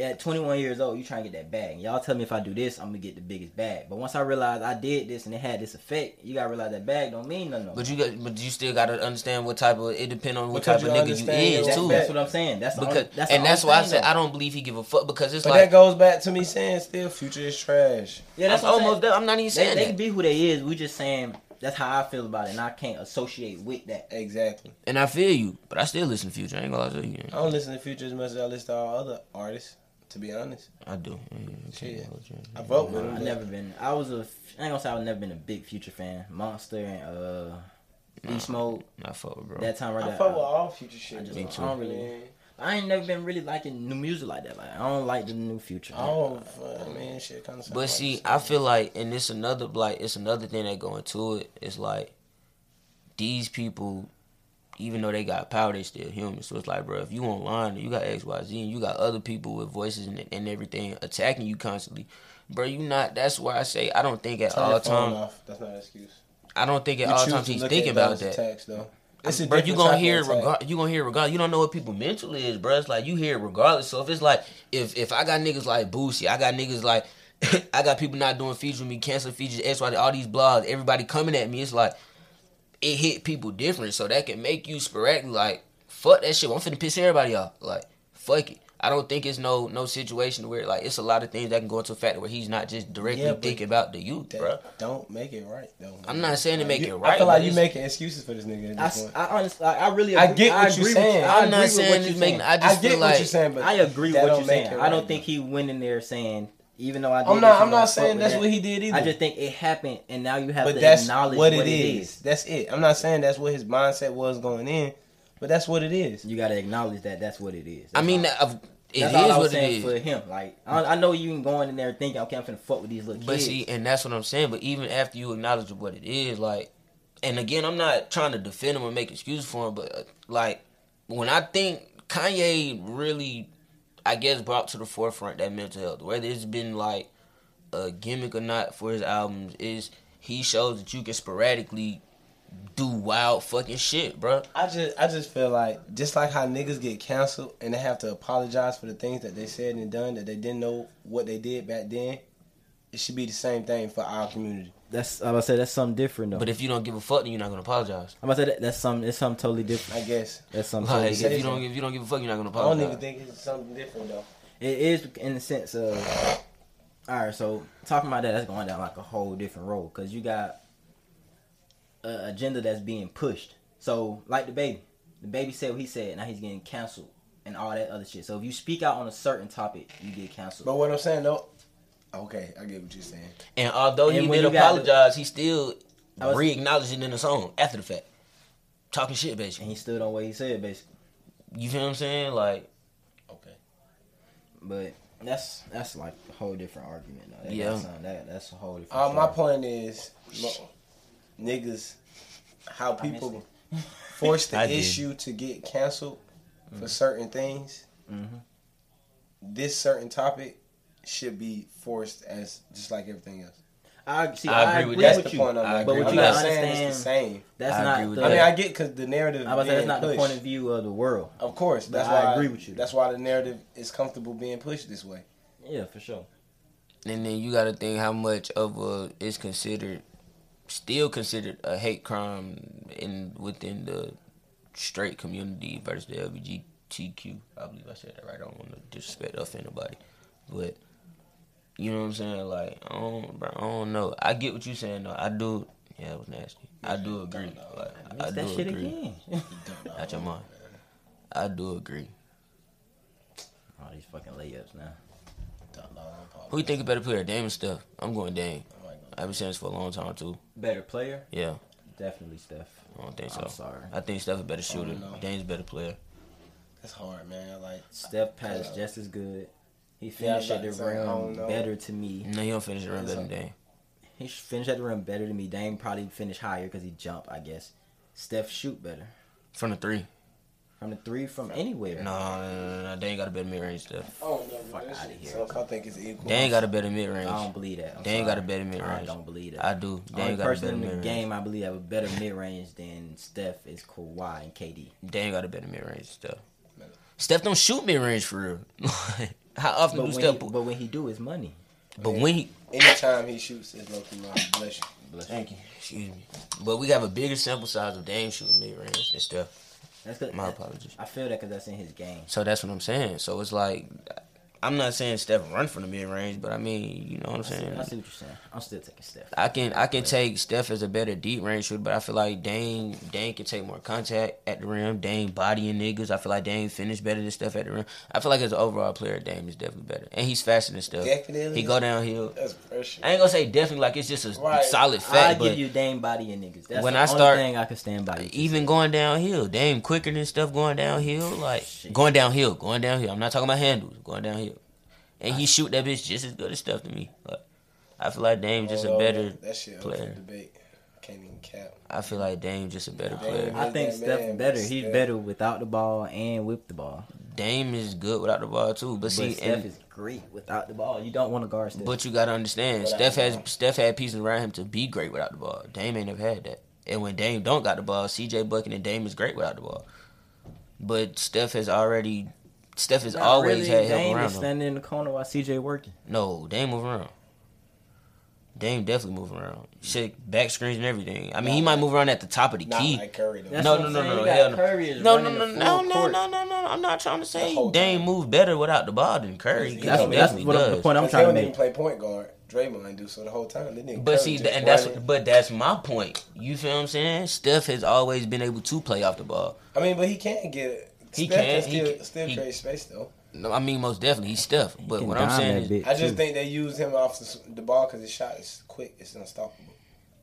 Speaker 3: at 21 years old, you trying to get that bag. And y'all tell me if I do this, I'm gonna get the biggest bag. But once I realized I did this and it had this effect, you gotta realize that bag don't mean nothing. no more.
Speaker 2: but you got, but you still gotta understand what type of. It depend on what
Speaker 1: Because
Speaker 2: type of
Speaker 1: you
Speaker 2: nigga you
Speaker 1: understand
Speaker 2: is
Speaker 1: your
Speaker 3: that's,
Speaker 2: too.
Speaker 3: that's what I'm saying. That's the
Speaker 2: because
Speaker 3: only, that's the
Speaker 2: and that's
Speaker 3: only
Speaker 2: why I
Speaker 3: thing,
Speaker 2: said
Speaker 3: though.
Speaker 2: I don't believe he give a fuck because it's
Speaker 1: But
Speaker 2: like
Speaker 1: that goes back to me saying still, Future is trash.
Speaker 3: Yeah, that's
Speaker 2: I'm
Speaker 3: what I'm
Speaker 2: almost.
Speaker 3: saying.
Speaker 2: done. I'm not even
Speaker 3: They,
Speaker 2: saying
Speaker 3: they
Speaker 2: that.
Speaker 3: can be who they is. We just saying that's how I feel about it, and I can't associate with that.
Speaker 1: Exactly.
Speaker 2: and I feel you, but I still listen to Future. I ain't gonna lie to you.
Speaker 1: I don't listen to Future as much as I listen to all other artists. To be honest,
Speaker 2: I do. Mm, okay.
Speaker 1: I vote with
Speaker 3: I
Speaker 1: him.
Speaker 3: never been. I was a. I ain't gonna say I've never been a big Future fan. Monster and uh, Beast Mode.
Speaker 2: I fuck with bro.
Speaker 3: That time
Speaker 1: but
Speaker 3: right
Speaker 1: I
Speaker 3: there.
Speaker 1: fuck with all Future shit.
Speaker 3: I just
Speaker 1: bro.
Speaker 2: Me too.
Speaker 1: I don't really.
Speaker 3: I ain't never been really liking new music like that. Like I don't like the new Future.
Speaker 1: I don't. fuck, Man, shit kind of.
Speaker 2: But see, I feel like, and it's another like it's another thing that go into it. It's like these people, even though they got power, they still human. So it's like, bro, if you online, you got X, Y, Z, and you got other people with voices and, and everything attacking you constantly, bro. You not. That's why I say I don't think at
Speaker 1: Turn
Speaker 2: all
Speaker 1: your phone
Speaker 2: time.
Speaker 1: off. That's not an excuse.
Speaker 2: I don't think at
Speaker 1: You
Speaker 2: all
Speaker 1: choose
Speaker 2: times
Speaker 1: to
Speaker 2: he's
Speaker 1: look
Speaker 2: thinking
Speaker 1: at
Speaker 2: about
Speaker 1: those
Speaker 2: that.
Speaker 1: Attacks, though. It's a
Speaker 2: Bro, you
Speaker 1: different
Speaker 2: gonna
Speaker 1: type of
Speaker 2: hear it
Speaker 1: attack.
Speaker 2: regard. You gonna hear it regardless. You don't know what people mental is, bro. It's like you hear it regardless. So if it's like if if I got niggas like Boosie, I got niggas like I got people not doing features with me, canceling features, X Y, all these blogs, everybody coming at me. It's like it hit people different, so that can make you sporadically like fuck that shit. I'm finna piss everybody off. Like fuck it. I don't think it's no no situation where like it's a lot of things that can go into a factor where he's not just directly
Speaker 1: Yeah, but
Speaker 2: thinking about the youth,
Speaker 1: That
Speaker 2: bro.
Speaker 1: don't make it right though.
Speaker 2: I'm not saying to make
Speaker 1: You-
Speaker 2: it right.
Speaker 1: I feel like
Speaker 2: but
Speaker 1: you
Speaker 2: it's-
Speaker 1: making excuses for this nigga at
Speaker 3: I,
Speaker 1: this point.
Speaker 3: I honestly, I, I really,
Speaker 1: I
Speaker 3: agree-
Speaker 1: get what
Speaker 3: agree
Speaker 1: you're
Speaker 3: with
Speaker 1: saying.
Speaker 3: you. I
Speaker 1: I'm
Speaker 2: I'm
Speaker 3: agree
Speaker 2: not
Speaker 3: with what
Speaker 2: saying
Speaker 3: you're
Speaker 2: it's making. I
Speaker 1: I
Speaker 2: just
Speaker 1: get
Speaker 2: feel
Speaker 1: what
Speaker 2: like
Speaker 1: you're saying, but
Speaker 3: I agree with
Speaker 1: that
Speaker 3: what
Speaker 1: don't make
Speaker 3: you're saying.
Speaker 1: it
Speaker 3: I
Speaker 1: right,
Speaker 3: don't
Speaker 1: though.
Speaker 3: think he went in there saying, even though I did
Speaker 1: I'm
Speaker 3: this,
Speaker 1: not. I'm
Speaker 3: gonna
Speaker 1: not
Speaker 3: fuck
Speaker 1: saying
Speaker 3: with
Speaker 1: that's
Speaker 3: that.
Speaker 1: what he did either.
Speaker 3: I just think it happened, and now you have
Speaker 1: but
Speaker 3: to
Speaker 1: that's
Speaker 3: acknowledge
Speaker 1: what it is. That's it. I'm not saying that's what his mindset was going in, but that's what it is.
Speaker 3: You got to acknowledge that that's what it is.
Speaker 2: I
Speaker 3: That's
Speaker 2: mean,
Speaker 3: all.
Speaker 2: that- it is
Speaker 3: that's all I was
Speaker 2: what
Speaker 3: saying
Speaker 2: it
Speaker 3: for
Speaker 2: is.
Speaker 3: him. Like, I, I know you ain't going in there thinking, okay, I'm finna fuck with these little
Speaker 2: But
Speaker 3: kids.
Speaker 2: see, and that's what I'm saying. But even after you acknowledge what it is, like, and again, I'm not trying to defend him or make excuses for him, but uh, like, when I think Kanye really, I guess, brought to the forefront that mental health, whether it's been like a gimmick or not for his albums, is he shows that you can sporadically do wild fucking shit, bro.
Speaker 1: I just, I just feel like just like how niggas get canceled and they have to apologize for the things that they said and done that they didn't know what they did back then. It should be the same thing for our community.
Speaker 3: that's I'm about to say that's something different though.
Speaker 2: But if you don't give a fuck, then you're not gonna apologize.
Speaker 3: I'm about to say that, that's something. It's something totally different.
Speaker 1: I guess.
Speaker 3: That's something
Speaker 2: Like,
Speaker 3: totally
Speaker 2: if
Speaker 3: different.
Speaker 2: you don't, if you don't give a fuck, you're not gonna
Speaker 1: I don't
Speaker 2: apologize.
Speaker 1: even think it's something different though.
Speaker 3: It is in the sense of, all right. So talking about that, that's going down like a whole different road because you got a agenda that's being pushed. So like the baby, the baby said what he said. Now he's getting canceled and all that other shit. So if you speak out on a certain topic, you get canceled.
Speaker 1: But what I'm saying though, okay, I get what you're saying.
Speaker 2: And although
Speaker 3: And
Speaker 2: he
Speaker 3: when
Speaker 2: did
Speaker 3: you got the-
Speaker 2: apologize, he still
Speaker 3: I was-
Speaker 2: re-acknowledged it in the song after the fact, talking shit
Speaker 3: and
Speaker 2: basically.
Speaker 3: he stood on what he said basically.
Speaker 2: You feel what I'm saying? Like,
Speaker 1: Okay.
Speaker 3: But that's that's like a whole different argument. Though. That
Speaker 2: Yeah.
Speaker 3: got something- that, that's a whole different.
Speaker 1: Uh, my
Speaker 3: story.
Speaker 1: point is, mo- niggas, how
Speaker 3: I missed
Speaker 1: people
Speaker 3: it.
Speaker 1: force the
Speaker 2: I did.
Speaker 1: issue to get canceled
Speaker 3: Mm.
Speaker 1: for certain things.
Speaker 3: Mhm.
Speaker 1: This certain topic should be forced as just like everything else.
Speaker 3: I, see,
Speaker 2: I
Speaker 3: I
Speaker 2: agree with
Speaker 3: agree
Speaker 1: That's
Speaker 3: with
Speaker 1: the
Speaker 3: you.
Speaker 1: point I'm,
Speaker 2: I
Speaker 1: making.
Speaker 2: agree
Speaker 3: But what
Speaker 1: I'm
Speaker 3: you
Speaker 2: that.
Speaker 1: not
Speaker 3: gotta
Speaker 1: saying
Speaker 3: understand,
Speaker 1: it's the same.
Speaker 3: that's
Speaker 2: I
Speaker 3: not.
Speaker 2: agree with
Speaker 3: the,
Speaker 1: I mean, I get because the narrative.
Speaker 3: I was
Speaker 1: being
Speaker 3: that's not the
Speaker 1: pushed.
Speaker 3: point of view of the world.
Speaker 1: Of course,
Speaker 3: But
Speaker 1: that's
Speaker 3: I
Speaker 1: why
Speaker 3: agree with you.
Speaker 1: That's why the narrative is comfortable being pushed this way.
Speaker 3: Yeah, for sure.
Speaker 2: and then you got to think how much of a is considered, still considered a hate crime in within the straight community versus the LGBTQ. I believe I said that right. I don't want to disrespect or offend nobody, but you know what I'm saying? Like, I don't, bro, I don't know. I get what you're saying though. I do. Yeah, it was nasty. I do agree. Like, I,
Speaker 3: It's
Speaker 2: do
Speaker 3: that shit
Speaker 2: agree.
Speaker 3: again.
Speaker 2: Not your mind. I do agree.
Speaker 3: All these fucking layups now.
Speaker 2: Who you think a better player, Dame or Steph? I'm going Dame.
Speaker 1: Oh
Speaker 2: I've been saying this for a long time too.
Speaker 3: Better player,
Speaker 2: Yeah,
Speaker 3: definitely Steph.
Speaker 2: I don't think so.
Speaker 3: I'm sorry.
Speaker 2: I think Steph a better shooter.
Speaker 1: know.
Speaker 2: Dame's a better player.
Speaker 1: That's hard, man. Like
Speaker 3: Steph passed just as good. He
Speaker 1: Yeah, I was
Speaker 3: finished at the
Speaker 1: about to say, I don't
Speaker 3: rim
Speaker 1: know.
Speaker 3: better to me.
Speaker 2: No, he don't finish around better than Dame.
Speaker 3: He sh- finished at the rim better than me. Dame probably finished higher because he jumped, I guess. Steph shoot better
Speaker 2: From the three.
Speaker 3: from the three from anywhere.
Speaker 2: No, no, no, no, no. Dame got a better mid range Steph.
Speaker 1: I don't know. Fuck
Speaker 3: Fuck outta here.
Speaker 1: I think it's equal.
Speaker 2: Dame got a better mid
Speaker 3: I
Speaker 2: range.
Speaker 3: don't believe that. I'm
Speaker 2: Dame
Speaker 3: sorry.
Speaker 2: got a better mid-range.
Speaker 3: I don't believe that.
Speaker 2: I do.
Speaker 3: Only
Speaker 2: Dame got a
Speaker 3: person
Speaker 2: better
Speaker 3: in the
Speaker 2: mid range.
Speaker 3: game I believe have a better mid range than Steph is Kawhi and KD.
Speaker 2: Dame got a better mid range Steph. Steph don't shoot mid range for real. How often
Speaker 3: But
Speaker 2: do
Speaker 3: when,
Speaker 2: Steph?
Speaker 3: he,
Speaker 2: But,
Speaker 3: but when he do, it's money.
Speaker 2: when he,
Speaker 1: Anytime he shoots, it's low key money. Bless you.
Speaker 3: Thank you.
Speaker 2: excuse me. But we have a bigger sample size of Dame shooting mid range than Steph.
Speaker 3: That's 'cause-
Speaker 2: My apologies.
Speaker 3: I feel that because that's in his game.
Speaker 2: So that's what I'm saying. So it's like, I'm not saying Steph run from the mid range, but I mean, you know what I'm
Speaker 3: I see
Speaker 2: saying.
Speaker 3: what you're saying. I'm still taking Steph.
Speaker 2: I can I can take Steph as a better deep range shooter, but I feel like Dane Dane can take more contact at the rim. Dane bodying niggas. I feel like Dane finish better than Steph at the rim. I feel like as an overall player, Dame is definitely better, and he's faster than Steph.
Speaker 1: Definitely.
Speaker 2: He go downhill.
Speaker 1: That's pressure.
Speaker 2: I ain't gonna say definitely like it's just a
Speaker 1: Right.
Speaker 2: solid
Speaker 3: I
Speaker 2: fact,
Speaker 3: give
Speaker 2: but
Speaker 3: you Dame body and niggas. That's
Speaker 2: When
Speaker 3: the
Speaker 2: I
Speaker 3: only
Speaker 2: start-
Speaker 3: thing I can stand by. you to
Speaker 2: even
Speaker 3: say.
Speaker 2: going downhill, Dame quicker than Steph going downhill. Like
Speaker 3: Shit.
Speaker 2: going downhill, going downhill. I'm not talking about handles, going downhill. And he shoot that bitch just as good as Steph to me. Like, I feel like Dame just a
Speaker 1: Hold on,
Speaker 2: better.
Speaker 1: man. that shit up
Speaker 2: player.
Speaker 1: for debate. Can't even cap.
Speaker 2: I feel like Dame just a better
Speaker 1: Dame-
Speaker 2: player.
Speaker 3: I think
Speaker 1: that
Speaker 3: Steph
Speaker 1: man,
Speaker 3: better.
Speaker 1: but
Speaker 3: He's
Speaker 1: Steph-
Speaker 3: better without the ball and with the ball.
Speaker 2: Dame is good without the ball too, but,
Speaker 3: but
Speaker 2: see,
Speaker 3: Steph
Speaker 2: and,
Speaker 3: is great without the ball. You don't want to guard Steph.
Speaker 2: but you gotta understand,
Speaker 1: Without
Speaker 2: Steph
Speaker 1: the
Speaker 2: has
Speaker 1: ball.
Speaker 2: Steph had pieces around him to be great without the ball. Dame ain't never had that. And when Dame don't got the ball, CJ Bucket and Dame is great without the ball. But Steph has already, Steph has
Speaker 3: Not
Speaker 2: always had
Speaker 3: really.
Speaker 2: help
Speaker 3: Dame
Speaker 2: around
Speaker 3: is
Speaker 2: him.
Speaker 3: standing in the corner while CJ working.
Speaker 2: No, Dame was around. Dame definitely move around. Shit, back screens and everything. I mean, he might move around at the top of the
Speaker 1: Not
Speaker 2: key.
Speaker 1: like Curry though.
Speaker 3: That's
Speaker 2: no,
Speaker 3: what
Speaker 2: no,
Speaker 3: I'm
Speaker 2: no,
Speaker 3: saying.
Speaker 2: no,
Speaker 3: You got
Speaker 2: hell no.
Speaker 3: Curry
Speaker 2: No,
Speaker 3: is
Speaker 2: no,
Speaker 3: running
Speaker 2: no,
Speaker 3: the
Speaker 2: no, no,
Speaker 3: full
Speaker 2: no,
Speaker 3: court.
Speaker 2: no, no, no. I'm not trying to say
Speaker 1: whole
Speaker 2: Dame
Speaker 1: time.
Speaker 2: move better without the ball than Curry. He
Speaker 1: That's-
Speaker 2: definitely
Speaker 3: that's what I'm-
Speaker 2: does.
Speaker 3: the point I'm
Speaker 1: But they
Speaker 3: trying to
Speaker 1: don't even
Speaker 3: make.
Speaker 1: play point guard. Draymond do so the whole time. They didn't
Speaker 2: But
Speaker 1: Curry
Speaker 2: see,
Speaker 1: just
Speaker 2: and that's
Speaker 1: running.
Speaker 2: but that's my point. You feel what I'm saying? Steph has always been able to play off the ball.
Speaker 1: I mean, but he can get it.
Speaker 2: He
Speaker 1: Steph
Speaker 2: can, he
Speaker 1: still,
Speaker 2: can-
Speaker 1: still
Speaker 2: he-
Speaker 1: create space though.
Speaker 2: No, I mean most definitely he's Steph. But
Speaker 3: Can
Speaker 2: what I'm
Speaker 3: dime
Speaker 2: saying
Speaker 3: that
Speaker 2: is,
Speaker 3: bit,
Speaker 1: I just
Speaker 3: too.
Speaker 1: think they use him off the, the ball because his shot is quick. It's unstoppable.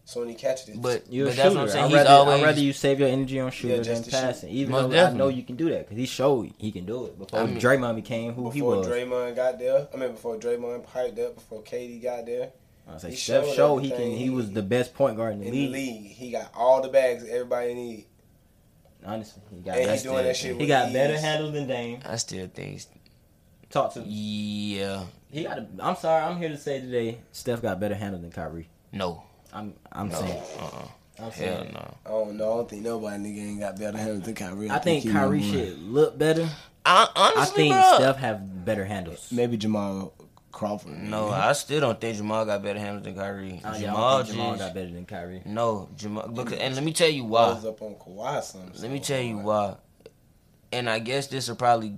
Speaker 1: So when he catches it,
Speaker 2: but,
Speaker 3: You're
Speaker 2: but
Speaker 3: a
Speaker 2: that's
Speaker 3: shooter.
Speaker 2: what I'm saying.
Speaker 3: I'd
Speaker 2: He's
Speaker 3: rather, I'd
Speaker 2: always.
Speaker 3: rather you save your energy on shooting than
Speaker 1: just to shoot.
Speaker 3: passing. Even
Speaker 2: Most
Speaker 3: though I
Speaker 2: definitely.
Speaker 3: know you can do that because he showed he can do it before
Speaker 2: I mean-
Speaker 3: Draymond became who he
Speaker 1: before
Speaker 3: was.
Speaker 1: Draymond got there, I mean before Draymond piped up, before Katie got there
Speaker 3: I was like,
Speaker 1: he
Speaker 3: Steph
Speaker 1: showed
Speaker 3: showed he can.
Speaker 1: everything.
Speaker 3: He was the best point guard in the
Speaker 1: in
Speaker 3: league.
Speaker 1: the league, he got all the bags that everybody need.
Speaker 3: Honestly, he got
Speaker 1: And he
Speaker 3: better-
Speaker 1: doing that shit
Speaker 3: He
Speaker 1: with
Speaker 3: got
Speaker 1: ease.
Speaker 3: better handles than Dame.
Speaker 2: I still think,
Speaker 3: Talk to me.
Speaker 2: yeah,
Speaker 3: He got. A, I'm sorry. I'm here to say today, Steph got better handle than Kyrie.
Speaker 2: no,
Speaker 3: I'm. I'm
Speaker 2: no,
Speaker 3: saying.
Speaker 2: uh-uh.
Speaker 3: I'm
Speaker 2: hell
Speaker 3: saying.
Speaker 2: no.
Speaker 1: I don't know. I don't think nobody nigga ain't got better handles than Kyrie.
Speaker 3: I think
Speaker 1: he
Speaker 3: Kyrie
Speaker 1: number one.
Speaker 3: should look better.
Speaker 2: I
Speaker 3: I
Speaker 2: honestly,
Speaker 3: think
Speaker 2: bro,
Speaker 3: Steph have better handles.
Speaker 1: Maybe Jamal Crawford.
Speaker 2: No, I still don't think Jamal got better handles than Kyrie.
Speaker 3: I, Mm-hmm. Oh, yeah, I
Speaker 2: Jamal,
Speaker 3: don't think Jamal
Speaker 2: just-
Speaker 3: got better than Kyrie.
Speaker 2: no Jamal. Because, and let me tell you
Speaker 1: I
Speaker 2: why.
Speaker 1: was up on Kawhi something.
Speaker 2: Let me tell you why. And I guess this will probably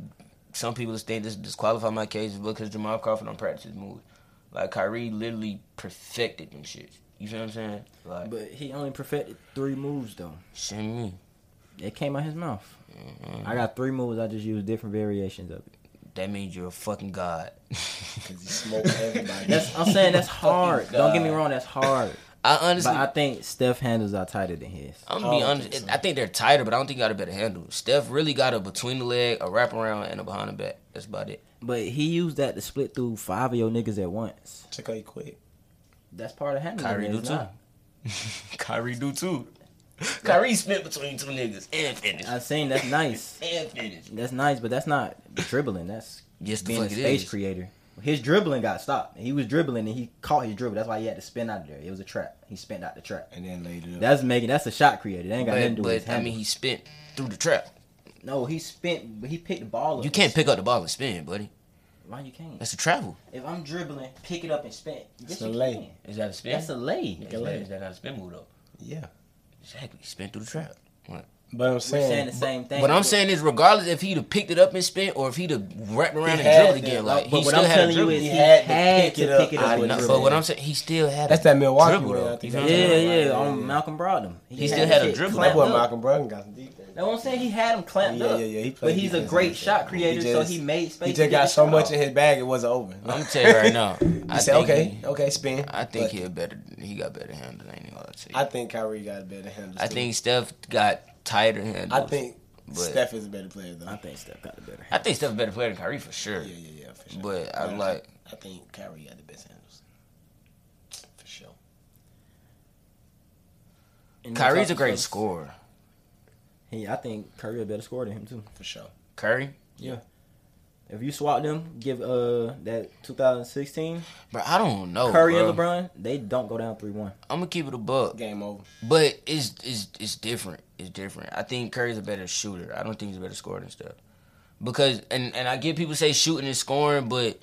Speaker 2: some people think this disqualify my case is because Jamal Crawford don't practice his moves. Like Kyrie literally perfected them shits. You feel what I'm saying? Like
Speaker 3: But he only perfected three moves though.
Speaker 2: shit me.
Speaker 3: It came out his mouth.
Speaker 2: Mm-hmm.
Speaker 3: I got three moves. I just used different variations of it.
Speaker 2: That means you're a fucking god.
Speaker 1: Because he smoked everybody.
Speaker 3: That's, I'm saying that's hard. Don't get me
Speaker 2: God.
Speaker 3: wrong. That's hard.
Speaker 2: I
Speaker 3: but
Speaker 2: honestly,
Speaker 3: I
Speaker 2: I,
Speaker 3: think Steph handles are tighter than his.
Speaker 2: am gonna be
Speaker 1: I don't
Speaker 2: honest.
Speaker 1: think so.
Speaker 2: I think they're tighter, but I don't think he got a better handle. Steph really got a between the leg, a wraparound, and a behind the back. That's about it.
Speaker 3: But he used that to split through five of your niggas at once.
Speaker 1: Check out he quit.
Speaker 3: That's part of handling.
Speaker 2: Kyrie
Speaker 3: it,
Speaker 2: do
Speaker 3: it's
Speaker 2: too.
Speaker 3: not.
Speaker 2: Kyrie do too. Kyrie split between two niggas and finished.
Speaker 3: I'm saying that's nice.
Speaker 2: And finished.
Speaker 3: That's nice, but that's not dribbling. That's
Speaker 2: Yes, the
Speaker 3: being a
Speaker 2: fuck it
Speaker 3: space
Speaker 2: is.
Speaker 3: creator. His dribbling got stopped. He was dribbling and he caught his dribble. That's why he had to spin out of there. It was a trap. He spent out the trap.
Speaker 1: And then laid it up.
Speaker 3: That's making. That's a shot creator. That ain't got nothing to
Speaker 2: But,
Speaker 3: do with his
Speaker 2: but I
Speaker 3: handle.
Speaker 2: mean, he spent through the trap.
Speaker 3: no, he spent. But he picked the ball. up
Speaker 2: You
Speaker 3: and
Speaker 2: can't
Speaker 3: spin.
Speaker 2: pick up the ball and spin, buddy.
Speaker 3: Why you can't?
Speaker 2: That's a travel.
Speaker 3: if I'm dribbling, pick it up and spin. Yes,
Speaker 1: a
Speaker 3: you
Speaker 1: lay.
Speaker 3: can.
Speaker 2: Is that a spin?
Speaker 3: That's a lay.
Speaker 2: Is that, is that how the spin move though?
Speaker 1: yeah.
Speaker 2: Exactly. Spin through the trap. Right.
Speaker 1: But I'm
Speaker 3: We're
Speaker 1: saying,
Speaker 3: saying the same thing.
Speaker 2: What I'm saying is, regardless if he'd have picked it up and spent, or if he'd have wrapped around and
Speaker 1: had
Speaker 2: dribbled
Speaker 1: to,
Speaker 2: again,
Speaker 1: like,
Speaker 2: like
Speaker 3: But
Speaker 2: he
Speaker 3: what
Speaker 2: still
Speaker 3: I'm
Speaker 2: had a
Speaker 3: telling you
Speaker 2: dribble.
Speaker 3: is he
Speaker 1: He
Speaker 3: had,
Speaker 1: had to
Speaker 3: to pick it up.
Speaker 1: out
Speaker 3: with
Speaker 1: of
Speaker 2: No,
Speaker 1: dribble.
Speaker 2: but what I'm saying, he still had.
Speaker 1: That's
Speaker 2: a
Speaker 1: that Milwaukee
Speaker 2: dribble,
Speaker 1: one, I
Speaker 2: though.
Speaker 1: think that-
Speaker 2: You feel what I'm
Speaker 3: yeah,
Speaker 2: saying?
Speaker 3: yeah,
Speaker 1: Yeah.
Speaker 3: on Malcolm Brogdon.
Speaker 2: He
Speaker 3: had
Speaker 2: still
Speaker 3: that
Speaker 2: had a
Speaker 3: shit
Speaker 2: dribble.
Speaker 1: that
Speaker 3: clamped
Speaker 1: boy
Speaker 3: up.
Speaker 1: Malcolm Brogdon got some defense.
Speaker 3: That's what I'm saying. He had him clamped
Speaker 1: Yeah,
Speaker 3: up.
Speaker 1: yeah, yeah, he
Speaker 3: but
Speaker 1: played
Speaker 3: he's a
Speaker 1: defense
Speaker 3: great
Speaker 1: on
Speaker 3: shot
Speaker 1: that.
Speaker 3: creator,
Speaker 1: He
Speaker 3: so
Speaker 1: just-
Speaker 3: he made space.
Speaker 1: He
Speaker 3: to
Speaker 1: just
Speaker 3: get
Speaker 1: got so
Speaker 3: shot
Speaker 1: much
Speaker 3: off.
Speaker 1: in his bag, it wasn't over.
Speaker 2: I'm gonna tell you right now.
Speaker 1: He
Speaker 2: I
Speaker 1: said,
Speaker 2: think
Speaker 1: okay,
Speaker 2: he-
Speaker 1: okay, spin.
Speaker 2: I think
Speaker 1: But
Speaker 2: he had better. He got better handle. I ain't gonna lie to you.
Speaker 1: I think Kyrie got a better handle.
Speaker 2: I
Speaker 1: too.
Speaker 2: think Steph got tighter handles.
Speaker 1: I think
Speaker 2: but-
Speaker 1: Steph is a better player though.
Speaker 3: I think Steph got a better.
Speaker 2: I think Steph a better player than Kyrie for sure.
Speaker 1: yeah, yeah, yeah, for sure.
Speaker 2: But I
Speaker 1: But
Speaker 2: like
Speaker 1: I think Kyrie got the best handles. For sure.
Speaker 3: And
Speaker 2: Kyrie's
Speaker 3: that's
Speaker 2: a great
Speaker 3: also-
Speaker 2: scorer.
Speaker 3: He, I think Curry a better scorer than him too.
Speaker 1: For sure.
Speaker 2: Curry,
Speaker 3: If you swap them, give uh that 2016
Speaker 2: but I don't know.
Speaker 3: Curry
Speaker 2: bro.
Speaker 3: and LeBron, they don't go down three one.
Speaker 2: I'm gonna keep it a buck,
Speaker 1: Game over.
Speaker 2: but it's it's it's different. It's different. I think Curry's a better shooter. I don't think he's a better scorer than Steph. Because and and I get people say shooting and scoring, but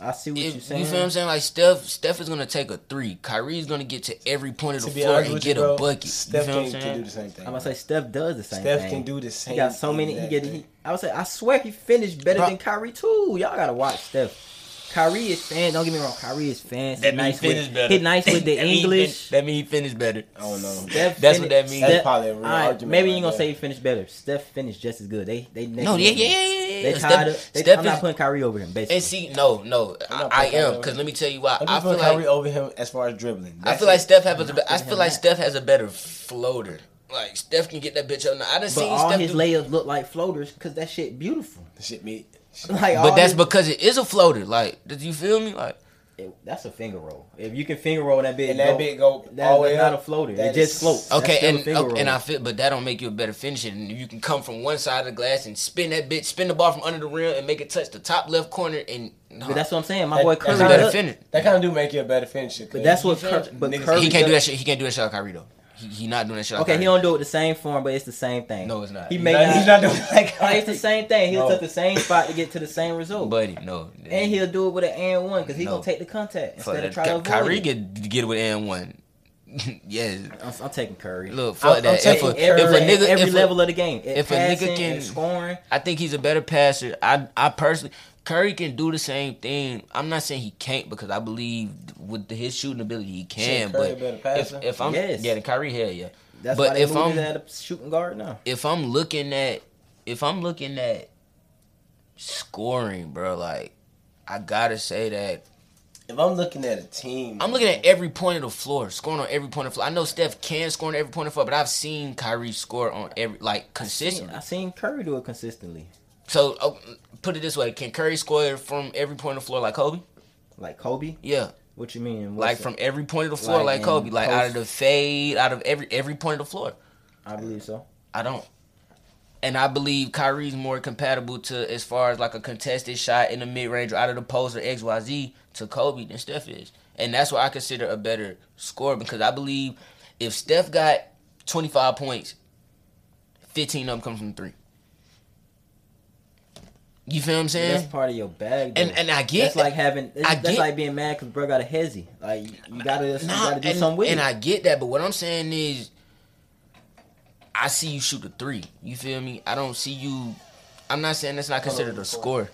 Speaker 3: I see what
Speaker 2: if,
Speaker 3: you're
Speaker 2: you
Speaker 3: saying.
Speaker 2: feel what I'm saying? Like Steph, Steph is gonna take a three. Kyrie's gonna get to every point of
Speaker 1: To
Speaker 2: the
Speaker 1: be
Speaker 2: floor
Speaker 1: honest
Speaker 2: and
Speaker 1: with you,
Speaker 2: get
Speaker 1: bro,
Speaker 2: a bucket.
Speaker 1: Steph
Speaker 2: you feel
Speaker 1: can,
Speaker 2: what
Speaker 1: can
Speaker 2: I'm
Speaker 1: do
Speaker 2: saying?
Speaker 1: the same thing.
Speaker 3: I'm gonna say Steph does the same
Speaker 1: Steph
Speaker 3: thing.
Speaker 1: can do the same.
Speaker 3: He got so many. He
Speaker 1: exact
Speaker 3: get.
Speaker 1: thing.
Speaker 3: He, I would say I swear he finished better
Speaker 2: Bro.
Speaker 3: than Kyrie too. Y'all gotta watch Steph. Kyrie is fan. Don't get me wrong. Kyrie is fancy.
Speaker 2: That means
Speaker 3: nice
Speaker 2: he finished
Speaker 3: with,
Speaker 2: better.
Speaker 3: He nice with the
Speaker 2: That mean he
Speaker 3: English.
Speaker 2: fin- That means he finished better.
Speaker 1: I don't know.
Speaker 3: Steph
Speaker 2: That's
Speaker 3: fini-
Speaker 2: what that means.
Speaker 1: That's probably a real
Speaker 3: All right,
Speaker 1: argument
Speaker 3: Maybe
Speaker 1: right
Speaker 3: you gonna
Speaker 1: there.
Speaker 3: say he finished better. Steph finished just as good. They they neck
Speaker 2: No,
Speaker 3: and
Speaker 2: yeah,
Speaker 3: neck.
Speaker 2: yeah, yeah, yeah. yeah.
Speaker 3: They
Speaker 2: Steph-
Speaker 3: tied up. They,
Speaker 2: Steph
Speaker 3: I'm
Speaker 2: is-
Speaker 3: not putting Kyrie over him. Basically,
Speaker 2: And see, no, no, I,
Speaker 1: not
Speaker 2: I
Speaker 1: putting
Speaker 2: am
Speaker 1: Kyrie
Speaker 2: because let me tell you why.
Speaker 1: I'm
Speaker 2: I
Speaker 1: just
Speaker 2: feel
Speaker 1: putting Kyrie
Speaker 2: like
Speaker 1: over him as far as dribbling.
Speaker 2: I
Speaker 1: That's
Speaker 2: feel like
Speaker 1: it.
Speaker 2: Steph has a, I
Speaker 3: putting
Speaker 2: feel
Speaker 3: him
Speaker 2: like
Speaker 3: at-
Speaker 2: Steph has a better floater. Like Steph can get that bitch up. Now, I done
Speaker 3: but
Speaker 2: seen
Speaker 3: all
Speaker 2: Steph
Speaker 3: his
Speaker 2: do,
Speaker 3: layups look like floaters because that shit beautiful.
Speaker 1: shit me.
Speaker 3: Like, all
Speaker 2: but that's
Speaker 3: his-
Speaker 2: because it is a floater. Like, did you feel me? Like,
Speaker 3: it- that's a finger roll. If you can finger roll that bit,
Speaker 1: And that bit go
Speaker 3: that-
Speaker 1: all the way
Speaker 3: that's not
Speaker 1: up,
Speaker 3: a floater. It
Speaker 1: that
Speaker 3: just
Speaker 1: is-
Speaker 3: floats. That's
Speaker 2: okay,
Speaker 3: still a
Speaker 2: and
Speaker 3: finger
Speaker 2: okay, and
Speaker 3: roll.
Speaker 2: I feel, but that don't make you a better finisher. And you can come from one side of the glass and spin that bitch, spin the ball from under the rim, and make it touch the top left corner. And nah,
Speaker 3: But that's what I'm saying. My
Speaker 1: That-
Speaker 3: boy
Speaker 1: that's
Speaker 3: Curry.
Speaker 2: a better
Speaker 3: look-
Speaker 2: finisher.
Speaker 1: That kind of do make you a better finisher.
Speaker 3: But that's what Cur- but
Speaker 1: niggas-
Speaker 3: Curry
Speaker 2: he can't do
Speaker 3: does-
Speaker 2: that shit. He can't do that shit like Kyrie though. He, he not doing that shit. like
Speaker 3: Okay,
Speaker 2: I-
Speaker 3: he don't do it the same form, but it's the same thing.
Speaker 2: No, it's not.
Speaker 3: He
Speaker 2: He's
Speaker 3: may
Speaker 1: Like,
Speaker 3: not.
Speaker 1: he's not doing like
Speaker 3: Like, it's the same thing. He'll
Speaker 2: No.
Speaker 3: touch the same spot to get to the same result,
Speaker 2: buddy. No,
Speaker 3: and he'll do it with an and one because he
Speaker 2: Mm. No.
Speaker 3: gonna take the contact
Speaker 2: Fuck
Speaker 3: instead of
Speaker 2: that.
Speaker 3: try to avoid
Speaker 2: Ky- Kyrie
Speaker 3: it.
Speaker 2: get get with and one. yes,
Speaker 3: I'm, I'm taking Curry.
Speaker 2: Look,
Speaker 3: I'm-
Speaker 2: fuck
Speaker 3: I'm
Speaker 2: that. If
Speaker 3: taking
Speaker 2: a-
Speaker 3: Curry
Speaker 2: if a
Speaker 3: at
Speaker 2: nigga-
Speaker 3: every
Speaker 2: if a-
Speaker 3: level of the game,
Speaker 2: if a nigga can-
Speaker 3: scoring,
Speaker 2: I think he's a better passer. I I personally Curry can do the same thing. I'm not saying he can't because I believe with the, his shooting ability he can.
Speaker 1: Shit, Curry a better
Speaker 2: but if,
Speaker 1: passer?
Speaker 2: if I'm
Speaker 3: Yes.
Speaker 2: yeah, then Kyrie hell yeah.
Speaker 3: that's
Speaker 2: But
Speaker 3: why they
Speaker 2: if
Speaker 3: moved him
Speaker 2: I'm-
Speaker 3: at a shooting guard now.
Speaker 2: If I'm looking at if I'm looking at scoring, bro, like I gotta say that
Speaker 1: If I'm looking at a team,
Speaker 2: I'm looking at every point of the floor, scoring on every point of the floor. I know Steph can score on every point of the floor, but I've seen Kyrie score on every like consistently.
Speaker 3: I seen Curry do it consistently,
Speaker 2: So oh, put it this way: Can Curry score from every point of the floor like Kobe?
Speaker 3: like Kobe.
Speaker 2: Yeah,
Speaker 3: What you mean? What's
Speaker 2: like
Speaker 3: it?
Speaker 2: from every point of the floor
Speaker 3: Like
Speaker 2: like,
Speaker 3: in
Speaker 2: Kobe, like out of the
Speaker 3: post-
Speaker 2: fade, out of every every point of the floor.
Speaker 3: I believe so.
Speaker 2: I don't. And I believe Kyrie's more compatible to as far as like a contested shot in the mid range or out of the post or XYZ to Kobe than Steph is. And that's why I consider a better scorer because I believe if Steph got 25 points, 15 of them come from three. You feel what I'm saying?
Speaker 3: That's part of your bag. though.
Speaker 2: and and I get
Speaker 3: that's like having. That's,
Speaker 2: I
Speaker 3: that's
Speaker 2: get-
Speaker 3: like being mad because bro got a hezzy. Like you gotta, you
Speaker 2: Nah,
Speaker 3: gotta do
Speaker 2: and,
Speaker 3: something with
Speaker 2: and
Speaker 3: it.
Speaker 2: I get that, but what I'm saying is, I see you shoot a three. You feel me? I don't see you. I'm not saying that's not considered a score.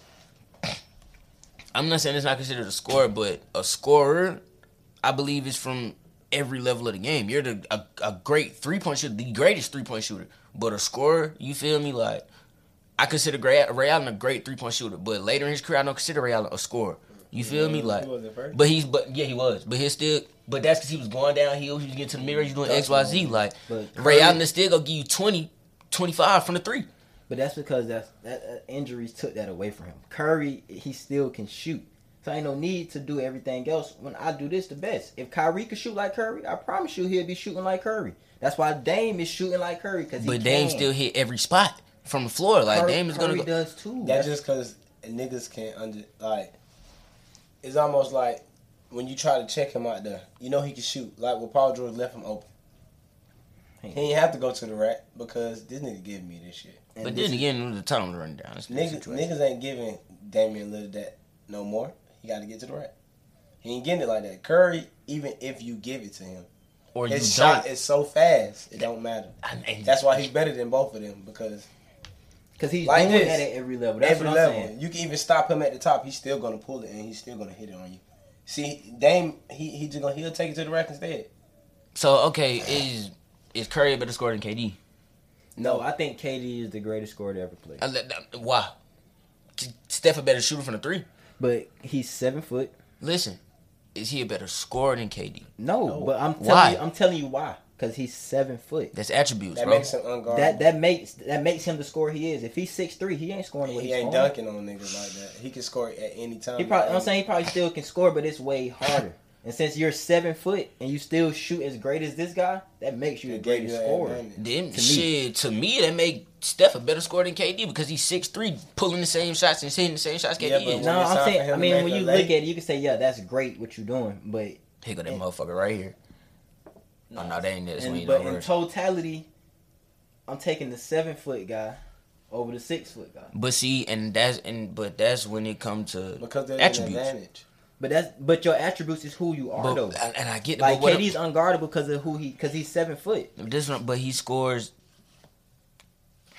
Speaker 2: I'm not saying it's not considered a score, but a scorer, I believe, is from every level of the game. You're the a, a great three point shooter, the greatest three point shooter. But a scorer, you feel me? Like I consider Ray, Ray Allen a great three point shooter, but later in his career, I don't consider Ray Allen a scorer. You feel me?
Speaker 1: he
Speaker 2: Like,
Speaker 1: was at first.
Speaker 2: but he's but yeah, he was, but he's still. But that's because he was going downhill. He was getting to the mid range, doing X, Y, Z. Like
Speaker 3: But
Speaker 2: Ray
Speaker 3: Curry-
Speaker 2: Allen is still gonna give you 20, 25 from the three.
Speaker 3: But that's because that's that uh, injuries took that away from him. Curry, he still can shoot. So ain't no need to do everything else when I do this the best. If Kyrie could shoot like Curry, I promise you he'll be shooting like Curry. That's why Dame is shooting like Curry because he
Speaker 2: But
Speaker 3: can.
Speaker 2: Dame still hit every spot from the floor. Like
Speaker 3: Curry,
Speaker 2: Dame is
Speaker 3: Curry
Speaker 2: gonna go.
Speaker 3: does too.
Speaker 1: That's just because niggas can't under like. It's almost like when you try to check him out there, you know he can shoot. Like when Paul George left him open, he ain't have to go to the rack because this nigga give me this shit.
Speaker 3: And
Speaker 2: But
Speaker 3: this
Speaker 2: then
Speaker 3: is-
Speaker 2: again, it was the time to run down. It's the
Speaker 1: Niggas,
Speaker 2: situation.
Speaker 1: niggas ain't giving Damian Lillard that no more. He got to get to the rack. He ain't getting it like that. Curry, even if you give it to him,
Speaker 2: or you
Speaker 1: his
Speaker 2: don't.
Speaker 1: shot is so fast it don't matter.
Speaker 2: And- and-
Speaker 1: That's why he's better than both of them because
Speaker 3: Cause he's
Speaker 1: Like
Speaker 3: doing
Speaker 1: this.
Speaker 3: that at every level. That's
Speaker 1: every
Speaker 3: what I'm
Speaker 1: level
Speaker 3: saying.
Speaker 1: you can even stop him at the top. He's still gonna pull it and he's still gonna hit it on you. See, Dame, he he just gonna he'll take it to the rack instead.
Speaker 2: So okay, is is Curry a better scorer than KD?
Speaker 3: No, I think KD is the greatest scorer to ever play.
Speaker 2: I let- that- Uh, Why? Steph a better shooter from the three.
Speaker 3: But he's seven foot.
Speaker 2: Listen, is he a better scorer than KD?
Speaker 3: No, but I'm telling
Speaker 2: Why?
Speaker 3: you, I'm telling you why. Cause he's seven foot.
Speaker 2: That's attributes,
Speaker 1: That
Speaker 2: bro.
Speaker 1: makes him unguardable.
Speaker 3: That that makes that makes him the score he is. If he's six three, he ain't scoring. What
Speaker 1: he
Speaker 3: he's
Speaker 1: ain't
Speaker 3: scoring.
Speaker 1: dunking on niggas like that. He can score at any time.
Speaker 3: He probably. I'm saying he probably still can score, but it's way harder. And since you're seven foot and you still shoot as great as this guy, that makes you the
Speaker 1: It gave you
Speaker 3: greatest
Speaker 1: an
Speaker 3: scorer.
Speaker 1: advantage.
Speaker 2: Then
Speaker 3: To me.
Speaker 2: shit, to me, that make Steph a better scorer than KD because he's 6'3", pulling the same shots and hitting the same shots KD
Speaker 1: Yeah, but
Speaker 2: is.
Speaker 1: when
Speaker 3: No,
Speaker 1: it's
Speaker 3: I'm
Speaker 1: time for
Speaker 3: saying.
Speaker 1: him
Speaker 3: I
Speaker 1: to
Speaker 3: mean,
Speaker 1: make
Speaker 3: when
Speaker 1: a
Speaker 3: you
Speaker 1: lay-
Speaker 3: look at it, you can say, "Yeah, that's great what you're doing," but
Speaker 2: Here go that motherfucker right here. Oh, no, that ain't this
Speaker 3: in,
Speaker 2: one.
Speaker 3: but in totality, I'm taking the seven foot guy over the six foot guy.
Speaker 2: But see, and that's and but that's when it comes to
Speaker 1: because there's an
Speaker 2: attributes.
Speaker 1: advantage.
Speaker 3: But that's but your attributes is who you are
Speaker 2: But,
Speaker 3: though.
Speaker 2: and, and I get
Speaker 3: Like
Speaker 2: but what-
Speaker 3: KD's unguardable because of who he because he's seven foot.
Speaker 2: this one, but he scores.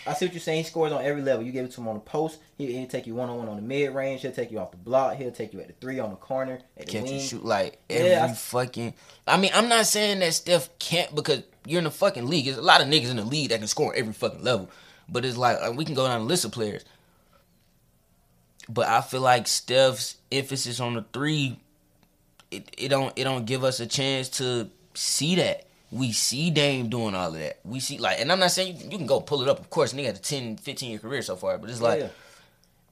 Speaker 3: I see what you're saying. He scores on every level. You give it to him on the post. He, he'll take you one on one on the mid range. He'll take you off the block. He'll take you at the three on the corner. At the
Speaker 2: Can't you
Speaker 3: wing.
Speaker 2: shoot like
Speaker 3: Yeah,
Speaker 2: every
Speaker 3: I-
Speaker 2: fucking? I mean, I'm not saying that Steph can't because you're in the fucking league. There's a lot of niggas in the league that can score on every fucking level. But it's like uh, we can go down the list of players. But I feel like Steph's emphasis on the three, it, it don't it don't give us a chance to see that. We see Dame doing all of that. We see like, and I'm not saying you, you can go pull it up. Of course, nigga had a 10, 15 year career so far, but it's like
Speaker 3: Yeah.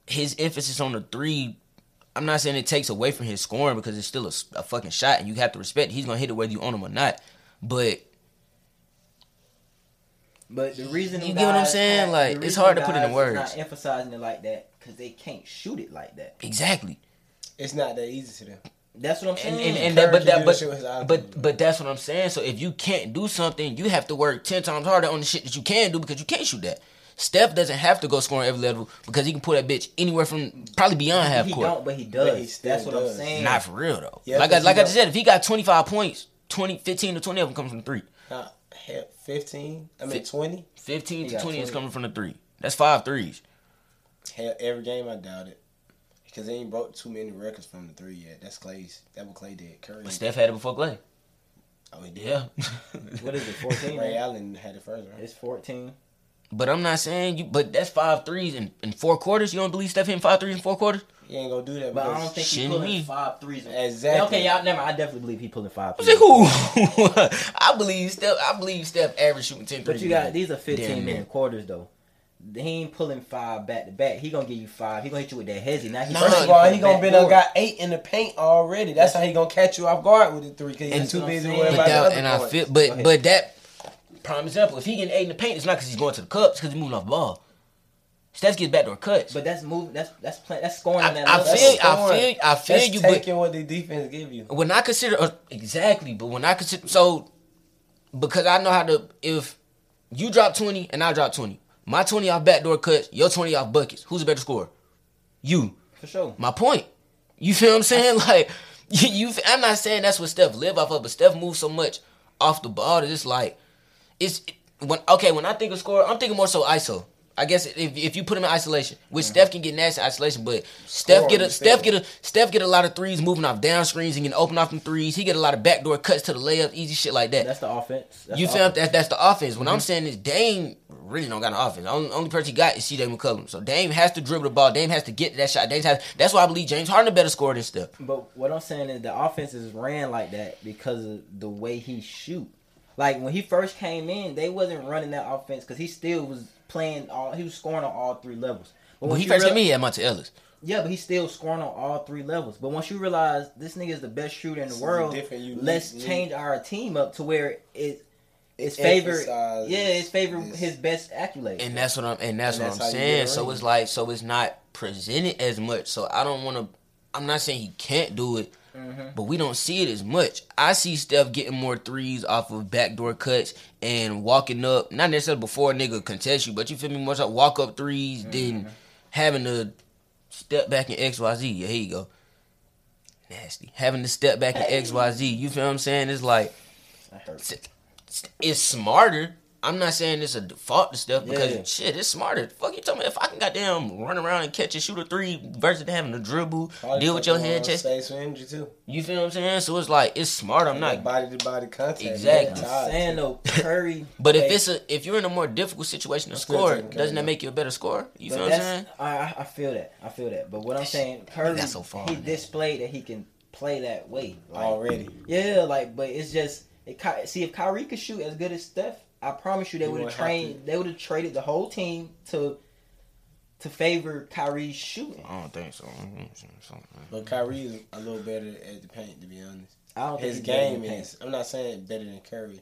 Speaker 2: his emphasis on the three. I'm not saying it takes away from his scoring because it's still a, s- a fucking shot, and you have to respect. He's gonna hit it whether you own him or not. But
Speaker 3: But the reason
Speaker 2: You
Speaker 3: them
Speaker 2: get what I'm
Speaker 3: guys-
Speaker 2: saying?
Speaker 3: the
Speaker 2: Like, it's
Speaker 3: reason
Speaker 2: hard to
Speaker 3: them
Speaker 2: put it in
Speaker 3: guys is
Speaker 2: words.
Speaker 3: Not emphasizing it like that because they can't shoot it like that.
Speaker 2: exactly,
Speaker 1: It's not that easy to them.
Speaker 3: That's what I'm saying.
Speaker 2: and, and, and that, but
Speaker 1: Encourage
Speaker 2: that,
Speaker 1: you to do shit with
Speaker 2: but,
Speaker 1: alcohol.
Speaker 2: but, but that's what I'm saying. So if you can't do something, you have to work ten times harder on the shit that you can do because you can't shoot that. Steph doesn't have to go score on every level because he can pull that bitch anywhere from probably beyond half
Speaker 3: he
Speaker 2: court.
Speaker 3: don't, but he does.
Speaker 1: But he still
Speaker 3: That's what
Speaker 1: does.
Speaker 3: I'm saying.
Speaker 2: Not for real though.
Speaker 1: Yeah,
Speaker 2: like I,
Speaker 1: but he
Speaker 2: like I
Speaker 1: don't-
Speaker 2: just said, if he got 25 points, 20, 15 to 20 of them coming from three.
Speaker 1: Nah, Uh, hell, fifteen. I mean
Speaker 2: Fif-
Speaker 1: twenty.
Speaker 2: 15 to
Speaker 3: got
Speaker 2: 20, is
Speaker 3: 20.
Speaker 2: coming from the three. That's five threes.
Speaker 1: Hell, every game I doubt it. Because they ain't broke too many records from the three yet. That's Clay's. That what Clay did. Curry.
Speaker 2: But Steph had it before Clay.
Speaker 1: Oh, he did.
Speaker 2: Yeah.
Speaker 3: What is it? 14.
Speaker 1: Ray
Speaker 3: right?
Speaker 1: Allen had it first, right?
Speaker 3: It's 14.
Speaker 2: but I'm not saying you. But that's five threes in, in four quarters. You don't believe Steph hitting five threes in four quarters?
Speaker 1: He ain't gonna do that.
Speaker 3: But I
Speaker 1: because-
Speaker 3: don't think he
Speaker 2: Shitting
Speaker 3: pulling
Speaker 2: me.
Speaker 3: five threes.
Speaker 1: Exactly.
Speaker 3: Okay, y'all. Never. mind. I definitely believe he pulling five.
Speaker 2: I'm
Speaker 3: Threes.
Speaker 2: saying who? I believe Steph. I believe Steph average shooting ten
Speaker 3: But
Speaker 2: threes.
Speaker 3: you got these are
Speaker 2: Damn
Speaker 3: 15 minute
Speaker 2: near.
Speaker 3: quarters though. He ain't pulling five back to back. He gonna give you five. He gonna hit you with that hezzy. Now he
Speaker 2: Nah,
Speaker 1: First
Speaker 3: first
Speaker 1: of all, he
Speaker 3: pulling
Speaker 1: gonna
Speaker 3: back
Speaker 1: be done
Speaker 3: door.
Speaker 1: got eight in the paint already. That's how he gonna catch you off guard with the three. Cause
Speaker 2: And-
Speaker 1: he's too busy
Speaker 3: But
Speaker 1: worrying about
Speaker 2: But
Speaker 1: the
Speaker 2: that,
Speaker 1: other
Speaker 2: and I
Speaker 1: points.
Speaker 2: feel,
Speaker 1: Go
Speaker 2: but
Speaker 1: ahead.
Speaker 2: but that prime example. If he getting eight in the paint, it's not because he's going to the cup. It's because he's moving off ball. Steph gets backdoor cuts. But
Speaker 3: But that's move. That's that's play, that's scoring.
Speaker 2: I,
Speaker 3: on that
Speaker 2: I
Speaker 3: level.
Speaker 2: feel, I
Speaker 1: scoring.
Speaker 2: feel, I feel
Speaker 1: That's
Speaker 2: you. But
Speaker 1: taking what the defense give you.
Speaker 2: when I consider uh, exactly, but when I consider so, because I know how to. If you drop twenty and I drop twenty, my twenty off backdoor cuts, your twenty off buckets. Who's a better scorer? You.
Speaker 3: for sure.
Speaker 2: my point. You feel what I'm saying? Like you, you I'm not saying that's what Steph live off of, but Steph moves so much off the ball that it's like it's when okay, when I think of score, I'm thinking more so ISO. I guess if, if you put him in isolation, which Steph can get nasty in isolation, but Steph get a
Speaker 1: you
Speaker 2: Steph
Speaker 1: said.
Speaker 2: get a Steph get a lot of threes moving off down screens and getting open off them threes. He get a lot of backdoor cuts to the layup, easy shit like that.
Speaker 3: That's the offense. That's
Speaker 2: you
Speaker 3: the
Speaker 2: feel
Speaker 3: offense.
Speaker 2: that that's the offense. When I'm saying is Dame really don't got an offense. Only, only person he got is CJ McCullum. So Dame has to dribble the ball. Dame has to get to that shot. Dame has, that's why I believe James Harden a better scorer than Steph.
Speaker 3: But what I'm saying is the offense is ran like that because of the way he shoot. Like when he first came in, they wasn't running that offense because he still was playing all. He was scoring on all three levels. But
Speaker 2: When
Speaker 3: once
Speaker 2: he
Speaker 3: you
Speaker 2: first hit
Speaker 3: real-
Speaker 2: me, he had Monte Ellis.
Speaker 3: yeah, but he's still scoring on all three levels. But once you realize this nigga is the best shooter in the
Speaker 1: This is a
Speaker 3: world,
Speaker 1: different, unique
Speaker 3: let's
Speaker 1: league.
Speaker 3: change our team up to where it it's favorite.
Speaker 1: Emphasize
Speaker 3: Yeah, it's favorite
Speaker 1: this.
Speaker 3: his best accolade.
Speaker 2: And that's what I'm and that's
Speaker 1: And that's
Speaker 2: what I'm
Speaker 1: how you get
Speaker 2: saying. So
Speaker 1: around.
Speaker 2: it's like so it's not presented as much. So I don't want to. I'm not saying he can't do it,
Speaker 3: Mm-hmm.
Speaker 2: but we don't see it as much. I see Steph getting more threes off of backdoor cuts and walking up. Not necessarily before a nigga contest you, but you feel me? Much like walk up 3s then having to step back in X Y Z. Yeah, here you go. Nasty. Having to step back in X Y Z. You feel what I'm saying? It's like it's smarter. I'm not saying it's a default to stuff because
Speaker 3: Yeah.
Speaker 2: shit, it's smarter. Fuck you tell me if I can goddamn run around and catch a shoot a three versus having to dribble,
Speaker 1: Probably
Speaker 2: deal with your
Speaker 1: fucking
Speaker 2: head
Speaker 1: wrong
Speaker 2: chest.
Speaker 1: space for injury too.
Speaker 2: You feel what I'm saying? So it's like it's smart. I'm not.
Speaker 1: body to body contact.
Speaker 2: Exactly.
Speaker 1: You're tired.
Speaker 3: I'm saying though, Curry.
Speaker 2: But if
Speaker 3: Hey.
Speaker 2: it's a if you're in a more difficult situation to
Speaker 1: still
Speaker 2: score,
Speaker 1: taking care
Speaker 2: doesn't
Speaker 1: of
Speaker 2: that
Speaker 1: it.
Speaker 2: make you a better scorer? You
Speaker 3: But
Speaker 2: feel what I'm saying?
Speaker 3: that's I, I- I feel that I feel that. But what I'm saying, Curry,
Speaker 2: that's so far,
Speaker 3: he
Speaker 2: man.
Speaker 3: displayed that he can play that way. Like,
Speaker 1: already.
Speaker 3: yeah, like but it's just it. ki- See if Kyrie could shoot as good as Steph, I promise you they
Speaker 1: He
Speaker 3: would have
Speaker 1: wouldn't have
Speaker 3: trained. They would have traded the whole team to to favor Kyrie's shooting.
Speaker 2: I don't think so. Something.
Speaker 1: But Kyrie is a little better at the paint, to be honest.
Speaker 3: I don't
Speaker 1: His
Speaker 3: think he's better
Speaker 1: game
Speaker 3: than Payne.
Speaker 1: is. I'm not saying better than Curry.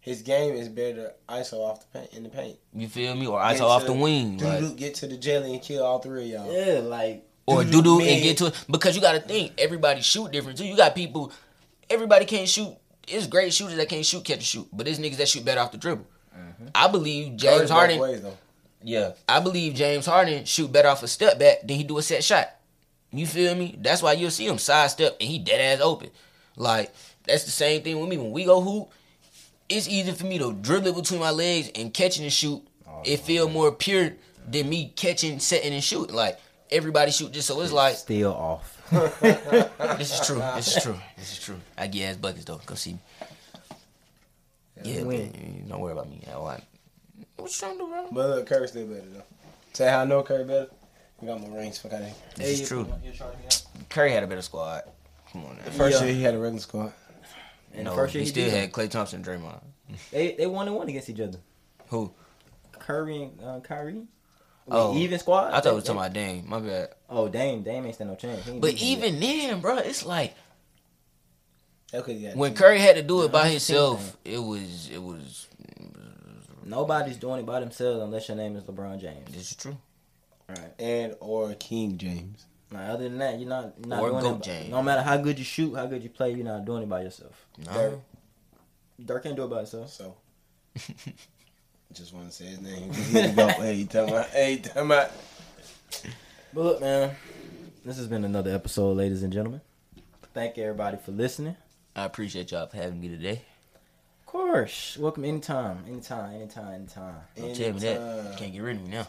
Speaker 1: His game is better ISO off the paint in the paint.
Speaker 2: You feel me? Or I
Speaker 1: Get
Speaker 2: saw off
Speaker 1: to-
Speaker 2: the wing,
Speaker 1: Do
Speaker 2: like,
Speaker 1: get to the jelly and kill all three of y'all.
Speaker 3: Yeah, like
Speaker 2: or
Speaker 1: do-do
Speaker 2: doo doo and
Speaker 1: man.
Speaker 2: get to it because you got to think everybody shoot different too. You got people. Everybody can't shoot. It's great shooters that can't shoot, catch and shoot, but it's niggas that shoot better off the dribble. I
Speaker 1: Curry
Speaker 2: believe James
Speaker 1: both
Speaker 2: Harden.
Speaker 1: ways, though.
Speaker 2: Yeah, I believe James Harden shoot better off a step back than he do a set shot. You feel me? That's why you'll see him sidestep and he dead ass open. Like that's the same thing with me when we go hoop. It's easy for me to dribble it between my legs and catching and shoot. it feel more pure than me catching, setting and shooting. Like everybody shoot just so it's like
Speaker 3: still off.
Speaker 2: this is true. This is true. This is true. I get ass buckets though. Come see me. Yeah,
Speaker 3: Win.
Speaker 2: man, don't worry about me. I, I, what you trying to do, bro?
Speaker 1: But look, Curry still better though. Say how I know Curry better. We got more rings. Fuck out of here.
Speaker 2: This is true. Curry had a better squad. Come on now.
Speaker 1: First
Speaker 3: Yeah.
Speaker 1: year he had a regular squad.
Speaker 3: And
Speaker 2: no,
Speaker 3: the first year
Speaker 2: he,
Speaker 3: he
Speaker 2: still
Speaker 3: did.
Speaker 2: had Clay Thompson, Draymond.
Speaker 3: They they one and one against each other.
Speaker 2: Who?
Speaker 3: Curry and uh, Kyrie.
Speaker 2: Oh.
Speaker 3: even squad.
Speaker 2: I thought we were
Speaker 3: They-
Speaker 2: talking about Dame. My bad.
Speaker 3: Oh, Dame, Dame ain't stand no chance. He ain't
Speaker 2: But
Speaker 3: beating him yet.
Speaker 2: even then, bro, it's like
Speaker 1: That's 'cause he got
Speaker 2: when
Speaker 1: two.
Speaker 2: Curry had to do it by
Speaker 3: I'm still
Speaker 2: himself, it was it was.
Speaker 3: Nobody's doing it by themselves unless your name is LeBron James.
Speaker 2: This is true.
Speaker 3: Right.
Speaker 1: and or King James.
Speaker 3: Like, other than that, you're not, you're not
Speaker 2: Or
Speaker 3: doing
Speaker 2: go
Speaker 3: it. by-
Speaker 2: jam.
Speaker 3: No matter how good you shoot, how good you play, you're not doing it by yourself.
Speaker 2: No.
Speaker 3: Dirk can't do it by himself.
Speaker 1: So, just want to say his name. Here we go. Hey, you talking about? Hey, you talking about?
Speaker 3: But look, man, this has been another episode, ladies and gentlemen. Thank everybody for listening.
Speaker 2: I appreciate y'all for having me today.
Speaker 3: Of course, welcome anytime, anytime, anytime, anytime.
Speaker 2: Don't tell me that.
Speaker 1: Anytime.
Speaker 3: uh,
Speaker 2: You can't get rid of me now.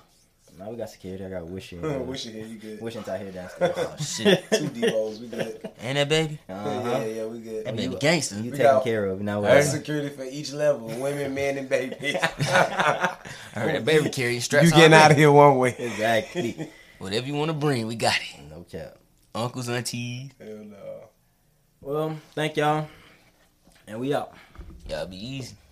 Speaker 3: Now we got security. I got wishing.
Speaker 1: Wish you here. You good?
Speaker 3: Wishing's out here downstairs.
Speaker 2: Oh, shit.
Speaker 1: Two D holes. We good.
Speaker 2: Ain't that baby?
Speaker 1: Yeah, yeah,
Speaker 3: Uh-huh.
Speaker 1: yeah. We
Speaker 2: That
Speaker 1: good.
Speaker 2: baby
Speaker 3: you-
Speaker 2: gangster.
Speaker 3: You
Speaker 1: We
Speaker 3: taken
Speaker 1: got-
Speaker 3: care of. Now
Speaker 1: Our
Speaker 3: we're
Speaker 1: security for each level: women, men, and babies.
Speaker 2: I heard that baby carrying straps.
Speaker 4: You getting out
Speaker 2: already.
Speaker 4: of here one way.
Speaker 3: exactly.
Speaker 2: Whatever you want to bring, we got it.
Speaker 3: No cap.
Speaker 2: Uncles, aunties,
Speaker 1: Hell no.
Speaker 3: Well, thank y'all, and we out.
Speaker 2: y'all be easy.